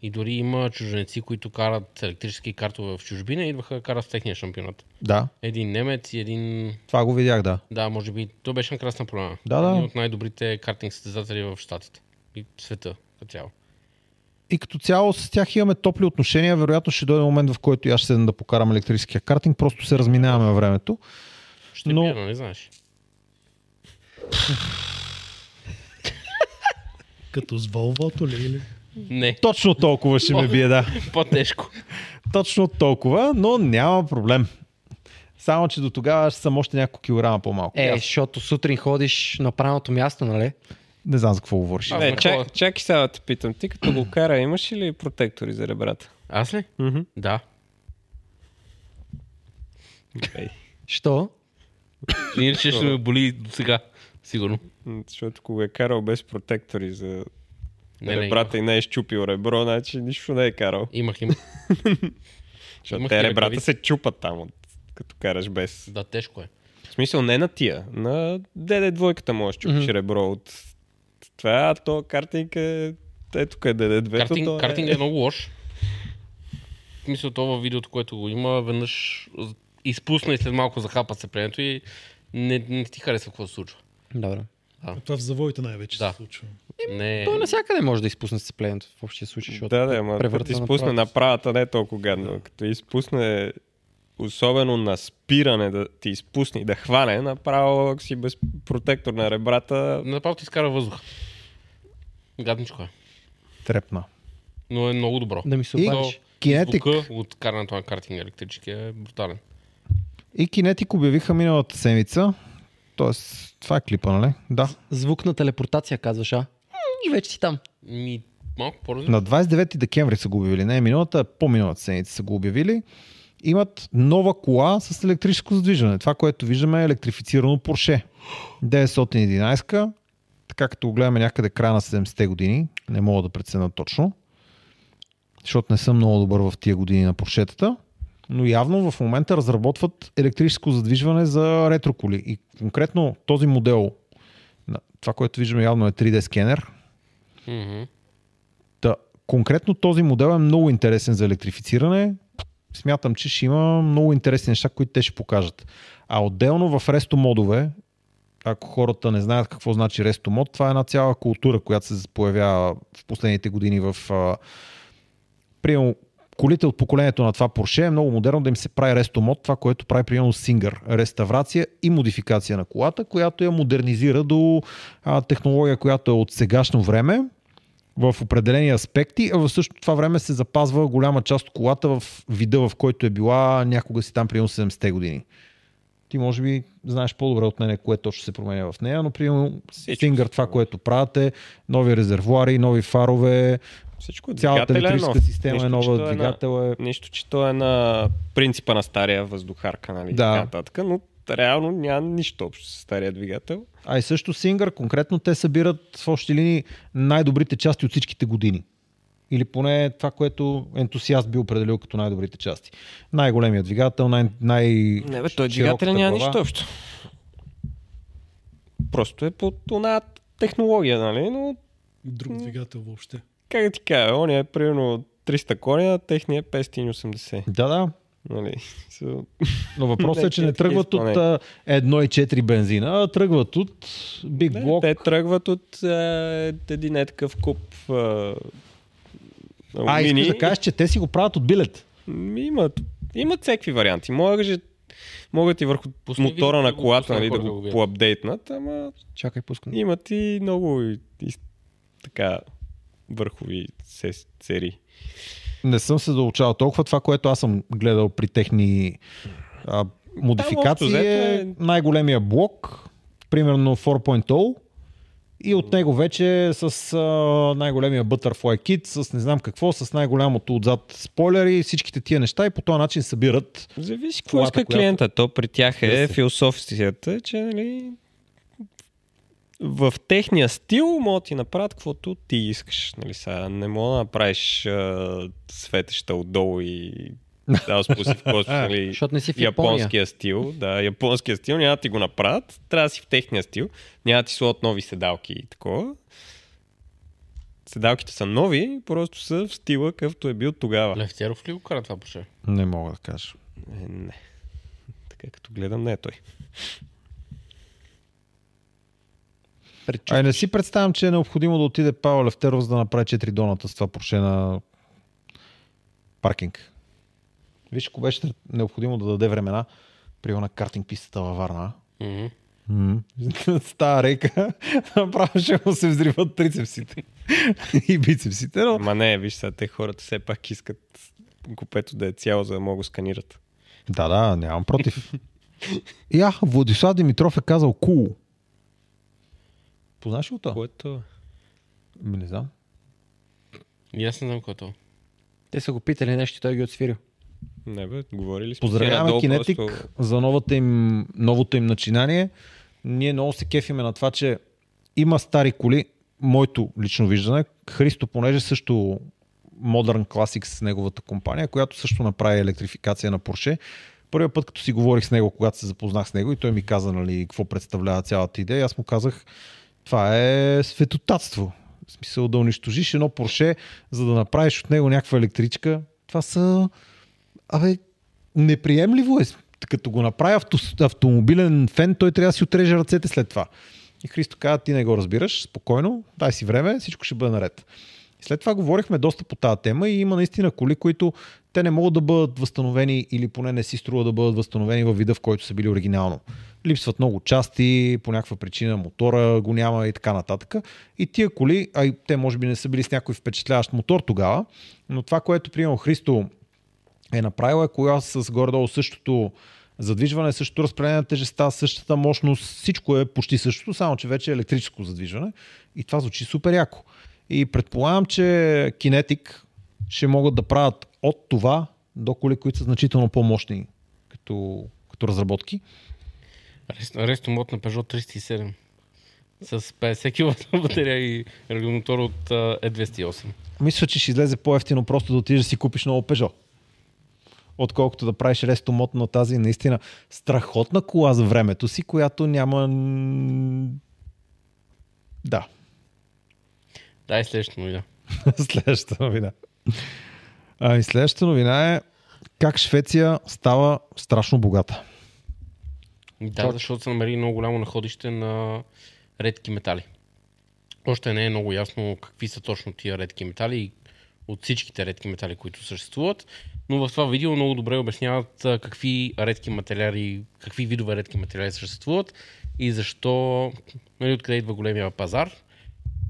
S3: И дори има чужденци, които карат електрически картове в чужбина и идваха да карат в техния шампионат.
S2: Да,
S3: Един немец и един...
S2: това го видях, да.
S3: Да, може би... То беше на красна поляна.
S2: Да, да.
S3: Един от най-добрите картинг състезатели в Штатите. И в света като цяло.
S2: И като цяло с тях имаме топли отношения. Вероятно ще дойде момент, в който и аз ще седна да покарам електрическия картинг. Просто се разминаваме във времето.
S3: Ще
S2: Но-
S3: Но... пия, нали знаеш?
S1: Като с Волвото ли? Или?
S3: Не,
S2: Точно толкова ще ме бие, да.
S3: по-тежко.
S2: Точно толкова, но няма проблем. Само, че до тогава ще съм още няколко килограма по-малко.
S4: Е, защото сутрин ходиш на правилното място, нали?
S2: Не знам за какво говориш.
S3: А,
S5: Не,
S3: ама какво
S5: чак,
S3: е?
S5: чакай сега да те питам. Ти като го кара, имаш ли протектори за ребрата?
S3: Аз ли?
S5: Мгм.
S3: Да.
S5: Ей,
S4: Що?
S3: Иначе ще ме боли до сега. Сигурно.
S5: м, Защото кога е карал без протектори за
S3: Не, не,
S5: ребрата и не е щупил ребро, значи нищо не е карал.
S3: Имах, имах.
S5: Защото
S3: Имах
S5: те
S3: и
S5: ребрата
S3: ръкавици.
S5: се чупат там, от, като караш без.
S3: Да, тежко е.
S5: В смисъл не на тия, на ДД двойката можеш да чупиш
S4: Мгм.
S5: ребро от това, а то картинг е... Ето къде е ДД 2
S3: Картинг, картинг е много лош. В смисъл това във видеото, което го има, веднъж изпусна и след малко захапа сцеплението и не, не ти харесва какво се случва.
S4: Добре.
S1: Това в завоите най-вече
S3: Да.
S1: се случва.
S3: Не,
S4: Той навсякъде може да изпусне сцеплението в общия случай, защото...
S5: Да, да, ама като
S4: превърта
S5: изпусне
S4: направо.
S5: направата не е толкова гадно. Като изпусне особено на спиране да ти изпусне и да хване, направо ако си без протектор на ребрата,
S3: направо ти изкара въздух. Гадничко е.
S2: Трепна.
S3: Но е много добро.
S4: Да ми се
S2: И-
S4: обадиш.
S2: Кинетик.
S3: Звука от карането на картинг електрически е брутален.
S2: И Кинетик обявиха миналата седмица. Тоест, това е клипа, нали? Да.
S4: Звук на телепортация, казваш, а? И вече си там.
S3: Ми, малко по-различно.
S2: На 29 декември са го обявили. Не е миналата, а по-миналата седмица са го обявили. Имат нова кола с електрическо задвижване. Това, което виждаме е електрифицирано Porsche. 911 така като го гледаме някъде края на 70-те години, не мога да преценя точно, защото не съм много добър в тия години на поршетата, но явно в момента разработват електрическо задвижване за ретроколи. И конкретно този модел, на- това, което виждаме явно е 3D скенер,
S3: Мгм.
S2: Та, конкретно този модел е много интересен за електрифициране. Смятам, че ще има много интересни неща, които те ще покажат. А отделно в ресто модове, ако хората не знаят какво значи ресто мод, това е една цяла култура, която се появява в последните години в а, Примерно, колите от поколението на това Porsche е много модерно да им се прави рестомод, това, което прави примерно Singer, реставрация и модификация на колата, която я модернизира до а, технология, която е от сегашно време в определени аспекти, а в същото това време се запазва голяма част от колата в вида, в който е била някога си там, примерно 70-те години. Ти може би знаеш по-добре от мене кое точно се променя в нея, но примерно
S5: Всичко
S2: Singer, това, което правите, нови резервуари, нови фарове,
S5: Всичко
S2: цялата
S5: двигателя е
S2: електрическа
S5: нов.
S2: система е
S5: Нищо, че той
S2: нова,
S5: е на-
S2: двигател е
S5: Нищо, че то е на принципа на стария въздухарка, нали? и
S2: Да.
S5: така Нататък, но реално няма нищо общо с стария двигател.
S2: А и също Singer, конкретно те събират в общи линии най-добрите части от всичките години. Или поне това, което ентусиаст би определил като най-добрите части. Най-големият двигател, най- най-
S5: Не, бе, той
S2: широката
S5: двигателя няма
S2: глава.
S5: нищо общо. Просто е под една технология, нали? Но
S1: Друг двигател въобще.
S5: как да ти кажа, он е примерно 300 коня, а техният е 580.
S2: Да, да.
S5: Нали? Со-
S2: Но въпросът е, че не
S5: Не, те
S2: тръгват
S5: такива
S2: от а, 1,4 бензина, а тръгват от Big Block.
S5: Те тръгват от е, един е такъв куп е,
S2: А,
S5: алумини.
S2: искаш да кажеш, че те си го правят от билет.
S5: Ми, Имат, имат всеки варианти. Могат, же- могат и върху
S3: Пусни
S5: мотора
S3: видео,
S5: на
S3: да го
S5: колата
S3: пусна
S5: нали, да
S3: хората да го
S5: го
S3: видят.
S5: поапдейтнат, ама
S4: Чакай, пускам.
S5: имат и много и, и, така върхови се, серии.
S2: Не съм се заучавал толкова. Това, което аз съм гледал при техни а,
S5: общо
S2: модификации
S5: взето
S2: е
S5: е-
S2: най-големия блок, примерно 4.0 и от него вече с а, най-големия Butterfly Kit, с не знам какво, с най-голямото отзад спойлери, всичките тия неща и по този начин събират.
S5: Зависи какво
S2: Колата,
S5: иска
S2: която-
S5: клиента. То при тях е
S2: Търси.
S5: философията, че нали, в техния стил могат да ти направят каквото ти искаш. Нали, сега не мога да направиш а, светеща отдолу и да, спуси в космос, нали,
S4: Защото не си в Япония.
S5: японския стил. Да, японския стил няма да ти го направят. Трябва да си в техния стил. Няма да ти слагат нови седалки и такова. Седалките са нови, просто са в стила, какъвто е бил тогава.
S3: Левтеров ли го кара това Porsche?
S2: Не мога да кажа.
S5: Е, не. Така като гледам, не е той.
S2: Ай, не си представям, че е необходимо да отиде Павел Левтеров, за да направи 4 доната с това Порше на паркинг. Виж, ако беше необходимо да даде времена при на картинг пистата във Варна,
S3: Мгм.
S2: Стара река, направо ще му се взриват трицепсите и бицепсите, но
S5: Ама не, виж сега, те хората все пак искат купето да е цяло, за да мога сканират.
S2: да, да, нямам против. Я, Владислав Димитров е казал кул. Познаш ли го това?
S5: Което...
S2: Ми, Не знам.
S3: И аз не знам кой е това.
S4: Те са го питали нещо и той ги е отсвирил.
S5: Не бе, говорили сме. Тя
S2: Поздравяваме
S5: надолу
S2: Кинетик
S5: просто-
S2: за новата им, новото им начинание. Ние много се кефиме на това, че има стари коли, моето лично виждане. Христо, понеже също Modern Classics с неговата компания, която също направи електрификация на Porsche. Първият път, като си говорих с него, когато се запознах с него и той ми каза, нали, какво представлява цялата идея, и аз му казах, това е светотатство. В смисъл да унищожиш едно Порше, за да направиш от него някаква електричка. Това са... Абе, неприемливо е. Като го направи авто, автомобилен фен, той трябва да си отреже ръцете след това. И Христо каза, ти не го разбираш, спокойно, дай си време, всичко ще бъде наред. И след това говорихме доста по тази тема и има наистина коли, които те не могат да бъдат възстановени или поне не си струва да бъдат възстановени във вида, в който са били оригинално. Липсват много части, по някаква причина мотора го няма и така нататък. И тия коли, а и те може би не са били с някой впечатляващ мотор тогава, но това, което приема Христо е направила е кола с горе-долу същото задвижване, същото разпределение на тежеста, същата мощност, всичко е почти същото, само че вече е електрическо задвижване и това звучи супер яко. И предполагам, че кинетик ще могат да правят от това до коли, които са значително по-мощни като, като разработки.
S3: Арест- Арестомот на Peugeot 307. С 50 кВт батерия и регулатор от а, Е E208.
S2: Мисля, че ще излезе по-ефтино просто да отидеш да си купиш ново Peugeot. Отколкото да правиш рестомот на тази наистина страхотна кола за времето си, която няма... м, Да,
S3: Да, и следващата новина.
S2: следващата новина. А, и следващата новина е как Швеция става страшно богата.
S3: Да, защото са намерили много голямо находище на редки метали. Още не е много ясно какви са точно тия редки метали и от всичките редки метали, които съществуват. Но в това видео много добре обясняват а, какви редки материали, какви видове редки материали съществуват и защо, нали, откъде идва големия пазар,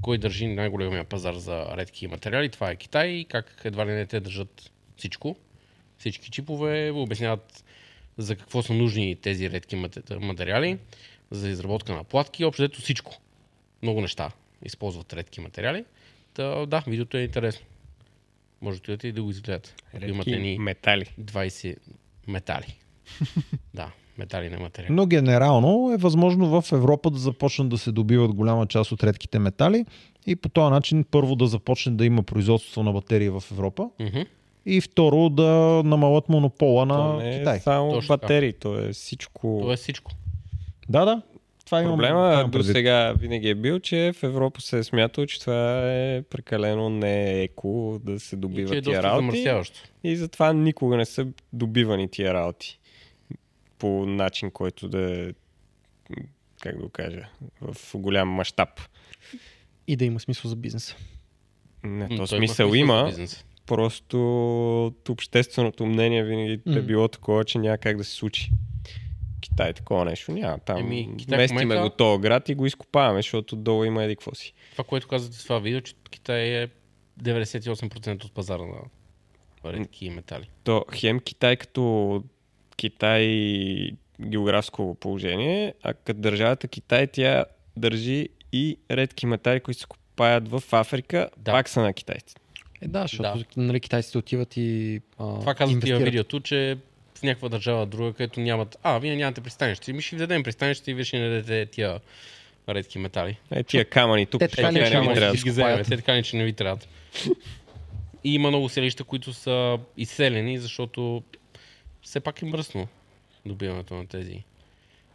S3: кой държи най-големия пазар за редки материали, това е Китай, и как едва ли не те държат всичко, всички чипове, обясняват за какво са нужни тези редки мате- материали, за изработка на платки, общо взето всичко. Много неща използват редки материали. Та, да, видеото е интересно. Може да отидете и да го изгледате. ако Имате
S5: Редки
S3: ни
S5: метали.
S3: 20 метали. да, метали на материали.
S2: Но генерално е възможно в Европа да започнат да се добиват голяма част от редките метали и по този начин първо да започне да има производство на батерии в Европа
S3: Мгм.
S2: и второ да намалят монопола
S5: То
S2: на
S5: не е
S2: Китай.
S5: само
S3: Точно така.
S5: батерии, то е всичко.
S3: Това е всичко.
S2: Да, да. Това имам, това
S5: Проблема
S2: имам
S5: до
S2: предвид.
S5: сега винаги е бил, че в Европа се е смятало, че това е прекалено не еко да се
S3: И че
S5: добиват
S3: е
S5: тия
S3: доста
S5: работи.
S3: замърсяващо.
S5: И затова никога не са добивани тия работи. По начин, който да е, как да го кажа, в голям мащаб.
S4: И да има смисъл за бизнеса.
S5: Не,
S3: М,
S5: то
S3: той
S5: смисъл
S3: за
S5: има,
S3: бизнеса.
S5: просто от общественото мнение винаги
S4: Мгм.
S5: е било такова, че няма как да се случи. Китай такова нещо няма. Там
S3: Еми,
S5: Еми,
S3: Китай в
S5: местиме
S3: момента-
S5: го този град и го изкопаваме, защото долу има еди какво си.
S3: Това, което казвате в това видео, че Китай е 98% от пазара на редки метали.
S5: То хем Китай като Китай географско положение, а като държавата Китай тя държи и редки метали, които се копаят в Африка,
S3: Да.
S5: да. пак са на китайците.
S4: Е, да, защото да. Нали, китайците отиват и. А,
S3: Това казват и във
S4: инвестират.
S3: видеото, че в някаква държава друга, където нямат... А, вие нямате пристанище. Ми ще ви дадем пристанище и вие ще ни дадете тия редки метали.
S5: Е, тия камъни тук,
S4: Те
S5: защото
S4: така ли
S5: те не
S4: ще
S5: ми
S4: може
S5: трябва.
S3: да ги вземем. Те така не, че не ви трябват. И има много селища, които са изселени, защото все пак е мръсно добиването на тези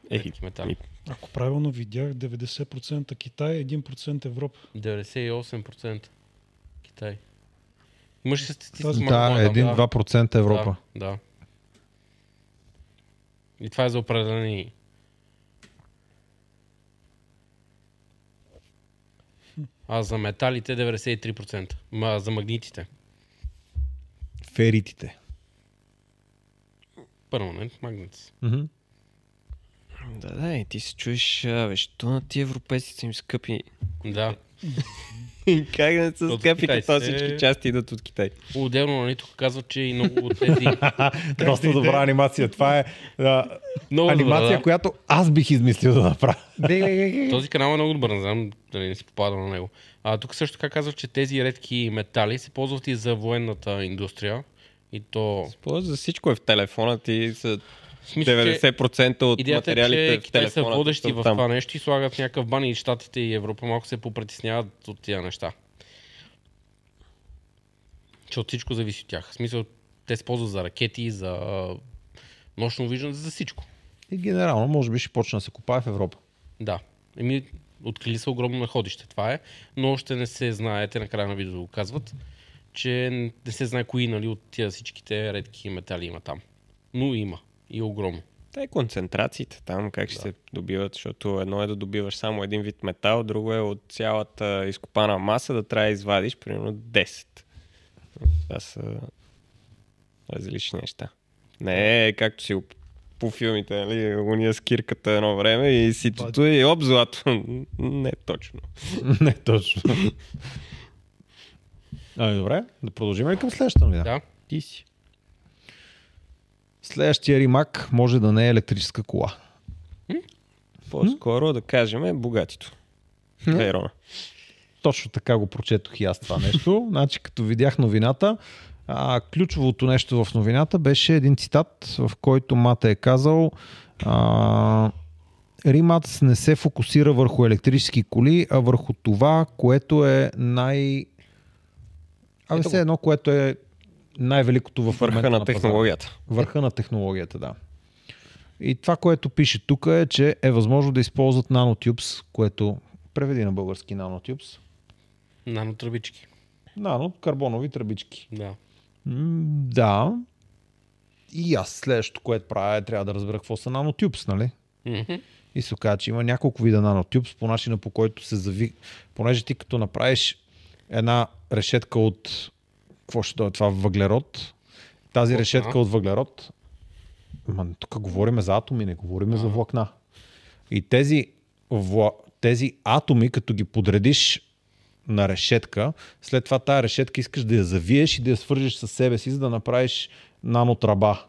S5: Ех,
S3: редки метали.
S1: Ако правилно видях, 90% Китай, 1% Европа.
S3: 98% Китай. Имаше статистика.
S1: Тази-
S3: мога мога
S2: Да,
S3: дам,
S2: 1-2% Европа.
S3: Да, да. И това е за определени. А за металите 93%. Ма, за магнитите.
S2: Феритите.
S3: Перманент магнит.
S2: Мгм.
S5: Да, да, и ти се чуеш, а, бе, що на тия европейците им скъпи?
S3: Да.
S5: как да не са
S3: От
S5: скъпи, като
S3: китайците-
S5: всички части идват от Китай?
S3: Отделно, нали, тук казват, че и много от тези...
S2: Доста добра анимация. Това е а,
S3: Много добра,
S2: анимация,
S3: да.
S2: която аз бих измислил да направя.
S3: Този канал е много добър, не знам дали не си попадал на него. А тук също така казват, че тези редки метали се ползват и за военната индустрия. И то...
S5: Полз за всичко е в телефона ти, са
S3: В смисъл, че
S5: 90% от
S3: Идеята е,
S5: материалите
S3: че
S5: в
S3: Китай са
S5: телефона.
S3: водещи
S5: са
S3: в
S5: там.
S3: това нещо и слагат в някакъв бан и Штатите и Европа малко се попритесняват от тия неща. Че от всичко зависи от тях. В смисъл, те се ползват за ракети, за а, нощно виждане, за всичко.
S2: И генерално, може би ще почне да се копае в Европа.
S3: Да. Еми, открили са огромно находище, това е. Но още не се знае, те накрая на видео го казват, че не се знае кои нали, от тия всичките редки метали има там. Но има. И е огромно.
S5: Те концентрациите там, как ще се добиват, защото едно е да добиваш само един вид метал, друго е от цялата изкопана маса да трябва да извадиш примерно 10. Това са различни неща. Не е както си го по филмите, нали, уния с кирката едно време и ситото и оп, злато. Не точно.
S2: Не, точно. Ами добре, да продължим ли към следващата новина?
S3: Да.
S4: Ти си.
S2: Следващия римак може да не е електрическа кола.
S5: По-скоро да кажем е богатито. Верона.
S2: Точно така го прочетох и аз това нещо. Значи, като видях новината, а, ключовото нещо в новината беше един цитат, в който Мата е казал а, Римац не се фокусира върху електрически коли, а върху това, което е най... Абе,
S5: Ето
S2: все едно, което е най-великото в момента
S5: Върха на
S2: пазара.
S5: технологията.
S2: Върха на технологията, да. И това, което пише тук е, че е възможно да използват нанотюбс, което преведи на български нанотюбс.
S3: Нанотръбички.
S2: Нано, карбонови тръбички.
S3: Да.
S2: М, да. И аз следващото, което правя, е, трябва да разбера какво са нанотюбс, нали?
S3: Мгм.
S2: И се оказа, че има няколко вида нанотюбс по начина по който се зави... Понеже ти като направиш една решетка от какво ще е това въглерод? Тази решетка от въглерод. Ма, тук говориме за атоми, не говориме за влакна. И тези, вла... тези атоми, като ги подредиш на решетка, след това тая решетка искаш да я завиеш и да я свържеш със себе си, за да направиш нанотраба.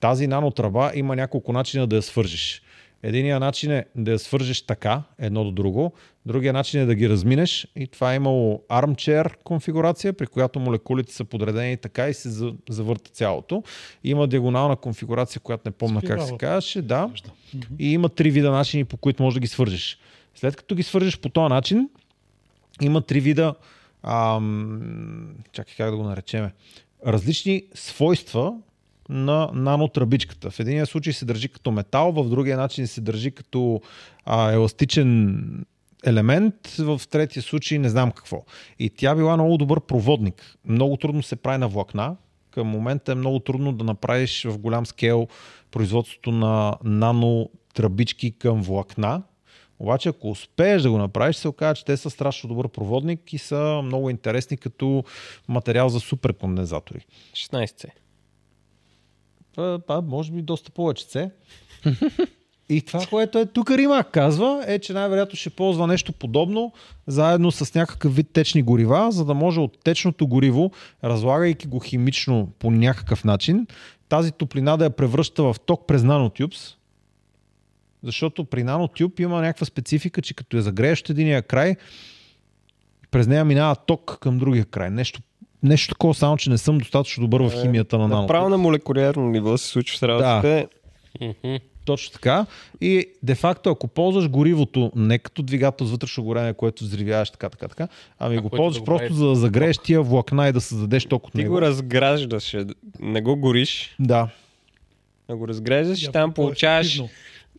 S2: Тази нанотраба има няколко начина да я свържеш. Единият начин е да я свържеш така, едно до друго. Другия начин е да ги разминеш и това е имало armchair конфигурация, при която молекулите са подредени така и се за- завърта цялото. Има диагонална конфигурация, която не помня как се
S1: Спиралата.
S2: казваше. Да. И има три вида начини, по които можеш да ги свържеш. След като ги свържеш по този начин, има три вида, ам, чакай как да го наречеме, различни свойства на нанотръбичката. В единия случай се държи като метал, в другия начин се държи като а, еластичен елемент, в третия случай не знам какво. И тя била много добър проводник. Много трудно се прави на влакна. Към момента е много трудно да направиш в голям скел производството на нанотръбички към влакна, обаче, ако успееш да го направиш, се оказва, че те са страшно добър проводник и са много интересни като материал за суперкондензатори.
S5: 16.
S2: Па, па, може би доста повече це. И това, което е тук Рима казва, е, че най-вероятно ще ползва нещо подобно, заедно с някакъв вид течни горива, за да може от течното гориво, разлагайки го химично по някакъв начин, тази топлина да я превръща в ток през нанотюбс, защото при нанотюб има някаква специфика, че като я загрееш от единия край, през нея минава ток към другия край. Нещо, нещо такова, само че не съм достатъчно добър в химията на нанотюб.
S5: Направо на молекулярно ниво се случва с работите.
S2: Точно така. И де факто, ако ползваш горивото не като двигател с вътрешно горене, което взривяваш така, така, така, ами го
S3: което
S2: ползваш
S3: да го
S2: просто
S3: прави
S2: за да загрееш тия влакна и да създадеш ток от
S5: Ти
S2: него.
S5: го разграждаш, е, не го гориш,
S2: Да.
S5: а го разграждаш и
S1: Явно
S5: там получаваш
S1: по-ефективно.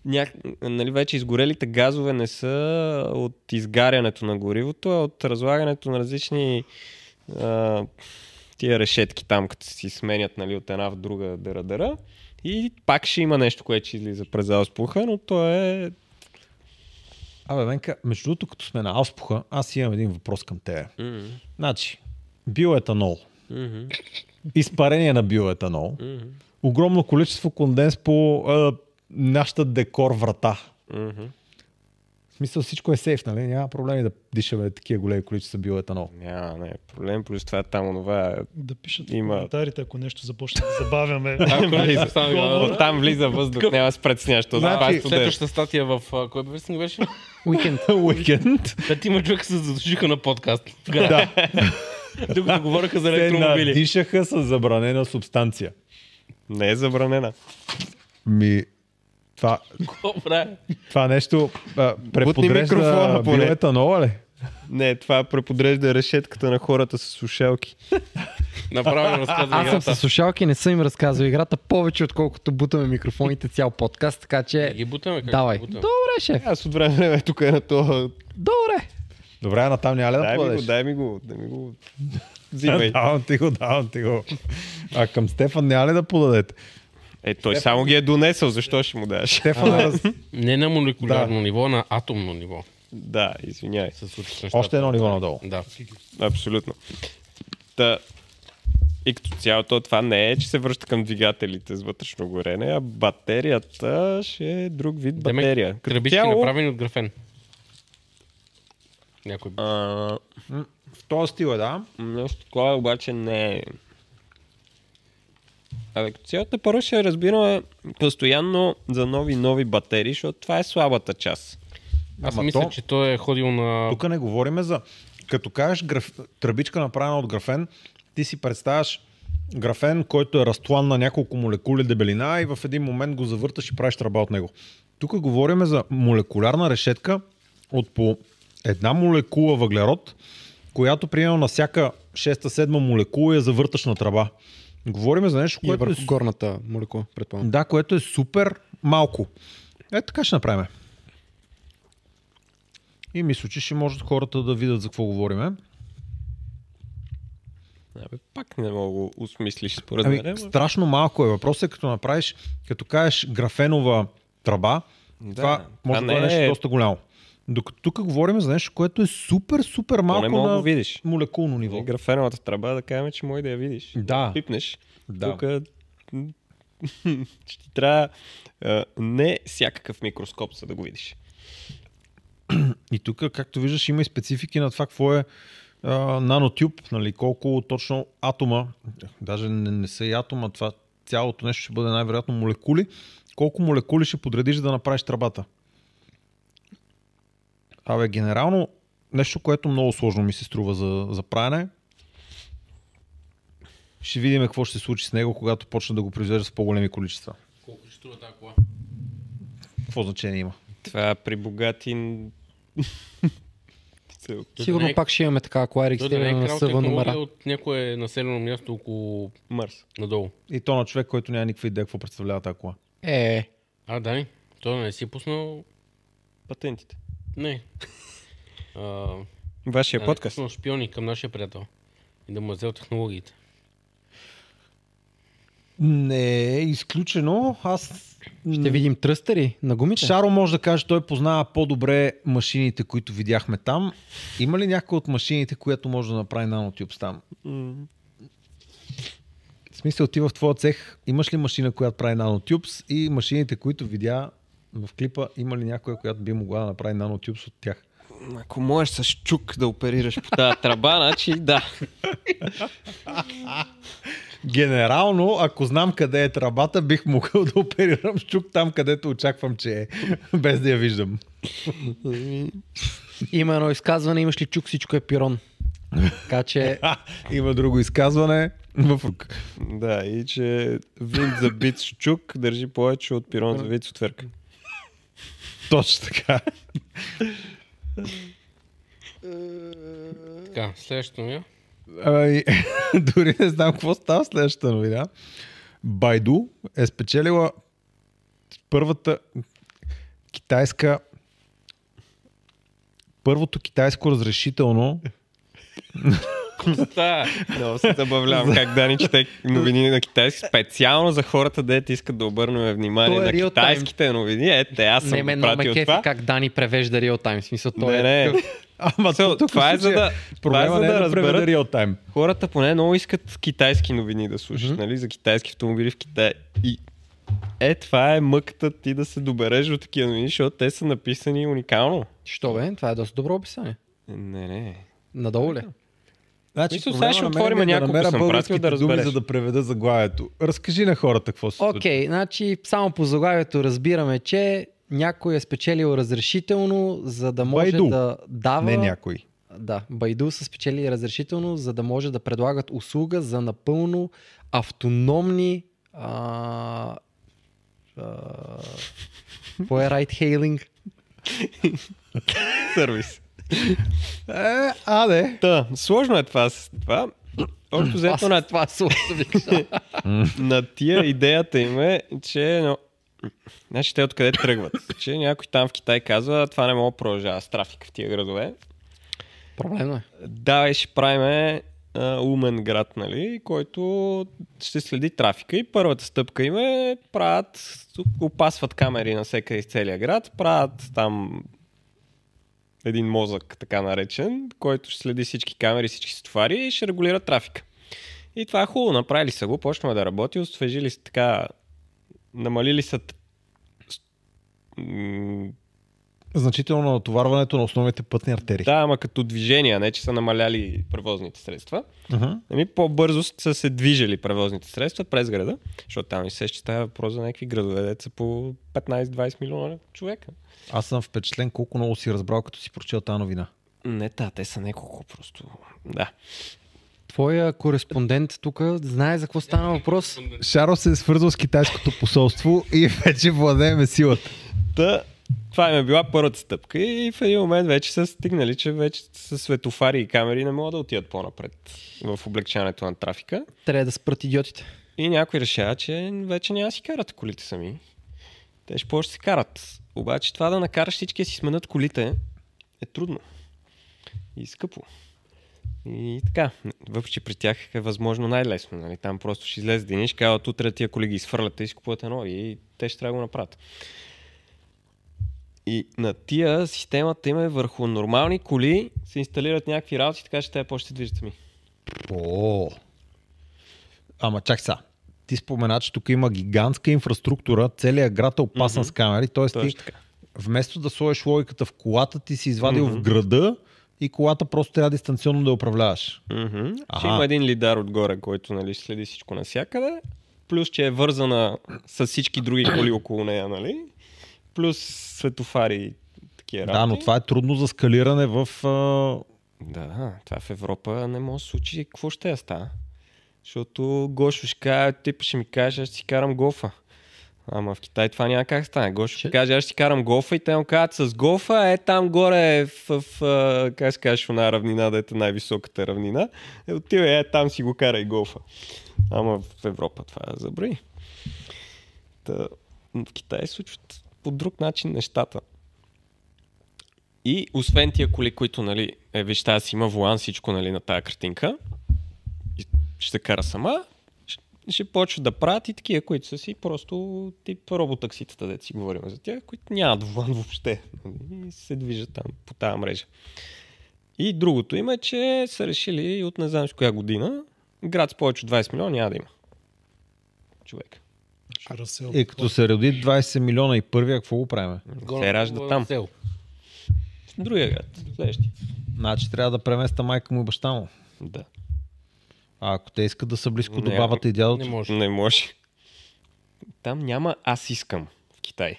S5: Ня... Нали, вече изгорелите газове не са от изгарянето на горивото, а от разлагането на различни а, тия решетки там, като си сменят нали, от една в друга дъра-дъра. И пак ще има нещо, което ще излиза през ауспуха, но то е...
S2: Абе, Венка, между другото, като сме на Ауспуха, аз имам един въпрос към тебе. Значи, биоетанол. Изпарение на биоетанол. Огромно количество конденс по а, нашата декор врата. В смисъл всичко е сейф, нали? Няма проблеми да дишаме такива големи количества биоетанол.
S5: Няма, не е проблем, плюс това там онова... е,
S1: Да пишат
S5: Има.
S1: в коментарите, ако нещо започне да забавяме.
S3: Ако не Значи, стане
S5: От там влиза въздух, няма да се притесняваш, защото
S2: Значи,
S5: това е студено.
S3: Следващата статия в а, кой вестник беше?
S4: Уикенд.
S2: Уикенд.
S3: Да ти има човека се задушиха на подкаст. Да. Докато говореха за
S2: Те
S3: електромобили.
S2: надишаха с забранена субстанция.
S5: Не е забранена.
S2: Ми, това,
S3: Добре.
S2: това нещо а, преподрежда
S5: микрофона поне.
S2: биоетанола ли?
S5: Не, това преподрежда решетката на хората с слушалки.
S3: Направо разказвам
S4: Аз съм
S3: играта.
S4: със слушалки, не съм им разказал играта повече, отколкото бутаме микрофоните цял подкаст, така че...
S3: Ги бутаме как
S4: Давай.
S3: ги бутаме.
S4: Добре, шеф.
S5: Аз от време на време тук е на това
S4: Добре.
S2: Добре, а натам няма ли да
S5: Дай ми
S2: подадеш?
S5: го, дай ми го, дай ми го. Взимай.
S2: Давам ти го, давам ти го. А към Стефан няма ли да подадете?
S5: Е, той само ги е донесъл, защо ще му даш?
S2: Стефан е раз...
S3: Не на молекулярно ниво, на атомно ниво.
S5: Да, извиняй.
S3: се случват нещата.
S2: Още едно ниво надолу.
S3: Да.
S5: Абсолютно. Та, и като цяло то това не е, че се връща към двигателите с вътрешно горене, а батерията ще е друг вид батерия.
S3: Демек, тръбички направени от графен. Някой би.
S5: а,
S2: В този стил е, да.
S5: Нещо такова обаче не е. Абе, като цяло те първо ще разбираме постоянно за нови нови батерии, защото това е слабата част.
S3: Аз
S2: Ама
S3: мисля,
S2: то-
S3: че той е ходил на...
S2: Тук не говориме за... Като кажеш граф... тръбичка направена от графен, ти си представяш графен, който е разтлан на няколко молекули дебелина и в един момент го завърташ и правиш тръба от него. Тук говориме за молекулярна решетка от по една молекула въглерод, която примерно на всяка 6-7 молекула я завърташ на тръба. Говориме за нещо,
S4: И е
S2: което е
S4: върху горната молекула, предполагам.
S2: Да, което е супер малко. Е, така ще направим. И мисля, че ще можат хората да видят за какво говориме.
S5: Абе, пак не мога да го осмислиш според
S2: Ами,
S5: мен. Ами,
S2: страшно малко е. Въпросът е като направиш, като кажеш графенова тръба, да, това може да,
S5: не
S2: е нещо
S5: е-
S2: доста голямо. Докато тук говорим за нещо, което е супер, супер
S5: Малко
S2: малко
S5: не мога да
S2: на
S5: го видиш.
S2: молекулно ниво.
S5: И Графеновата тръба, да кажем, че може да я видиш.
S2: Да.
S5: Пипнеш.
S2: Да.
S5: Тук ще ти трябва а, не всякакъв микроскоп, за да го видиш.
S2: И тук, както виждаш, има и специфики на това какво е а, нанотюб, нали, колко точно атома, даже не, не са и атома, това цялото нещо ще бъде най-вероятно молекули, колко молекули ще подредиш за да направиш тръбата. Абе, генерално, нещо, което много сложно ми се струва за, за правене, ще видим какво ще се случи с него, когато почне да го произвежда с по-големи количества.
S3: Колко ще струва тази кола?
S2: Какво значение има?
S5: Това е при богатин...
S4: Сигурно
S3: не е-
S4: пак ще имаме така, ако Арикс
S3: Той
S4: да
S3: да не е
S4: на
S3: крал
S4: съва
S3: технология
S4: номера.
S3: от някое населено място около
S5: Марс.
S3: надолу.
S2: И то на човек, който няма никаква идея какво представлява тази кола.
S4: Е, е.
S3: А, Дани, той не си пуснал...
S5: Патентите.
S3: Не. А,
S5: Вашия
S3: да,
S5: Е, подкаст.
S3: пуснал шпиони към нашия приятел. И да му е взел технологиите.
S2: Не е изключено. Аз...
S4: ще видим тръстери на гумите.
S2: Шаро може да каже, той познава по-добре машините, които видяхме там. Има ли някоя от машините, която може да направи нанотюбс там?
S5: М,
S2: В смисъл ти в твоя цех имаш ли машина, която прави нанотюбс и машините, които видя в клипа, има ли някоя, която би могла да направи нанотюбс от тях?
S5: Ако можеш с чук да оперираш по тази тръба, значи да.
S2: Генерално, ако знам къде е тръбата, бих могъл да оперирам с чук там, където очаквам, че е, без да я виждам.
S4: Има едно изказване, имаш ли чук, всичко е пирон. Така че
S2: А, има друго изказване в рук.
S5: Да, и че винт за бит с чук държи повече от пирон за вид с отвърка.
S2: Точно така.
S3: Така, следващото ми е.
S2: Ами, дори не знам какво става в следващата новина. Байду е спечелила първата китайска първото китайско разрешително
S3: Та,
S5: Много се забавлявам как Дани чете новини на китайски. Специално за хората, дете искат да обърнем внимание
S4: То е
S5: на
S4: real time.
S5: китайските новини. Ете, аз
S4: не
S5: съм
S4: мен
S5: го
S4: но ме
S5: пратил
S4: кефи
S5: това.
S4: как Дани превежда реал тайм. Смисъл, той
S5: Не,
S4: е
S5: не.
S4: такъв-
S2: Ама
S5: Цел,
S2: тук в
S5: това е за
S2: случая
S5: да, това е
S2: проблема
S5: за
S2: не е
S5: да разберат.
S2: реал тайм.
S5: Хората поне много искат китайски новини да слушат, mm-hmm. нали? За китайски автомобили в Китай. И е, това е мъката ти да се добереш до такива новини, защото те са написани уникално.
S4: Що бе? Това е доста добро описание.
S5: Не, не.
S4: Надолу
S5: Е,
S4: ли?
S2: Значи,
S5: Мисля, сега
S2: проблема
S5: ще
S2: на мен
S5: отворим
S2: е да
S5: няколко
S2: намеря
S5: съм
S2: българските
S5: пратил да
S2: думи,
S5: разбереш.
S2: за да преведа заглавието. Разкажи на хората какво се случва.
S4: Окей, значи само по заглавието разбираме, че някой е спечелил разрешително, за да може
S2: Байду.
S4: да дава...
S2: Не някой.
S4: Да, Байду са спечели разрешително, за да може да предлагат услуга за напълно автономни а, а, какво е райт хейлинг?
S5: Сервис.
S2: Е, а, не.
S5: Та, сложно е това с това. Общо взето на,
S4: това е сложно, викаш.
S5: на тия идеята им е, че... Но... Значи те откъде тръгват? Че някой там в Китай казва, това не мога да продължава с трафик в тия градове.
S4: Проблемно е.
S5: Да, ще правим е, а, умен град, нали, който ще следи трафика и първата стъпка им е правят, опасват камери навсякъде из целия град, правят там един мозък, така наречен, който ще следи всички камери, всички сетовари и ще регулира трафика. И това е хубаво, направили са го, почнала да работи, освежили са така, намалили са т- с- м,
S2: Значително натоварването на основните пътни артерии.
S5: да, ама като движение, не че са намаляли превозните средства.
S2: Мгм.
S5: Ами, по-бързо са се движели превозните средства през града, защото там ми се ще става въпрос за някакви градове, деца по 15-20 милиона човека.
S2: Аз съм впечатлен колко много си разбрал, като си прочел тази новина.
S5: Не, та, те са няколко просто. Да.
S4: Твоя кореспондент тук знае за какво стана въпрос.
S2: Шаро се е свързал с китайското посолство и вече владееме силата.
S5: Та, това им е била първата стъпка и в един момент вече са стигнали, че вече с светофари и камери не могат да отидат по-напред в облегчаването на трафика.
S4: Трябва да спрат идиотите.
S5: И някой решава, че вече няма да си карат колите сами. Те ще повече се карат. Обаче това да накараш всички да си сменят колите е трудно. И скъпо. И така, въпреки че при тях е възможно най-лесно. Нали? Там просто ще излезе един и ще казват утре тия колеги изфърлят и си купувате нови и те ще трябва да го направят. И на тия системата им е върху нормални коли се инсталират някакви работи, така че те повече се движат сами.
S2: О. Ама чак са. Ти спомена, че тук има гигантска инфраструктура, целият град е опасен mm-hmm. с камери, т.е. ти
S5: Точно така.
S2: вместо да сложиш логиката в колата, ти си извадил mm-hmm. в града и колата просто трябва дистанционно да я управляваш.
S5: Мгм. Ще
S2: Аха.
S5: има един лидар отгоре, който нали, ще следи всичко навсякъде. Плюс, че е вързана с всички други коли около нея, нали? Плюс светофари и такива
S2: Да, но това е трудно за скалиране в... А...
S5: Да, да, това в Европа не може да се случи. Какво ще я става? Защото Гошо ще каже, тип ще ми каже, аз ще си карам голфа. Ама в Китай това няма как стане. Гошо ще каже, аз ще си карам голфа и те му казват с голфа, е там горе е в, в а, как се казваш, една равнина, дето е най-високата равнина. Е, отивай, е, там си го карай голфа. Ама в Европа това е забрави. Та, в Китай се случват по друг начин нещата. И освен тия коли, които, нали, е, виж, тази си има волан всичко, нали, на тази картинка, и ще се кара сама, ще, ще почва да правят и такива, които са си просто тип роботакситата, дето си говорим за тях, които нямат волан въобще нали, и се движат там по тази мрежа. И другото им е, че са решили от не знам с коя година, град с повече от 20 милиона няма да има. Човек.
S1: Ще разсел.
S2: Е, като се роди 20 милиона и първия, какво го правим?
S5: се
S3: е
S5: ражда там.
S4: Сел.
S5: Другия град. Следващия.
S2: Значи трябва да преместа майка му и баща му.
S5: Да.
S2: А ако те искат да са близко до
S5: Не,
S2: бабата и
S3: Не
S2: дядото,
S3: може.
S5: Не може. Там няма аз искам в Китай.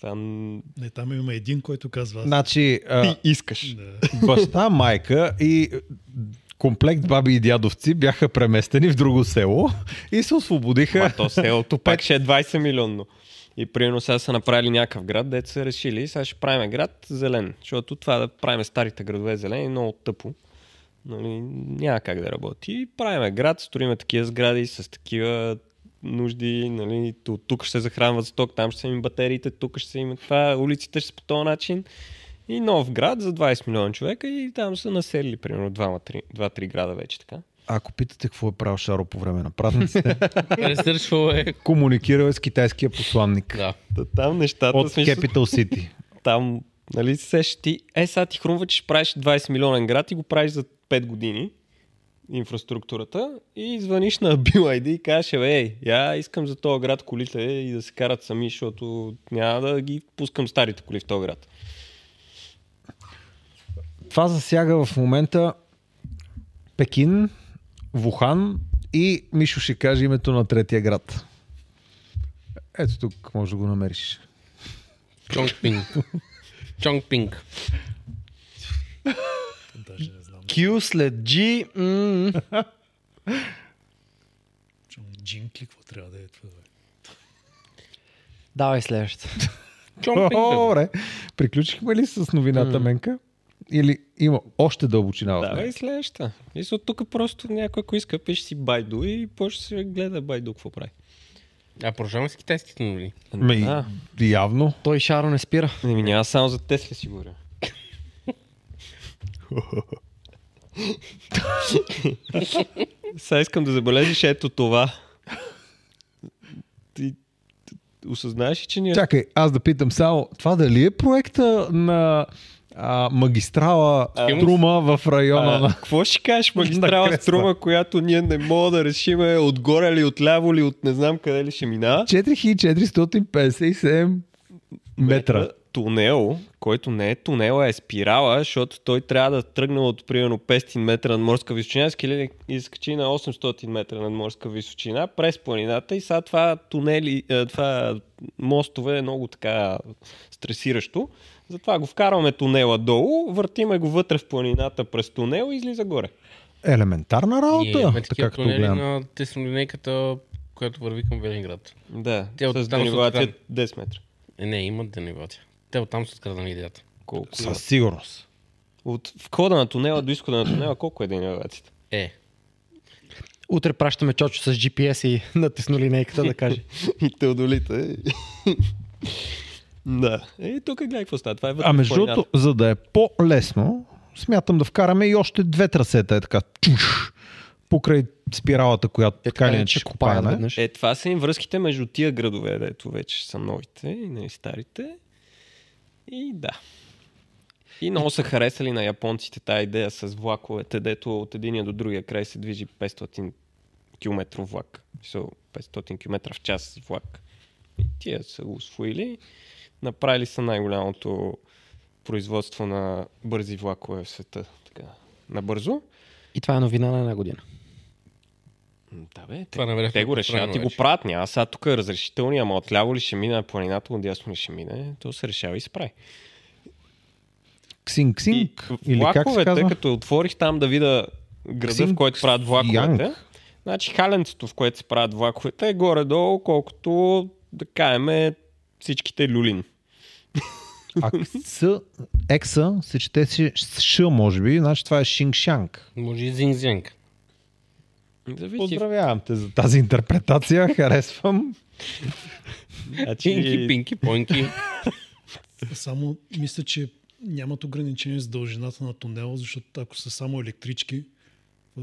S5: Там
S1: Не, там има един, който казва. Аз.
S2: значи а,
S5: ти искаш.
S1: Да.
S2: баща, майка и комплект баби и дядовци бяха преместени в друго село и се освободиха.
S5: Ма то селото пак ще е 20 милионно. И примерно сега са направили някакъв град, дето са решили, сега ще правим град зелен. Защото това да правим старите градове зелени е много тъпо. Нали, няма как да работи. И правиме град, строиме такива сгради с такива нужди, нали, от тук ще се захранват сток, там ще са им батериите, тук ще са им това, улиците ще са по този начин. И нов град за 20 милиона човека и там са населили примерно 2-3 града вече така.
S2: Ако питате какво е правил Шаро по време на празниците,
S3: Ресърчвал е.
S2: комуникирал е с китайския посланник
S3: Да.
S5: Та Там нещата
S2: от
S5: в смисъл,
S2: Capital City.
S5: там, нали, се сещаш ти, е, сега ти хрумва, че ще правиш 20 милионен град и го правиш за 5 години инфраструктурата и звъниш на Bill ID и кажеш, «Е, ей, я искам за този град колите и да се карат сами, защото няма да ги пускам старите коли в този град.
S2: Това засяга в момента Пекин, Вухан и Мишо ще каже името на третия град. Ето тук може да го намериш.
S3: Чонгпинг. Чонгпинг.
S1: Даже не знам.
S4: Q след G. м,
S1: Джинк ли, какво трябва да е това? бе?
S4: Давай следващата.
S3: Чонгпинг. бе.
S2: Добре. Приключихме ли с новината, Менка? Или има още дълбочина в
S5: Да,
S2: нея?
S5: и следващата. И от тук просто някой, ако иска, пише си Байду и почва да се гледа Байду какво прави.
S3: А продължаваме с китайските новини.
S2: Ме,
S5: А.
S2: Ами, явно.
S4: Той Шаро не спира.
S5: Не, ми няма само за Тесла си говоря. Сега искам да забележиш ето това. Ти ти осъзнаеш ли, че ние...
S2: Чакай, аз да питам само, това дали е проекта на а, магистрала
S3: Схемус?
S2: Трума в района
S5: А, е.
S2: на...
S5: какво ще кажеш, магистрала
S2: Кресна.
S5: Струма, която ние не мога да решим е отгоре ли, отляво ли, от не знам къде ли ще мина?
S2: 4457 метра.
S5: Е, Тунел, който не е тунел, а е спирала, защото той трябва да тръгне от примерно 500 метра над морска височина, скили и скачи на 800 метра над морска височина през планината и сега това тунели, е, това мостове е много така стресиращо. Затова го вкарваме тунела долу, въртиме го вътре в планината през тунел и излиза горе.
S2: Елементарна
S3: И
S2: работа,
S3: имаме
S2: така
S3: такива
S2: като
S3: тунели
S2: гледам.
S3: на теснолинейката, която върви към Велинград.
S5: Да,
S3: Те от
S5: с
S3: там са
S5: денивация
S3: откраднали.
S5: 10 метра.
S3: Е, не, имат денивация. Те оттам са откраднали идеята.
S5: Колко?
S2: Със сигурност.
S5: От входа на тунела до изхода на тунела колко е денивацията?
S3: Е,
S4: Утре пращаме Чочо с GPS и натисну линейката да каже.
S5: И теодолите. да. И тук гледай какво става. Това е вътре
S2: А
S5: в
S2: между
S5: планината.
S2: другото, за да е по-лесно, смятам да вкараме и още две трасета, е така, чуш, покрай спиралата, която така е, или иначе купаеме.
S4: веднъж.
S5: Е, това са им връзките между тия градове, дето вече са новите и не старите. И да. И много са харесали на японците тази идея с влаковете, дето от единия до другия край се движи 500 км влак. So, 500 км в час влак. И тия са го усвоили. Направили са най-голямото производство на бързи влакове в света. Така, набързо.
S4: И това е новина на една година.
S5: М, Да бе, те,
S3: Това не
S5: те го решават и го правят. Няма сега тук е разрешителни, ама отляво ли ще мине на планината, отдясно ли ще мине, то се решава и се прави.
S2: Ксинг,
S5: И
S2: ксинг. Или как се
S5: влаковете,
S2: казва?
S5: като отворих там да видя града, в
S2: Ксинг
S5: който правят влаковете,
S2: Янг.
S5: значи халенцето, в което се правят влаковете, е горе-долу, колкото, да кажем, е всичките люлин.
S2: А С, екса се чете си с Ш, може би. Значи това е Шинг-Шанг.
S3: Може и зинг
S5: Зависи.
S2: Поздравявам те за тази интерпретация. Харесвам.
S3: Чинки,
S5: Значи,
S3: пинки, понки.
S1: Само мисля, че нямат ограничение с дължината на тунела, защото ако са само електрички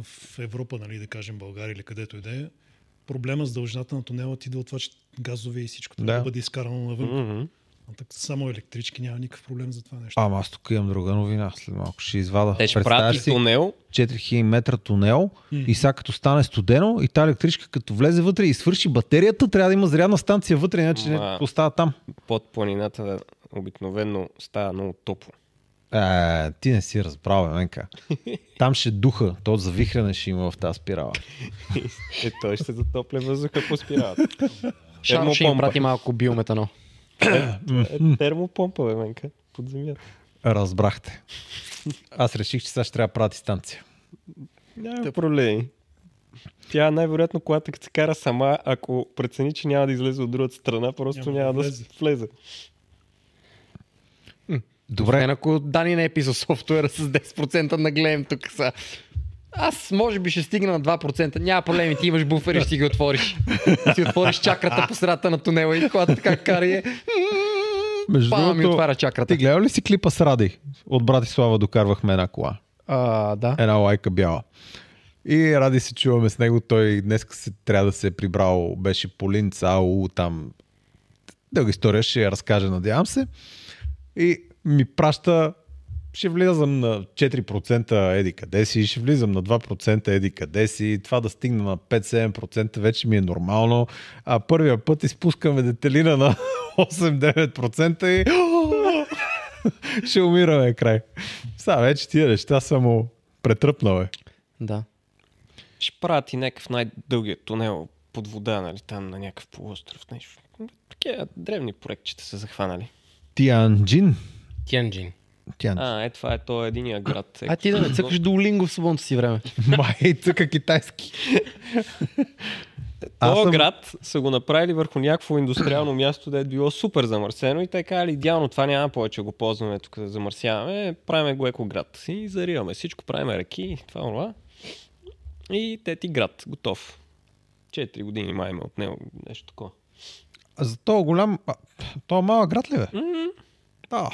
S1: в Европа, нали, да кажем България или където и да е, проблема с дължината на тунела ти да от това, че газове и всичко трябва
S2: Да.
S1: да. бъде изкарано навън.
S5: Мгм.
S1: А так, само електрички няма никакъв проблем за това нещо.
S2: Ама аз тук имам друга новина. След малко ще извада.
S5: те ще
S2: Представяш
S5: правят и
S2: си
S5: тунел.
S2: 4000 метра тунел
S1: М.
S2: и сега като стане студено и тази електричка като влезе вътре и свърши батерията, трябва да има зарядна станция вътре, иначе
S5: Ма.
S2: не остава там.
S5: Под планината обикновено става много топло.
S2: Е, ти не си разбрал, бе, Менка. Там ще е духа, то завихране ще има в тази спирала.
S5: Е, той ще затопля въздуха по спиралата.
S4: Шан ще им
S5: Термопомпа.
S4: прати малко биометано.
S5: Е, термопомпа, бе, менка. Под земята.
S2: Разбрахте. Аз реших, че сега ще трябва да прати станция.
S5: Няма проблеми. Тя най-вероятно колата като се кара сама, ако прецени, че няма да излезе от другата страна, просто няма,
S1: Няма да
S5: да
S1: влезе.
S5: с- влезе.
S2: Добре,
S4: Освен ако Дани не е писал софтуера с 10% наглеем тук са. Аз може би ще стигна на 2%. Няма проблеми, ти имаш буфер и ще ги отвориш. Си отвориш чакрата по средата на тунела и когато така кара и е...
S2: Между
S4: Пама ми
S2: другото,
S4: отваря
S2: ти
S4: чакрата.
S2: гледал ли си клипа с Ради? От Братислава докарвахме една кола.
S4: А, да.
S2: Една лайка бяла. И Ради се чуваме с него. Той днес се, трябва да се е прибрал. Беше Полин, Цао, там. Дълга история ще я разкажа, надявам се. И ми праща ще влизам на 4% еди къде си, ще влизам на 2% еди къде си, това да стигна на 5-7% вече ми е нормално, а първия път изпускаме детелина на 8-9% и ще умираме край. Сега вече тия неща са му претръпнал е.
S4: Да.
S5: Ще правят и някакъв най-дългия тунел под вода, нали, там на някакъв полуостров, нещо. Такива древни проектчета са захванали.
S2: Тианджин.
S3: Тянджин.
S2: Тианджин.
S5: А, е, това е той единия град. е
S4: А ти да не цъкаш до Олинго в свободното си време.
S2: Май тук е китайски. Аз
S5: Този
S2: съм-
S5: град са го направили върху някакво индустриално място, да е било супер замърсено и те казали, идеално това няма повече да го ползваме тук да замърсяваме, правиме го еко град. И зариваме всичко, правиме реки, това, това. И те ти град, готов. Четири години май ме от него, нещо такова.
S2: А За то голям... а, То малък град ли бе? Да.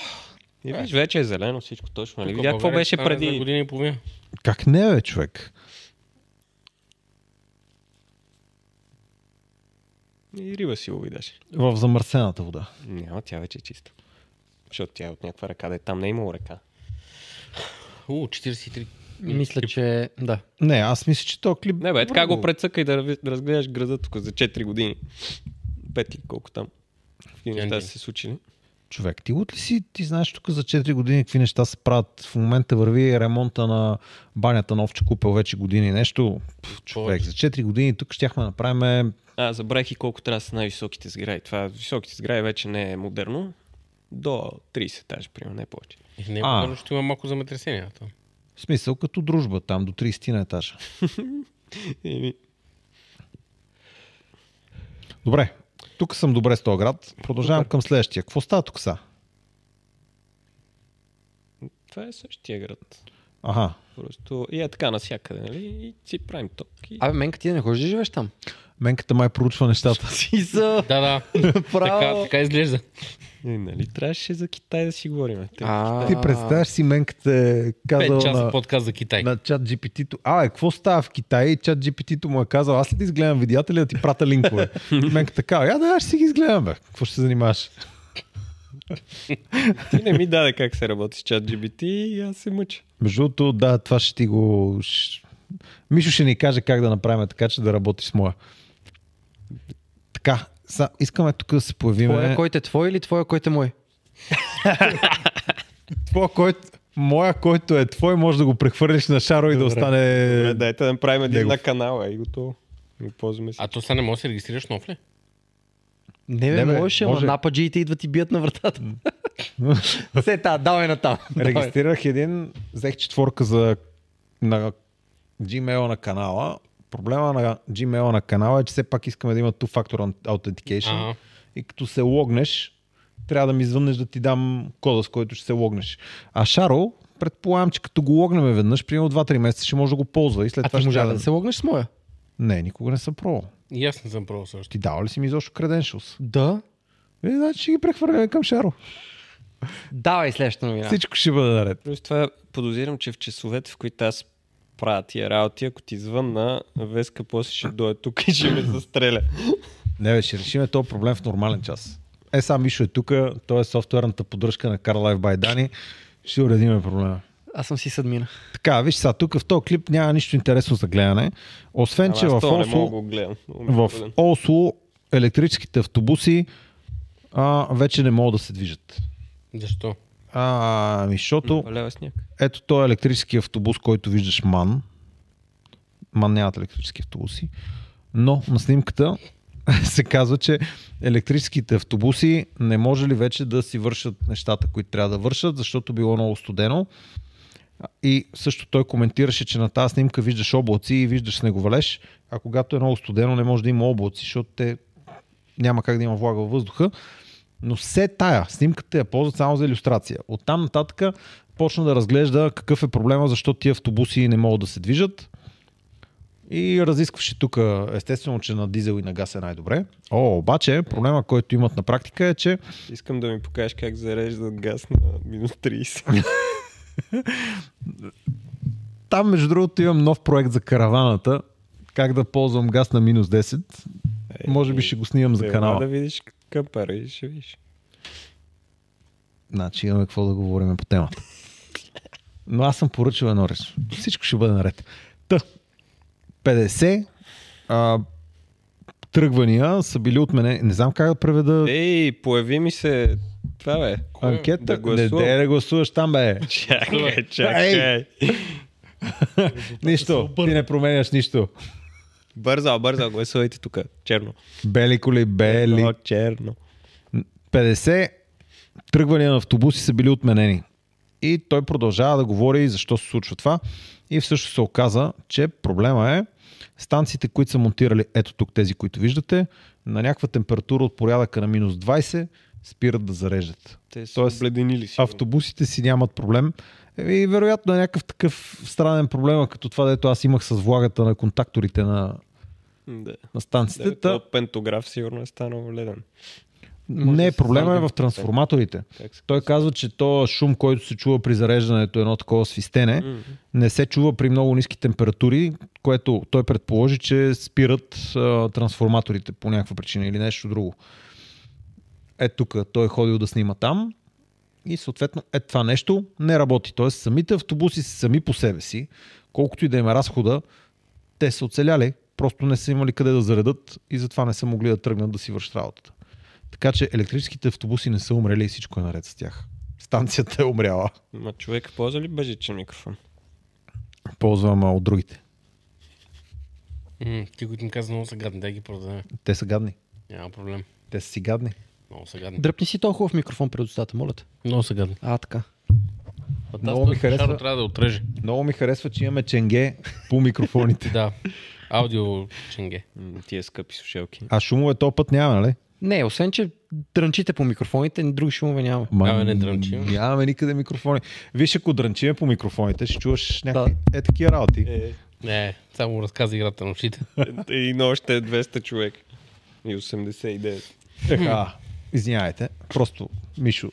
S5: И виж, вече е зелено всичко точно. Нали?
S3: Тук
S5: Видя какво
S3: България
S5: беше
S3: стана за
S5: преди.
S3: Година и половина.
S2: Как не бе, човек?
S5: И риба си го видяш.
S2: В замърсената вода.
S5: Няма, тя вече е чиста. Защото тя е от някаква река, да е там не е имало река.
S3: У, 43.
S4: Мисля, че да.
S2: Не, аз мисля, че то клип...
S5: Не бе, така го прецъкай да раз- да разгледаш града тук за 4 години. Пет ли, колко там? Какви неща
S3: Тянджин.
S5: са се случили?
S2: Човек, ти от ли си, ти знаеш тук за 4 години какви неща се правят? В момента върви ремонта на банята на Овче Купел вече години нещо. Пф, човек, за 4 години тук щяхме да направим
S5: А, забравих и колко трябва да са най-високите сгради. Това високите сгради вече не е модерно. До 30 етажа, примерно, не повече.
S3: Е, Не,
S2: А.
S3: а. ще има малко земетресения. там.
S2: в смисъл като дружба там до 30 на етажа.
S5: Еми,
S2: Добре, тук съм добре с този град. Продължавам към следващия. Какво става тук са?
S5: това е същия град.
S2: Ага.
S5: Просто и е така навсякъде, нали? И си правим ток. И...
S4: Абе, Менка, ти не ходиш да живееш там.
S2: Менката май проучва нещата.
S4: Ти са
S3: Да, да. така,
S4: право.
S3: така изглежда.
S5: Е, нали, трябваше за Китай да си говорим. Те,
S4: А,
S2: Ти представяш си, Менката е казала
S3: Пет часа
S2: на,
S3: подкаст за Китай.
S2: на чат GPT-то. А, е, какво става в Китай? И чат GPT-то му е казал, аз ли да изгледам видеята ли да ти прата линкове? Менката така, я да, аз ще си ги изгледам, бе. Какво ще се занимаваш?
S5: Ти не ми даде как се работи с чат GBT и аз се мъча.
S2: Между другото, да, това ще ти го... щ- Мишо ще ни каже как да направим така, че да работи с моя. Така, са, искаме тук да се появим.
S4: Твоя, който е твой или твоя, който е мой?
S2: Твоя, който... Моя, който е твой, може да го прехвърлиш на Шаро и да остане...
S5: Е, дайте да направим един
S2: негов.
S5: на канала и готово. И ползваме си.
S3: А то сега не може да се регистрираш нов ли?
S4: Не, бе,
S2: Не, бе,
S4: можеш, ама
S2: може.
S4: нападжиите идват и бият на вратата. Се, та, давай на там. Давай.
S2: Регистрирах един, взех четворка за на Gmail на канала. Проблема на Gmail на канала е, че все пак искаме да има two-factor authentication.
S3: Ага.
S2: И като се логнеш, трябва да ми звъннеш да ти дам кода, с който ще се логнеш. А Шаро, предполагам, че като го логнем веднъж, примерно 2-3 месеца, ще може да го ползва и след
S4: А
S2: това
S4: ти
S2: ще
S4: можа
S2: трябва
S4: да се логнеш с моя?
S2: Не, никога не съм пробвал.
S3: И аз не съм пробвал също.
S2: Ти дава ли си ми изобщо credentials?
S4: Да.
S2: Е, значи ще ги прехвърляме към Шаро.
S4: Давай следващата новина.
S2: Всичко ще бъде наред.
S5: Плюс това подозирам, че в часовете, в които аз правя тия работи, ако ти звънна, Веска после ще дойде тук и ще ме застреля.
S2: Не, бе, ще решиме този проблем в нормален час. Е, сам Мишо е тук, той е софтуерната поддръжка на Car Life by Dani. Ще уредиме проблема.
S4: Аз съм си съдмина.
S2: Така, виж сега, тук в този клип няма нищо интересно за гледане. Освен,
S5: Ама
S2: че
S5: аз
S2: в
S5: това не мога да
S2: Осло,
S5: го гледам. Много ми е
S2: в
S5: труден.
S2: Осло електрическите автобуси а, вече не могат да се движат.
S3: Защо?
S2: А, ами, защото
S5: Валява сняг.
S2: ето този електрически автобус, който виждаш Ман. Ман нямат електрически автобуси. Но на снимката се казва, че електрическите автобуси не може ли вече да си вършат нещата, които трябва да вършат, защото било много студено. И също той коментираше, че на тази снимка виждаш облаци и виждаш снеговалеж, а когато е много студено не може да има облаци, защото те няма как да има влага във въздуха. Но все тая снимката я ползват само за иллюстрация. Оттам нататък почна да разглежда какъв е проблема, защо тия автобуси не могат да се движат. И разискваше тук, естествено, че на дизел и на газ е най-добре. О, обаче, проблема, който имат на практика е, че
S5: Искам да ми покажеш как зареждат газ на минус 30.
S2: там, между другото, имам нов проект за караваната. Как да ползвам газ на минус 10. Може би ще го снимам за
S5: Ела
S2: канала.
S5: Е, Да видиш къпара и ще видиш.
S2: Значи имаме какво да говорим по темата. Но аз съм поръчал едно рез. Всичко ще бъде наред. Та, 50 а, тръгвания са били отменени. Не знам как да преведа
S5: Ей, появи ми се това бе.
S2: Е, анкета.
S5: Е, да
S2: не,
S5: гласувам.
S2: не, да гласуваш там, бе.
S5: Чакай, чакай.
S2: нищо. Ти не променяш нищо.
S5: Бързал, бързал, гласувайте тук. Черно.
S2: Бели коли, бели.
S5: О, черно.
S2: 50 тръгвания на автобуси са били отменени. И той продължава да говори защо се случва това. И всъщност се оказа, че проблема е станциите, които са монтирали ето тук, тези, които виждате, на някаква температура от порядъка на минус 20 спират да зареждат.
S5: Те са
S2: Тоест,
S5: обледенили си.
S2: Автобусите си нямат проблем. И вероятно е някакъв такъв странен проблем, като това, дето аз имах с влагата на контакторите на,
S5: Да.
S2: на станците. Та,
S5: Да, този пентограф сигурно е станал леден.
S4: може
S2: не,
S4: да се
S2: проблема е
S4: слагам.
S2: в трансформаторите.
S5: Как се
S2: Той казва, че то шум, който се чува при зареждането, е едно такова свистене,
S5: Мгм.
S2: не се чува при много ниски температури, което той предположи, че спират а, трансформаторите по някаква причина или нещо друго. Е тук, той е ходил да снима там и съответно е това нещо не работи. Тоест самите автобуси са сами по себе си, колкото и да им е разхода, те са оцеляли, просто не са имали къде да заредат и затова не са могли да тръгнат да си вършат работата. Така че електрическите автобуси не са умрели и всичко е наред с тях. Станцията е умряла.
S5: Ма човек ползва ли бежичен микрофон?
S2: Ползвам а, от другите.
S3: М, ти, които ми каза, много са гадни, дай ги продадем.
S2: Те са гадни.
S3: Няма проблем.
S2: Те са си гадни.
S3: Много са гадни.
S4: Дръпни си този хубав микрофон пред устата, моля те.
S3: Много са гадни.
S4: А, така.
S2: Много ми харесва.
S3: Шаро трябва да отреже.
S2: Много ми харесва, че имаме ченге по микрофоните.
S3: Да. Аудио ченге.
S5: М, Тия скъпи слушалки.
S2: А шумове този път няма, нали?
S4: Не, освен, че дрънчите по микрофоните, други шумове няма.
S2: Ма,
S3: Абе, не дрънчим.
S2: Нямаме никъде микрофони. Виж, ако дрънчиме по микрофоните, ще чуваш някакви е такива работи.
S5: Е,
S3: Не, само разказа играта на ушите.
S5: е, и на още 200 човек. И 89.
S2: Така, Е, извинявайте. Просто, Мишо,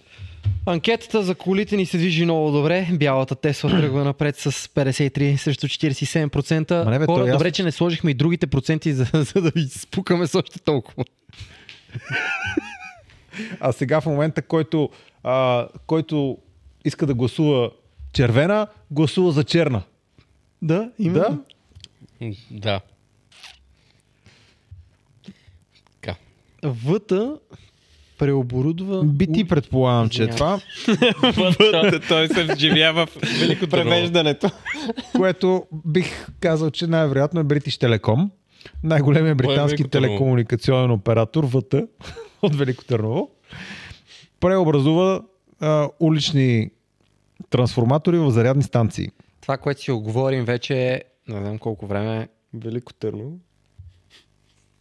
S4: Анкетата за колите ни се движи много добре. Бялата Тесла тръгва напред с 53 срещу 47%.
S2: Ма не, бе, то е
S4: Хора,
S2: ясно.
S4: добре, че не сложихме и другите проценти, за, за да ви спукаме с още толкова.
S2: А сега в момента, който, а, който иска да гласува червена, гласува за черна.
S6: Да,
S2: Да?
S6: именно.
S3: М, Да. Така.
S6: Да? Въта преоборудва...
S2: Би ти предполагам, че е
S6: Извинявай.
S2: това,
S5: Той се вживява в превеждането.
S2: което бих казал, че най-вероятно е British Telecom, най-големият
S3: Кой е
S2: британски
S3: Велико Търново?
S2: телекомуникационен оператор ВТ от Велико Търново, преобразува а, улични трансформатори в зарядни станции.
S4: Това, което си оговорим вече е, не знам колко време,
S5: Велико Търново.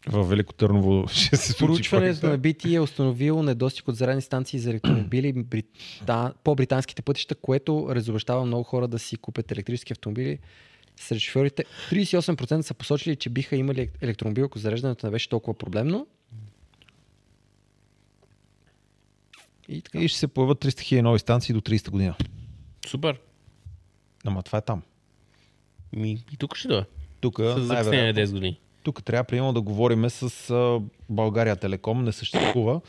S2: В Велико Търново ще се случи.
S4: Проучването на
S2: проекта.
S4: BT е установило недостиг от зарядни станции за електромобили брита... по британските пътища, което разобещава много хора да си купят електрически автомобили. Сред шофьорите 38% са посочили, че биха имали ек- електромобил, ако зареждането не беше толкова проблемно. И така.
S2: И ще се появят 300 000 нови станции до 30 година.
S3: Супер.
S2: Ама това е там.
S3: Ми, и тук ще дойде.
S2: Тук,
S3: С закъснение 10 години.
S2: тук трябва примерно да говорим с а, България Телеком, не съществува.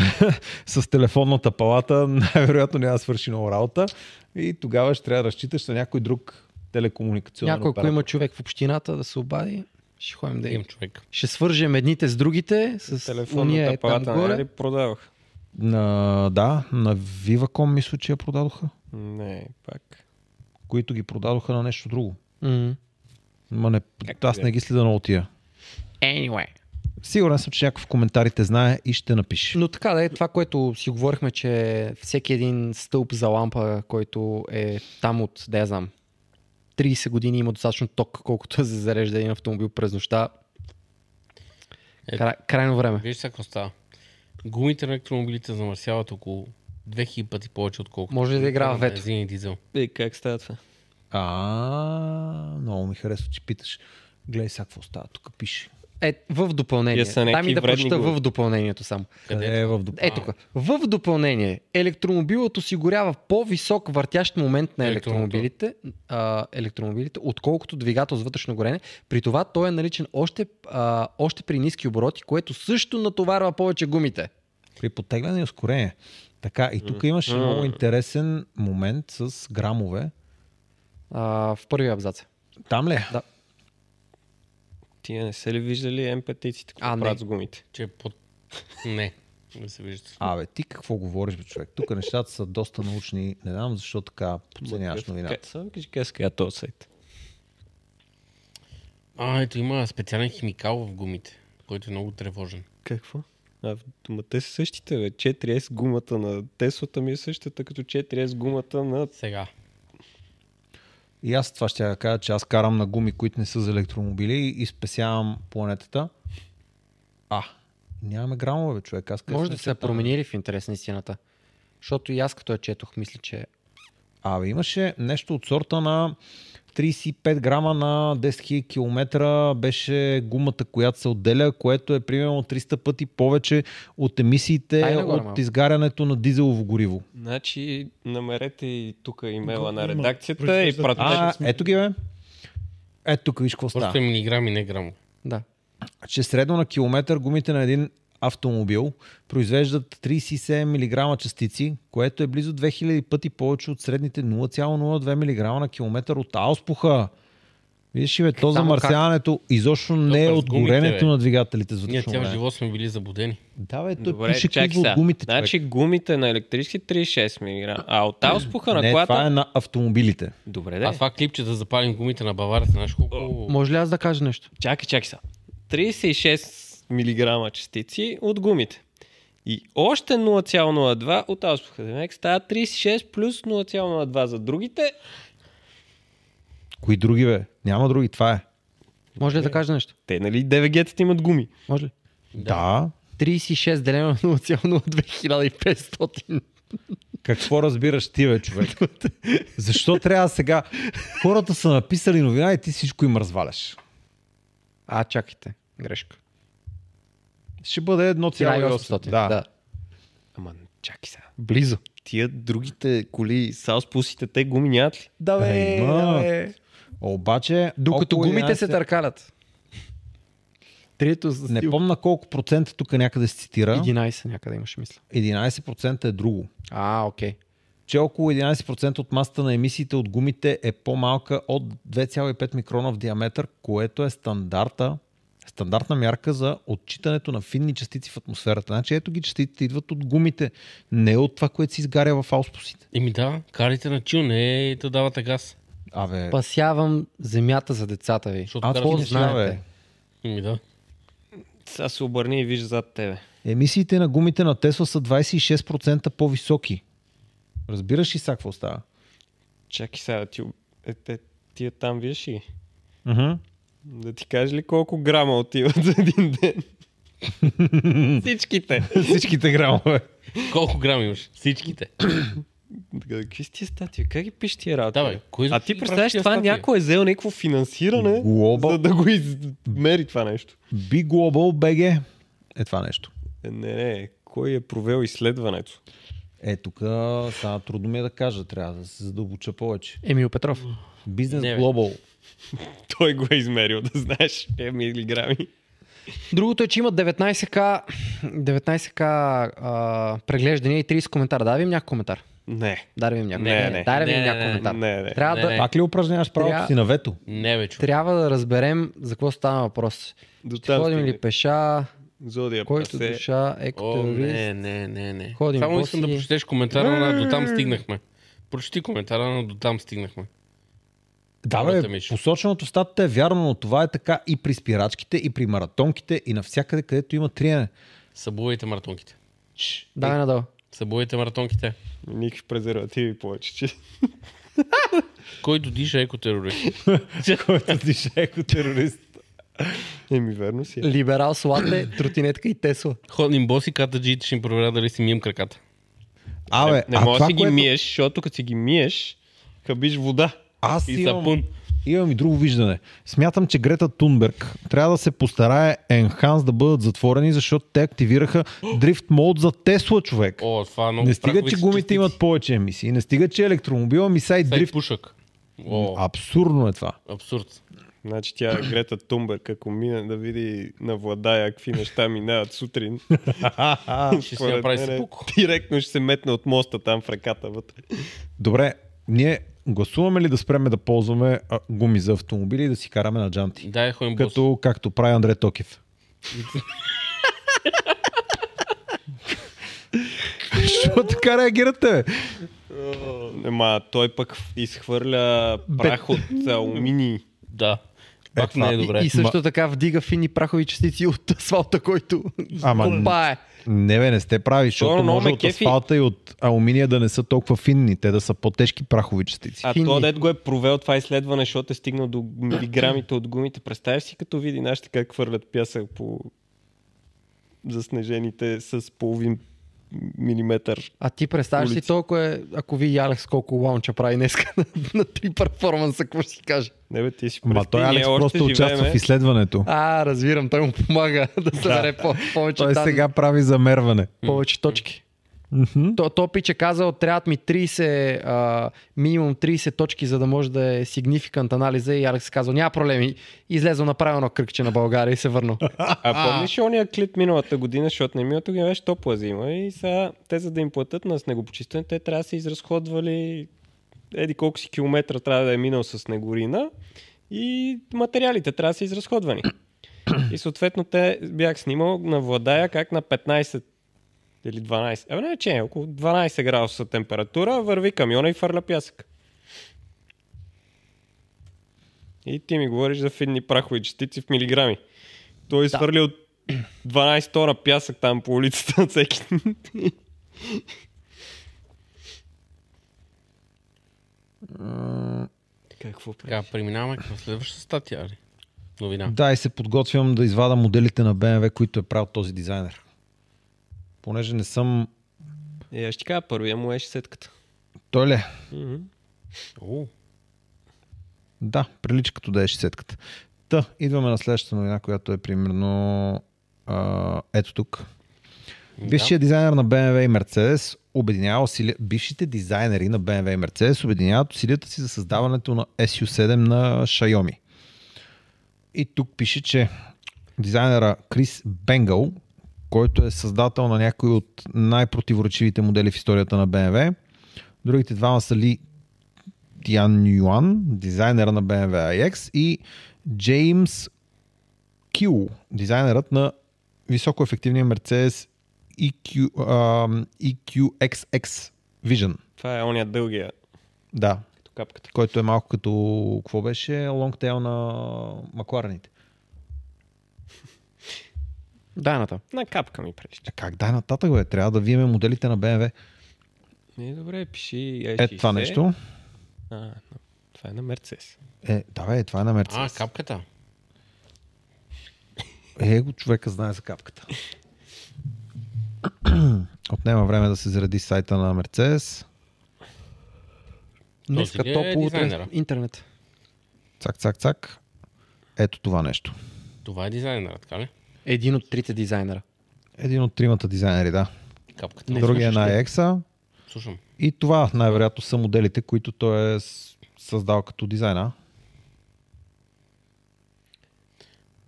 S2: с телефонната палата най-вероятно няма да свърши много работа и тогава ще трябва да разчиташ на някой друг телекомуникационен
S4: Някой, ако
S2: оператор.
S4: има човек в общината да се обади, ще ходим да им.
S3: Имам човек.
S4: Ще свържем едните с другите, с уния
S5: Телефонната
S4: е там
S5: палата нали
S4: горе.
S5: продавах?
S2: На, да, на Viva.com мисля, че я продадоха,
S5: Не, пак.
S2: които ги продадоха на нещо друго.
S4: М.
S2: Ма не, аз не ги следа много тия.
S4: Anyway.
S2: Сигурен съм, че някой в коментарите знае и ще напише.
S4: Но така да е, това, което си говорихме, че всеки един стълб за лампа, който е там от, да я знам, 30 години има достатъчно ток, колкото да се зарежда един автомобил през нощта.
S3: Е.
S4: Край, крайно време.
S3: Виж сега какво става. Гумите на електромобилите замърсяват около 2000 пъти повече, отколкото.
S4: Може ли да играе
S3: на
S4: вето?
S3: Бензин и дизел.
S5: И как става това?
S2: А, много ми харесва, че питаш. Гледай сега какво става, тук пише.
S4: Е, в допълнение.
S5: Тия са
S4: Дай ми
S5: някакви
S4: да
S5: вредни
S4: прочета
S5: глави.
S4: в допълнението само.
S2: Къде е в доп...
S4: Е, тук. В допълнение, електромобилът осигурява по-висок въртящ момент на електромобилите, а, електромобилите отколкото двигател с вътрешно горене. При това той е наличен още, а, още при ниски обороти, което също натоварва повече гумите.
S2: При потегляне и ускорение. Така, и тук имаше много интересен момент с грамове.
S4: А, в първия абзац.
S2: Там ли? е?
S4: Да.
S5: Тия не са ли виждали М5-иците,
S4: А,
S5: които
S4: не.
S5: правят с гумите?
S3: Че е под... Не, не се вижда.
S2: Абе, ти какво говориш, бе, човек? Тук нещата са доста научни. Не знам защо така подценяваш новината.
S5: Само кажи къде сега този сайт.
S3: А, ето има специален химикал в гумите, който е много тревожен.
S5: Какво? А, в- ма те са същите, бе. 4S гумата на Теслата ми е същата като 4S гумата на...
S3: Сега.
S2: И аз това ще я кажа, че аз карам на гуми, които не са за електромобили и спесявам планетата. А, нямаме грамове, бе, човек. Аз къде
S4: Може
S2: съм
S4: да се
S2: четал?
S4: променили в интерес на истината. Защото и аз като я четох, мисля, че
S2: Абе, имаше нещо от сорта на 35 грама на 10 000 км беше гумата, която се отделя, което е примерно 300 пъти повече от емисиите
S4: Ай, нагоре
S2: от
S4: малко.
S2: изгарянето на дизелово гориво.
S5: Значи, намерете и тук имейла
S1: Тук
S5: на
S1: има.
S5: редакцията и
S1: Произвеждат-
S5: пратете.
S2: А, ето ги бе. Ето тук виж какво
S3: Просто е
S2: става.
S3: милиграми, не грам.
S4: да.
S2: Че средно на километър гумите на един автомобил произвеждат 37 мг частици, което е близо 2000 пъти повече от средните 0,02 мг на километър от ауспуха. Виж ли, бе, то
S4: Само
S2: замърсяването изобщо не е
S3: през
S2: от
S3: гумите,
S2: горенето
S3: бе.
S2: на двигателите. За
S3: Ние
S2: точно
S3: цял
S2: време.
S3: живот сме били заблудени.
S2: Да, бе, той пише какво от гумите.
S5: Значи гумите на електрически 36 мг. А от ауспуха
S2: човек.
S5: на
S2: не, това
S5: колата...
S2: е на автомобилите.
S5: Добре,
S3: А
S5: да.
S3: това клипче да запалим гумите на баварите, знаеш колко...
S4: Може ли аз да кажа нещо?
S5: Чакай, чакай са. 36 мг частици от гумите. И още 0,02 от ауспуха. Демек става 36 плюс 0,02 за другите.
S2: Кои други, бе? Няма други, това е.
S4: Може ли да кажа нещо?
S5: Те, нали, ДВГ-тата имат гуми.
S4: Може ли?
S2: Да.
S4: 36 делено на 0,02 1500.
S2: Какво разбираш ти, бе, човек? Защо трябва сега? Хората са написали новина и ти всичко им разваляш.
S4: А, чакайте. Грешка.
S2: Ще бъде 1,8.
S4: 1800. Да. да.
S5: Ама, чакай сега.
S4: Близо.
S5: Тия другите коли, са с пусите, те гуми нямат ли?
S4: Да,
S2: бе, да, бе. Обаче...
S4: Докато
S2: около
S4: гумите се
S2: 11
S4: търкалят. Трето за
S2: Не
S4: стил-
S2: помна колко процента тук някъде се цитира.
S4: 11 някъде имаше мисля.
S2: 11% е друго.
S4: А, окей.
S2: Че около 11% от масата на емисиите от гумите е по-малка от 2,5 микрона в диаметър, което е стандарта, стандартна мярка за отчитането на финни частици в атмосферата. Значи ето ги частиците идват от гумите, не от това, което се изгаря в ауспусите.
S3: Еми да, карайте на чил, не е да давате газ.
S2: Абе,
S4: Пасявам земята за децата ви.
S3: Защото
S2: а
S3: карате-
S2: какво
S4: не
S2: знаете?
S4: знаете.
S3: Еми да.
S5: Сега се обърни и виж зад тебе.
S2: Емисиите на гумите на Тесла са 26% по-високи. Разбираш ли сега какво става?
S5: Чакай сега да ти... об- Е, те, тия там виж и...
S2: Uh-huh.
S5: Да ти кажа ли колко грама отиват за един ден? Всичките.
S2: Всичките грамове.
S3: Колко грам имаш? Всичките.
S5: Така, Какви са тия статии? Как ги пишеш тия работи?
S3: Давай,
S5: бе?
S3: кой
S5: а ти представяш това някой е взел някакво финансиране,
S2: Глоба.
S5: за да го измери това нещо.
S2: Big Global BG е това нещо.
S5: Е, не, не, кой е провел изследването?
S2: Е, тук сега трудно ми е да кажа, трябва да се задълбоча повече.
S4: Емил Петров.
S2: Бизнес
S3: Не, бе.
S2: Global.
S5: Той го е измерил, да знаеш, е милиграми.
S4: Другото е, че има 19к, 19к а, преглеждания и 30 коментара. Дай им някакъв коментар.
S5: Не.
S4: Дай им някакъв.
S5: Не, не.
S4: Дай
S3: Не,
S4: им
S3: не,
S4: някакъв
S3: не,
S4: коментар.
S5: не, не.
S4: Трябва
S3: Не,
S4: да...
S3: не.
S2: Пак ли упражняваш правото
S4: Трябва-
S2: си на вето?
S3: Не, бе, човек.
S4: Трябва да разберем за какво става въпрос.
S5: До
S4: Ще
S5: там
S4: ходим
S5: стигне.
S4: ли пеша,
S5: Зодия
S4: който е
S5: пасе.
S4: душа,
S3: О,
S4: екотерорист.
S3: не, не, не, не.
S4: Ходим,
S3: Само
S4: какво
S3: искам
S4: си?
S3: да прочетеш коментара на до там стигнахме. Прочети коментара на до там стигнахме.
S2: Да,
S3: Хората
S2: бе,
S3: миш.
S2: посоченото в статата е вярно, но това е така и при спирачките, и при маратонките, и навсякъде, където има триене.
S3: Събувайте маратонките. Е.
S4: Давай надолу.
S3: Събувайте маратонките.
S5: Никакви презервативи повече. че-
S3: Който диша е екотерорист.
S2: Който диша еко терорист.
S5: Еми, верно си. е.
S4: Либерал с лате, тротинетка и Тесла.
S3: Ходим боси, катаджиите ще им проверя дали си мием краката.
S2: Абе,
S5: не
S2: а
S5: можеш
S2: това,
S5: да си ги
S2: което...
S5: миеш, защото като си ги миеш, хабиш вода.
S2: Аз
S3: И
S2: имам,
S3: сапун.
S2: Имам и друго виждане. Смятам, че Грета Тунберг трябва да се постарае Енханс да бъдат затворени, защото те активираха дрифт мод за Тесла човек.
S3: О, това е много
S2: не стига,
S3: прахови
S2: че гумите
S3: частици.
S2: имат повече емисии. Не стига, че електромобила ми са и
S3: Сега и
S2: дрифт.
S3: пушък. О,
S2: Абсурдно е това.
S3: абсурд.
S5: Значи тя е Грета Тумберг, ако мине да види на Владая какви неща минават сутрин.
S3: Ще си
S5: според
S3: направи
S5: мене,
S3: сапуко.
S5: Директно ще се метне от моста там в ръката вътре.
S2: Добре, ние гласуваме ли да спреме да ползваме а, гуми за автомобили и да си караме на джанти?
S3: Дай ходим боси.
S2: Като, както прави Андре Токив. Що така реагирате? бе?
S5: Ема той пък изхвърля прах от алуминий.
S3: Да. Пак
S2: това.
S3: не е добре.
S4: И също така вдига фини прахови частици от асфалта, който
S2: Ама
S4: копае.
S2: Не, бе, не сте прави, защото
S5: много
S2: може
S5: ме
S2: от
S5: кефи.
S2: асфалта и от алуминия да не са толкова финни, те да са по-тежки прахови частици.
S5: А
S4: Фини.
S5: то дед го е провел това изследване, защото е стигнал до милиграмите от гумите. Представяш си, като види нашите как хвърлят пясък по заснежените с половин милиметър.
S4: А ти представяш ли
S5: Улица.
S4: толкова, е, ако види Алекс колко лаунча прави днеска на, на три перформанса, какво ще си каже?
S5: Не бе, ти си
S2: Ма
S5: пръсти,
S2: той
S5: ние
S2: Алекс
S5: още
S2: просто участва
S5: живееме.
S2: в изследването.
S4: А, разбирам, той му помага да събере по- повече,
S2: Той
S4: данни,
S2: сега прави замерване.
S4: повече точки. То, то пич е казал, трябват ми 30, а, минимум 30 точки, за да може да е significant анализа и Алекс е казал, няма проблеми. Излезъл направил едно кръгче на България и се върнал.
S5: А помниш ли ония клип миналата година, защото не е миналата година беше топла зима и сега те за да им платят на снегопочистване, те трябва да са изразходвали еди колко си километра трябва да е минал с снегорина и материалите трябва да са изразходвани. И съответно те бях снимал на Владая как на 15 или 12, ами не, че е, около 12 градуса температура, върви камиона и фърля пясък. И ти ми говориш за финни прахови частици в милиграми. Той е свърлил 12 тона пясък там по улицата на всеки. Какво
S3: Така, преминаваме към следващата статия. Али? Новина.
S2: Да, и се подготвям да извада моделите на BMW, които е правил този дизайнер. Понеже не съм...
S5: Е, аз ще кажа, първия му е сетката.
S2: Той ли? е?
S3: О,
S2: Да, прилича като да е 60-ката. Та, идваме на следващата новина, която е примерно а, ето тук. Бившият дизайнер на BMW и Mercedes обединява усилия... Бившите дизайнери на BMW и Mercedes обединяват усилията си за създаването на SU7 на Xiaomi. И тук пише, че дизайнера Крис Бенгъл, който е създател на някои от най-противоречивите модели в историята на BMW. Другите двама са Ли Тиан Юан, дизайнера на BMW iX и Джеймс Кил, дизайнерът на високоефективния E Mercedes EQ, ам, EQXX Vision.
S5: Това е ония дългия,
S2: Да,
S5: като капката.
S2: който е малко като, какво беше, лонгтейл на макларените.
S4: Дай натам.
S5: На капка ми прилича.
S2: А Е, как дай нататък, бе? Трябва да виеме моделите на BMW.
S5: Не, добре, пиши. Е,
S2: Е, това нещо.
S5: А, но това е на Мерцес.
S2: Е, да, бе, това е на
S3: А,
S2: Mercedes.
S3: капката.
S2: Е, го човека знае за капката. Отнема време да се заради сайта на Mercedes.
S3: Този
S4: Днеска
S3: ли е
S4: топло, утре
S3: дизайнера?
S4: интернет.
S2: Цак, цак, цак. Ето това нещо.
S3: Това е дизайнера, така ли?
S4: Един от трите дизайнера.
S2: Един от тримата дизайнери, да.
S3: Капката.
S4: Не.
S2: Другия е
S4: слушаш
S2: на
S4: ли?
S2: EX-а.
S3: Слушам.
S2: И това най-вероятно са моделите, които той е с- създал като дизайна.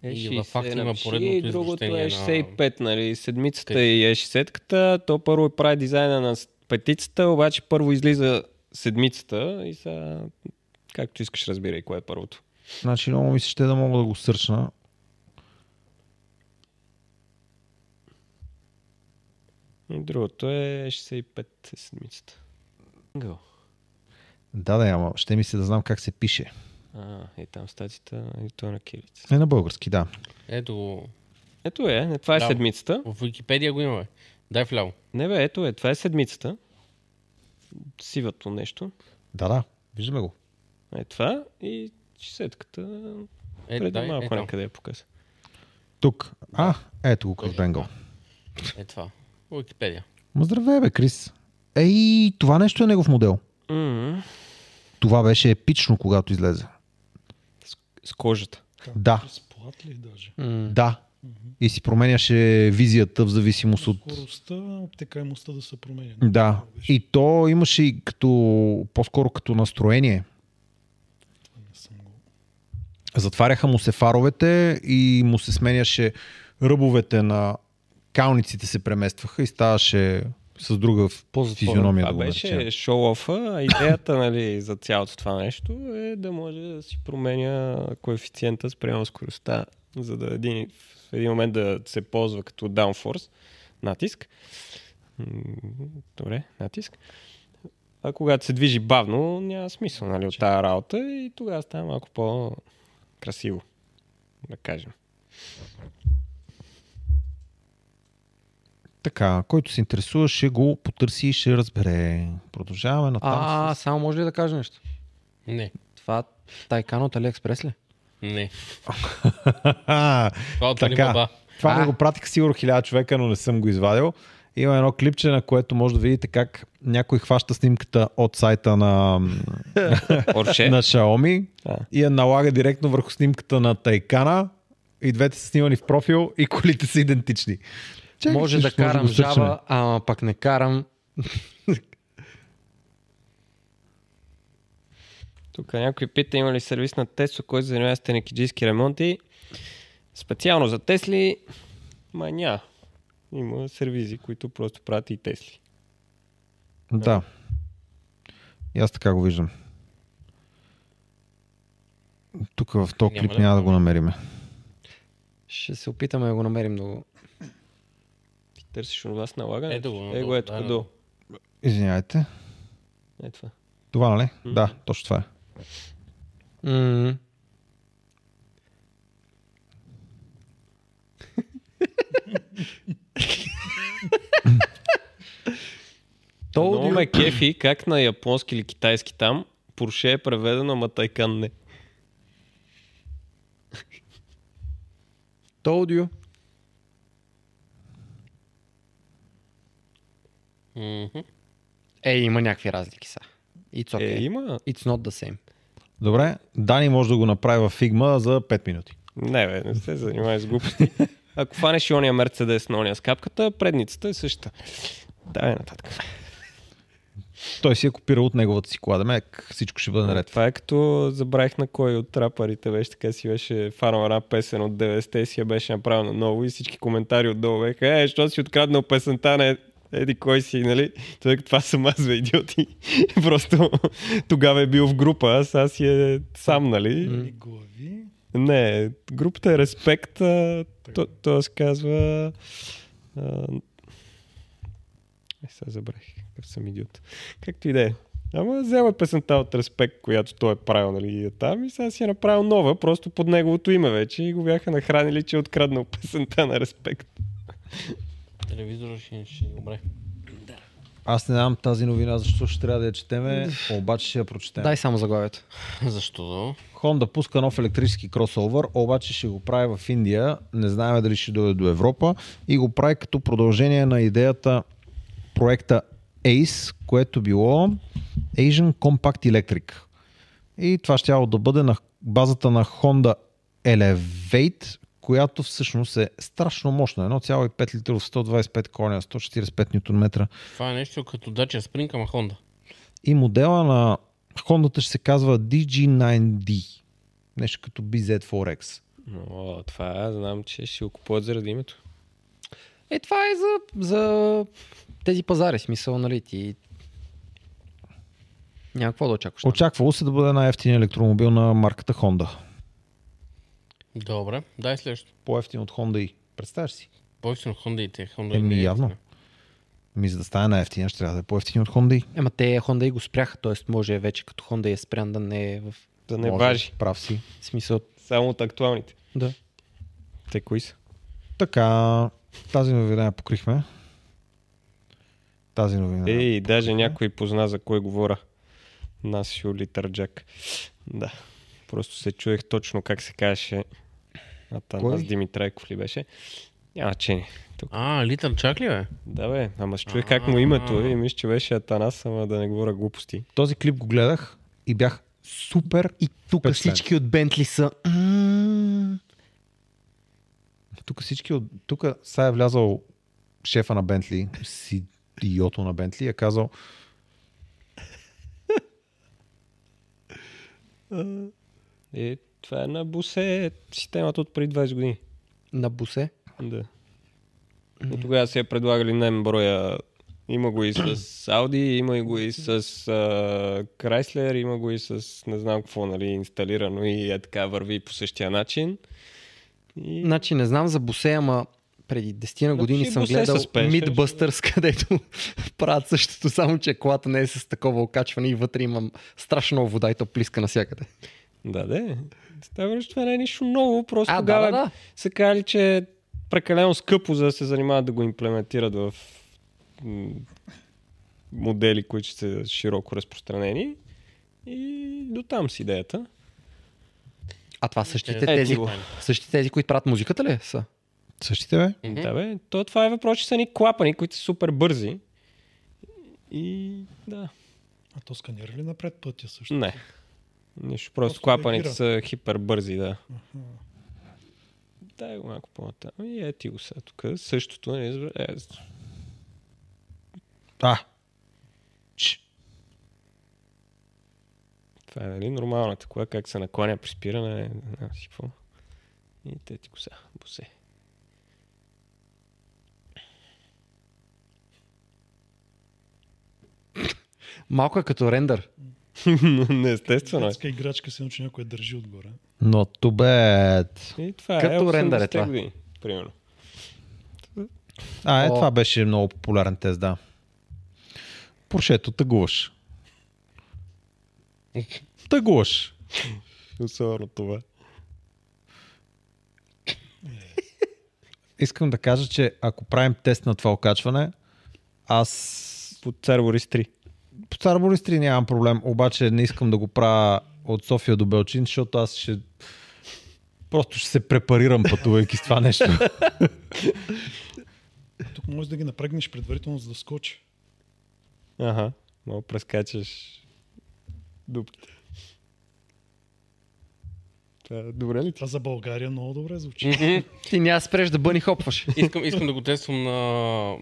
S5: Е,
S3: И
S5: 60
S3: във факт има
S5: напиши,
S3: поредното
S5: и Другото е
S3: изобщение на-
S5: 65, нали? Седмицата
S3: Къде?
S5: и е 60-ката. То първо и прави дизайна на с- петицата, обаче първо излиза седмицата и са... Както искаш, разбирай, кое е първото.
S2: Значи много ми се ще да мога да го сърчна.
S5: И другото е 65 е седмицата. Гъл.
S2: Да, да, ама ще ми се да знам как се пише.
S5: А, е там статията и то е на кирилица.
S2: Е на български, да.
S3: Ето го.
S5: Ето е, не, това е
S3: Да.
S5: седмицата.
S3: В Википедия го имаме. Дай вляво.
S5: Не бе, ето е, това е седмицата. Сивото нещо.
S2: Да, да, виждаме го.
S5: Е това и чесетката
S3: Е,
S5: преди
S3: дай,
S5: малко
S3: е, там.
S5: някъде я показа.
S2: Тук. А, ето го Крис Бенгъл.
S3: е това. Википедия.
S2: Ма здравей, бе, Крис. Ей, това нещо е негов модел.
S5: М,
S2: Това беше епично, когато излезе.
S5: С кожата.
S2: Да,
S1: Разплат ли даже?
S2: да. И си променяше визията в зависимост от...
S1: Скоростта, обтекаемостта да се променя.
S2: Да. И то имаше и като... по-скоро като настроение.
S1: Не съм го...
S2: Затваряха му се фаровете и му се сменяше ръбовете на калниците се преместваха и ставаше с друга
S3: е
S2: физиономия да
S5: Това
S2: го
S5: беше
S2: наречем.
S5: шоу-офа, а идеята нали, за цялото това нещо е да може да си променя коефициента спрямо скоростта, за да един, в един момент да се ползва като downforce, натиск. М, Добре, натиск. А когато се движи бавно, няма смисъл нали, от тази работа и тогава става малко по-красиво, да кажем.
S2: Така, който се интересува ще го потърси и ще разбере. Продължаваме натам.
S4: А, само може ли да кажа нещо?
S3: Не.
S4: Това тайкан от Алиекспрес ли?
S3: Не.
S2: А,
S3: Това от
S2: така.
S3: Alibaba.
S2: Това
S4: А.
S2: ми го пратих сигурно хиляда човека, но не съм го извадил. Има едно клипче, на което може да видите как някой хваща снимката от сайта на,
S5: Порше.
S2: на Xiaomi
S5: А.
S2: и я налага директно върху снимката на Тайкана. И двете са снимани в профил и колите са идентични. Чакай,
S4: може да
S2: всъщност,
S4: карам
S2: го сърчаме.
S4: жаба, ама пък не карам.
S5: Тук някой пита има ли сервис на Тесо, който се занимава с тенекиджийски ремонти. Специално за Тесли, май няма. Има сервизи, които просто правят и Тесли.
S2: Да. И аз така го виждам. Тук в този
S3: Няма
S2: клип
S3: да
S2: няма да го намериме.
S4: Ще се опитаме да го намерим да го...
S5: Ти търсиш от вас налагане.
S3: Ето го,
S5: Е,
S3: надолу,
S5: го ето
S3: да,
S5: долу.
S2: Извинявайте.
S5: Е, това.
S2: Това нали? Да, точно това е.
S4: М,
S5: Много ме кефи как на японски или китайски там Порше е преведено, ама Тайкан не.
S4: Told you.
S3: Мгм.
S4: Е, има някакви разлики са. It's
S5: Е,
S4: okay.
S5: има.
S4: It's not the same.
S2: Добре, Дани може да го направи в Figma за 5 минути.
S5: Не, бе, не се занимай с глупости. Ако фанеш и ония Мерцедес на ония с капката, предницата е същата. Давай нататък.
S2: Той си е копирал от неговата си кола. Демек, всичко ще бъде наред.
S5: Това е като забравих на кой от трапарите беше така си беше фанал една песен от 90-те и си я беше направил на ново и всички коментари отдолу беха, е, що си откраднал песента на еди кой си, нали? Той вика, това съм аз, бе, идиоти. Просто тогава е бил в група, а сега си е сам, нали?
S1: Ни Ами глави.
S5: Не, групата е Респект. а, То, то се казва... А... Е, сега забравих. Как съм идиот. Както и да е. Ама взема песента от Респект, която той е правил, нали, и е там и сега си е направил нова, просто под неговото име вече и го бяха нахранили, че е откраднал песента на Респект.
S3: Телевизора ще, ще е ни умре.
S2: Аз не знам тази новина, защо ще трябва да я четеме, обаче ще я прочетем.
S4: Дай само заглавието.
S3: Защо?
S2: Honda пуска нов електрически кросовър, обаче ще го прави в Индия. Не знаем дали ще дойде до Европа. И го прави като продължение на идеята проекта ACE, което било Asian Compact Electric. И това ще да бъде на базата на Honda Elevate, която всъщност е страшно мощна. 1,5 литров, 125 коня, 145 Нм.
S3: Това е нещо като Dacia Spring, ама Honda.
S2: И модела на Хондата ще се казва DG9D. Нещо като BZ4X.
S5: Но това знам, че ще го купуват заради името.
S4: Е, това е за, за тези пазари, смисъл, нали, ти няма какво да очакваш. нали? там.
S2: Очаквало се да бъде най-ефтин електромобил на марката Honda.
S3: Добре, дай следващо.
S2: По-ефтин от Honda и. Представяш си?
S3: Повече на Honda и те. Honda
S2: Еми,
S3: идеи.
S2: явно. Ми за да стане най-ефтин, ще трябва да е по-ефтин от Honda и.
S4: Ема те Honda и го спряха, т.е. може е вече като Honda и е спрян да не е в
S5: Да не
S2: Може,
S5: важи.
S2: Прав си.
S4: смисъл.
S5: Само от актуалните.
S4: Да.
S5: Те кои са?
S2: Така, тази новина я покрихме. Тази новина.
S5: Ей, даже някой позна за кой говоря. Насио Литърджак. Да. Просто се чуех точно как се казваше. Атанас
S4: Кой?
S5: Димитрайков ли беше? Няма чене. Тук.
S3: А, литър чак ли бе?
S5: Да бе, ама се чуех как му е името и мисля, че беше Атанас, ама да не говоря глупости.
S2: Този клип го гледах и бях супер и
S4: Тук всички от Бентли са... «М,
S2: Тук всички от... Тук сега е влязал шефа на Бентли, си идиото на Бентли, и е казал
S5: Е, това е на Бусе системата от преди 20 години.
S4: На бусе.
S5: Да. И тогава се е предлагали най броя. Има го и с Audi, има го и с а, Chrysler, има го и с не знам какво, нали, инсталирано и е така върви по същия начин. И...
S4: Значи не знам за бусе, ама преди 10 на
S5: Значи
S4: години
S5: и
S4: съм
S5: Бусе
S4: гледал
S5: с пенсия, ще-
S4: Midbusters, където правят същото, само че колата не е с такова окачване и вътре имам страшно много вода и то плиска навсякъде.
S5: Да, да. Става, че това не е нищо ново, просто
S4: А, да,
S5: тогава
S4: да, да.
S5: са казали, че е прекалено скъпо за да се занимават да го имплементират в м, модели, които ще са широко разпространени. И до там с идеята.
S4: А това същите,
S3: Е,
S4: тези,
S5: ти го.
S4: същите тези, които правят музиката ли са?
S2: същите бе?
S3: Мгм.
S5: Да, бе. То, това е въпрос, че са ни клапани, които са супер бързи. И да.
S1: А то сканира ли напред пътя също?
S5: Не. Нищо, просто,
S1: Просто
S5: клапаните
S1: реагира.
S5: са хипербързи, да. Дай го малко по-натам. И е, ти го сега тук. Същото не избра. Е,
S2: А, Ч.
S5: това е нали, нормалната кола, как се накланя при спиране, не знам си какво. И те ти го сега, бусе.
S4: Малко е като рендър.
S5: не, естествено е.
S1: Детска играчка, се че някой я държи отгоре.
S2: но тубет.
S5: И това е
S4: Като рендър е
S5: 80-те
S4: това.
S5: Години, примерно.
S2: А, е,
S4: О.
S2: това беше много популярен тест, да. Поршето, тъгуваш. Тъгуваш.
S5: Особено това.
S2: Искам да кажа, че ако правим тест на това окачване, аз
S5: Под цар Борис 3.
S2: по Цар Борис 3 нямам проблем, обаче не искам да го правя от София до Белчин, защото аз ще просто ще се препарирам пътувайки с това нещо.
S1: Тук можеш да ги напрегнеш предварително, за да скочи.
S5: Ага. Мога прескачаш дупките. Това е добре ли?
S1: Това за България много добре звучи.
S3: Мгм.
S4: Ти няма спреш да бъни хопваш.
S3: Искам, искам да го тествам на,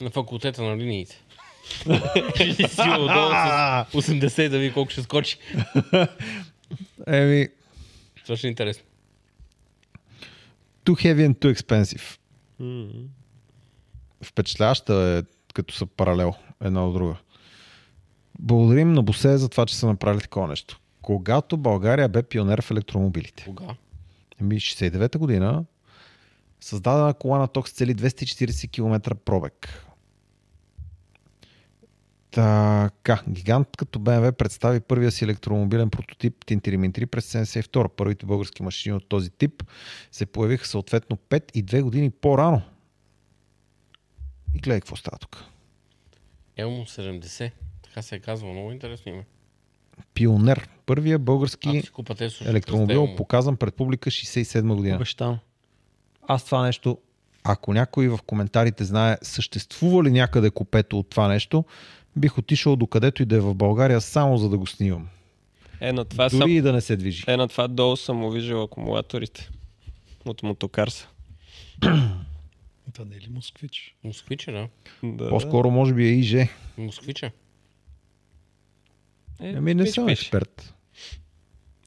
S3: на факултета на линиите. Ще си сила отдолу с 80 да ви колко ще скочи.
S2: Еми,
S3: Това ще е интересно.
S2: too heavy and too expensive. Впечатляваща е като са паралел една от друга. Благодарим на Босе за това, че са направили такова нещо. Когато България бе пионер в електромобилите.
S3: Кога?
S2: Еми, 69-та година създадена кола на ток с цели 240 км пробег. Така, гигант като BMW представи първия си електромобилен прототип Тинтириминтри през 72. Първите български машини от този тип се появиха съответно 5 и 2 години по-рано. И гледай какво става тук.
S3: Елмо 70. Така се е казва. Много интересно име.
S2: Пионер. Първия
S3: Ако
S2: български
S3: си купате слушате
S2: електромобил, показан пред публика 67 година.
S4: Обещавам.
S2: Аз това нещо, ако някой в коментарите знае съществува ли някъде купето от това нещо, бих отишъл до където и да е в България, само за да го снимам.
S5: Е, на това,
S2: Дори
S5: съм,
S2: и да не се движи.
S5: е, на това долу съм му виждал акумулаторите от мотокарса.
S1: Това не е ли москвич?
S3: Москвича, да.
S5: Да,
S2: По-скоро може би е и же.
S3: Москвича.
S5: да. Е,
S2: Ами не
S5: пиш,
S2: съм
S5: пиш.
S2: експерт.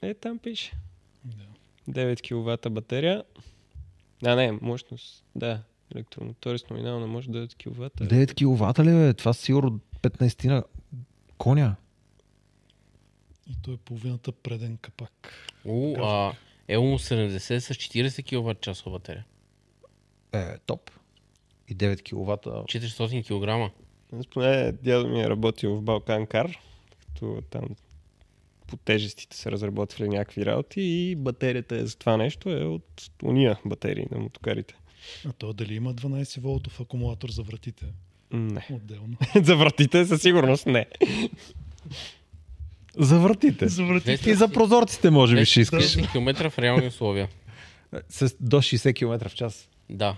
S5: Е, там пише. 9 кВт батерия. А, не, мощност. Да, електромотори с номинална мощ 9 кВт.
S2: 9 киловата ли е? Това сигурно 15 на коня.
S1: И той е половината преден капак.
S3: У, а, Елмо 70 с 40 кВт часова батерия.
S2: Е, топ. И 9 киловата.
S3: 400 кг.
S5: Аз поне дядо ми е работил в Балканкар, като там по тежестите са разработвали някакви работи и батерията е за това нещо е от уния батерии на мотокарите.
S1: А то дали има 12 волтов акумулатор за вратите?
S5: Не.
S1: Отделно.
S5: за вратите със сигурност не.
S2: Завъртите.
S1: за вратите.
S2: И за прозорците може
S3: Е,
S2: би ще искаш.
S3: 40 км в реални условия.
S2: С до 60 км в час.
S3: Да.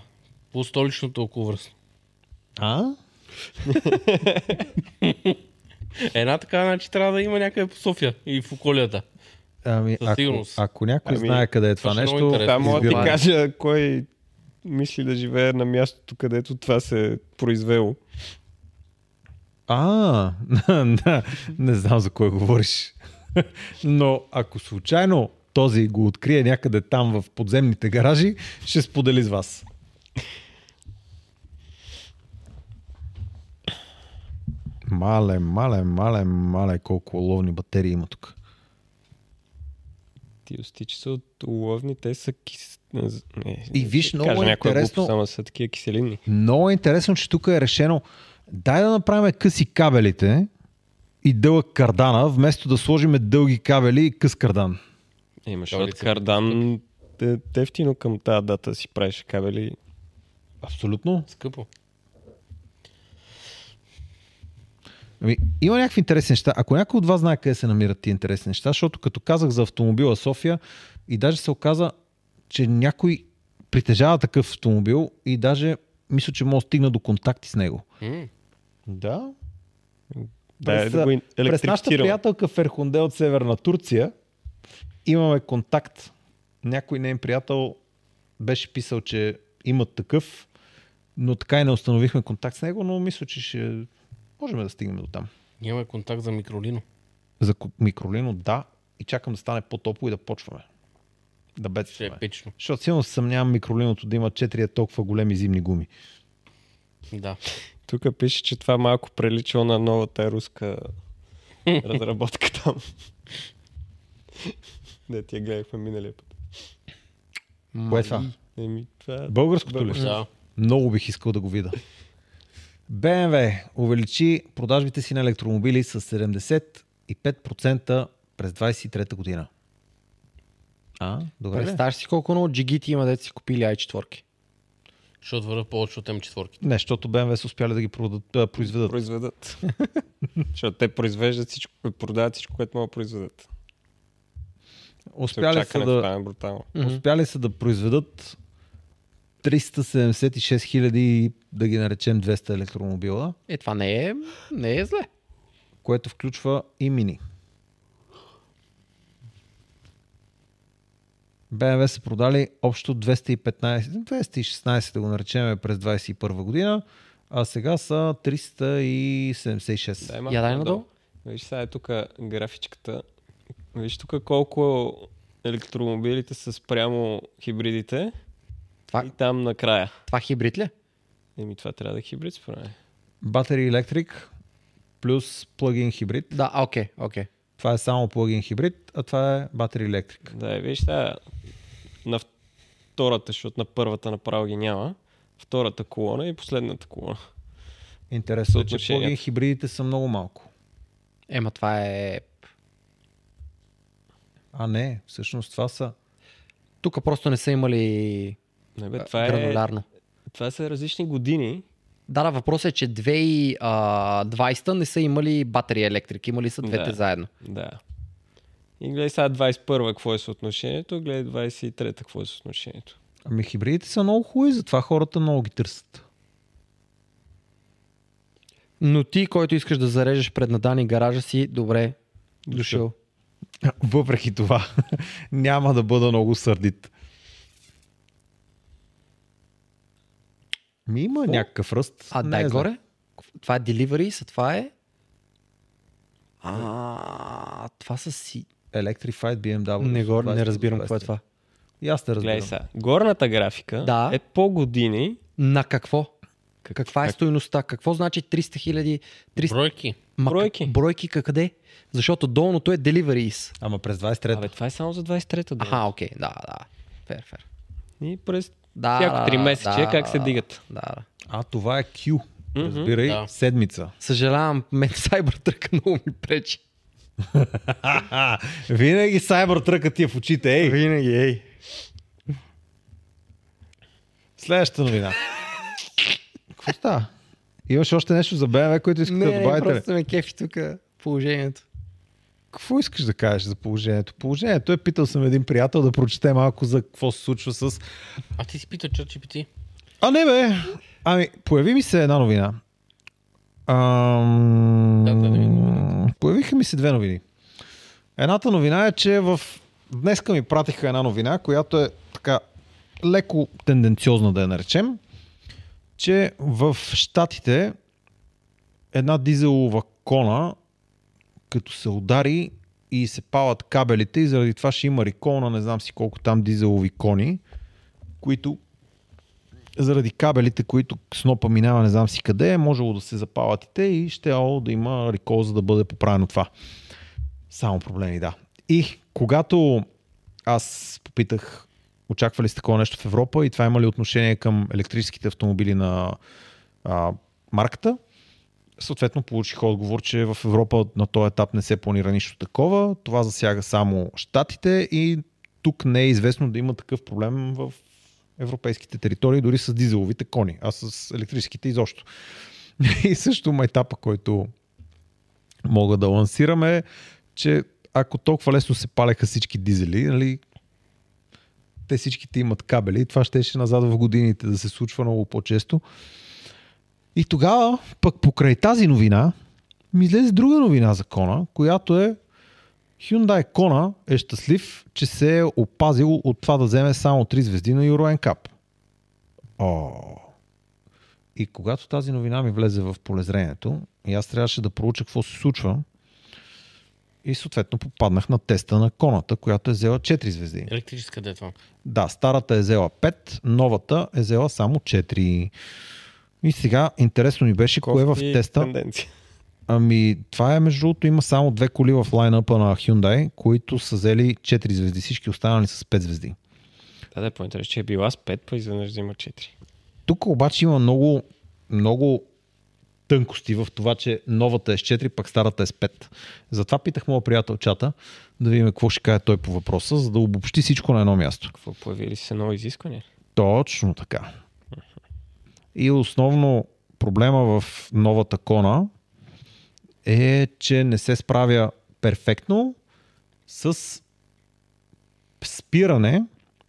S3: По столичното околовръстно.
S2: А?
S3: Една така, значи трябва да има някъде по Съфия и в околията.
S2: Ами,
S3: Със
S2: ако,
S3: сигурност.
S2: ако някой
S5: Ами,
S2: знае къде е това
S3: това ще е
S2: нещо,
S3: много
S5: Това
S3: интересно.
S5: мога да ти
S2: избирай.
S5: кажа кой мисли да живее на мястото, където това се е произвело.
S2: А, да, не знам за кой говориш. Но ако случайно този го открие някъде там в подземните гаражи, ще сподели с вас. Мале, мале, мале, мале, колко ловни батерии има тук.
S5: Ти остичи са от уловни, те са кис... не з- не,
S2: И
S5: не
S2: виж,
S5: ще
S2: много е
S5: кажа някоя
S2: интересно.
S5: глупост, ама са такива киселинни.
S2: Много е интересно, че тук е решено дай да направим къси кабелите и дълъг кардана, вместо да сложиме дълги кабели и къс кардан.
S5: Имаш
S3: Кабелите
S5: от
S3: са
S5: кардан. те- Тефтино към тази дата си правиш кабели.
S2: Абсолютно.
S3: Скъпо.
S2: Ами, има някакви интересни неща. Ако някой от вас знае къде се намират ти интересни неща, защото като казах за автомобила София и даже се оказа, че някой притежава такъв автомобил и даже мисля, че мога да стигна до контакти с него.
S3: М,
S2: Да.
S5: Да,
S2: През-
S5: да го ин-
S2: През нашата
S5: електрифицирам.
S2: приятелка Ферхунде от Северна Турция имаме контакт. Някой нейн приятел беше писал, че имат такъв, но така и не установихме контакт с него, но мисля, че ще можем да стигнем до там.
S3: Нямаме контакт за микролино.
S2: За ку- микролино, да, и чакам да стане по-топло и да почваме. Да
S3: Ще е
S2: бедстваме.
S3: печно.
S2: Защото силно се съмнявам микролиното да има 4 толкова големи зимни гуми.
S3: Да.
S5: Тук пише, че това малко прилича на новата руска разработка там. Не, ти я гледахме миналия път.
S2: Кое е това?
S5: Еми, това...
S2: Българското ли?
S3: Да.
S2: Много бих искал да го видя. BMW увеличи продажбите си на електромобили с 75% през 23 година. А, добре. ли?
S4: Представяш си колко много джигити има дете си купили i4.
S3: Ще отвърна повече от М4.
S2: Не, защото BMW са успяли да ги продадат, а, произведат.
S5: произведат. Защото те произвеждат всичко, продават всичко, което могат да произведат.
S2: Успяли са,
S5: Чакането да...
S2: да,
S5: стане брутално.
S2: успяли са да произведат 376 хиляди, да ги наречем 200 електромобила,
S4: Е, това не е, не е зле.
S2: което включва и мини. BMW са продали общо 215, 216 да го наречем през 2021 година, а сега са 376.
S5: Дай малко
S4: Я дай надолу.
S5: Виж сега е тук графичката. Виж тук колко електромобилите са спрямо хибридите.
S4: Това-
S5: И там накрая.
S4: Това хибрид ли?
S5: Еми това трябва да е хибрид според мен.
S2: Battery Electric плюс plug-in хибрид.
S4: Да, а, окей, окей.
S2: Това е само plug-in хибрид, а това е Battery Electric.
S5: Да, и виж сега на втората, защото на първата направо ги няма. Втората колона и последната колона.
S2: Интересно е, че
S5: Съотношението.
S2: plug-in хибридите са много малко.
S4: Ема това е...
S2: А не, всъщност това са...
S4: Тук просто не са имали
S5: Не бе,
S4: а,
S5: това, е,
S4: гранулярно.
S5: това са различни години.
S4: Да, да, въпросът е, че 2020 не са имали батерия електрик. Имали са двете
S5: Да.
S4: заедно.
S5: Да. И гледай сега 21-а какво е съотношението, гледай 23-та какво е съотношението.
S2: Ами хибридите са много хубави, затова хората много ги търсят.
S4: Но ти, който искаш да зарежеш пред Надани гаража си, добре, дошъл.
S2: Въпреки това, няма да бъда много сърдит. Ми има някакъв ръст.
S4: А
S2: не
S4: дай
S2: знам.
S4: горе. Това е deliveries, а това е... А, това са си...
S2: Electrified BMW.
S4: Не, го, не
S2: 20,
S4: разбирам какво е
S2: 20.
S4: това.
S2: И аз не
S5: Гледай
S2: разбирам.
S5: сега. Горната графика
S4: Да.
S5: е по години.
S4: На какво? Каква е стоеността? Какво значи 300 хиляди? 300...
S3: Бройки.
S4: Ма, как-
S5: Бройки.
S4: Бройки как- къде? Защото долното е deliveries.
S2: Ама през 23-та.
S5: Абе, това е само за 23-та да.
S4: Аха, окей, да, да. Фер, фер.
S5: И през
S4: Да, да,
S5: всяко 3 месече
S4: да,
S5: как се
S4: да,
S5: дигат.
S4: Да, да.
S2: А, това е Q. Разбирай,
S3: да.
S2: седмица.
S4: Съжалявам, мен Cybertruck много ми пречи.
S2: А, винаги Cybertruck ти е в очите, ей.
S6: Винаги, ей.
S2: Следващата новина. Какво става? Имаш още нещо за BMW, което искаш да добавите? ли?
S4: просто ме кефи тук положението.
S2: Какво искаш да кажеш за положението? Положението е, питал съм един приятел да прочете малко за какво се случва с...
S3: А ти си пита ChatGPT.
S2: А не бе! Ами, появи ми се една новина. Ам...
S3: Да, да, да, новината.
S2: Появиха ми се две новини. Едната новина е, че в... Днеска ми пратиха една новина, която е така леко тенденциозна да я наречем, че в Штатите една дизелова кона, като се удари и се палат кабелите и заради това ще има рекол на не знам си колко там дизелови кони, които заради кабелите, които снопа минава не знам си къде, е можело да се запалят и те и ще е да има рекол, за да бъде поправено това. Само проблеми, да. И когато аз попитах, очаквали сте такова нещо в Европа и това има ли отношение към електрическите автомобили на а, марката, съответно получих отговор, че в Европа на този етап не се планира нищо такова. Това засяга само щатите и тук не е известно да има такъв проблем в европейските територии, дори с дизеловите кони, а с електрическите изобщо. И също майтапа, който мога да лансираме, е, че ако толкова лесно се палеха всички дизели, нали, те всичките имат кабели и това щеше назад в годините да се случва много по-често. И тогава, пък покрай тази новина, ми излезе друга новина за Кона, която е Hyundai Kona е щастлив, че се е опазил от това да вземе само 3 звезди на Euro NCAP. О. И когато тази новина ми влезе в полезрението, и аз трябваше да проуча какво се случва, и съответно попаднах на теста на коната, която е взела 4 звезди.
S3: Електрическа де е това.
S2: Да, старата е взела 5, новата е взела само 4. И сега интересно ми беше кое е в
S5: Кофти
S2: теста.
S5: Тенденция.
S2: Ами, това е между другото, има само две коли в лайнъпа на Hyundai, които са взели 4 звезди, всички останали с 5 звезди.
S5: Да, да, по-интересно, че е била с 5, па изведнъж взима 4.
S2: Тук обаче има много, много тънкости в това, че новата е с 4, пък старата е с 5. Затова питах моя приятел чата да видим какво ще каже той по въпроса, за да обобщи всичко на едно място.
S5: Какво появили се ново изискване?
S2: Точно така. И основно проблема в новата кона е, че не се справя перфектно с спиране,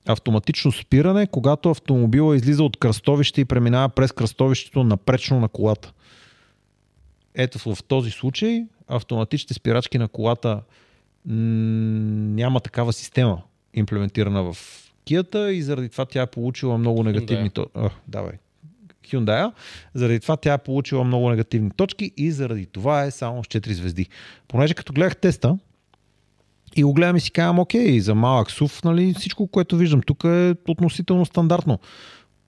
S2: автоматично спиране, когато автомобила излиза от кръстовище и преминава през кръстовището напречно на колата. Ето в този случай автоматичните спирачки на колата м, няма такава система имплементирана в Кията и заради това тя е получила много негативни...
S3: Hyundai.
S2: то- А, давай. Hyundai. Заради това тя е получила много негативни точки и заради това е само с 4 звезди. Понеже като гледах теста, и го гледам и си казвам, окей, за малък сув, нали, всичко, което виждам тук е относително стандартно.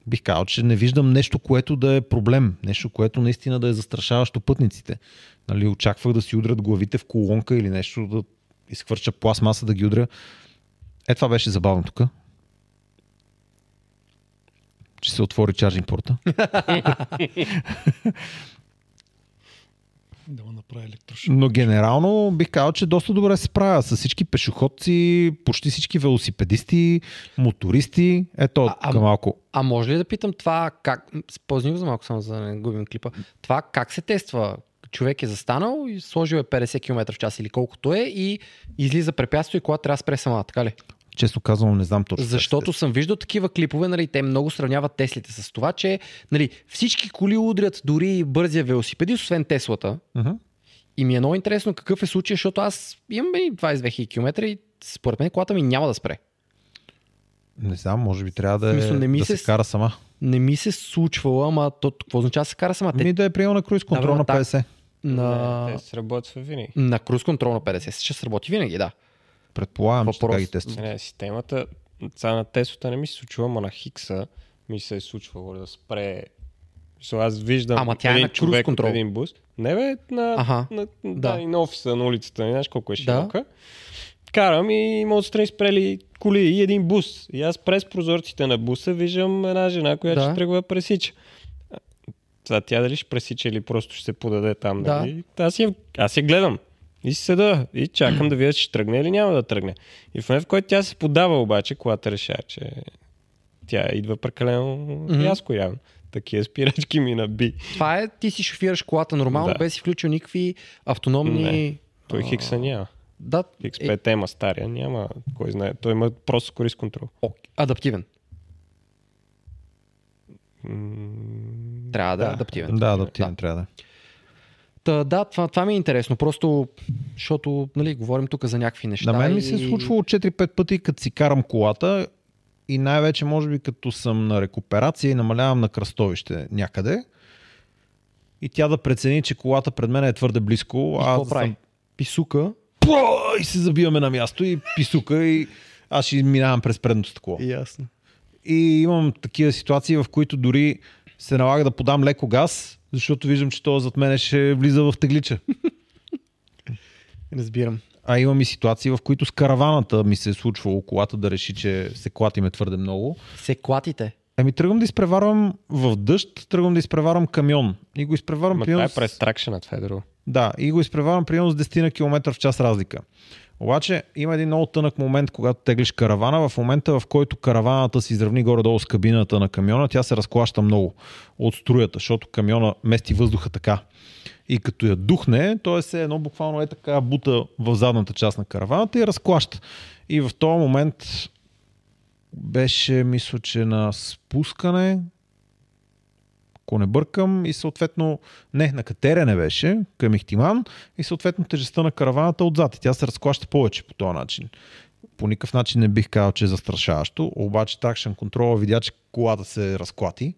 S2: Бих казал, че не виждам нещо, което да е проблем, нещо, което наистина да е застрашаващо пътниците. Нали, очаквах да си удрят главите в колонка или нещо, да изхвърча пластмаса да ги удря. Е, това беше забавно тук. Че се отвори чарджинг порта.
S1: да му направи електрошок.
S2: Но генерално бих казал, че доста добре се справя с всички пешеходци, почти всички велосипедисти, мотористи. Ето,
S4: А, а-
S2: към малко.
S4: А може ли да питам това как... Спозни го за малко, само за да не губим клипа. Това как се тества? Човек е застанал и сложил е 50 км в час или колкото е и излиза препятствие и кола трябва да спре сама, така ли?
S2: Честно казвам, не знам точно. как се
S4: Защото съм виждал такива клипове, нали, те много сравняват Теслите с това, че нали, всички коли удрят дори и бързия велосипедист, освен Теслата.
S2: Мгм.
S4: И ми е много интересно какъв е случай, защото аз имам бе, 22 000 км и според мен колата ми няма да спре.
S2: Не знам, може би трябва да, е-
S4: В смисъл, не ми
S2: да
S4: се
S2: се...
S4: с-
S2: кара сама.
S4: Не ми се случвало, ама то какво означава да се кара сама? Те,
S2: Ами да е приел на круиз контрол
S4: Добре,
S2: на
S4: так.
S2: 50.
S4: на...
S5: Те сработва винаги.
S4: На круз контрол на 50 ще сработи винаги, да.
S2: Предполагам, че
S4: Въпрос. Е,
S2: така ги тества.
S5: Е, Не, системата, цена на Теслата не ми се случва, ама на Хикса ми се е случвало да спре. Со, аз виждам
S4: Ама тя е
S5: един
S4: на круз
S5: човек
S4: контрол.
S5: от един бус. Не бе, на,
S4: Аха,
S5: на, да.
S4: да.
S5: да. и на офиса, на улицата, не знаеш колко е
S4: Да.
S5: широка. Карам и има отстрани спрели коли и един бус. И аз през прозорците на буса виждам една жена, която
S4: Да.
S5: ще тръгва да пресича. А, Сега тя дали ще пресича или просто ще се подаде там.
S4: Да.
S5: Нали? Аз, я, аз я гледам. И седа и чакам да видя, че ще тръгне или няма да тръгне. И в момент, в който тя се подава обаче, колата решава, че тя идва прекалено
S4: Мгм.
S5: рязко явно. Такива спирачки ми наби.
S4: Това е, ти си шофираш колата нормално, да.
S5: Да.
S4: без си включил никакви автономни...
S5: Не. Той
S4: А.
S5: хикса няма.
S4: Да,
S5: Хикс
S4: е,
S5: 5 ема стария, няма кой знае. Той има просто корис контрол.
S4: ок, адаптивен. Трябва да, да. е
S5: да.
S4: адаптивен.
S2: Да, адаптивен трябва да е.
S4: Та, да, това, това ми е интересно. Просто, защото, нали, говорим тук за някакви неща.
S2: На мен ми се
S4: и-
S2: е случвало 4-5 пъти, като си карам колата и най-вече, може би, като съм на рекуперация и намалявам на кръстовище някъде и тя да прецени, че колата пред мен е твърде близко.
S4: И
S2: аз
S4: какво
S2: да
S4: прави?
S2: съм
S4: Писука.
S2: Пла! и се забиваме на място и писука и аз ще минавам през предното стъкло.
S6: Ясно.
S2: И имам такива ситуации, в които дори се налага да подам леко газ, защото виждам, че този зад мене ще влиза в теглича.
S6: Разбирам.
S2: А имам и ситуации, в които с караваната ми се е случвало колата да реши, че се клатиме твърде много.
S4: Се клатите.
S2: Ами тръгвам да изпреварвам в дъжд, тръгвам да изпреварвам камион. И го изпреварвам
S5: Ма това е
S2: с-
S5: през тракшена, това е друго.
S2: Да, и го изпреварвам примерно с 10 на км в час разлика. Обаче има един много тънък момент, когато теглиш каравана. В момента, в който караваната се изравни горе-долу с кабината на камиона, тя се разклаща много от струята, защото камиона мести въздуха така. И като я духне, той се едно буквално е така бута в задната част на караваната и я разклаща. И в този момент беше, мисля, че на спускане, ако не бъркам, и съответно, не, на катерене беше, към Ихтиман, и съответно тежестта на караваната отзад. И тя се разклаща повече по този начин. По никакъв начин не бих казал, че е застрашаващо, обаче тракшен контрола видя, че колата се разклати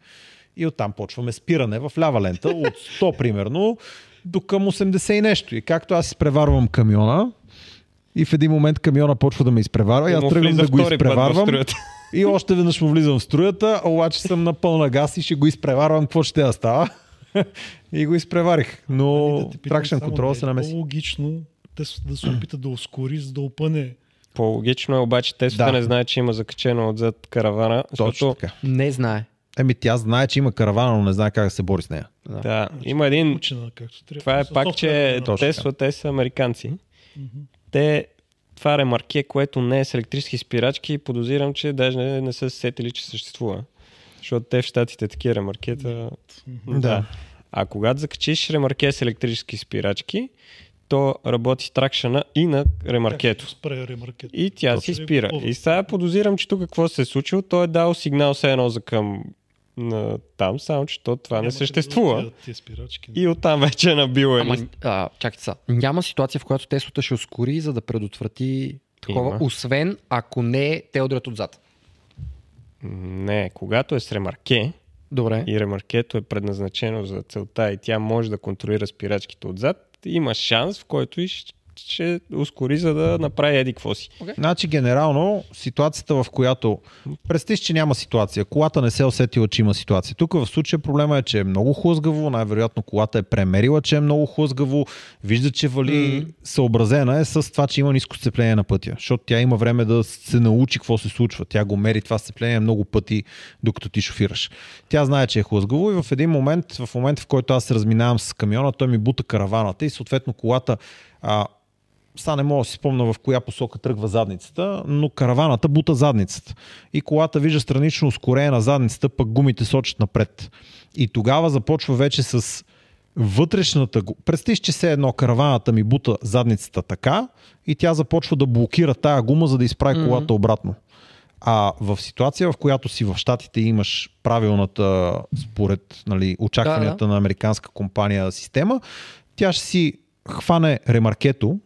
S2: и оттам почваме спиране в лява лента, от 100 примерно, до към 80 и нещо. И както аз изпреварвам камиона, и в един момент камиона почва да ме изпреварва, и
S5: И
S2: аз
S5: му
S2: тръгвам
S5: влиза
S2: да го
S5: втори път в
S2: изпреварвам.
S5: струята.
S2: И още веднъж му влизам в струята, обаче съм на пълна газ и ще го изпреварвам, какво ще да става. и го изпреварих.
S1: Ами
S2: Но
S1: да те питам
S2: тракшен
S1: само,
S2: контрол
S1: не е
S2: се намеси.
S1: По-логично те с- да се опита да ускори, за да опъне.
S5: По-логично е, обаче Теслата
S2: Да.
S5: да. не знае, че има закачено отзад каравана.
S2: Точно
S5: Защото,
S2: така.
S4: Не знае.
S2: Еми тя знае, че има каравана, но не знае как да се бори с нея.
S5: да, има един...
S1: Учена, както трябва.
S5: Това е
S1: С
S5: пак, че
S1: софтуерна-
S2: Точно така.
S5: Тесла, те са американци. Те това ремарке, което не е с електрически спирачки, подозирам, че даже не, не са се сетили, че съществува. Защото те в щатите такива ремаркета... Да. А когато закачиш ремарке с електрически спирачки, то работи тракшена и на ремаркето.
S1: Спре ремаркет.
S5: И тя
S1: Точно.
S5: си спира.
S1: Повод.
S5: И сега подозирам, че тук какво се е случило. Той е дал сигнал все едно за към на там, само че то това не
S1: Няма къде да
S5: съществува.
S1: отидат тия спирачки.
S5: И оттам вече е набил
S4: Ама,
S5: едни
S4: а, чакайте са. Няма ситуация, в която Теслата ще ускори, за да предотврати такова,
S5: Има.
S4: освен ако не те удрят е отзад.
S5: Не, когато е с ремарке,
S4: Добре.
S5: и ремаркето е предназначено за целта и тя може да контролира спирачките отзад, има шанс, в който и ще, ще ускори, за да направи еди какво си.
S2: Значи, генерално, ситуацията, в която представиш, че няма ситуация, колата не се е усетила, че има ситуация. Тук в случая проблема е, че е много хлъзгаво, най-вероятно колата е премерила, че е много хлъзгаво, вижда, че вали, съобразена е с това, че има ниско сцепление на пътя, защото тя има време да се научи какво се случва. Тя го мери това сцепление много пъти, докато ти шофираш. Тя знае, че е хлъзгаво и в един момент, в момента, в който аз се разминавам с камиона, той ми бута караваната и съответно колата а, сега не мога да си спомня в коя посока тръгва задницата, но караваната бута задницата. И колата вижда странично ускорение на задницата, пък гумите сочат напред. И тогава започва вече с вътрешната... гу- Представиш, че все едно караваната ми бута задницата така и тя започва да блокира тая гума, за да изправи колата обратно. А в ситуация, в която си в Штатите и имаш правилната, според нали, очакванията на американска компания система, тя ще си хване ремаркето,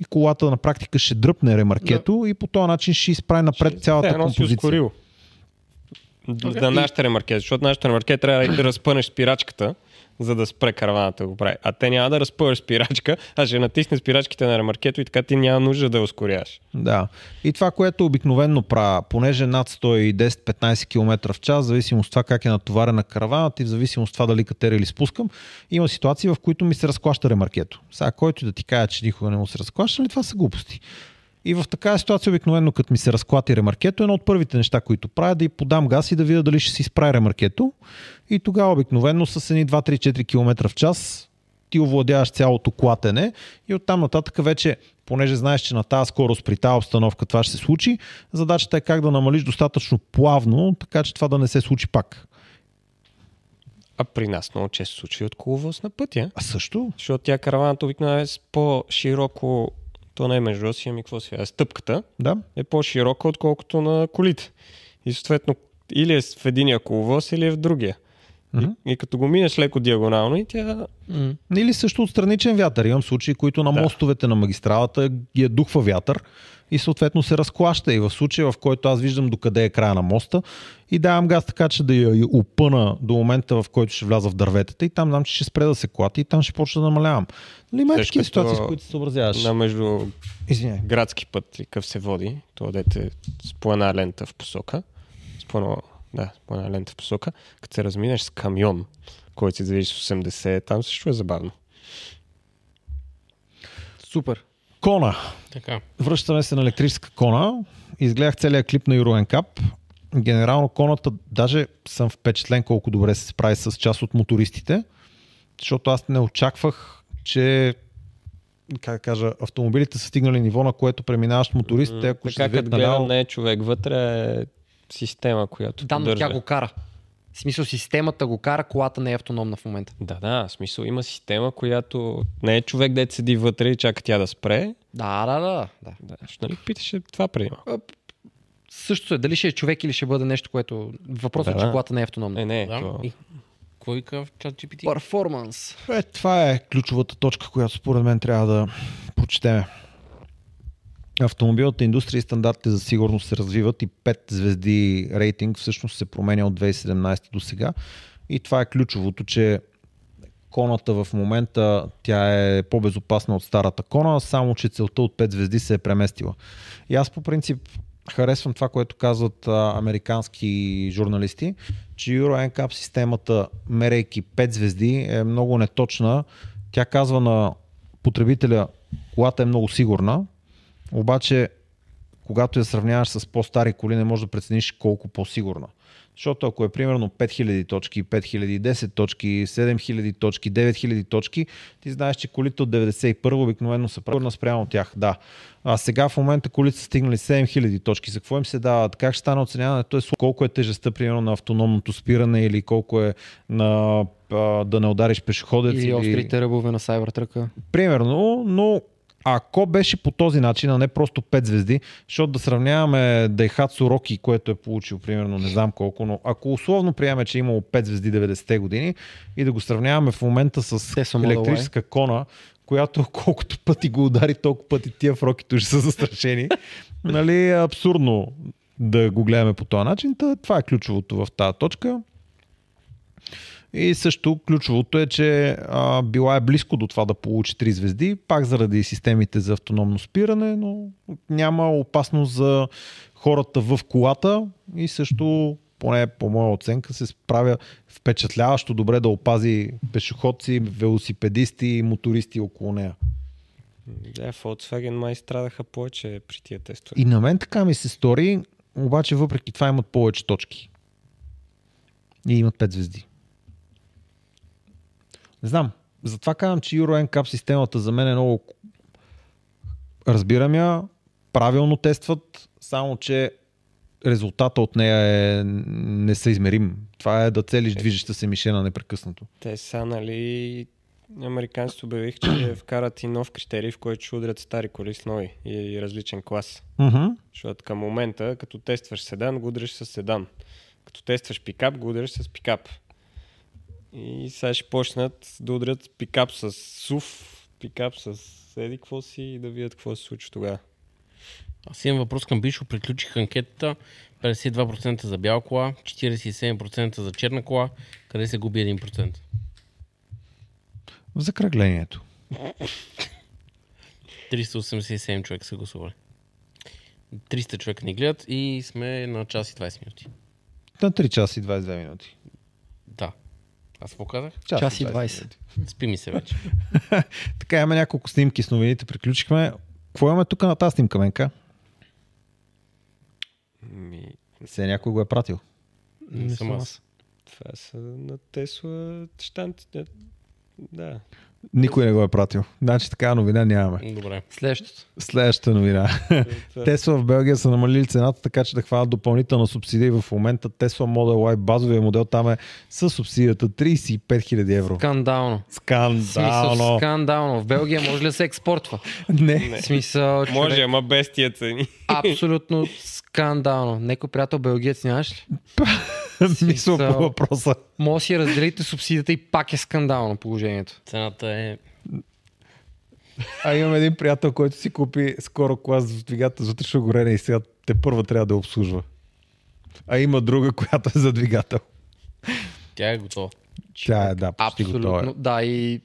S2: и колата на практика ще дръпне ремаркето да. и по този начин ще изправи напред ще, цялата
S5: Все едно си
S2: композиция.
S5: ускорил. Okay. За нашите ремарке, защото нашите ремарке трябва да разпънеш спирачката, за да спре караваната да го прави. А те няма да разпъваш спирачка, а ще натисне спирачките на ремаркето и така ти няма нужда да я ускоряваш.
S2: Да. И това, което обикновенно правя, понеже над 110-15 км в час, в зависимост от това как е натоварена караваната и в зависимост от това дали катера или спускам, има ситуации, в които ми се разклаща ремаркето. Сега, който да ти каже, че никога не му се разклаща, ли това са глупости. И в такава ситуация обикновено, като ми се разклати ремаркето, едно от първите неща, които правя, е да й подам газ и да видя дали ще си изправи ремаркето. И тогава обикновено с едни 2-3-4 км в час ти овладяваш цялото клатене и оттам нататък вече, понеже знаеш, че на тази скорост при тази обстановка това ще се случи, задачата е как да намалиш достатъчно плавно, така че това да не се случи пак.
S5: А при нас много често се случва и от коловоз на пътя.
S2: А също?
S5: Защото тя караваната обикновено е с по-широко, то не е между оси, ами какво си, а стъпката
S2: Да.
S5: е по-широка, отколкото на колите. И съответно, или е в единия коловоз, или е в другия.
S2: Мгм.
S5: И, и като го минеш леко диагонално и тя
S4: М.
S2: Или също от страничен вятър. Имам случаи, които на
S5: Да.
S2: мостовете на магистралата ги е духва вятър и съответно се разклаща. И в случая, в който аз виждам докъде е края на моста и давам газ така, че да я опъна до момента, в който ще вляза в дърветата и там знам, че ще спре да се клати и там ще почна да намалявам. Нали, има и
S5: Тъж
S2: такива
S5: като
S2: ситуации, с които се съобразяваш.
S5: на между
S2: Извиняй.
S5: градски път, и къв се води, то дете с по една лента в посока, с по едно, да, с по една лента в посока, като се разминеш с камион, който си движи с 80, там също е забавно.
S4: Супер.
S2: Кона.
S3: Така.
S2: Връщаме се на електрическа кона. Изгледах целият клип на Юроен Кап. Генерално коната, даже съм впечатлен колко добре се справи с част от мотористите, защото аз не очаквах, че как да кажа, автомобилите са стигнали ниво, на което преминаващ моторист, те ако ще се
S5: Така
S2: вият
S5: като гледам,
S2: наляво,
S5: не е човек вътре, е система, която
S4: Да, но
S5: поддържа.
S4: тя го кара. В смисъл, системата го кара, колата не е автономна в момента.
S5: Да, да, в смисъл има система, която не е човек, дете седи вътре и чака тя да спре.
S4: Да, да, да. да.
S5: Да, защо нали питаше това преди малко?
S4: Същото е, дали ще е човек или ще бъде нещо, което... Въпросът
S5: Да,
S4: е, че
S5: да.
S4: колата не е автономна.
S5: Не, не,
S3: Да.
S5: то...
S3: И кой казва в чат GPT?
S4: Перформанс.
S2: е, това е ключовата точка, която според мен трябва да прочетеме. Автомобилната индустрия и стандартите за сигурност се развиват и 5 звезди рейтинг всъщност се променя от 2017 до сега. И това е ключовото, че коната в момента тя е по-безопасна от старата кона, само че целта от 5 звезди се е преместила. И аз по принцип харесвам това, което казват а, американски журналисти, че Euro NCAP системата, мерейки 5 звезди, е много неточна. Тя казва на потребителя, колата е много сигурна, обаче когато я сравняваш с по-стари коли, не можеш да прецениш колко по-сигурна. Защото ако е примерно 5000 точки, 5010 точки, 7000 точки, 9000 точки, ти знаеш, че колите от 91 обикновено са правилно спрямо тях. Да. А сега в момента колите са стигнали 7000 точки. За какво им се дават? Как ще стане оценяването? Е, колко е тежестта, примерно, на автономното спиране или колко е на а, да не удариш пешеходец.
S4: Или острите ръбове на Cybertruck.
S2: Примерно, но ако беше по този начин, а не просто 5 звезди, защото да сравняваме Дайхацу Роки, което е получил примерно не знам колко, но ако условно приемем, че е имало 5 звезди 90-те години и да го сравняваме в момента
S4: Те
S2: с
S4: са Model Y.
S2: електрическа кона, която колкото пъти го удари, толкова пъти тия в рокито ще са застрашени. нали, е абсурдно да го гледаме по този начин. Та, това е ключовото в тази точка. И също ключовото е, че а, била е близко до това да получи 3 звезди, пак заради системите за автономно спиране, но няма опасност за хората в колата и също, поне по моя оценка, се справя впечатляващо добре да опази пешеходци, велосипедисти и мотористи около нея.
S5: Да, Volkswagen май страдаха повече при тия тестове.
S2: И на мен така ми се стори, обаче въпреки това имат повече точки. И имат 5 звезди. Не знам. Затова казвам, че Euro NCAP системата за мен е много... Разбирам я, правилно тестват, само че резултата от нея е несъизмерим. Това е да целиш движеща се мишена непрекъснато.
S5: Те са, нали, американците обявих, че вкарат и нов критерий, в който ще удрят стари коли с нови и, и различен клас.
S2: Mm-hmm.
S5: Защото към момента, като тестваш седан, го удреш с седан. Като тестваш пикап, го удреш с пикап. И сега ще почнат да удрят пикап с СУВ, пикап с еди какво си и да видят какво се случва тогава.
S3: Аз имам въпрос към Бишо. Приключих анкетата. 52% за бяла кола, 47% за черна кола. Къде се губи 1%?
S2: В закръглението.
S3: 387 човека са гласували. 300 човека ни гледат и сме на час и 20 минути.
S2: На 3 часа и 22 минути.
S3: Да. Аз какво казах?
S4: Час и 20.
S2: минути.
S3: Спи ми се вече.
S2: Така, имаме няколко снимки с новините. Приключихме. Какво имаме тук на тази снимка, Менка?
S5: Ми,
S2: Се някой го е пратил.
S3: Не съм аз.
S5: това са на Тесла щантите. Да.
S2: Никой не го е пратил. Значи така новина нямаме.
S3: Добре.
S4: Следващото.
S2: Следващата новина.
S5: Това-
S2: Тесла в Белгия са намалили цената, така че да хванат допълнителна субсидия. В момента Тесла Model Y базовия модел там е с субсидията 35 000 евро.
S4: Скандално. В Смисъл,
S2: Скандално!
S4: скандално. В Белгия може ли да се експортва?
S2: Не.
S4: В смисъл, човек,
S5: Може, ама без тия цени.
S4: абсолютно скандално. Некой приятел белгиец нямаш ли?
S2: Мисъл по въпроса.
S4: Може да си разделите субсидията и пак е скандално положението.
S3: Цената е...
S2: А имам един приятел, който си купи скоро кола с двигател за вътрешно горене и сега те първа трябва да я обслужва. А има друга, която е за двигател.
S3: Тя е готова.
S2: Тя е, да, почти готова. е.
S4: Абсолютно. Да, и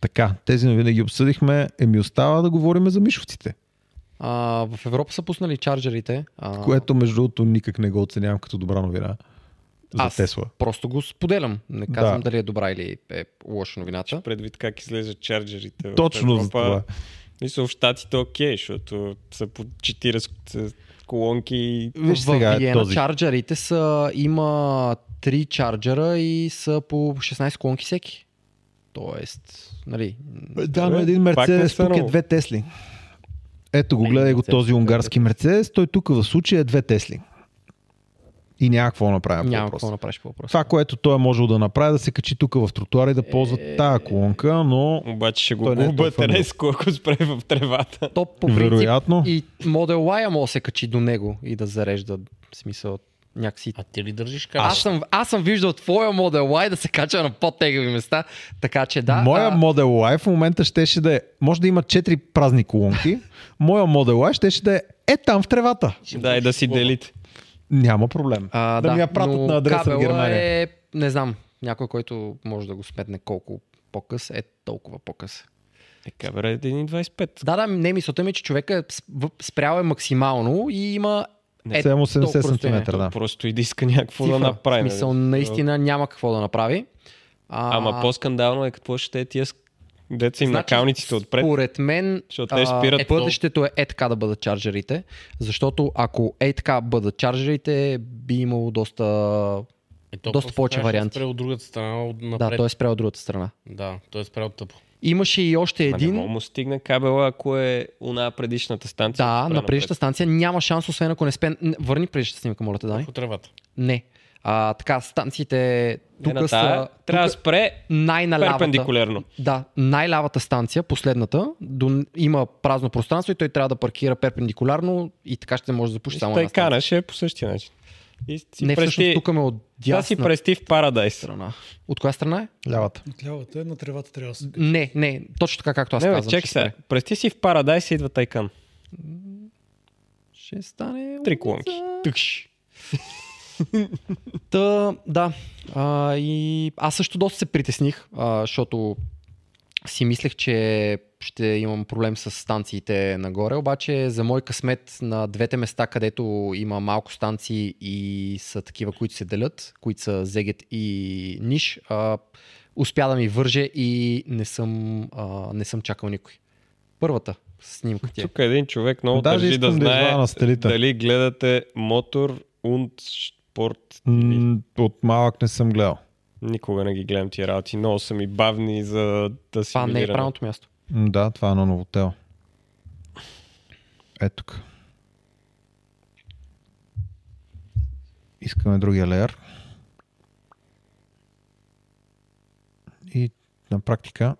S2: Така, тези новини ги обсъдихме. Еми остава да говорим за мишовците,
S4: а, в Европа са пуснали чарджерите. А,
S2: което между другото никак не го оценявам като добра новина. За
S4: Аз.
S2: Тесла.
S4: Просто го споделям. Не казвам
S2: Да.
S4: дали е добра или е лоша новината.
S5: Предвид как излезат чарджерите. в
S2: Точно за
S5: Европа.
S2: това.
S5: Мисля, в Штатите окей, защото са по 40 колонки и
S2: Виж сега
S4: в
S2: е
S4: Виена
S2: този.
S4: чарджерите са, има три чарджера и са по 16 колонки всеки. Тоест, нали,
S2: Да, но
S5: Добре,
S2: един
S5: пак не
S2: Мерцедес
S5: са
S2: тук е
S5: много.
S2: две Тесли. Ето
S4: Е,
S2: го, гледай го този унгарски Мерцедес. Той тук в случая е две Тесли. И няма какво да направим.
S4: няма какво да направиш по въпроса.
S2: Това, което той е можел да направи, да се качи тук в тротуара и да ползва
S4: Е,
S2: тая колонка, но
S5: обаче ще
S2: Той
S5: го
S2: не е
S5: губа
S2: толкова много.
S5: Тереско, ако спре в тревата.
S4: То по принцип
S2: Вероятно.
S4: и Model Y може да се качи до него и да зарежда в смисъл някакси.
S3: А ти ли държиш
S4: Аз,
S3: камера?
S4: съм, аз съм виждал твоя Model Y да се кача на по-тегави места, така че да.
S2: моя
S4: а,
S2: Model Y в момента щеше да е... Може да има четири празни колонки. моя Model Y щеше да е е там в тревата.
S5: Да, и да си делите.
S2: Няма проблем.
S4: а,
S2: да, ми я пратят
S4: но
S2: на адреса в
S4: кабела
S2: Германия.
S4: Е, не знам, някой, който може да го сметне колко по-къс е толкова по-къс.
S5: Така, бре, 1,25.
S4: Да, да, не мисълта ми, е, че човека е сп- в- спрял е максимално и има е,
S2: Само
S4: толкова
S2: 70
S4: разстояние.
S2: см, да.
S5: Просто и да иска някакво
S4: Цифра.
S5: да направи. нали?
S4: Мисъл, наистина няма какво да направи. А,
S5: Ама по-скандално е какво ще е тия с- деца им
S4: Значи,
S5: на калниците отпред.
S4: Според мен,
S5: Защото те спират
S4: е,
S5: много.
S4: бъдещето е, е така да бъдат чарджерите, защото ако е така бъдат чарджерите, би имало доста...
S3: Е, то
S4: доста
S3: просто
S4: повече
S3: трябваше да
S4: варианти.
S3: спре от другата страна от напред.
S4: Да, той е спрял от другата страна.
S3: Да, той е спрял тъпо.
S4: Имаше и още
S5: Един...
S4: един...
S5: Не мога му стигна кабела, ако е уна предишната станция.
S4: Да,
S5: спре
S4: на предишната станция няма шанс, освен ако не спе... Н- Върни предишната снимка, моля те, Дани.
S3: По тревата.
S4: Не. А, така, станциите
S5: Не, Е, на
S4: тук
S5: тая.
S4: са...
S5: Трябва да
S4: тука
S5: спре
S4: най-налявата.
S5: перпендикулярно.
S4: Да, най-лявата станция, последната, до, има празно пространство и той трябва да паркира перпендикулярно и така ще може да запуши само една станция.
S5: Тайкана ще е по същия начин. И си
S4: Не, всъщност
S5: прести...
S4: тук ме от
S5: Да
S4: дясна
S5: си прести в Парадайс.
S4: страна. От коя страна е?
S2: Лявата.
S1: От лявата е, на тревата трябва да се качи.
S4: Не, не, точно така както аз
S5: Не, бе,
S4: казвам.
S5: чек
S4: че спре.
S5: се. Прести си в Парадайс и идва Тайкан.
S4: Ще стане...
S5: Три колонки.
S4: улица.
S5: Тъкш.
S4: Та, да. А, и аз също доста се притесних, а, защото си мислех, че ще имам проблем с станциите нагоре, обаче за мой късмет на двете места, където има малко станции и са такива, които се делят, които са Зегет и Ниш, а, успя да ми върже и не съм, а, не съм чакал никой. Първата снимка ти е.
S5: Тук един човек много
S2: Даже
S5: държи
S2: искам
S5: да
S2: да
S5: знае
S2: извадя на стелите.
S5: дали гледате мотор, унт, спорт.
S2: М, От малък не съм гледал.
S5: Никога не ги гледам тия работи. Много са ми бавни за да си
S4: Това не е правилното място.
S2: М, Да, това е на новотел. Е тук. Искаме другия леер. И на практика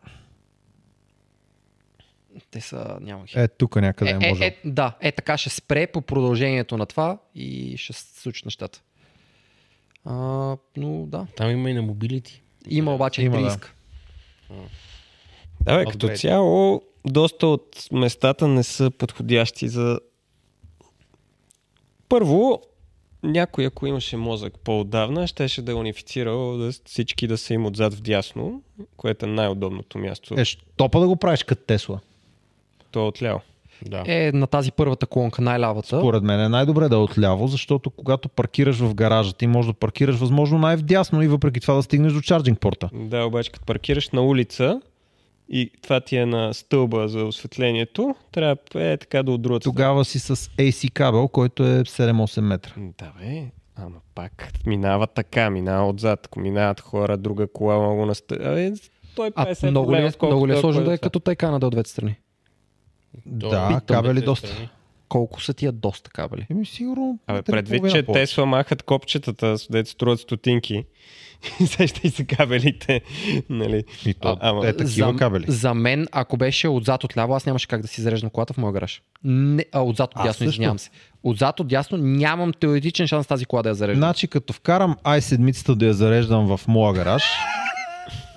S4: Те са, няма ги.
S2: е тук някъде
S4: е,
S2: е, може.
S4: е, е, да, е така ще спре по продължението на това и ще се случат нещата. А, но да,
S3: Там има и на мобилити.
S4: има обаче
S2: Има,
S4: има,
S2: да.
S4: риск.
S5: Да, бе, като
S3: Upgrade.
S5: цяло, доста от местата не са подходящи за... Първо, някой, ако имаше мозък по-отдавна, щеше да е унифицирал да с- всички да са им отзад в дясно, което е най-удобното място.
S2: Е, топа да го правиш като Тесла.
S5: То е отляво.
S3: Да.
S4: Да. Е на тази първата колонка, най-лявата.
S2: Според мен е най-добре да е отляво, защото когато паркираш в гаража, ти можеш да паркираш възможно най-вдясно и въпреки това да стигнеш до чарджинг порта.
S5: Да, обаче като паркираш на улица и това ти е на стълба за осветлението, трябва е така да от другата
S2: Тогава си с AC кабел, който е 7-8 метра.
S5: Да бе, ама пак минава така, минава отзад. Ако минават хора, друга кола много настъпи. Той
S4: А
S5: 50
S4: много ли,
S5: проблема,
S4: е- много ли е
S5: колкото
S4: сложно
S5: кой
S4: да е като тайкана да е от двете страни?
S3: То-
S2: да,
S3: Питам
S2: кабели
S3: те,
S2: доста.
S3: страни.
S4: Колко са тия доста кабели?
S2: Еми Ами, сигурно...
S5: Абе,
S2: три
S5: предвид,
S2: половина
S5: че
S2: повече.
S5: Тесла махат копчетата, с дето струват стотинки. Сещай се кабелите. нали?
S2: И то,
S5: А, ама-
S2: е такива
S4: за,
S2: кабели.
S4: За мен, ако беше отзад от ляво, аз нямаше как да си зареждам колата в моя гараж. Не, а, отзад от
S2: Аз
S4: дясно,
S2: също.
S4: извинявам се. Отзад от дясно нямам теоретичен шанс тази кола да я зареждам.
S2: Значи като вкарам i7-цата да я зареждам в моя гараж,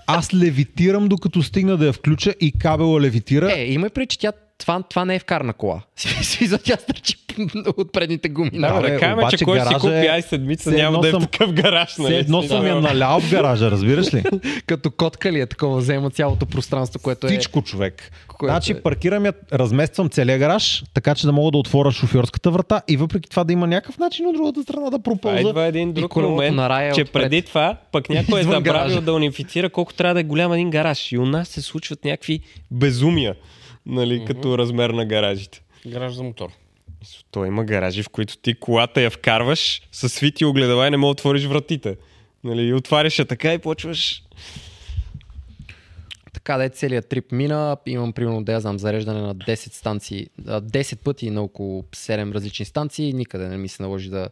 S2: аз левитирам докато стигна да я включа и кабела левитира.
S4: Е, има и преди, че тя, това, това не е вкарна кола. Смисъл, тя стърчи от предните гуми.
S5: Да,
S4: Нали?
S2: Да,
S5: да,
S2: бе,
S5: да кажем,
S2: обаче
S5: че кой си
S2: гаража
S5: купи
S2: е-
S5: ай седмица,
S2: все
S5: няма
S2: едно
S5: да е в
S2: съм-
S5: такъв гараж.
S4: нали
S5: нали?
S2: Все едно съм я
S5: Да,
S2: налял в гаража, разбираш ли?
S4: Като котка ли е такова, взема цялото пространство, което е...
S2: Всичко, човек.
S4: Което
S2: значи
S4: е-
S2: паркирам я, размествам целия гараж, така че да мога да отворя шофьорската врата и въпреки това да има някакъв начин от другата страна да
S5: Това
S2: проползва.
S5: Идва един друг
S4: колелото
S5: момент,
S4: на рая е
S5: че
S4: отпред.
S5: преди това пък някой е
S4: Извън
S5: забравил
S4: гаража.
S5: да унифицира колко трябва да е голям един гараж. И у нас се случват някакви безумия, нали, като размер на гаражите.
S3: Гараж за мотор.
S5: Мисля, Той има гаражи, в които ти колата я вкарваш с свити огледала и не мога да отвориш вратите. Нали, и отваряш я така и почваш...
S4: Така да е целият трип мина. Имам примерно, да я знам, зареждане на 10 станции, а, 10 пъти на около 7 различни станции. Никъде не ми се наложи да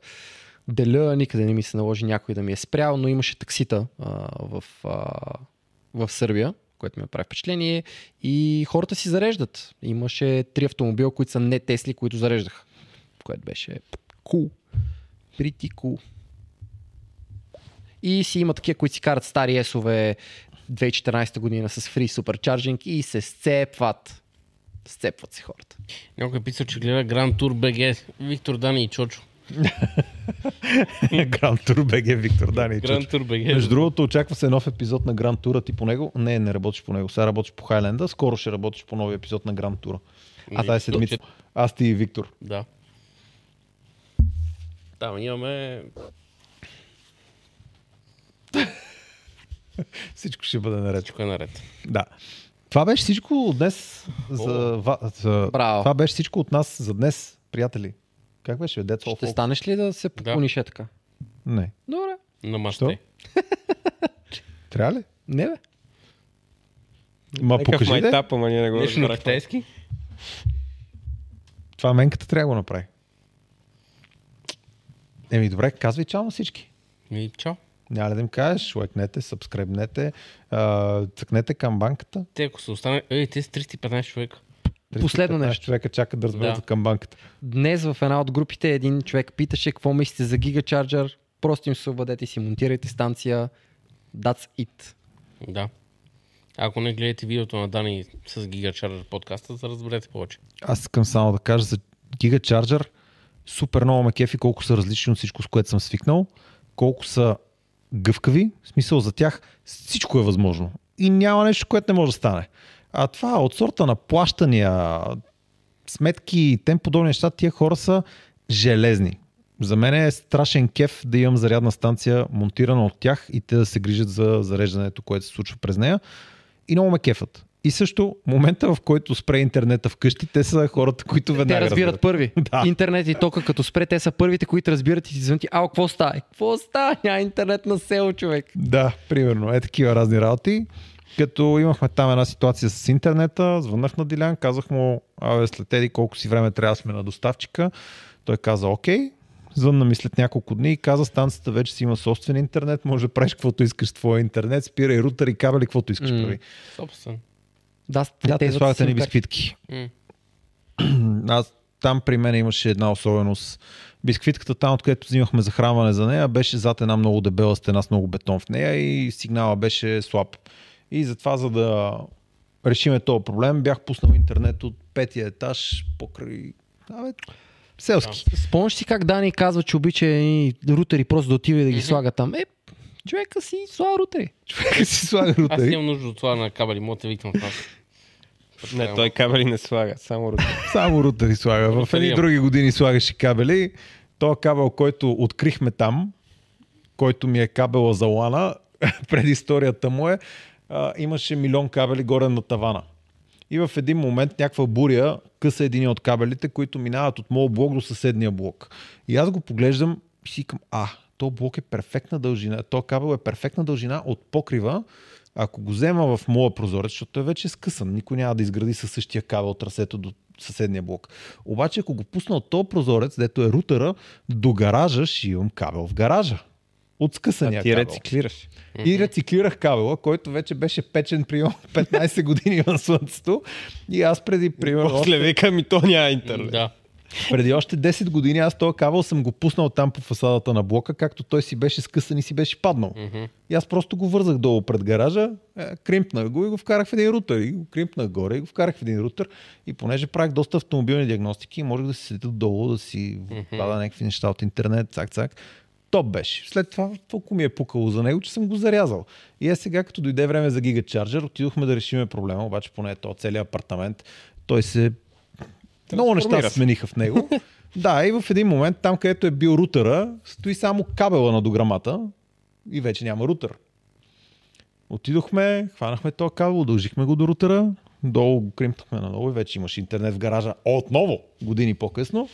S4: деля, никъде не ми се наложи някой да ми е спрял, но имаше таксита а, в, а, в Сърбия, което ми направи впечатление. И хората си зареждат. Имаше три автомобила, които са не Тесли, които зареждаха. Което беше кул. Pretty cool. И си има такива, които си карат стари есове 2014 година с free supercharging и се сцепват. Сцепват се хората.
S3: Някой писа, че гледа Гран Тур БГ. Виктор Дани и Чочо.
S2: Гран Тур БГ Виктор Дани.
S3: Гран Тур БГ.
S2: Между другото, очаква се нов епизод на Гран Тура. Ти по него? Не, не работиш по него. Сега работиш по Хайленда. Скоро ще работиш по новия епизод на Гран Тура. А
S5: Ами,
S2: тази седмица. Аз ти и Виктор.
S3: Да. Там имаме...
S2: Всичко ще бъде наред.
S3: Чука е наред.
S2: Да. Това беше всичко днес за, ва- за...
S4: Браво.
S2: Това беше всичко от нас за днес, приятели. Как беше? Децо?
S4: Ще станеш ли да се поклониш е така?
S2: Не.
S4: Добре.
S3: Намасте.
S2: Трябва ли?
S4: Не бе.
S2: Ма
S5: Някакъв
S2: покажи да.
S5: майтап, ама ние не го
S3: Нещо на
S5: разбрахме.
S3: китайски?
S2: Това менката трябва да го направи. Еми добре, казвай чао на всички.
S3: И чао.
S2: Няма ли да им кажеш? Лайкнете, сабскребнете, а, цъкнете камбанката.
S3: Те ако се остане... Ей, те са 315 човека.
S4: Последно
S2: 315
S4: нещо.
S2: човека чакат да разберат
S3: Да.
S2: за камбанката.
S4: Днес в една от групите един човек питаше какво мислите за гигачарджър. Просто им се обадете и си монтирайте станция. That's it.
S3: Да. Ако не гледате видеото на Дани с GigaCharger подкаста, за да разберете повече.
S2: Аз искам само да кажа за Giga Charger. супер много ме кефи колко са различни от всичко, с което съм свикнал, колко са гъвкави, в смисъл за тях всичко е възможно. И няма нещо, което не може да стане. А това е от сорта на плащания, сметки и тем подобни неща, тия хора са железни. За мен е страшен кеф да имам зарядна станция монтирана от тях и те да се грижат за зареждането, което се случва през нея. И много ме кефът. И също момента, в който спре интернета вкъщи, те са хората, които веднага
S4: Те разбират първи.
S2: Да.
S4: Интернет и тока като спре, те са първите, които разбират и ти звънят. Ало, какво става? Е, Какво става? Няма интернет на село, човек.
S2: Да, примерно. Е такива разни работи. Като имахме там една ситуация с интернета, звъннах на Дилян, казах му, абе след еди колко си време трябва да сме на доставчика. Той каза, окей. Звънна ми след няколко дни и каза, станцията вече си има собствен интернет, може да правиш каквото искаш с твоя интернет, спира и рутер и кабели, каквото искаш
S4: М.
S2: прави.
S3: Собствен.
S4: Да,
S2: Да, те
S4: тезата
S2: слагат
S4: си
S2: едни
S4: им как-
S2: бисквитки.
S3: М.
S2: Аз там при мен имаше една особеност. Бисквитката там, откъдето взимахме захранване за нея, беше зад една много дебела стена с много бетон в нея и сигнала беше слаб. И затова, за да решиме този проблем, бях пуснал интернет от петия етаж покрай... Абе, селски.
S4: Спомняш си как Дани казва, че обича едни рутери просто да отива и да ги слага там. Е, човека си слага рутери.
S2: Човека си слага
S3: Аз
S2: рутери.
S3: имам нужда от това на кабели, мога да те викам това.
S5: Не, той кабели не слага, само ръка.
S2: Само рутери слага. В
S3: Рутери
S2: едни
S3: имам.
S2: други години слагаше кабели. То кабел, който открихме там, който ми е кабела за лана, предисторията му е, а, имаше милион кабели горе на тавана. И в един момент някаква буря къса един от кабелите, които минават от моят блок до съседния блок. И аз го поглеждам и си викам, а, то блок е перфектна дължина, то кабел е перфектна дължина от покрива, ако го взема в моя прозорец, защото той вече е скъсан, никой няма да изгради със същия кабел трасето до съседния блок. Обаче, ако го пусна от този прозорец, дето е рутера, до гаража ще имам кабел в гаража. От скъсания
S5: А ти
S2: кабел.
S5: рециклираш.
S2: И рециклирах кабела, който вече беше печен при 15 години на слънцето. И аз преди, примерно,
S5: После вика ми, то няма интернет.
S3: Да.
S2: преди още 10 години аз този кабел съм го пуснал там по фасадата на блока, както той си беше скъсан и си беше паднал. И аз просто го вързах долу пред гаража, е, кримпнах го и го вкарах в един рутер. И го кримпнах горе и го вкарах в един рутер. И понеже правих доста автомобилни диагностики, можех да си седя долу, да си вада някакви неща от интернет, цак-цак. Топ беше. След това толкова ми е пукало за него, че съм го зарязал. И е сега, като дойде време за гигачарджер, отидохме да решиме проблема, обаче поне е то целият апартамент, той се много неща се
S5: Трансформира се.
S2: смениха в него. да, и в един момент, там където е бил рутера, стои само кабела на дограмата и вече няма рутер. Отидохме, хванахме този кабел, удължихме го до рутера, долу го кримтахме наново и вече имаше интернет в гаража отново, години по-късно.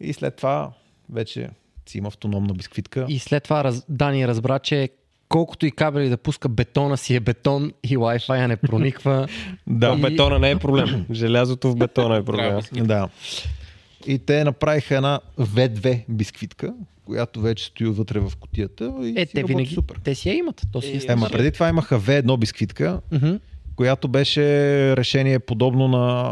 S2: И след това вече си има автономна бисквитка. И...
S4: И след това раз... Дани разбра, че колкото и кабели да пуска, бетона си е бетон и Wi-Fi не прониква.
S5: Да,
S4: И-
S5: бетона не е проблем. Желязото в бетона е проблем.
S2: Да. И те направиха една V2 бисквитка, която вече стои вътре в котията. И
S4: Е,
S2: си
S4: те
S2: работи
S4: винаги,
S2: Супер.
S4: те си я имат. То си е,
S2: Ема, преди това имаха V1 бисквитка, която беше решение подобно на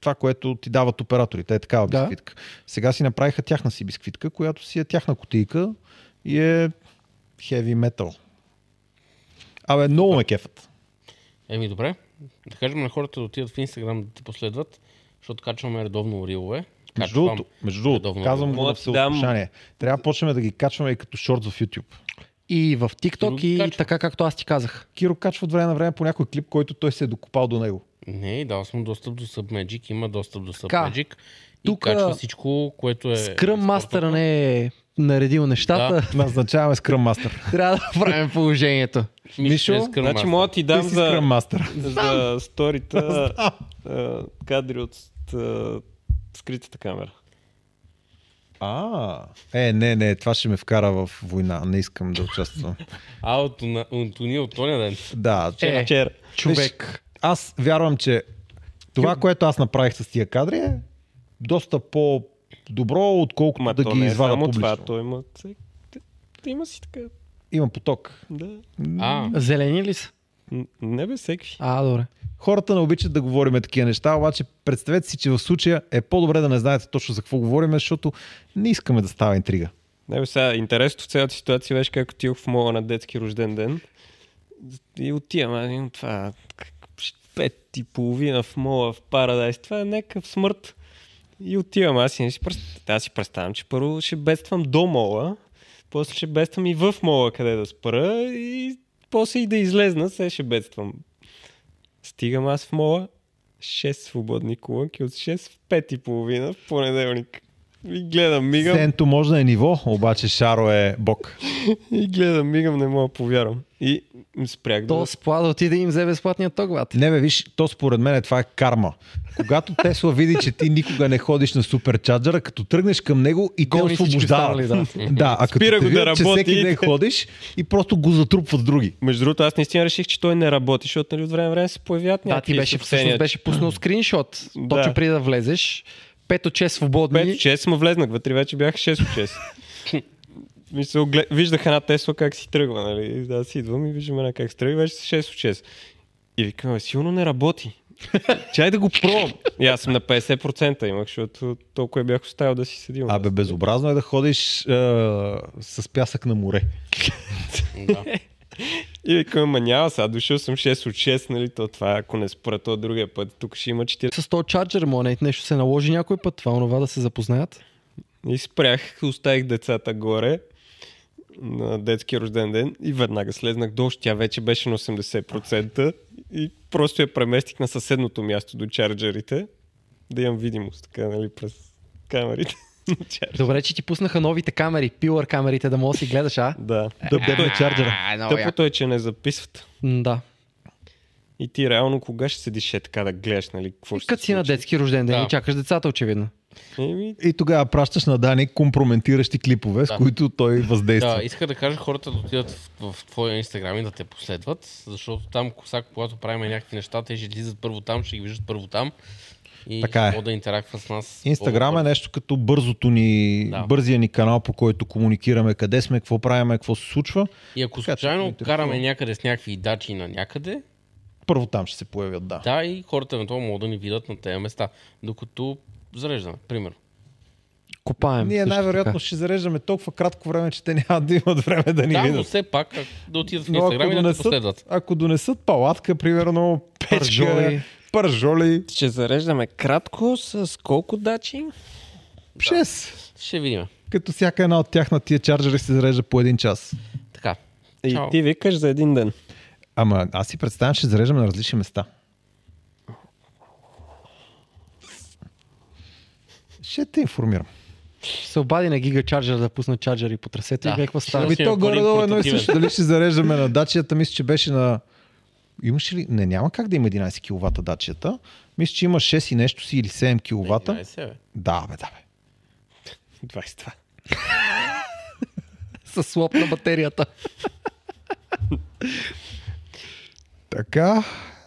S2: това, което ти дават операторите. Е такава
S4: Да.
S2: бисквитка. Сега си направиха тяхна си бисквитка, която си е тяхна кутийка и е heavy metal. Абе, много ме кефът.
S3: Еми, добре. Да кажем на хората да отидат в Инстаграм да те последват, защото качваме редовно рилове.
S2: Между
S3: Качвам.
S2: другото, между другото
S3: Редовно
S2: казвам го
S5: Мога
S2: на
S5: да ти дам-
S2: всеотношение. Трябва да почнем да ги качваме и като шорт в YouTube.
S4: И в
S3: Друго
S4: TikTok, и
S3: качва.
S4: така както аз ти казах.
S2: Киро качва от време на време по някой клип, който той се е докопал до него.
S3: Не, дал съм достъп до Submagic, има достъп до
S4: Така.
S3: Submagic. И
S4: Тука
S3: качва всичко, което е...
S4: Скръм мастъра
S3: спортното.
S4: не е наредил нещата.
S2: Назначаваме Scrum Master.
S4: Трябва да правим положението.
S3: Мишо, е
S2: Мишо,
S3: Scrum Master.
S5: Значи мога да ти
S2: Ти
S5: дам
S2: си Scrum
S5: за,
S2: Master.
S5: за сторита а, кадри от а, скритата камера.
S2: А, е, не, не, това ще ме вкара в война. Не искам да участвам.
S3: А, от на- Антони от тоня ден.
S2: да,
S4: Е,
S5: Вчера.
S2: човек. Аз вярвам, че това, което аз направих с тия кадри е доста по-добро, отколкото
S5: Ма
S2: да
S5: то
S2: ги
S5: не е
S2: извада
S5: само
S2: публично.
S5: това, той има... ц- т- т- Има си така,
S2: Има поток.
S5: да.
S3: А,
S4: Зелени ли са?
S5: Н- Не бе всеки.
S4: А, добре.
S2: Хората не обичат да говорим такива неща, обаче представете си, че в случая е по-добре да не знаете точно за какво говорим, защото не искаме да става интрига.
S5: Не бе, сега интересното в цялата ситуация беше как отидох в мола на детски рожден ден. И отивам, а имам това, как- пет и половина в мола в Парадайс. Това е някакъв смърт. И отивам, аз си, не си, пръст... аз си представям, че първо ще бедствам до мола, после ще бедствам и в мола къде да спра и после и да излезна, се ще бедствам. Стигам аз в мола, 6 свободни колонки от 6 в 5 и половина в понеделник. И гледам, мигам.
S2: Сенто може да е ниво, обаче Шаро е бог.
S5: И гледам, мигам, не мога да повярвам. И спрях да...
S4: То спада отиде и им взе безплатния ток, брат.
S2: Не бе, виж, то според мен това е карма. Когато Тесла види, че ти никога не ходиш на суперчарджера, като тръгнеш към него и го
S4: Гони всички
S2: освобождава.
S4: останали,
S2: да, а като
S5: Спира
S2: те
S5: го да
S2: видят, че
S5: работи.
S2: всеки ден ходиш и просто го затрупват други.
S5: Между другото, аз наистина реших, че той не работи, защото нали, от време на време се появяват
S4: Да, ти
S5: някакви
S4: беше, всъщност беше пуснал скриншот,
S5: Да.
S4: точно преди да влезеш. 5 от 6 свободни.
S5: 5 6 му влезнах, вътре вече бях 6 от 6. Мисъл, глед... виждах една Тесла как си тръгва, нали? Да, си идвам и виждам една как си тръгва, и вече са 6 от 6. И викам, «Абе, силно не работи. Чай да го пробвам. И аз съм на 50% имах, защото толкова я бях оставил да си седим.
S2: Абе, безобразно е да ходиш е, с пясък на море.
S5: И викам, ма няма сега, дошъл съм 6 от 6, нали? То това, ако не спра, то другия път, тук ще има 40.
S4: С този чарджер му не, нещо се наложи някой път, това онова да се запознаят.
S5: И спрях, оставих децата горе на детски рожден ден и веднага слезнах долу. Тя вече беше на 80% и просто я преместих на съседното място до чарджерите, да имам видимост, така, нали, през камерите. на чарджер.
S4: Добре, че ти пуснаха новите камери, пилър камерите, да мога да си гледаш, а?
S5: да.
S2: Да бъде чарджера.
S4: А, много яко.
S5: Тъпото е, че не записват.
S4: М, Да.
S5: И ти реално кога ще седиш е така да гледаш, нали, какво ще
S4: Е, Като
S5: се
S4: си на
S5: случи?
S4: детски рожден ден
S3: Да.
S4: и чакаш децата, очевидно.
S5: Еми,
S2: И тогава пращаш на Дани компрометиращи клипове, с
S3: Да.
S2: които той въздейства.
S3: Да, иска да кажа хората да отидат в, в твоя инстаграм и да те последват, защото там, сега, когато правим някакви неща, те ще излизат първо там, ще ги виждат първо там и
S2: Така е.
S3: могат да интерактват с нас.
S2: Инстаграм е нещо като бързото ни,
S3: Да.
S2: бързия ни канал, по който комуникираме къде сме, какво правиме, какво се случва.
S3: И ако
S2: Така че ме
S3: случайно
S2: интересува.
S3: караме някъде с някакви дачи на някъде,
S2: Първо там ще се появят, да.
S3: да, и хората евентуално могат да ни видят на тези места, докато зареждаме, примерно.
S4: Копаем.
S2: Ние
S4: Ами също
S2: най-вероятно
S4: така.
S2: ще зареждаме толкова кратко време, че те няма да имат време да ни
S3: да, но
S2: видят.
S3: все пак а- да отидат в
S2: Но ако
S3: Инстаграм и да те
S2: донесат-
S3: последват.
S2: Ако донесат палатка, примерно, печка, пържоли,
S4: Пържоли.
S2: пържоли
S5: ще зареждаме кратко с колко дачи?
S2: 6.
S3: Ще видим.
S2: Като всяка една от тях на тия чарджери се зарежда по един час.
S3: Така.
S2: Е,
S5: И
S3: Чао.
S5: ти викаш за един ден.
S2: Ама аз си представям, че зареждаме на различни места. Ще те информирам.
S4: Ще се обади на гига чарджер да пусна чарджери по трасето
S3: Да.
S4: и какво става.
S2: Ами
S3: си
S2: то
S3: направим
S2: горе-долу едно и
S3: портативен.
S2: също. Дали ще зареждаме на дачията, мисля, че беше на... Имаше ли? Не, няма как да има 11 кВт дачията. Мисля, че има 6 и нещо си или 7 кВт.
S3: 11, бе.
S2: Да, бе, да, бе.
S5: 22.
S4: С слоп на батерията.
S2: Така,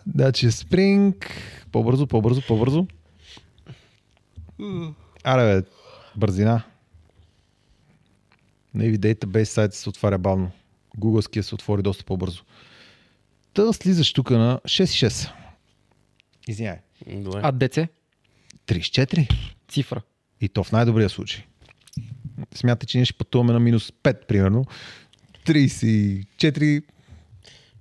S2: дачи спринг. По-бързо, по-бързо, по-бързо. Аре, бе, бързина. Navy Database сайта се отваря бавно. Google се отвори доста по-бързо. Та слизаш тук на 6.6. Извинявай.
S3: Добре.
S4: А, деце?
S2: 34.
S4: Цифра.
S2: И то в най-добрия случай. Смятай, че ние ще пътуваме на минус 5, примерно. 34,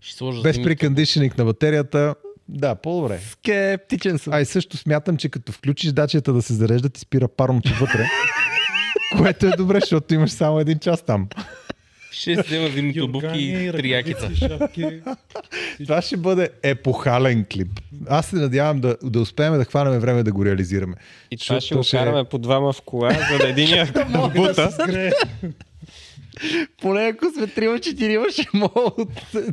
S3: ще сложа
S2: без
S3: зимните-
S2: прикандишенинг на батерията. Да, по-добре.
S4: Скептичен съм.
S2: А и също смятам, че като включиш дачията да се зарежда, ти спира парното вътре. което е добре, защото имаш само един час там.
S3: Ще си взема зимните обувки и три якица.
S1: шапки.
S2: Това ще бъде епохален клип. Аз се надявам да, да успеем да хванем време да го реализираме.
S5: И това ще
S2: Защото е
S5: го караме по двама в кола, за да единия да бута.
S1: Гре.
S4: Поне ако сме трима, четирима, ще мога от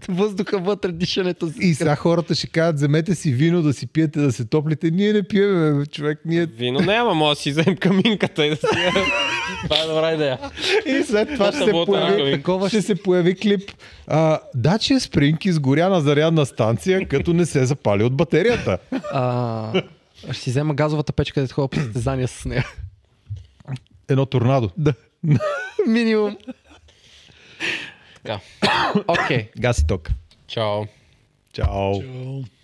S4: въздуха вътре дишането си.
S2: И сега хората ще кажат, вземете си вино да си пиете, да се топлите. Ние не пиеме, бе, човек. Ние...
S5: Вино няма, може да си вземем каминката и да си я...
S3: Това е добра идея.
S2: И след това ще се
S3: Табло,
S2: появи,
S3: такови.
S2: такова ще се появи клип. А, дачия Спринг изгоря на зарядна станция, като не се запали от батерията.
S4: А, ще си взема газовата печка, да ходя по състезания с нея.
S2: Едно торнадо. Да.
S4: Минимум.
S3: Така.
S4: Окей.
S2: Гаси ток.
S3: Чао.
S2: Чао.
S1: Чао.